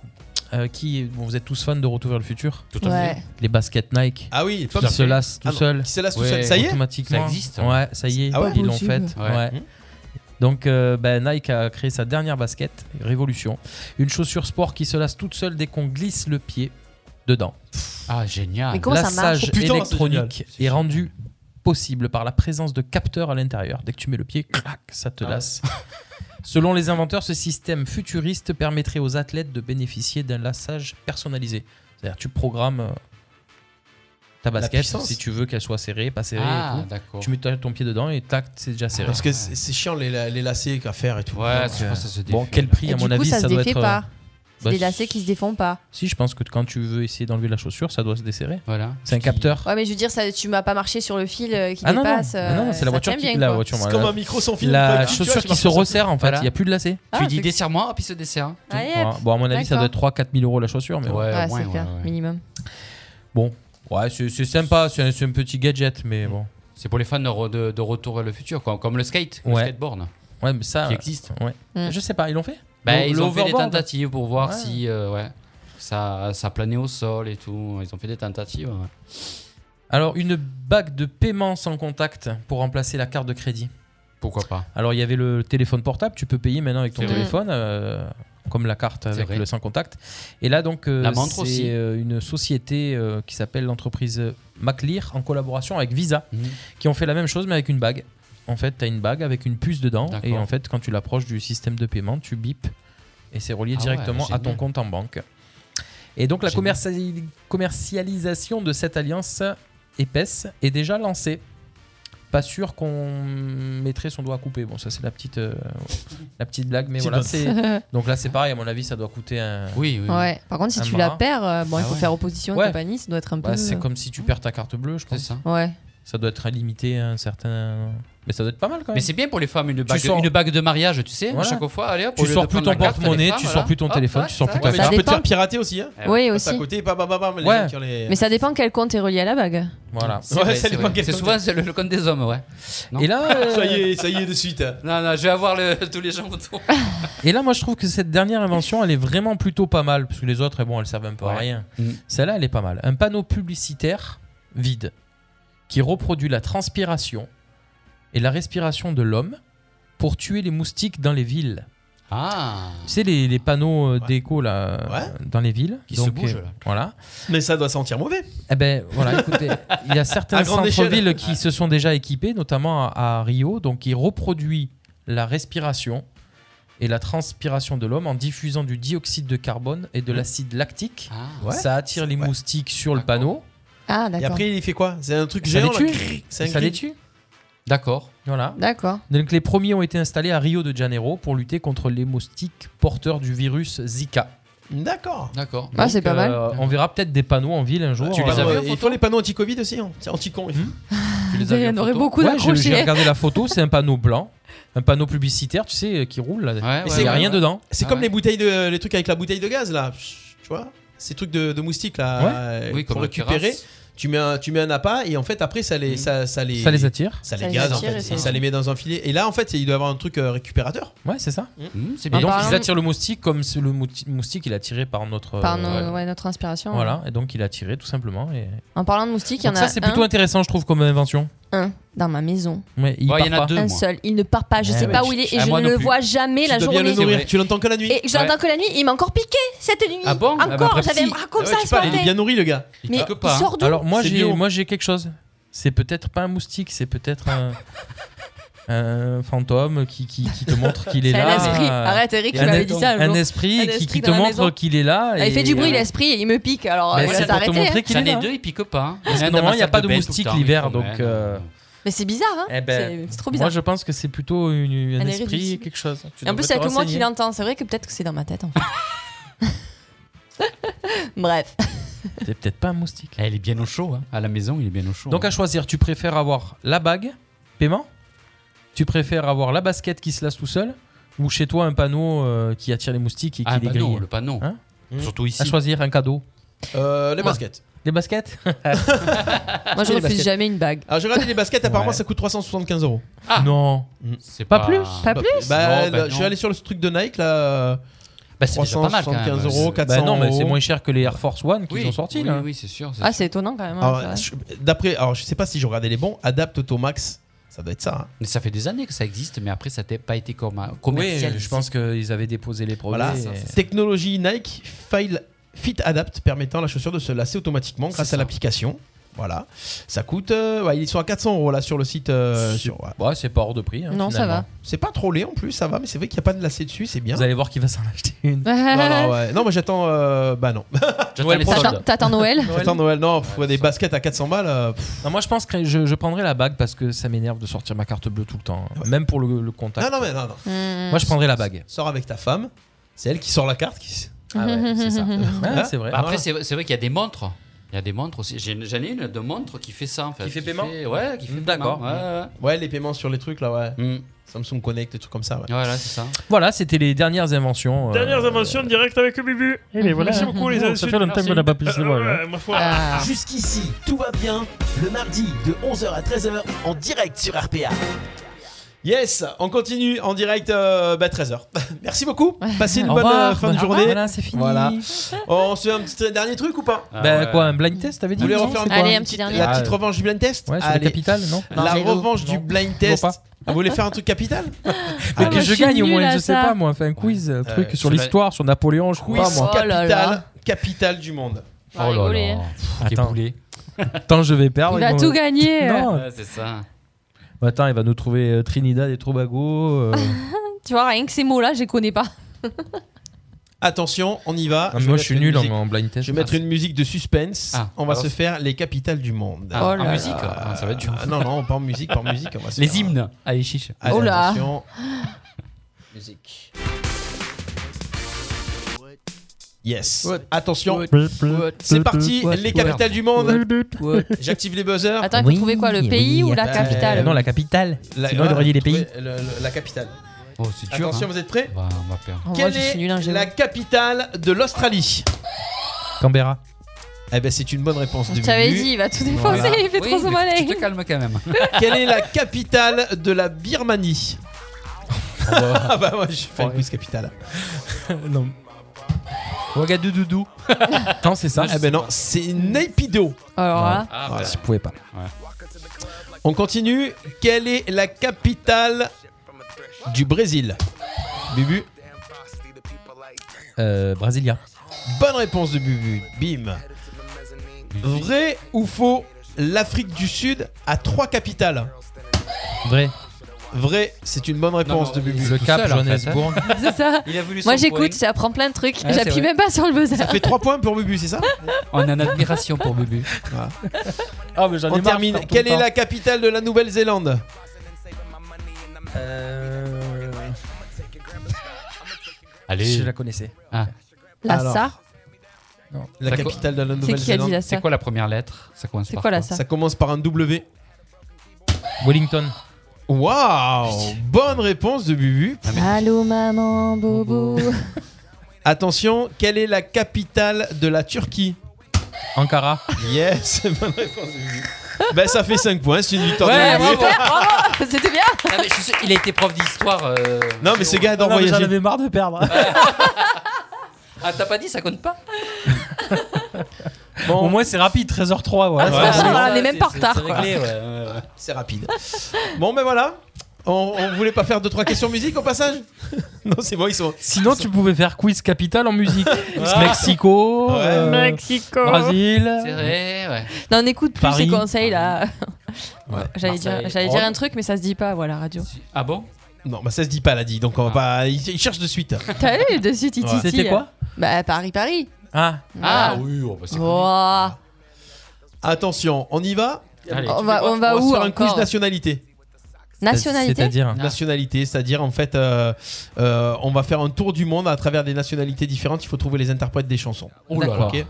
Speaker 6: Euh, qui, bon, vous êtes tous fans de Retour vers le futur
Speaker 4: Tout à
Speaker 5: Ouais.
Speaker 6: Les baskets Nike.
Speaker 3: Ah oui,
Speaker 6: qui se lassent tout
Speaker 3: Ah non,
Speaker 6: seul.
Speaker 3: qui se lasse tout
Speaker 4: Ouais.
Speaker 3: seul, ça y est
Speaker 6: automatiquement.
Speaker 4: Ça existe.
Speaker 6: Ouais, ça y est,
Speaker 3: Ah ouais
Speaker 6: ils l'ont fait.
Speaker 5: Possible.
Speaker 4: Ouais.
Speaker 6: Ouais. Mhm. Donc euh, ben, Nike a créé sa dernière basket, Révolution. Une chaussure sport qui se lasse toute seule dès qu'on glisse le pied dedans.
Speaker 4: Ah, génial.
Speaker 5: Mais comment ça marche
Speaker 6: L'assage
Speaker 3: Oh, putain, c'est
Speaker 6: électronique
Speaker 4: génial.
Speaker 6: est, rendu possible par la présence de capteurs à l'intérieur. Dès que tu mets le pied, clac, ça te
Speaker 4: Ah ouais.
Speaker 6: lasse. Selon les inventeurs, ce système futuriste permettrait aux athlètes de bénéficier d'un lassage personnalisé. C'est-à-dire tu programmes euh, ta basket
Speaker 3: puissance.
Speaker 6: si tu veux qu'elle soit serrée, pas serrée. et
Speaker 4: Ah,
Speaker 6: tout.
Speaker 4: d'accord.
Speaker 6: Tu mets ta- ton pied dedans et tac, c'est déjà serré.
Speaker 3: Parce que c'est c'est chiant les, les lacets à faire et tout.
Speaker 4: Ouais,
Speaker 3: Donc,
Speaker 4: je
Speaker 3: euh,
Speaker 4: pense que ça se défait.
Speaker 6: Bon, quel prix à
Speaker 5: Et du
Speaker 6: mon
Speaker 5: coup,
Speaker 6: avis
Speaker 5: ça,
Speaker 6: ça,
Speaker 5: se
Speaker 6: doit
Speaker 5: défait
Speaker 6: être
Speaker 5: pas. C'est
Speaker 6: Bah,
Speaker 5: des lacets qui se défont pas.
Speaker 6: Si, je pense que quand tu veux essayer d'enlever la chaussure, ça doit se desserrer.
Speaker 4: Voilà.
Speaker 6: C'est un capteur.
Speaker 5: Ouais, mais je veux dire, ça, tu m'as pas marché sur le fil euh, qui
Speaker 6: Ah non, non,
Speaker 5: dépasse.
Speaker 6: Ah non,
Speaker 5: euh,
Speaker 6: c'est la
Speaker 5: ça
Speaker 6: voiture
Speaker 5: tient
Speaker 6: qui
Speaker 5: bien,
Speaker 6: la
Speaker 5: quoi.
Speaker 6: voiture.
Speaker 3: C'est
Speaker 6: voilà.
Speaker 3: comme un micro sans fil,
Speaker 6: La
Speaker 3: quoi, tu- tu vois, qui
Speaker 6: chaussure qui
Speaker 3: marche
Speaker 6: se
Speaker 3: sans fil.
Speaker 6: resserre en fait, il
Speaker 3: Voilà.
Speaker 6: n'y a plus de lacet.
Speaker 5: Ah,
Speaker 4: tu dis desserre-moi, puis se desserre.
Speaker 5: Ah, yep.
Speaker 6: Voilà. Bon, à mon avis, ça doit être
Speaker 5: D'accord.
Speaker 6: 3 4000 euros la chaussure, mais
Speaker 5: Ouais, c'est clair, minimum.
Speaker 6: Bon, ouais, c'est c'est sympa, c'est un, c'est un petit gadget, mais bon.
Speaker 4: Mm. C'est pour les fans de, re- de- de Retour à le futur, quoi. comme le skate,
Speaker 6: Ouais.
Speaker 4: le skateboard.
Speaker 6: Ouais, mais ça.
Speaker 4: Qui existe.
Speaker 6: Ouais.
Speaker 5: Mm.
Speaker 6: Je sais pas, ils l'ont fait
Speaker 4: Hmm. Bah,
Speaker 6: Le-
Speaker 4: ils ont fait des
Speaker 6: l'overboard
Speaker 4: tentatives pour voir
Speaker 6: Ouais.
Speaker 4: si euh, ouais, ça, ça planait au sol et tout. Ils ont fait des tentatives. ouais.
Speaker 6: Alors, une bague de paiement sans contact pour remplacer la carte de crédit.
Speaker 4: Pourquoi pas
Speaker 6: Alors, il y avait le téléphone portable, tu peux payer maintenant avec ton
Speaker 4: C'est vrai.
Speaker 6: téléphone, euh, comme la carte avec
Speaker 4: vrai.
Speaker 6: le sans contact. Et là, donc, euh,
Speaker 4: La montre aussi.
Speaker 6: c'est euh, une société euh, qui s'appelle l'entreprise MacLear en collaboration avec Visa,
Speaker 4: Mhm.
Speaker 6: qui ont fait la même chose mais avec une bague. En fait, tu as une bague avec une puce dedans, et
Speaker 4: D'accord.
Speaker 6: en fait, quand tu l'approches du système de paiement, tu bipes, et c'est relié
Speaker 4: Ah ouais,
Speaker 6: directement à ton
Speaker 4: génial.
Speaker 6: compte en banque. Et donc la
Speaker 4: Génial.
Speaker 6: commerciali- commercialisation de cette alliance euh, épaisse est déjà lancée. Pas sûr qu'on mettrait son doigt à couper. Bon, ça c'est la petite, euh, la petite blague, mais
Speaker 4: Petite
Speaker 6: voilà.
Speaker 4: botte.
Speaker 6: c'est- Donc là c'est pareil, à mon avis ça doit coûter un.
Speaker 4: Oui,
Speaker 5: Ouais. Par contre, si
Speaker 6: un
Speaker 5: tu la
Speaker 6: bras.
Speaker 5: perds, euh, bon, il
Speaker 6: Ah
Speaker 5: faut
Speaker 6: ouais.
Speaker 5: faire opposition et
Speaker 6: Ouais.
Speaker 5: compagnie, ça doit être un
Speaker 6: Bah,
Speaker 5: peu. euh,
Speaker 6: c'est comme si tu perds ta carte bleue, je pense.
Speaker 4: ça.
Speaker 5: Ouais.
Speaker 6: Ça doit être limité à un certain. Mais ça doit être pas mal quand même.
Speaker 4: Mais c'est bien pour les femmes, une
Speaker 6: Tu
Speaker 4: bague,
Speaker 6: sors-
Speaker 4: une bague de mariage, tu sais, à
Speaker 6: Voilà.
Speaker 4: chaque fois. Allez, hop,
Speaker 6: Tu
Speaker 4: au lieu
Speaker 6: sors
Speaker 4: de
Speaker 6: plus
Speaker 4: prendre
Speaker 6: ton
Speaker 4: la carte,
Speaker 6: porte-monnaie,
Speaker 4: les femmes,
Speaker 6: tu sors
Speaker 4: voilà.
Speaker 6: plus ton
Speaker 4: Hop,
Speaker 6: téléphone,
Speaker 4: ouais,
Speaker 6: tu sors
Speaker 4: ça
Speaker 6: plus
Speaker 4: va.
Speaker 6: ta
Speaker 3: Mais tu peux te
Speaker 5: dépend.
Speaker 3: faire pirater aussi, hein
Speaker 5: Oui,
Speaker 3: Passe
Speaker 5: aussi.
Speaker 3: à côté, bam, bam, bam, bam, les
Speaker 6: Ouais.
Speaker 3: gens qui ont les-
Speaker 5: Mais ça dépend quel compte est relié à la bague.
Speaker 6: Voilà.
Speaker 4: C'est vrai, c'est vrai. C'est souvent c'est le, le compte des hommes, ouais. Non
Speaker 6: Et là, euh,
Speaker 3: Ça y est, ça y est, de suite.
Speaker 4: Non, non, je vais avoir le- tous les gens autour.
Speaker 6: Ah, Et là, moi, je trouve que cette dernière invention, elle est vraiment plutôt pas mal, parce que les autres, eh bon, elles servent un peu à
Speaker 4: Ouais.
Speaker 6: rien.
Speaker 3: Mm.
Speaker 6: Celle-là, elle est pas mal. Un panneau publicitaire vide qui reproduit la transpiration et la respiration de l'homme pour tuer les moustiques dans les villes.
Speaker 4: Ah
Speaker 6: Tu sais, les, les panneaux euh, déco là, euh, dans les villes.
Speaker 3: Qui se
Speaker 6: Donc,
Speaker 3: bougent,
Speaker 6: euh,
Speaker 3: là.
Speaker 6: Voilà.
Speaker 3: Mais ça doit sentir mauvais.
Speaker 6: Eh ben voilà, écoutez, il y a certains
Speaker 3: À grande échelle.
Speaker 6: centres-villes qui se sont déjà équipés, notamment à, à Rio, donc qui reproduit la respiration et la transpiration de l'homme en diffusant du dioxyde de carbone et de l'acide lactique.
Speaker 3: Mmh. Ah. Ouais.
Speaker 6: Ça attire les moustiques sur le panneau.
Speaker 5: Ah,
Speaker 3: Et
Speaker 5: d'accord.
Speaker 3: après, il fait quoi C'est un truc
Speaker 6: Ça
Speaker 3: géant
Speaker 6: les
Speaker 3: là,
Speaker 6: tue.
Speaker 3: crrr, c'est un
Speaker 6: Ça les
Speaker 3: cri.
Speaker 6: tue. D'accord. Voilà.
Speaker 5: D'accord.
Speaker 6: Donc les premiers ont été installés à Rio de Janeiro pour lutter contre les moustiques porteurs du virus Zika.
Speaker 3: D'accord.
Speaker 4: D'accord.
Speaker 5: Ah, c'est
Speaker 6: Donc, euh,
Speaker 5: pas mal.
Speaker 6: on verra peut-être des panneaux en ville un jour.
Speaker 3: Tu les
Speaker 6: Euh,
Speaker 3: avais, ils font les panneaux anti-Covid aussi, hein c'est anti-con.
Speaker 6: Hmm
Speaker 4: Tu
Speaker 5: les as Il y en vus en aurait photo beaucoup
Speaker 6: Ouais, j'ai- J'ai
Speaker 5: d'accrochés.
Speaker 6: regardé la photo, c'est un panneau blanc, un panneau publicitaire, tu sais, euh, qui roule. Là.
Speaker 3: Et
Speaker 6: Et
Speaker 3: c'est-
Speaker 6: il y a rien dedans. Ah
Speaker 3: C'est comme les bouteilles de, les trucs avec la bouteille de gaz là, tu vois, ces trucs de, de moustiques là,
Speaker 6: Ouais.
Speaker 3: euh,
Speaker 6: Oui,
Speaker 3: pour
Speaker 6: comme la
Speaker 3: récupérer.
Speaker 6: terrasse.
Speaker 3: Tu mets, un, tu mets un appât et en fait après ça les, ça, les,
Speaker 6: Ça les attire.
Speaker 3: Ça
Speaker 6: Ça
Speaker 3: les
Speaker 6: les
Speaker 3: gaze en
Speaker 6: attire
Speaker 3: fait.
Speaker 6: et ça
Speaker 3: Et
Speaker 6: les
Speaker 3: ça les met dans un filet. Et là en fait il doit avoir un truc euh, récupérateur. Mm.
Speaker 6: Ouais, c'est ça.
Speaker 5: Mm,
Speaker 4: c'est
Speaker 6: Et donc
Speaker 5: Apparemment-
Speaker 6: ils attirent le moustique comme c'est le mouti- moustique il est attiré par notre
Speaker 5: Par
Speaker 6: euh,
Speaker 5: nos- ouais, notre inspiration.
Speaker 6: Voilà, et donc il est attiré tout simplement et
Speaker 5: En parlant de moustiques, il y en
Speaker 6: Donc
Speaker 5: a
Speaker 6: ça c'est
Speaker 5: un,
Speaker 6: plutôt intéressant je trouve comme invention.
Speaker 5: un dans ma maison.
Speaker 6: Ouais, il
Speaker 4: Ouais, il y en
Speaker 6: part
Speaker 4: a
Speaker 6: pas.
Speaker 4: deux.
Speaker 5: un
Speaker 4: moi.
Speaker 5: seul. Il ne part pas. Je
Speaker 6: Eh
Speaker 5: sais
Speaker 6: ouais.
Speaker 5: pas où il est et
Speaker 6: Ah,
Speaker 5: je
Speaker 6: moi
Speaker 5: ne
Speaker 6: non
Speaker 5: le
Speaker 6: plus.
Speaker 5: vois jamais
Speaker 6: Tu
Speaker 5: la
Speaker 6: dois
Speaker 5: journée.
Speaker 6: bien le nourrir.
Speaker 3: Tu l'entends que la nuit.
Speaker 5: Et je l'entends que la nuit. Il m'a encore piqué cette nuit.
Speaker 3: Ah bon Ah bah
Speaker 5: Encore.
Speaker 3: après,
Speaker 5: J'avais un
Speaker 3: si.
Speaker 5: bras comme
Speaker 3: Ah
Speaker 5: ça
Speaker 3: ouais,
Speaker 5: ce
Speaker 3: tu parles, il est
Speaker 5: matin.
Speaker 3: bien nourri le gars.
Speaker 5: Mais
Speaker 4: pique
Speaker 5: il
Speaker 4: pas.
Speaker 5: sort d'où
Speaker 6: hein. Alors
Speaker 3: hein.
Speaker 6: moi
Speaker 3: C'est
Speaker 6: j'ai
Speaker 3: bio.
Speaker 6: moi j'ai quelque chose. C'est peut-être pas un moustique, c'est peut-être un un fantôme qui, qui, qui te montre qu'il est
Speaker 5: C'est un
Speaker 6: là. Euh,
Speaker 5: esprit. Arrête, Eric, il m'avait dit ça un
Speaker 6: Un
Speaker 5: jour.
Speaker 6: esprit
Speaker 5: Un
Speaker 6: qui,
Speaker 5: esprit
Speaker 6: qui te
Speaker 5: Ah, dans la
Speaker 6: montre
Speaker 5: maison.
Speaker 6: qu'il est là.
Speaker 5: Ah, il
Speaker 6: et- euh,
Speaker 5: fait du bruit l'esprit et il me pique. Alors
Speaker 6: Mais
Speaker 5: euh,
Speaker 6: c'est pour
Speaker 5: voilà,
Speaker 6: te
Speaker 5: s'arrêter.
Speaker 6: montrer
Speaker 5: hein.
Speaker 6: qu'il
Speaker 4: J'en
Speaker 6: est
Speaker 4: ai
Speaker 6: là.
Speaker 4: deux, ils piquent pas. hein.
Speaker 6: Parce qu'en
Speaker 4: un
Speaker 6: ce moment,
Speaker 4: dans
Speaker 6: il n'y a
Speaker 4: ma
Speaker 6: pas
Speaker 4: salle
Speaker 6: de
Speaker 4: bain tout le
Speaker 6: moustique
Speaker 4: temps.
Speaker 6: l'hiver,
Speaker 4: Ouais,
Speaker 6: donc.
Speaker 4: non.
Speaker 6: euh,
Speaker 5: Mais c'est bizarre. hein.
Speaker 6: eh ben,
Speaker 5: C'est- C'est trop bizarre.
Speaker 6: Moi, je pense que c'est plutôt une- un,
Speaker 5: Un
Speaker 6: esprit,
Speaker 5: érudit.
Speaker 6: quelque chose. Tu
Speaker 5: Et en
Speaker 6: devrais
Speaker 5: plus,
Speaker 6: te
Speaker 5: c'est que moi
Speaker 6: renseigner.
Speaker 5: qui l'entends. C'est vrai que peut-être que c'est dans ma tête. en fait. Bref.
Speaker 6: C'est peut-être pas un moustique.
Speaker 4: Elle est bien au chaud, hein. à la maison, il est bien au chaud.
Speaker 6: Donc, à choisir, tu préfères avoir la bague, paiement Tu préfères avoir la basket qui se lasse tout seul Ou chez toi, un panneau euh, qui attire les moustiques et qui
Speaker 4: Ah, un
Speaker 6: les
Speaker 4: panneau,
Speaker 6: grille
Speaker 4: le panneau.
Speaker 6: Hein
Speaker 4: Mm. Surtout ici.
Speaker 6: À choisir un cadeau.
Speaker 3: Euh, les
Speaker 6: Moi.
Speaker 3: baskets.
Speaker 6: Les baskets Ah.
Speaker 5: Moi, je
Speaker 3: Les
Speaker 5: refuse
Speaker 3: baskets.
Speaker 5: jamais une bague.
Speaker 3: Alors Ah, j'ai regardé les baskets, apparemment
Speaker 6: Ouais.
Speaker 3: ça coûte 375 euros.
Speaker 6: Non.
Speaker 4: Ah. Mmh. C'est
Speaker 6: Pas plus
Speaker 5: Pas plus
Speaker 3: Bah,
Speaker 6: Non, bah,
Speaker 3: là,
Speaker 6: non.
Speaker 3: je suis allé sur le truc de Nike là. euh,
Speaker 4: Bah, c'est déjà pas mal, quand même.
Speaker 3: 375 euros,
Speaker 4: C'est- bah
Speaker 3: 400
Speaker 6: Bah non, mais c'est
Speaker 3: euros.
Speaker 6: moins cher que les Air Force One qu'ils
Speaker 4: Oui,
Speaker 6: ont sortis.
Speaker 4: oui,
Speaker 6: là.
Speaker 4: oui, c'est sûr. c'est
Speaker 5: Ah,
Speaker 4: sûr.
Speaker 5: c'est étonnant quand même. hein,
Speaker 3: Alors,
Speaker 5: c'est vrai.
Speaker 3: je- D'après, alors je sais pas si j'ai regardé les bons, Adapt Automax, ça doit être ça. hein.
Speaker 4: Mais ça fait des années que ça existe, mais après, ça n'a pas été comma- commercial.
Speaker 6: Oui, je
Speaker 4: ici.
Speaker 6: pense qu'ils avaient déposé les produits.
Speaker 3: Voilà.
Speaker 6: et-
Speaker 3: Technologie Nike File Fit Adapt permettant à la chaussure de se lasser automatiquement grâce à l'application. Voilà. Ça coûte. euh, ouais, ils sont à 400 euros là sur le site. euh,
Speaker 6: C'est-
Speaker 3: sur- ouais.
Speaker 6: ouais, c'est pas hors de prix. hein,
Speaker 5: Non, ça
Speaker 6: finalement.
Speaker 5: va.
Speaker 3: C'est pas trop laid en plus, ça va, mais c'est vrai qu'il n'y a pas de lacet dessus, c'est bien.
Speaker 6: Vous allez voir qu'il va s'en acheter une.
Speaker 3: Non, non, ouais. Non, moi j'attends. euh, bah non.
Speaker 6: Noël
Speaker 5: T'attends- T'attends Noël
Speaker 3: j'attends Noël. Non, pff, des baskets à 400 balles. euh, pff.
Speaker 6: Non, moi je pense que je, je prendrai la bague parce que ça m'énerve de sortir ma carte bleue tout le temps. hein. Même pour le, le contact.
Speaker 5: Mmh.
Speaker 3: Non, non, mais non, non.
Speaker 6: Moi je prendrai la bague.
Speaker 3: Sors avec ta femme. C'est elle qui sort la carte. Qui...
Speaker 6: Ah ouais, c'est ça. Ouais, c'est vrai.
Speaker 4: Bah après, c'est c'est vrai qu'il y a des montres. Il y a des montres aussi. J'ai- J'en ai une de montre qui fait ça en fait.
Speaker 6: Qui fait paiement
Speaker 4: Ouais, qui fait
Speaker 6: Mm,
Speaker 4: paiement.
Speaker 6: d'accord. Hmm.
Speaker 4: Ouais, ouais.
Speaker 3: Ouais, les paiements sur les trucs là, ouais. Samsung Connect, des trucs comme ça, ouais.
Speaker 4: Voilà, c'est ça.
Speaker 6: Voilà, c'était les dernières inventions. euh,
Speaker 22: Dernière invention directe avec le Bibu.
Speaker 3: Eh ben voilà.
Speaker 22: Merci beaucoup les
Speaker 3: Ça
Speaker 22: amis.
Speaker 3: fait longtemps qu'on n'a pas pu se voir, hein.
Speaker 22: ma foi.
Speaker 1: Jusqu'ici, tout va bien. Le mardi de 11h à 13h en direct sur RPA.
Speaker 3: Yes, on continue en direct euh, bah, 13h. Merci beaucoup. Passez une
Speaker 6: Au
Speaker 3: bonne
Speaker 6: revoir,
Speaker 3: euh, fin
Speaker 6: bonne-
Speaker 3: de
Speaker 6: au
Speaker 3: journée.
Speaker 6: revoir. Voilà, c'est fini.
Speaker 3: Voilà. On se fait un petit dernier truc ou pas
Speaker 6: Ben, quoi, un blind test, t'avais dit
Speaker 3: Vous voulez
Speaker 6: non
Speaker 3: refaire un,
Speaker 6: Allez,
Speaker 3: quoi
Speaker 6: un
Speaker 3: Une
Speaker 6: petit
Speaker 3: petite-
Speaker 6: dernier.
Speaker 3: La
Speaker 6: Ah,
Speaker 3: petite
Speaker 6: euh,
Speaker 3: revanche du blind test
Speaker 6: ouais, sur le
Speaker 3: Allez.
Speaker 6: capital, non Non,
Speaker 3: La
Speaker 6: j'ai l'eau.
Speaker 3: revanche du
Speaker 6: Non.
Speaker 3: blind
Speaker 6: Je vois
Speaker 3: test.
Speaker 6: pas.
Speaker 3: Vous voulez faire un truc capital Ah,
Speaker 6: Mais
Speaker 5: Ah,
Speaker 6: que je gagne au moins, je sais pas moi, on fait un quiz, un truc sur
Speaker 3: je vais-
Speaker 6: l'histoire, sur Napoléon, je crois
Speaker 3: Quiz
Speaker 6: pas moi.
Speaker 3: capital, capitale du monde.
Speaker 6: Oh là Ah,
Speaker 5: rigoler,
Speaker 6: là.
Speaker 5: hein.
Speaker 6: Pff, Attends. Attends, je vais perdre.
Speaker 5: Il va
Speaker 6: vont-
Speaker 5: tout gagner.
Speaker 6: Non.
Speaker 4: Ouais, c'est ça.
Speaker 6: Bah, attends, il va nous trouver euh, Trinidad et Tobago. euh.
Speaker 5: Tu vois, rien que ces mots-là, je les connais pas.
Speaker 3: Attention, on y va.
Speaker 6: Ah, moi,
Speaker 3: vais
Speaker 6: je suis
Speaker 3: mettre une
Speaker 6: nul en-
Speaker 3: musique-
Speaker 6: en blind test.
Speaker 3: Je vais mettre une musique de suspense.
Speaker 6: Ah,
Speaker 3: on va
Speaker 6: alors
Speaker 3: se
Speaker 6: c'est-
Speaker 3: faire les capitales du monde.
Speaker 6: Ah, Oh en là musique là.
Speaker 4: Ah, ça va être dur.
Speaker 3: Ah, Non, non, pas en musique, pas en musique. On va se
Speaker 4: Les
Speaker 3: faire-
Speaker 4: hymnes. Allez, chiche.
Speaker 3: Allez,
Speaker 5: Oh là.
Speaker 3: attention. Musique. Yes. Attention. C'est parti,
Speaker 6: What?
Speaker 3: les capitales du monde.
Speaker 6: What?
Speaker 3: J'active les buzzers.
Speaker 5: Attends, il faut trouver quoi, le pays ou la capitale
Speaker 6: Euh, Non, la capitale.
Speaker 3: La-
Speaker 6: Sinon, il
Speaker 3: ouais,
Speaker 6: aurait dit les pays.
Speaker 3: trouver le- le- La capitale.
Speaker 4: Oh, c'est dur.
Speaker 3: Attention,
Speaker 4: hein.
Speaker 3: vous êtes prêts
Speaker 4: Bah, on va perdre.
Speaker 3: Quelle est
Speaker 5: hein,
Speaker 3: la capitale de l'Australie
Speaker 6: Canberra.
Speaker 3: Eh ben, c'est une bonne réponse.
Speaker 5: Je
Speaker 3: de
Speaker 5: t'avais
Speaker 3: Bibu.
Speaker 5: dit, il va tout défoncer,
Speaker 3: Voilà.
Speaker 5: il fait
Speaker 4: Oui,
Speaker 5: trop son
Speaker 4: mais
Speaker 5: malin.
Speaker 4: tu te calmes quand même.
Speaker 3: Quelle est la capitale de la Birmanie
Speaker 4: Oh,
Speaker 3: Ah bah moi je fais une quiz capitale.
Speaker 6: non. Ouagadougou. non, c'est ça.
Speaker 3: Eh ben non, c'est Naypyidaw.
Speaker 5: Alors hein.
Speaker 3: bah.
Speaker 6: Ouais.
Speaker 5: là.
Speaker 6: Ah,
Speaker 4: bah.
Speaker 6: si je pouvais pas.
Speaker 3: On continue. Quelle est la capitale du Brésil Bubu.
Speaker 6: Euh, Brasilia.
Speaker 3: Bonne réponse de Bubu. Bim. Vrai ou faux L'Afrique du Sud a trois capitales.
Speaker 6: Vrai.
Speaker 3: Vrai, c'est une bonne réponse de Bubu.
Speaker 6: Le Cap,
Speaker 5: hein.
Speaker 6: Johannesburg.
Speaker 5: C'est ça.
Speaker 4: Il a voulu
Speaker 5: Moi
Speaker 4: son point.
Speaker 5: j'écoute, j'apprends plein de trucs.
Speaker 4: Ouais, c'est
Speaker 5: J'appuie
Speaker 4: vrai.
Speaker 5: même pas sur le buzzer.
Speaker 3: Ça fait 3 points pour Bubu, c'est ça
Speaker 4: On a une admiration pour Bubu.
Speaker 6: Ah, mais j'en ai
Speaker 3: On
Speaker 6: marre,
Speaker 3: termine.
Speaker 6: je perds tout
Speaker 3: Quelle
Speaker 6: le
Speaker 3: est
Speaker 6: temps.
Speaker 3: la capitale de la Nouvelle-Zélande
Speaker 15: Euh,
Speaker 4: Allez.
Speaker 6: Je la connaissais.
Speaker 4: Ah.
Speaker 5: Lassa.
Speaker 3: La
Speaker 4: Ça co-
Speaker 3: capitale de la
Speaker 5: qui a dit
Speaker 3: Nouvelle-Zélande.
Speaker 5: la ça
Speaker 4: C'est quoi la première lettre Ça commence
Speaker 5: C'est
Speaker 4: par
Speaker 5: quoi la
Speaker 4: quoi
Speaker 5: ça
Speaker 3: Ça commence par un W.
Speaker 6: Wellington.
Speaker 3: Waouh Bonne réponse de Bubu.
Speaker 4: Ah,
Speaker 5: Allô maman, bobo.
Speaker 3: Attention, quelle est la capitale de la Turquie
Speaker 6: Ankara.
Speaker 3: Yes, bonne réponse de Bubu. ben ça fait 5 points, c'est une victoire
Speaker 4: Ouais,
Speaker 3: de Bubu.
Speaker 4: bravo.
Speaker 5: C'était bien.
Speaker 4: Non, mais je suis sûr, il a été prof d'histoire. euh,
Speaker 3: Non mais ce gars adore
Speaker 6: Non, mais J'en
Speaker 3: voyager.
Speaker 6: avais marre de perdre.
Speaker 4: Ah, t'as pas dit, ça compte pas
Speaker 6: Au moins, c'est rapide, 13h03. Ouais.
Speaker 3: Ah, c'est
Speaker 6: Ouais.
Speaker 3: bon.
Speaker 5: On est même pas en
Speaker 4: C'est-
Speaker 5: retard.
Speaker 4: c'est
Speaker 5: quoi.
Speaker 4: réglé, ouais, ouais, ouais.
Speaker 3: C'est rapide. Bon ben voilà. On, on voulait pas faire 2-3 questions musique au passage Non c'est bon, ils sont...
Speaker 6: Sinon, tu pouvais faire quiz capital en musique. Mexico.
Speaker 3: Ouais.
Speaker 6: euh,
Speaker 5: Mexico.
Speaker 6: Brésil.
Speaker 4: C'est vrai, ouais.
Speaker 5: Non, on écoute plus
Speaker 6: Paris.
Speaker 5: ces conseils là. J'allais dire,
Speaker 4: Marseille.
Speaker 5: j'allais dire
Speaker 4: Oh.
Speaker 5: un truc, mais ça se dit pas, voilà, radio.
Speaker 4: Ah bon
Speaker 3: Non bah ça se dit pas, elle a dit, donc on va pas... Ils ils cherchent de suite.
Speaker 5: T'as vu de suite, il
Speaker 3: Ouais.
Speaker 5: titille.
Speaker 6: C'était quoi
Speaker 5: Bah, Paris, Paris.
Speaker 6: Ah.
Speaker 4: Ah,
Speaker 5: Voilà.
Speaker 4: oui, oh, bah, c'est
Speaker 5: Ouah.
Speaker 3: Attention, on y va
Speaker 4: Allez.
Speaker 5: On va, on va
Speaker 3: on
Speaker 5: où
Speaker 3: faire un quiz
Speaker 5: encore
Speaker 3: nationalité.
Speaker 5: Nationalité
Speaker 6: C'est-à-dire.
Speaker 4: Ah.
Speaker 3: Nationalité, c'est-à-dire en fait, euh, euh, on va faire un tour du monde à travers des nationalités différentes. Il faut trouver les interprètes des chansons.
Speaker 4: Oh là là.
Speaker 3: Ok.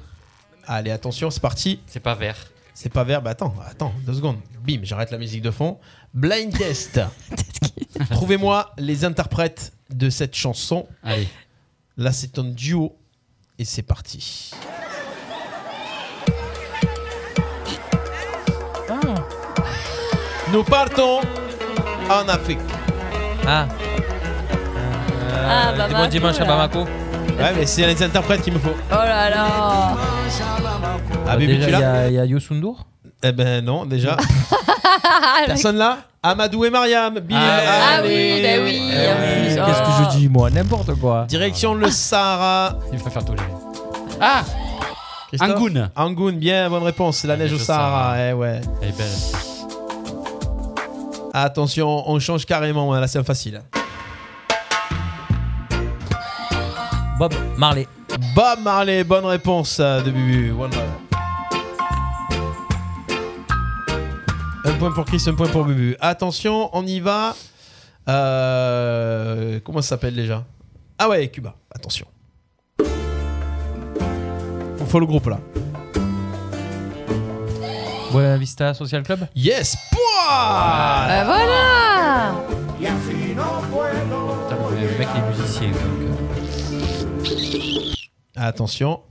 Speaker 3: Allez, attention, c'est parti.
Speaker 4: C'est pas vert.
Speaker 3: C'est pas vert, bah attends, attends, deux secondes. Bim, j'arrête la musique de fond. Blind test. Trouvez-moi les interprètes de cette chanson.
Speaker 4: Allez.
Speaker 3: Là, c'est un duo et c'est parti.
Speaker 4: Ah.
Speaker 3: Nous partons en Afrique.
Speaker 6: Ah. Euh,
Speaker 5: Ah, bah,
Speaker 6: des bons
Speaker 5: Bamako,
Speaker 6: dimanches à
Speaker 5: là.
Speaker 6: Bamako.
Speaker 3: Ouais, mais c'est les interprètes qu'il me faut.
Speaker 5: Oh là là
Speaker 3: Ah,
Speaker 6: Euh,
Speaker 3: bébé,
Speaker 6: déjà,
Speaker 3: tu l'as
Speaker 6: il y a- il y a Yosundour.
Speaker 3: Eh ben non, déjà.
Speaker 6: Ah,
Speaker 5: Avec-
Speaker 3: Personne là Amadou et Mariam. Bim.
Speaker 5: Ah,
Speaker 3: Allez.
Speaker 5: oui, bah oui,
Speaker 3: Eh
Speaker 5: en
Speaker 3: oui.
Speaker 5: plus. Oh. Ah.
Speaker 6: Qu'est-ce que
Speaker 5: Euh.
Speaker 6: je dis, moi N'importe quoi.
Speaker 3: Direction le Sahara.
Speaker 4: Il va faire tous les. Ah
Speaker 3: Christophe
Speaker 4: Angoun
Speaker 3: Angoun, bien, bonne réponse. La neige au Sahara. Eh ouais.
Speaker 4: Elle est
Speaker 6: ben,
Speaker 4: belle.
Speaker 3: Attention, on change carrément. hein, Là, c'est facile.
Speaker 6: Bob Marley.
Speaker 3: Bob Marley, bonne réponse euh, de Bubu. One love. Un point pour Chris, un point pour Bubu. Attention, on y va. Euh, comment ça s'appelle déjà Ah ouais, Cuba. Attention. faut le groupe là.
Speaker 6: Buena Vista Social Club
Speaker 3: Yes Pouah
Speaker 5: Bah voilà
Speaker 6: Putain, le le mec il est musicien.
Speaker 3: Attention.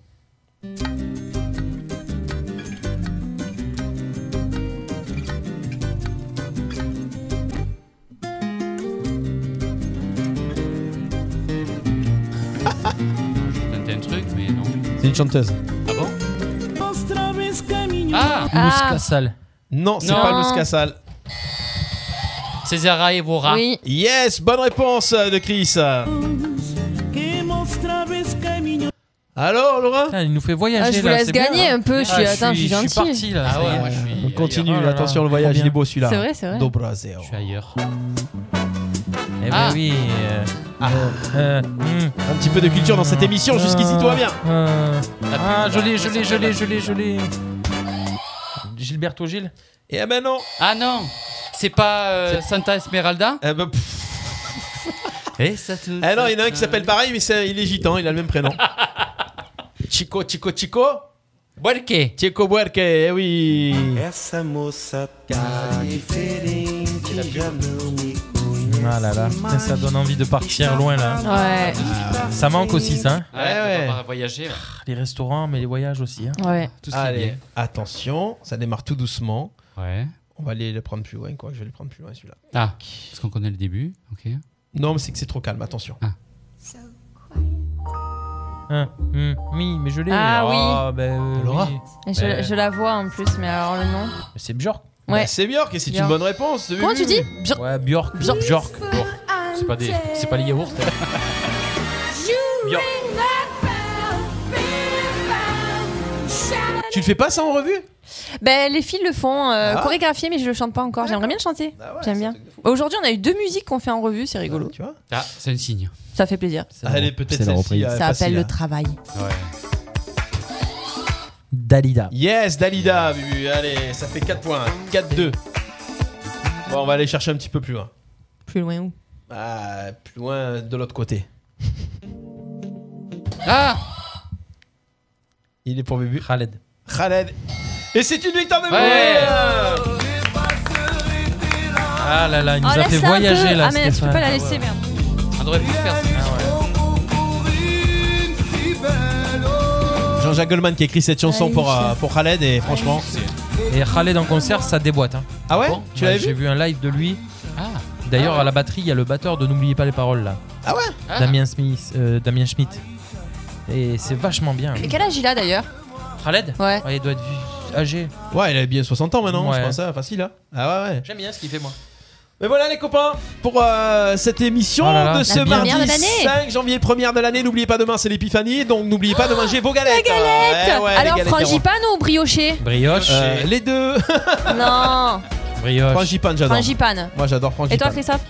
Speaker 4: Je tentais un truc, mais non.
Speaker 3: C'est une chanteuse.
Speaker 4: Ah bon
Speaker 6: Ah,
Speaker 4: Ah.
Speaker 3: Non, c'est
Speaker 4: Non.
Speaker 3: pas Luz Casal.
Speaker 4: Césara Evora.
Speaker 5: Oui.
Speaker 3: Yes, bonne réponse euh, de Chris. Alors, Laura
Speaker 6: Il nous fait voyager.
Speaker 5: Ah, je vous laisse gagner un peu, je suis, attends, je suis
Speaker 6: Ah, Je suis
Speaker 5: gentil. Ah
Speaker 6: parti là. ça y est.
Speaker 3: On continue,
Speaker 6: ailleurs. Oh là là,
Speaker 3: attention le
Speaker 6: trop
Speaker 3: voyage,
Speaker 6: bien.
Speaker 3: il est beau celui-là.
Speaker 5: C'est vrai, c'est vrai.
Speaker 3: Do Brasil.
Speaker 6: Je suis ailleurs. Eh
Speaker 3: Ah.
Speaker 6: ben oui. euh, euh, euh,
Speaker 3: Un petit peu de culture dans cette émission, jusqu'ici tout va bien.
Speaker 6: euh,
Speaker 3: Ah,
Speaker 6: Ah, je l'ai, je l'ai, je l'ai, je l'ai, je l'ai. Gilberto Gil
Speaker 3: Eh ben non
Speaker 4: Ah non C'est pas euh, Santa Esmeralda
Speaker 3: Eh ben.
Speaker 4: Et ça te...
Speaker 3: Ah non, il y en a un qui s'appelle pareil, mais c'est- il est gitan, il a le même prénom. Chico, Chico, Chico
Speaker 4: Buerque.
Speaker 3: Chico Buerque, eh oui.
Speaker 6: Ah là là, putain, ça donne envie de partir loin là.
Speaker 5: Ouais.
Speaker 6: Ça manque aussi ça. hein.
Speaker 4: Ouais, ouais. On va voyager.
Speaker 6: Les restaurants, mais les voyages aussi. hein.
Speaker 5: Ouais.
Speaker 4: Tout ce qui est
Speaker 3: Allez,
Speaker 4: bien.
Speaker 3: attention, ça démarre tout doucement.
Speaker 4: Ouais.
Speaker 3: On va aller le prendre plus loin, quoi. Je vais le prendre plus loin, celui-là.
Speaker 4: Ah, parce qu'on connaît le début. Ok.
Speaker 3: Non, mais c'est que c'est trop calme, attention.
Speaker 4: Ah.
Speaker 6: Hein, hum, oui, mais je l'ai.
Speaker 5: Ah
Speaker 6: Ah, ben,
Speaker 3: bah,
Speaker 6: euh,
Speaker 3: Laura
Speaker 6: oui.
Speaker 5: Et Je,
Speaker 6: Ben,
Speaker 5: je la vois en plus, mais alors le nom.
Speaker 6: mais C'est Björk.
Speaker 5: Ouais.
Speaker 3: Bah, c'est Björk et c'est une
Speaker 5: Björk.
Speaker 3: bonne réponse.
Speaker 5: Comment tu dis
Speaker 3: Björk.
Speaker 6: Ouais, Björk. Björk.
Speaker 4: C'est pas des, c'est pas les yaourts.
Speaker 6: Björk.
Speaker 3: Tu le fais pas ça en revue
Speaker 5: Ben, les filles le font euh,
Speaker 3: Ah. Bah
Speaker 5: chorégraphier, mais je le chante pas encore. J'aimerais bien le chanter. J'aime bien. Aujourd'hui, on a eu deux musiques qu'on fait en revue, c'est
Speaker 6: Bah,
Speaker 5: rigolo.
Speaker 3: Tu vois
Speaker 4: Ah, c'est un signe.
Speaker 5: Ça fait plaisir.
Speaker 3: Allez, peut-être
Speaker 18: c'est la
Speaker 3: celle-ci.
Speaker 18: reprise.
Speaker 3: euh,
Speaker 5: Ça
Speaker 3: facile.
Speaker 5: appelle le travail.
Speaker 4: Ouais.
Speaker 6: Dalida.
Speaker 3: Yes, Dalida, Bubu. Allez, ça fait 4 points. 4-2. Bon, on va aller chercher un petit peu plus loin.
Speaker 5: Plus loin où
Speaker 3: Ah, plus loin de l'autre côté.
Speaker 4: Ah
Speaker 3: Il est pour Bubu.
Speaker 6: Khaled.
Speaker 3: Khaled. Et c'est une victoire de Bubu
Speaker 4: Ouais.
Speaker 6: Ah là là, il nous
Speaker 5: Ah,
Speaker 6: a fait
Speaker 5: laisse-la un
Speaker 6: voyager
Speaker 5: peu.
Speaker 6: là.
Speaker 5: Ah, mais tu peux
Speaker 6: Stéphane.
Speaker 5: pas la laisser, merde.
Speaker 4: On aurait pu faire ça.
Speaker 3: Ah Jean-Jacques Goldman qui a écrit cette chanson
Speaker 5: Allez,
Speaker 3: pour,
Speaker 5: Michel.
Speaker 3: euh, pour Khaled et franchement.
Speaker 6: Et Khaled en concert, ça déboîte. hein.
Speaker 3: Ah ouais
Speaker 4: Bon,
Speaker 3: Tu l'avais
Speaker 6: Ouais, J'ai
Speaker 3: vu
Speaker 6: vu un live de lui.
Speaker 4: Ah,
Speaker 6: D'ailleurs,
Speaker 4: Ah ouais.
Speaker 6: à la batterie, il y a le batteur de N'oubliez pas les paroles là.
Speaker 3: Ah ouais
Speaker 4: Ah.
Speaker 6: Damien Smith, euh, Damien Schmidt. Et c'est vachement bien.
Speaker 5: Mais quel âge il a d'ailleurs
Speaker 6: Khaled
Speaker 5: Ouais.
Speaker 6: Ouais, il doit être âgé.
Speaker 3: Ouais, il a bien 60 ans maintenant,
Speaker 6: Ouais.
Speaker 3: je pense ça, facile. Hein. Ah ouais, ouais.
Speaker 6: J'aime bien ce qu'il fait, moi.
Speaker 3: Mais voilà les copains pour euh, cette émission
Speaker 6: Oh là là.
Speaker 3: de ce
Speaker 5: La
Speaker 3: mardi
Speaker 5: première de l'année.
Speaker 3: 5 janvier première de l'année. N'oubliez pas demain c'est l'épiphanie, donc n'oubliez pas de manger vos galettes. Eh Ouais, ouais, les
Speaker 5: alors,
Speaker 3: galettes
Speaker 5: frangipane ou brioché
Speaker 6: Brioche.
Speaker 3: d'Héron. Euh, les deux.
Speaker 5: Non,
Speaker 6: Brioche.
Speaker 3: frangipane j'adore.
Speaker 5: frangipane.
Speaker 3: Moi j'adore
Speaker 5: Et toi,
Speaker 3: frangipane.
Speaker 5: Christophe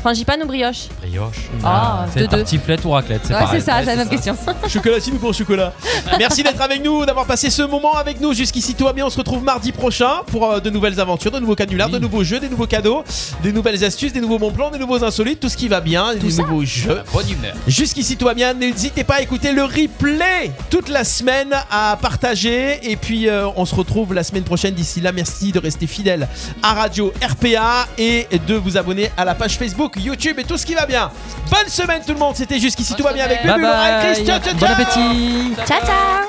Speaker 5: Frangipane ou brioche
Speaker 4: brioche.
Speaker 5: Ah,
Speaker 6: c'est
Speaker 5: de deux.
Speaker 6: tartiflette ou raclette, c'est
Speaker 5: Ouais,
Speaker 6: pareil.
Speaker 5: c'est ça, c'est la même question.
Speaker 3: Chocolatine ou pour chocolat Merci d'être avec nous, d'avoir passé ce moment avec nous jusqu'ici. Tout va bien. On se retrouve mardi prochain pour euh, de nouvelles aventures, de nouveaux canulars, de nouveaux jeux, des nouveaux cadeaux, des nouvelles astuces, des nouveaux bons plans, des nouveaux insolites, tout ce qui va bien, des nouveaux jeux.
Speaker 4: Ah, Bonne humeur.
Speaker 3: Jusqu'ici tout va bien, n'hésitez pas à écouter le replay toute la semaine, à partager et puis euh, on se retrouve la semaine prochaine d'ici là, merci de rester fidèle à Radio RPA et de vous abonner à la page Facebook, YouTube et tout ce qui va bien. Bonne semaine tout le monde, c'était jusqu'ici tout va bien avec
Speaker 6: Bye
Speaker 3: Bubu, Laura et
Speaker 6: bye.
Speaker 3: Christian, ciao,
Speaker 6: Bon
Speaker 3: ciao.
Speaker 6: appétit.
Speaker 5: Ciao, ciao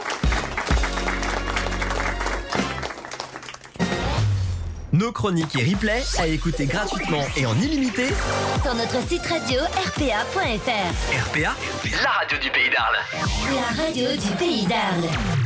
Speaker 1: Nos chroniques et replays à écouter gratuitement et en illimité.
Speaker 7: Sur notre site radio rpa.fr,
Speaker 1: RPA, la radio du pays d'Arles.
Speaker 7: la radio du pays d'Arles.